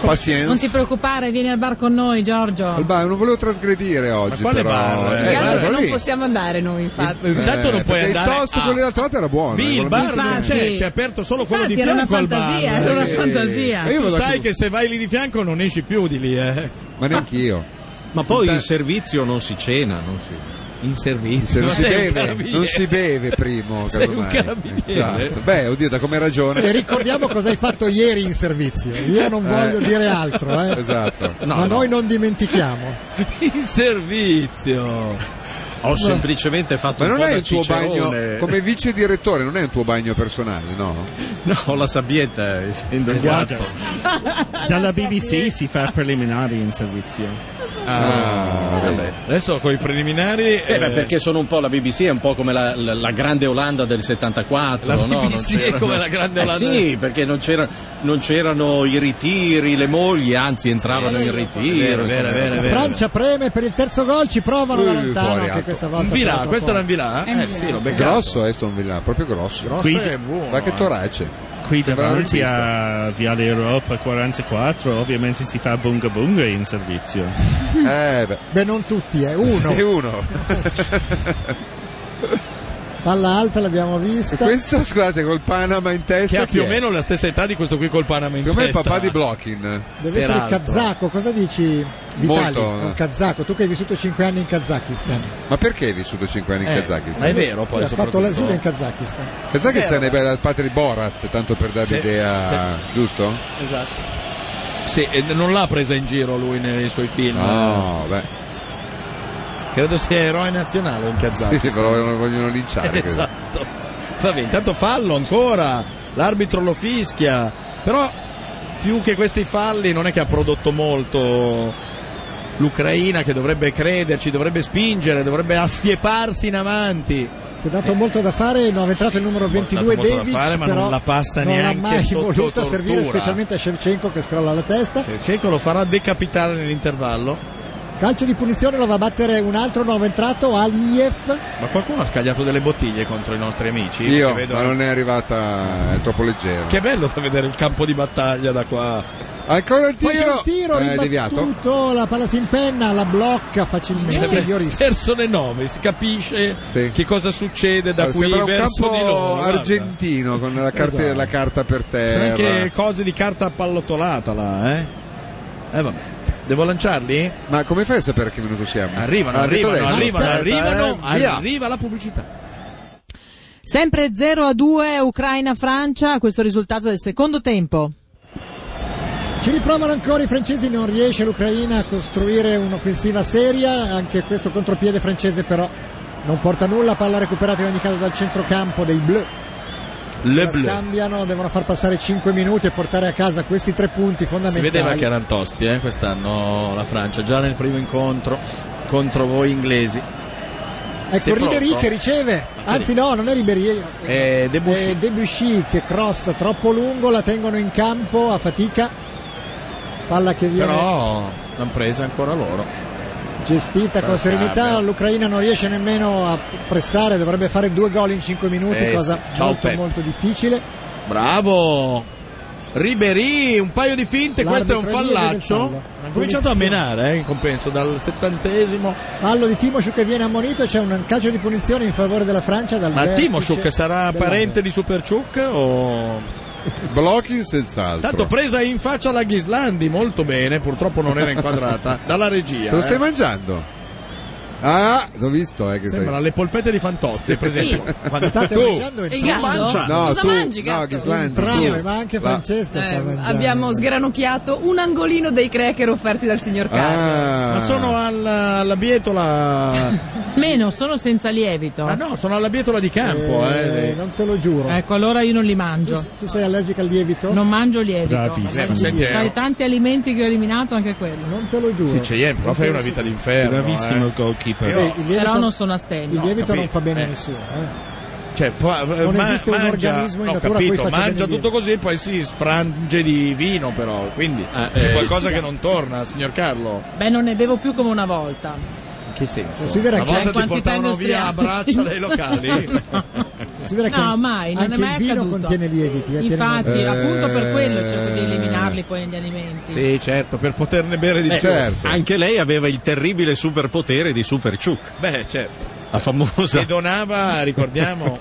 Speaker 4: Pazienza.
Speaker 7: Non ti preoccupare, vieni al bar con noi,
Speaker 4: eh, Al
Speaker 7: Giorgio.
Speaker 4: bar, non volevo trasgredire oggi,
Speaker 3: quale
Speaker 4: però.
Speaker 3: bar? ecco
Speaker 4: Eh,
Speaker 5: Che altro
Speaker 4: quello
Speaker 5: non
Speaker 4: lì.
Speaker 5: possiamo andare noi, infatti.
Speaker 3: Intanto non
Speaker 4: Eh,
Speaker 3: puoi
Speaker 4: perché
Speaker 3: andare
Speaker 4: Il toast,
Speaker 3: a-
Speaker 4: quello dell'altro era buono.
Speaker 3: Bì, il bar non
Speaker 4: cioè,
Speaker 7: Infatti.
Speaker 3: c'è, c'è aperto solo quello di
Speaker 7: Infatti, era
Speaker 3: fianco al
Speaker 7: una
Speaker 3: bar.
Speaker 7: fantasia, era una
Speaker 3: Eh,
Speaker 7: fantasia.
Speaker 3: Tu
Speaker 7: Io vado a
Speaker 3: sai
Speaker 7: chiudere.
Speaker 3: che se vai lì di fianco Ecco, non esci più di lì, eh.
Speaker 4: Ma neanche io.
Speaker 8: Ma poi in servizio non si cena, non si...
Speaker 3: In servizio?
Speaker 4: Se non, si
Speaker 8: Sei un
Speaker 4: beve,
Speaker 8: carabiniere.
Speaker 4: non si beve primo,
Speaker 8: Sei un
Speaker 4: casomai.
Speaker 8: carabiniere.
Speaker 4: Esatto. Beh, oddio, da come ragione.
Speaker 2: E ricordiamo cosa hai fatto ieri in servizio. Io non voglio
Speaker 4: Eh.
Speaker 2: dire altro, eh.
Speaker 4: Esatto.
Speaker 2: ma noi non dimentichiamo.
Speaker 3: In servizio.
Speaker 8: Ho semplicemente fatto
Speaker 4: Ma
Speaker 8: un
Speaker 4: non
Speaker 8: po'
Speaker 4: è
Speaker 8: da
Speaker 4: il tuo bagno,
Speaker 8: cicerone.
Speaker 4: come vice direttore, non è un tuo bagno personale, no?
Speaker 8: No, la sabbietta,
Speaker 3: eh,
Speaker 8: essendo in
Speaker 6: Esatto.
Speaker 8: quattro.
Speaker 6: Dalla BBC si fa preliminari in servizio.
Speaker 8: Ah,
Speaker 3: vabbè. Adesso con i preliminari.
Speaker 8: Eh, beh, perché sono un po' la BBC, è un po' come la, la- la grande Olanda del 74.
Speaker 3: La
Speaker 8: no? Non
Speaker 3: BBC è
Speaker 8: c'erano-
Speaker 3: come la grande
Speaker 8: Eh
Speaker 3: Olanda.
Speaker 8: sì, perché non, c'era- non c'erano i ritiri, le mogli, anzi entravano in ritiro.
Speaker 3: Eh, Vero, vero,
Speaker 8: insomma.
Speaker 3: vero, vero.
Speaker 2: Francia preme per il terzo gol, ci provano da
Speaker 8: Ui,
Speaker 2: lontano
Speaker 8: fuori
Speaker 2: anche
Speaker 8: alto.
Speaker 2: questa volta.
Speaker 3: Un Vilà,
Speaker 2: però
Speaker 3: questo era
Speaker 2: troppo
Speaker 3: un Vilà? Eh sì, l'ho beccato.
Speaker 4: Grosso è Aston Villa, proprio grosso.
Speaker 3: Grosso
Speaker 6: Qui-
Speaker 3: è buono.
Speaker 4: Ma che
Speaker 3: eh.
Speaker 4: torace.
Speaker 6: Qui
Speaker 4: Sembra
Speaker 6: davanti
Speaker 4: un
Speaker 6: a Viale Europa 44 ovviamente si fa bunga bunga in servizio.
Speaker 4: Eh, beh.
Speaker 2: Beh, non tutti, eh, uno.
Speaker 4: E uno.
Speaker 2: Palla alta l'abbiamo vista.
Speaker 4: E questo, scusate, col Panama in testa.
Speaker 3: Che ha
Speaker 4: chi
Speaker 3: più o
Speaker 4: è?
Speaker 3: meno la stessa età di questo qui col Panama in
Speaker 4: Secondo me è il
Speaker 3: testa.
Speaker 4: papà di Blockin.
Speaker 2: Deve essere il
Speaker 3: Peraltro.
Speaker 2: kazako, cosa dici? Vitali,
Speaker 4: Molto. eh.
Speaker 2: un kazako, tu che hai vissuto 5 anni in Kazakistan.
Speaker 4: Ma perché hai vissuto 5 anni in
Speaker 3: Eh,
Speaker 4: Kazakistan?
Speaker 3: ma è vero poi
Speaker 2: Ha fatto
Speaker 3: soprattutto.
Speaker 2: l'asilo in Kazakistan.
Speaker 4: Kazakistan
Speaker 3: Vero,
Speaker 4: è dal padre di Borat, tanto per darvi
Speaker 3: Sì,
Speaker 4: idea, giusto?
Speaker 3: Esatto. Sì, e non l'ha presa in giro lui nei suoi film.
Speaker 4: No, beh.
Speaker 3: Credo sia eroe nazionale in
Speaker 4: Sì,
Speaker 3: Kazakistan.
Speaker 4: però vogliono, vogliono linciare. credo.
Speaker 3: Esatto. Vabbè, intanto fallo ancora. L'arbitro lo fischia. Però più che questi falli non è che ha prodotto molto l'Ucraina che dovrebbe crederci, dovrebbe spingere, dovrebbe assieparsi in avanti.
Speaker 2: Si è
Speaker 3: Eh.
Speaker 2: dato molto da fare, non è entrato il numero 22
Speaker 3: molto da
Speaker 2: Davic,
Speaker 3: fare, ma non
Speaker 2: però
Speaker 3: la passa
Speaker 2: non
Speaker 3: neanche
Speaker 2: l'ha mai
Speaker 3: sotto
Speaker 2: voluta
Speaker 3: tortura.
Speaker 2: servire, specialmente a Shevchenko che scrolla la testa.
Speaker 3: Ceco lo farà decapitare nell'intervallo.
Speaker 2: Calcio di punizione lo va a battere un altro nuovo entrato, Aliev.
Speaker 3: Ma qualcuno ha scagliato delle bottiglie contro i nostri amici?
Speaker 4: Io,
Speaker 3: Perché vedo-
Speaker 4: ma non è arrivata, è troppo leggero.
Speaker 3: Che bello da vedere il campo di battaglia da qua.
Speaker 4: Ancora il
Speaker 2: Poi c'è
Speaker 4: tiro,
Speaker 2: il tiro
Speaker 4: Eh, deviato.
Speaker 2: ribattuto, la palla si impenna, la blocca
Speaker 3: Eh,
Speaker 2: facilmente. Lloris.
Speaker 3: Cioè, Verso le 9 si capisce che cosa succede da qui
Speaker 4: Eh, Sembra un
Speaker 3: verso di loro.
Speaker 4: campo
Speaker 3: guarda.
Speaker 4: argentino con la carta,
Speaker 3: Esatto.
Speaker 4: la carta per
Speaker 3: Sono
Speaker 4: terra.
Speaker 3: anche cose di carta pallottolata là, eh. Eh vabbè. Devo lanciarli?
Speaker 4: Ma come fai a sapere a che minuto siamo?
Speaker 3: Arrivano,
Speaker 4: Ah, detto
Speaker 3: arrivano,
Speaker 4: adesso.
Speaker 3: arrivano,
Speaker 4: Aspetta,
Speaker 3: arrivano,
Speaker 4: eh, via.
Speaker 3: arriva la pubblicità.
Speaker 15: Sempre 0 a 2 Ucraina-Francia, questo è il risultato del secondo tempo.
Speaker 2: Ci riprovano ancora i francesi, non riesce l'Ucraina a costruire un'offensiva seria, anche questo contropiede francese però non porta a nulla, palla recuperata in ogni caso dal centrocampo dei bleu.
Speaker 3: Le
Speaker 2: La
Speaker 3: bleu.
Speaker 2: scambiano, devono far passare 5 minuti e portare a casa questi tre punti
Speaker 3: Si
Speaker 2: fondamentali.
Speaker 3: vedeva che erano tosti eh, quest'anno la Francia, già nel primo incontro contro voi inglesi. Sei
Speaker 2: Ecco Ribery
Speaker 3: pronto?
Speaker 2: che riceve, anzi no, non è Ribery,
Speaker 3: Eh, Debussy.
Speaker 2: è Debussy che cross troppo lungo, la tengono in campo a fatica, palla che viene
Speaker 3: Però l'hanno presa ancora loro.
Speaker 2: gestita con
Speaker 3: Passabile.
Speaker 2: serenità, l'Ucraina non riesce nemmeno a pressare, dovrebbe fare due gol in 5 minuti,
Speaker 3: Eh,
Speaker 2: cosa
Speaker 3: sì. Ciao,
Speaker 2: molto
Speaker 3: Pep.
Speaker 2: molto difficile.
Speaker 3: Bravo! Ribery, un paio di finte, questo è un
Speaker 2: L'arbitro è lieve del
Speaker 3: fallaccio.
Speaker 2: fallo.
Speaker 3: Ha cominciato a menare eh, in compenso dal settantesimo.
Speaker 2: Fallo di Timoshuk che viene ammonito, c'è un calcio di punizione in favore della Francia dal
Speaker 3: Ma
Speaker 2: vertice
Speaker 3: Timoshuk sarà
Speaker 2: dell'area.
Speaker 3: parente di Superchuk o...
Speaker 4: Blocchi senz'altro.
Speaker 3: Tanto presa in faccia la Ghislandi, molto bene, purtroppo non era inquadrata, dalla regia.
Speaker 4: Te lo stai
Speaker 3: eh.
Speaker 4: mangiando? Ah, l'ho visto, eh, che
Speaker 3: Sembra le polpette di Fantozzi, per esempio.
Speaker 4: Sì.
Speaker 3: Quando-
Speaker 4: State
Speaker 3: Tu.
Speaker 4: mangiando
Speaker 5: Il gatto?
Speaker 4: No,
Speaker 5: Cosa
Speaker 4: tu,
Speaker 5: mangi,
Speaker 4: no,
Speaker 5: gatto?
Speaker 4: Ghislandi,
Speaker 2: Bravo,
Speaker 4: tu.
Speaker 2: ma anche
Speaker 4: La-
Speaker 2: Francesco
Speaker 5: Eh,
Speaker 2: sta mangiando.
Speaker 5: abbiamo sgranocchiato un angolino dei cracker offerti dal
Speaker 4: Ah.
Speaker 5: signor Carlo.
Speaker 3: Ma sono alla, alla bietola.
Speaker 7: Meno, sono senza lievito.
Speaker 3: Ah no, sono alla bietola di campo. Eh,
Speaker 2: Eh, non te lo giuro.
Speaker 7: Ecco, allora io non li mangio.
Speaker 2: Tu sei allergica al lievito?
Speaker 7: Non mangio lievito.
Speaker 3: Bravissimo. Eh, ma senti,
Speaker 7: Tra
Speaker 3: eh,
Speaker 7: i tanti alimenti che ho eliminato, anche quello.
Speaker 2: Non te lo giuro.
Speaker 3: Sì, c'è Ieri, però fai una vita d'inferno.
Speaker 16: Bravissimo
Speaker 3: eh.
Speaker 16: il goalkeeper.
Speaker 3: Io-
Speaker 2: Beh, il lievito-
Speaker 7: Però non sono astemio.
Speaker 2: Il
Speaker 7: No,
Speaker 2: lievito
Speaker 3: capito,
Speaker 2: non fa bene
Speaker 3: eh.
Speaker 2: a nessuno. Eh.
Speaker 3: Cioè, poi, eh,
Speaker 2: Non esiste un organismo in
Speaker 3: ho
Speaker 2: natura a cui
Speaker 3: capito,
Speaker 2: faccia
Speaker 3: mangia
Speaker 2: bene il
Speaker 3: tutto così e poi si sfrange di vino però, quindi
Speaker 4: Ah,
Speaker 3: c'è
Speaker 16: eh.
Speaker 3: qualcosa che non torna, signor Carlo.
Speaker 7: Beh, non ne bevo più come una volta.
Speaker 3: In che senso?
Speaker 2: Considera
Speaker 3: Una
Speaker 2: che-
Speaker 3: volta ti
Speaker 2: Quantità
Speaker 3: portavano via a
Speaker 7: industriale.
Speaker 3: braccia dai locali.
Speaker 2: Considera che
Speaker 7: No,
Speaker 2: an-
Speaker 7: mai, non
Speaker 2: anche
Speaker 7: è mai
Speaker 2: il vino
Speaker 7: accaduto.
Speaker 2: contiene lieviti. eh,
Speaker 7: Infatti,
Speaker 2: tieni-
Speaker 7: appunto per quello cerco di
Speaker 8: Eh.
Speaker 7: eliminarli poi negli alimenti.
Speaker 3: sì, certo, per poterne bere di
Speaker 4: Eh,
Speaker 3: certo.
Speaker 8: Beh,
Speaker 3: più.
Speaker 8: Certo.
Speaker 4: certo.
Speaker 8: Anche lei aveva il terribile superpotere di Super Ciuc,
Speaker 3: Beh, certo.
Speaker 8: la famosa.
Speaker 3: Si donava, ricordiamo,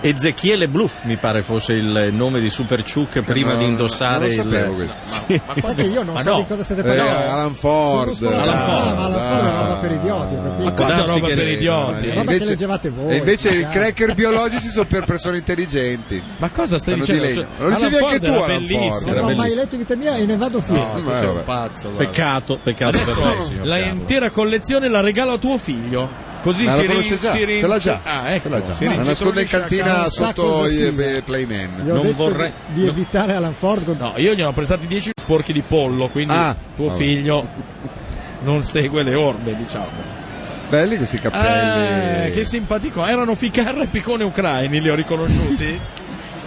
Speaker 8: Ezechiele Bluff mi pare fosse il nome di Super Ciuc prima
Speaker 4: No,
Speaker 8: di indossare
Speaker 4: non lo sapevo
Speaker 8: il.
Speaker 4: questo.
Speaker 8: Sì.
Speaker 2: Infatti io non so di cosa state parlando.
Speaker 4: Eh, Alan Ford.
Speaker 2: Conosco la
Speaker 4: Alan
Speaker 2: parola,
Speaker 4: Ford.
Speaker 2: ma Alan Ford è roba per idioti, ho capito?
Speaker 3: Ma cosa
Speaker 4: Darsi
Speaker 3: roba
Speaker 4: che-
Speaker 3: per idioti?
Speaker 4: no,
Speaker 2: Roba che
Speaker 4: invece-
Speaker 2: leggevate voi. cioè.
Speaker 4: E invece i
Speaker 2: magari.
Speaker 4: cracker biologici sono per persone intelligenti.
Speaker 3: Ma cosa stai
Speaker 4: Di
Speaker 2: cioè,
Speaker 3: dicendo?
Speaker 4: legno. Lo dicevi
Speaker 3: Alan
Speaker 4: anche
Speaker 3: Ford
Speaker 4: tu,
Speaker 3: era
Speaker 4: Alan Ford. Eh,
Speaker 8: bellissimo,
Speaker 2: Non
Speaker 8: era
Speaker 2: ho mai
Speaker 8: bellissimo.
Speaker 2: letto in vita mia e ne vado fiero.
Speaker 3: tu sei un
Speaker 4: vabbè.
Speaker 3: pazzo. guarda.
Speaker 8: Peccato, peccato per lei,
Speaker 3: Adesso
Speaker 8: signor
Speaker 3: la
Speaker 8: Carlo.
Speaker 3: intera collezione la regalo a tuo figlio. Così
Speaker 4: Ma la
Speaker 3: si rin-
Speaker 4: conosce già,
Speaker 3: si rin-
Speaker 4: ce l'ha già.
Speaker 3: Ah, ecco,
Speaker 4: Ce l'ha già.
Speaker 3: si
Speaker 4: Ma la
Speaker 3: rin-
Speaker 4: nasconde in
Speaker 3: si riunisce a
Speaker 4: cantina
Speaker 2: Non sa
Speaker 4: sotto
Speaker 2: cosa
Speaker 4: i
Speaker 2: sia.
Speaker 4: eh, Playman.
Speaker 2: Gli ho
Speaker 8: Non
Speaker 2: detto
Speaker 8: vorrei-
Speaker 2: di, di evitare Alan Ford. con-
Speaker 3: No, io gli ho prestati 10 sporchi di pollo, quindi
Speaker 4: Ah,
Speaker 3: tuo
Speaker 4: vabbè.
Speaker 3: figlio non segue le orme, diciamo.
Speaker 4: Belli questi
Speaker 3: Eh,
Speaker 4: cappelli.
Speaker 3: che simpatico. Erano Ficarra e Piccone Ucraini, li ho riconosciuti.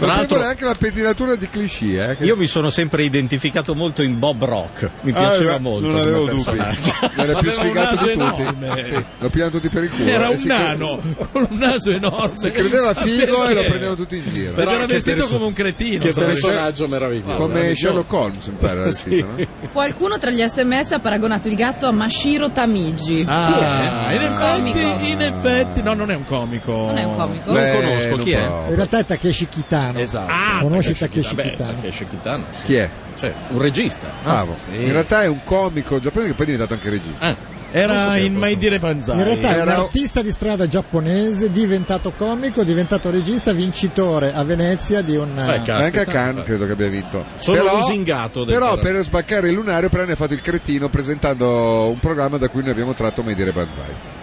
Speaker 8: Tra
Speaker 4: non
Speaker 8: l'altro-
Speaker 4: tengo neanche la pettinatura di cliché. Eh, che-
Speaker 8: Io mi sono sempre identificato molto in Bob Rock, mi
Speaker 4: Ah,
Speaker 8: piaceva
Speaker 4: beh,
Speaker 8: molto.
Speaker 4: Non avevo
Speaker 8: come
Speaker 4: dubbi.
Speaker 8: personaggio.
Speaker 4: Era più
Speaker 3: Aveva
Speaker 4: sfigato
Speaker 3: un
Speaker 4: di
Speaker 3: naso
Speaker 4: tutti.
Speaker 3: enorme.
Speaker 4: Sì, lo pigliano tutti per il culo.
Speaker 3: Era
Speaker 4: E
Speaker 3: un
Speaker 4: si cre-
Speaker 3: nano con un naso enorme.
Speaker 4: Si credeva figo e lo prendevano
Speaker 3: tutti
Speaker 4: tutti in giro.
Speaker 3: Perché era
Speaker 16: che
Speaker 3: vestito
Speaker 16: perso-
Speaker 3: come un cretino.
Speaker 16: Che
Speaker 3: secondo me.
Speaker 16: personaggio meraviglioso.
Speaker 4: Come
Speaker 3: diciamo".
Speaker 4: Sherlock Holmes, mi pare. era scritto, no?
Speaker 5: Qualcuno tra gli sms ha paragonato il gatto a Mashiro Tamigi.
Speaker 3: Ah, in
Speaker 5: Comico.
Speaker 3: effetti, in effetti, no, non è un comico.
Speaker 5: Non è un comico.
Speaker 8: Non
Speaker 4: Beh,
Speaker 8: conosco chi
Speaker 4: non
Speaker 8: è. Ah,
Speaker 4: so.
Speaker 2: In realtà è Takeshi Kitano.
Speaker 3: Esatto.
Speaker 2: Conosci Takeshi
Speaker 8: Takeshi Kitano.
Speaker 2: Kitano?
Speaker 3: Beh, Takeshi Kitano, sì.
Speaker 4: Chi è?
Speaker 8: Cioè, un regista.
Speaker 4: Eh. Bravo. In realtà è un comico giapponese che poi è diventato anche regista.
Speaker 3: Ah, era in Mai Dire Panzai.
Speaker 2: In realtà è un
Speaker 4: Era-
Speaker 2: artista di strada giapponese, diventato comico, diventato regista, vincitore a Venezia di un...
Speaker 8: Beh, ca-
Speaker 4: Ma Eh, Anche a
Speaker 8: Caspita.
Speaker 4: Cannes credo che abbia vinto.
Speaker 8: Sono lusingato del
Speaker 4: Però
Speaker 8: programma.
Speaker 4: per sbaccare il lunario, però ne ha fatto il cretino presentando un programma da cui noi abbiamo tratto Medire Banzai.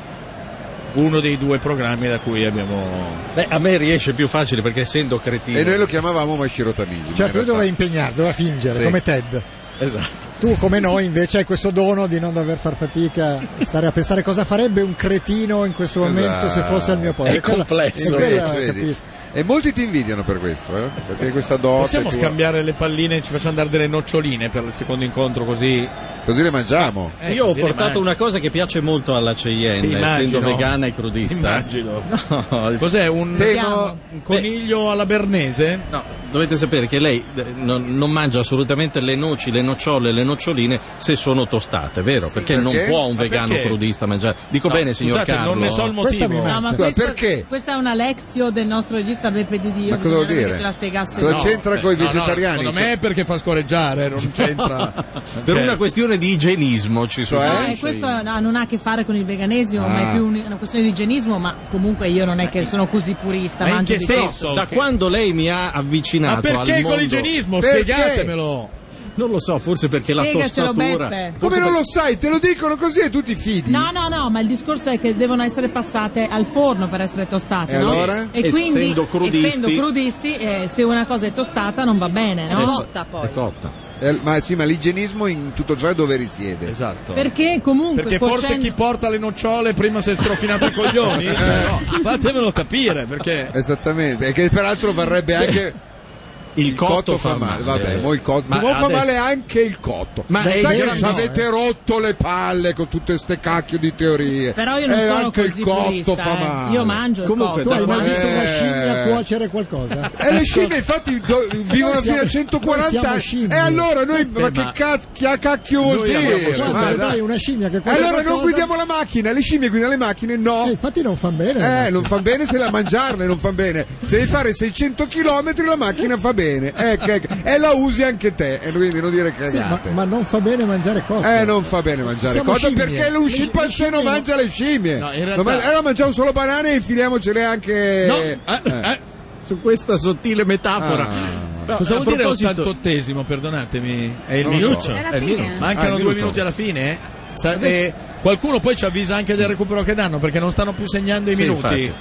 Speaker 3: uno dei due programmi da cui abbiamo.
Speaker 8: Beh, a me riesce più facile perché essendo cretino.
Speaker 4: E noi lo chiamavamo Mashiro
Speaker 2: Certo,
Speaker 4: Tamigi. ma
Speaker 2: lui
Speaker 4: in realtà-
Speaker 2: doveva impegnarsi, doveva fingere,
Speaker 4: Sì.
Speaker 2: come Ted.
Speaker 8: Esatto.
Speaker 2: Tu, come noi, invece, hai questo dono di non dover far fatica a stare a pensare cosa farebbe un cretino in questo momento se fosse al mio posto.
Speaker 8: È
Speaker 2: E quella-
Speaker 8: complesso,
Speaker 2: e quella
Speaker 4: invece, Esatto. Eh, vedi?
Speaker 2: capisco.
Speaker 4: E molti ti invidiano per questo, eh? perché questa dote.
Speaker 3: Possiamo
Speaker 4: tua-
Speaker 3: scambiare le palline e ci facciamo dare delle noccioline per il secondo incontro così.
Speaker 4: Così le mangiamo.
Speaker 3: Eh,
Speaker 8: Io ho
Speaker 3: così le
Speaker 8: portato
Speaker 3: mangi.
Speaker 8: una cosa che piace molto alla Cheyenne,
Speaker 3: Sì,
Speaker 8: essendo
Speaker 3: immagino.
Speaker 8: vegana e crudista.
Speaker 3: Immagino.
Speaker 8: No, il-
Speaker 3: Cos'è un,
Speaker 4: Temo-
Speaker 3: un coniglio alla bernese?
Speaker 8: No, dovete sapere che lei eh, non, non mangia assolutamente le noci, le nocciole, le noccioline se sono tostate, vero? perché, non
Speaker 4: Perché?
Speaker 8: può un
Speaker 3: Ma
Speaker 8: vegano
Speaker 3: perché?
Speaker 8: crudista mangiare. Dico
Speaker 3: No,
Speaker 8: bene, signor
Speaker 3: scusate,
Speaker 8: Carlo.
Speaker 3: non ne so il
Speaker 2: Questa
Speaker 3: motivo.
Speaker 2: mi
Speaker 7: No,
Speaker 2: manca.
Speaker 7: ma
Speaker 4: Scusa,
Speaker 7: questo,
Speaker 4: perché?
Speaker 7: questa è una lezio del nostro regista Beppe Di Dio.
Speaker 4: Ma cosa vuol
Speaker 7: bisognerebbe
Speaker 4: dire?
Speaker 7: Che ce la spiegasse
Speaker 4: Cosa
Speaker 7: lui.
Speaker 4: c'entra
Speaker 3: beh,
Speaker 4: coi
Speaker 3: no, no,
Speaker 4: vegetariani? Cioè,
Speaker 3: secondo me è perché fa scorreggiare, non c'entra. Non
Speaker 8: Per
Speaker 3: c'è.
Speaker 8: una questione di igienismo ci sono.
Speaker 7: No,
Speaker 3: Ah,
Speaker 4: Eh,
Speaker 7: eh, questo no, non ha a che fare con il veganesimo,
Speaker 4: Ah.
Speaker 7: ma è più un- una questione di igienismo, ma comunque io non è che sono così purista.
Speaker 3: Ma in
Speaker 7: mangio
Speaker 3: che
Speaker 7: di
Speaker 3: senso?
Speaker 8: Da
Speaker 3: Che-
Speaker 8: quando lei mi ha avvicinato
Speaker 3: Ma perché
Speaker 8: al
Speaker 3: con
Speaker 8: mondo-
Speaker 3: l'igienismo?
Speaker 4: Perché?
Speaker 3: Spiegatemelo.
Speaker 8: Non lo so, forse perché la
Speaker 7: Spiegacelo,
Speaker 8: tostatura.
Speaker 7: Beppe.
Speaker 8: forse
Speaker 4: Come
Speaker 8: per-
Speaker 4: non lo sai, te lo dicono così e tu ti fidi.
Speaker 7: No, no, no, ma il discorso è che devono essere passate al forno per essere tostate,
Speaker 4: E
Speaker 7: no?
Speaker 4: allora?
Speaker 7: E
Speaker 8: Essendo
Speaker 7: quindi,
Speaker 8: crudisti-
Speaker 7: essendo crudisti, eh, se una cosa è tostata non va bene, no?
Speaker 5: Eh,
Speaker 8: Adesso-
Speaker 5: Cotta, poi.
Speaker 8: È cotta.
Speaker 4: Eh, ma sì, ma l'igienismo in tutto ciò è dove risiede.
Speaker 3: Esatto.
Speaker 7: Perché comunque
Speaker 3: Perché forse
Speaker 7: coscienza-
Speaker 3: chi porta le nocciole prima si è strofinato i coglioni? Eh, no, fatemelo capire perché.
Speaker 4: Esattamente, e che peraltro varrebbe anche
Speaker 8: Il, cotto, fa male.
Speaker 4: Vabbè, mo il cotto.
Speaker 8: Ma
Speaker 4: mo fa
Speaker 8: adesso-
Speaker 4: male anche il cotto.
Speaker 8: Ma
Speaker 4: Ma
Speaker 8: è
Speaker 4: sai che
Speaker 8: ignorante,
Speaker 4: ci avete rotto le palle con tutte ste cacchio di teorie.
Speaker 7: Però io non
Speaker 4: e
Speaker 7: sono
Speaker 4: Eh, anche
Speaker 7: così
Speaker 4: il cotto
Speaker 7: purista,
Speaker 4: fa
Speaker 7: eh.
Speaker 4: male.
Speaker 7: Io mangio il Comunque,
Speaker 2: Tu hai mai visto una
Speaker 4: Eh,
Speaker 2: scimmia cuocere qualcosa?
Speaker 4: E Eh, le scimmie infatti do- vivono
Speaker 2: Noi
Speaker 4: fino a
Speaker 2: siamo- noi
Speaker 4: 140
Speaker 2: siamo
Speaker 4: anni.
Speaker 2: scimmie.
Speaker 4: E allora noi, ma
Speaker 2: Eh,
Speaker 4: che
Speaker 2: ma-
Speaker 4: cazzo, che cacchio vuol
Speaker 2: Noi abbiamo
Speaker 4: dire?
Speaker 2: solo-
Speaker 4: Ma
Speaker 2: Guarda,
Speaker 4: dai.
Speaker 2: dai, una scimmia che
Speaker 4: E
Speaker 2: qualche
Speaker 4: allora non
Speaker 2: cosa- Eh,
Speaker 4: guidiamo la macchina, le scimmie guidano le macchine, no.
Speaker 2: infatti non fanno bene.
Speaker 4: Eh, non fanno bene se la mangiarle, non fanno bene. Se devi fare 600 km la macchina fa bene. Eh, che- e la usi anche te, e quindi non dire
Speaker 2: Sì, ma,
Speaker 4: cagate.
Speaker 2: ma non fa bene mangiare cose.
Speaker 4: Eh, non fa bene mangiare
Speaker 2: Siamo
Speaker 4: cose
Speaker 2: scimmie.
Speaker 4: perché lo scimpanzé non mangia le scimmie.
Speaker 8: No, in realtà-
Speaker 4: Non man- allora mangiamo solo banane e filiamocele anche.
Speaker 8: No,
Speaker 4: eh, Ah.
Speaker 8: su questa sottile metafora. No,
Speaker 3: ah, Cosa
Speaker 8: ah, a
Speaker 3: vuol dire
Speaker 8: proposito-
Speaker 3: 88esimo? Perdonatemi. È il
Speaker 8: Non lo
Speaker 3: minuto.
Speaker 8: so. È la
Speaker 3: È il
Speaker 8: fine.
Speaker 3: minuto.
Speaker 8: Ah,
Speaker 3: Mancano
Speaker 8: il
Speaker 3: due
Speaker 8: minuto.
Speaker 3: minuti alla fine. eh? Sa- e qualcuno poi ci avvisa anche del recupero che danno perché non stanno più segnando i
Speaker 8: Sì,
Speaker 3: minuti.
Speaker 8: infatti.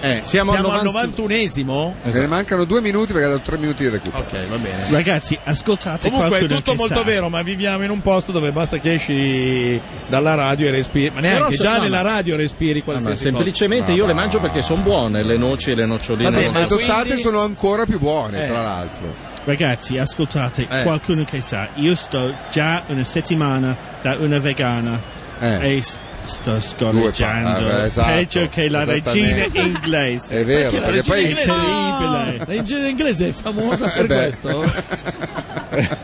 Speaker 3: Eh,
Speaker 8: Siamo
Speaker 3: siamo,
Speaker 8: al
Speaker 3: al
Speaker 8: 90
Speaker 3: 91esimo.
Speaker 4: Ne mancano due minuti perché hanno tre minuti di recupero.
Speaker 3: Ok, va bene.
Speaker 6: Ragazzi, ascoltate
Speaker 3: Comunque è
Speaker 6: qualcuno
Speaker 3: tutto
Speaker 6: che
Speaker 3: molto
Speaker 6: sa.
Speaker 3: vero, ma viviamo in un posto dove basta che esci dalla radio e respiri. Ma
Speaker 8: Però
Speaker 3: neanche
Speaker 8: se-
Speaker 3: già
Speaker 8: no,
Speaker 3: nella
Speaker 8: ma-
Speaker 3: radio
Speaker 8: Ah,
Speaker 3: respiri
Speaker 8: No,
Speaker 3: qualsiasi
Speaker 8: no, semplicemente
Speaker 3: cosa.
Speaker 8: io le mangio perché sono buone le noci e le noccioline.
Speaker 4: Vabbè, ma le tostate
Speaker 6: quindi-
Speaker 4: sono ancora più buone,
Speaker 6: Eh.
Speaker 4: tra l'altro.
Speaker 6: Ragazzi, ascoltate,
Speaker 4: Eh.
Speaker 6: qualcuno che sa, io sto già una settimana da una vegana
Speaker 4: Eh.
Speaker 6: e s- sto scorreggiando.
Speaker 4: Due pa- eh, esatto,
Speaker 6: Peggio che la regina
Speaker 4: esattamente.
Speaker 6: inglese.
Speaker 4: È vero, Perché la perché regina poi-
Speaker 6: è
Speaker 4: inglese-
Speaker 6: terribile.
Speaker 3: Ah, La regina inglese è famosa per
Speaker 6: Eh beh.
Speaker 3: questo?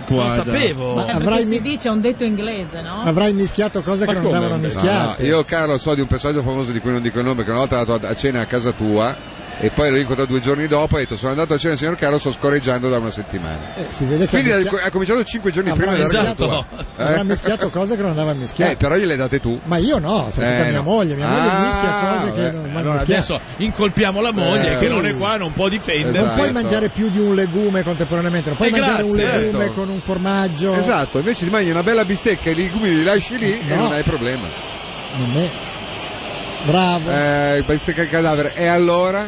Speaker 6: Guarda.
Speaker 3: sapevo.
Speaker 7: Eh, perché
Speaker 2: avrai
Speaker 7: si dice è un detto inglese, no?
Speaker 2: Avrai mischiato cose che non andavano mischiate.
Speaker 4: No, no, io, Carlo, so di un personaggio famoso di cui non dico il nome, che una volta è andato a cena a casa tua. E poi l'ho incontrato due giorni dopo e ho detto sono andato a cena signor Carlo, sto scoreggiando da una settimana.
Speaker 2: Eh, si vede che
Speaker 4: Quindi
Speaker 2: ha
Speaker 4: ha,
Speaker 2: mischia-
Speaker 4: ha cominciato cinque giorni
Speaker 2: Avrà
Speaker 4: prima della
Speaker 2: mischiato-
Speaker 4: tua.
Speaker 2: avrà
Speaker 4: Eh?
Speaker 2: mischiato cose che non andavano mischiate.
Speaker 4: Eh, però gliele hai date tu.
Speaker 2: Ma io no, sono
Speaker 4: Eh,
Speaker 2: stata mia
Speaker 4: no.
Speaker 2: moglie, mia moglie
Speaker 4: Ah,
Speaker 3: Cioè,
Speaker 2: mischia cose che
Speaker 4: vabbè.
Speaker 2: non vanno
Speaker 3: Allora
Speaker 2: mischiate.
Speaker 3: adesso incolpiamo la moglie
Speaker 4: Eh,
Speaker 3: che
Speaker 4: sì.
Speaker 3: non è qua, non può difendersi.
Speaker 2: non puoi mangiare più di un legume contemporaneamente, non puoi
Speaker 3: Eh,
Speaker 2: mangiare un
Speaker 3: grazie,
Speaker 2: legume
Speaker 4: certo.
Speaker 2: con un formaggio.
Speaker 4: Esatto, invece ti mangi una bella bistecca e i legumi li lasci lì e
Speaker 2: No.
Speaker 4: non hai problema.
Speaker 2: Non me. Bravo.
Speaker 4: Eh, bistecca al cadavere. E allora?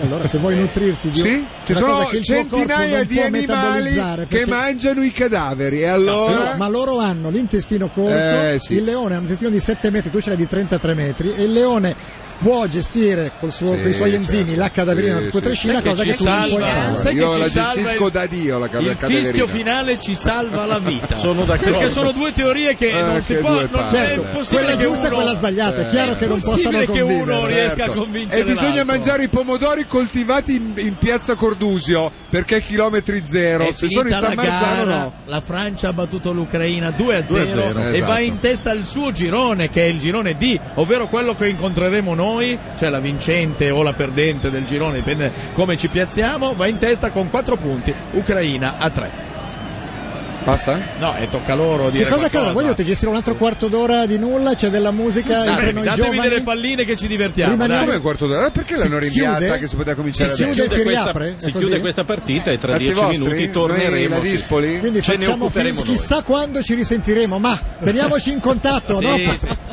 Speaker 4: Eh,
Speaker 2: Allora se vuoi nutrirti di
Speaker 4: Sì, ci
Speaker 2: una
Speaker 4: sono
Speaker 2: cosa che il tuo corpo
Speaker 4: centinaia
Speaker 2: non
Speaker 4: di
Speaker 2: può
Speaker 4: animali
Speaker 2: metabolizzare,
Speaker 4: che
Speaker 2: perché-
Speaker 4: mangiano i cadaveri. E allora?
Speaker 2: No, ma loro hanno l'intestino corto,
Speaker 4: Eh, sì.
Speaker 2: il leone ha un intestino di 7 metri, tu ce l'hai di 33 metri e il leone può gestire col suo-
Speaker 4: Sì,
Speaker 2: con i suoi
Speaker 4: certo.
Speaker 2: enzimi la cadaverina
Speaker 4: Sì,
Speaker 2: putrescina,
Speaker 4: sì.
Speaker 2: cosa
Speaker 4: Sai
Speaker 2: che,
Speaker 4: che
Speaker 2: tu
Speaker 4: ci
Speaker 2: non puoi
Speaker 4: salva?
Speaker 2: fare.
Speaker 4: Sai Io che la ci salva gestisco il- da Dio la
Speaker 3: Il
Speaker 4: cavalcaderina.
Speaker 3: fischio finale ci salva la vita.
Speaker 8: Sono d'accordo.
Speaker 3: Perché sono due teorie che
Speaker 4: Eh,
Speaker 3: non si
Speaker 4: che
Speaker 3: può.
Speaker 4: due
Speaker 3: Non
Speaker 4: palle.
Speaker 3: c'è è
Speaker 4: Certo.
Speaker 3: possibile
Speaker 2: Quella
Speaker 3: che
Speaker 2: giusta e
Speaker 3: uno-
Speaker 2: quella sbagliata, è chiaro che non
Speaker 3: possibile
Speaker 2: possano
Speaker 3: che uno
Speaker 2: convivere.
Speaker 3: riesca a
Speaker 4: Certo.
Speaker 3: convincere
Speaker 4: E bisogna
Speaker 3: l'altro.
Speaker 4: mangiare i pomodori coltivati in, in piazza Cordusio perché è chilometri zero.
Speaker 3: È
Speaker 4: Se sono in
Speaker 3: finita
Speaker 4: San
Speaker 3: la
Speaker 4: Marzano,
Speaker 3: gara,
Speaker 4: no.
Speaker 3: La Francia ha battuto l'Ucraina 2 a 0,
Speaker 4: 2-0,
Speaker 3: e
Speaker 4: esatto.
Speaker 3: va in testa al suo girone, che è il girone D, ovvero quello che incontreremo noi, cioè la vincente o la perdente del girone, dipende come ci piazziamo. Va in testa con 4 punti, Ucraina a 3.
Speaker 4: Basta?
Speaker 3: No, e tocca a loro
Speaker 2: Che
Speaker 3: dire
Speaker 2: cosa accade?
Speaker 3: qualcosa.
Speaker 2: Voglio te gestire un altro quarto d'ora di nulla, c'è della musica
Speaker 3: Datemi-
Speaker 2: entre noi
Speaker 3: datemi
Speaker 2: giovani.
Speaker 3: delle palline che ci divertiamo.
Speaker 2: Rimaniamo-
Speaker 3: dai.
Speaker 4: Come il quarto d'ora? Perché l'hanno rinviata che si poteva cominciare
Speaker 8: si
Speaker 4: adesso?
Speaker 8: chiude,
Speaker 2: Si
Speaker 8: questa,
Speaker 2: riapre?
Speaker 8: si
Speaker 2: È
Speaker 8: chiude
Speaker 2: così?
Speaker 8: questa partita e tra
Speaker 4: Cazzi
Speaker 8: dieci
Speaker 4: vostri?
Speaker 8: minuti torneremo.
Speaker 4: Noi la
Speaker 8: sì, sì.
Speaker 4: Dispoli?
Speaker 2: Quindi
Speaker 8: Ce ne
Speaker 2: facciamo
Speaker 8: occuperemo
Speaker 2: finta, chissà quando ci risentiremo, ma teniamoci in contatto
Speaker 8: Sì,
Speaker 2: dopo.
Speaker 8: sì.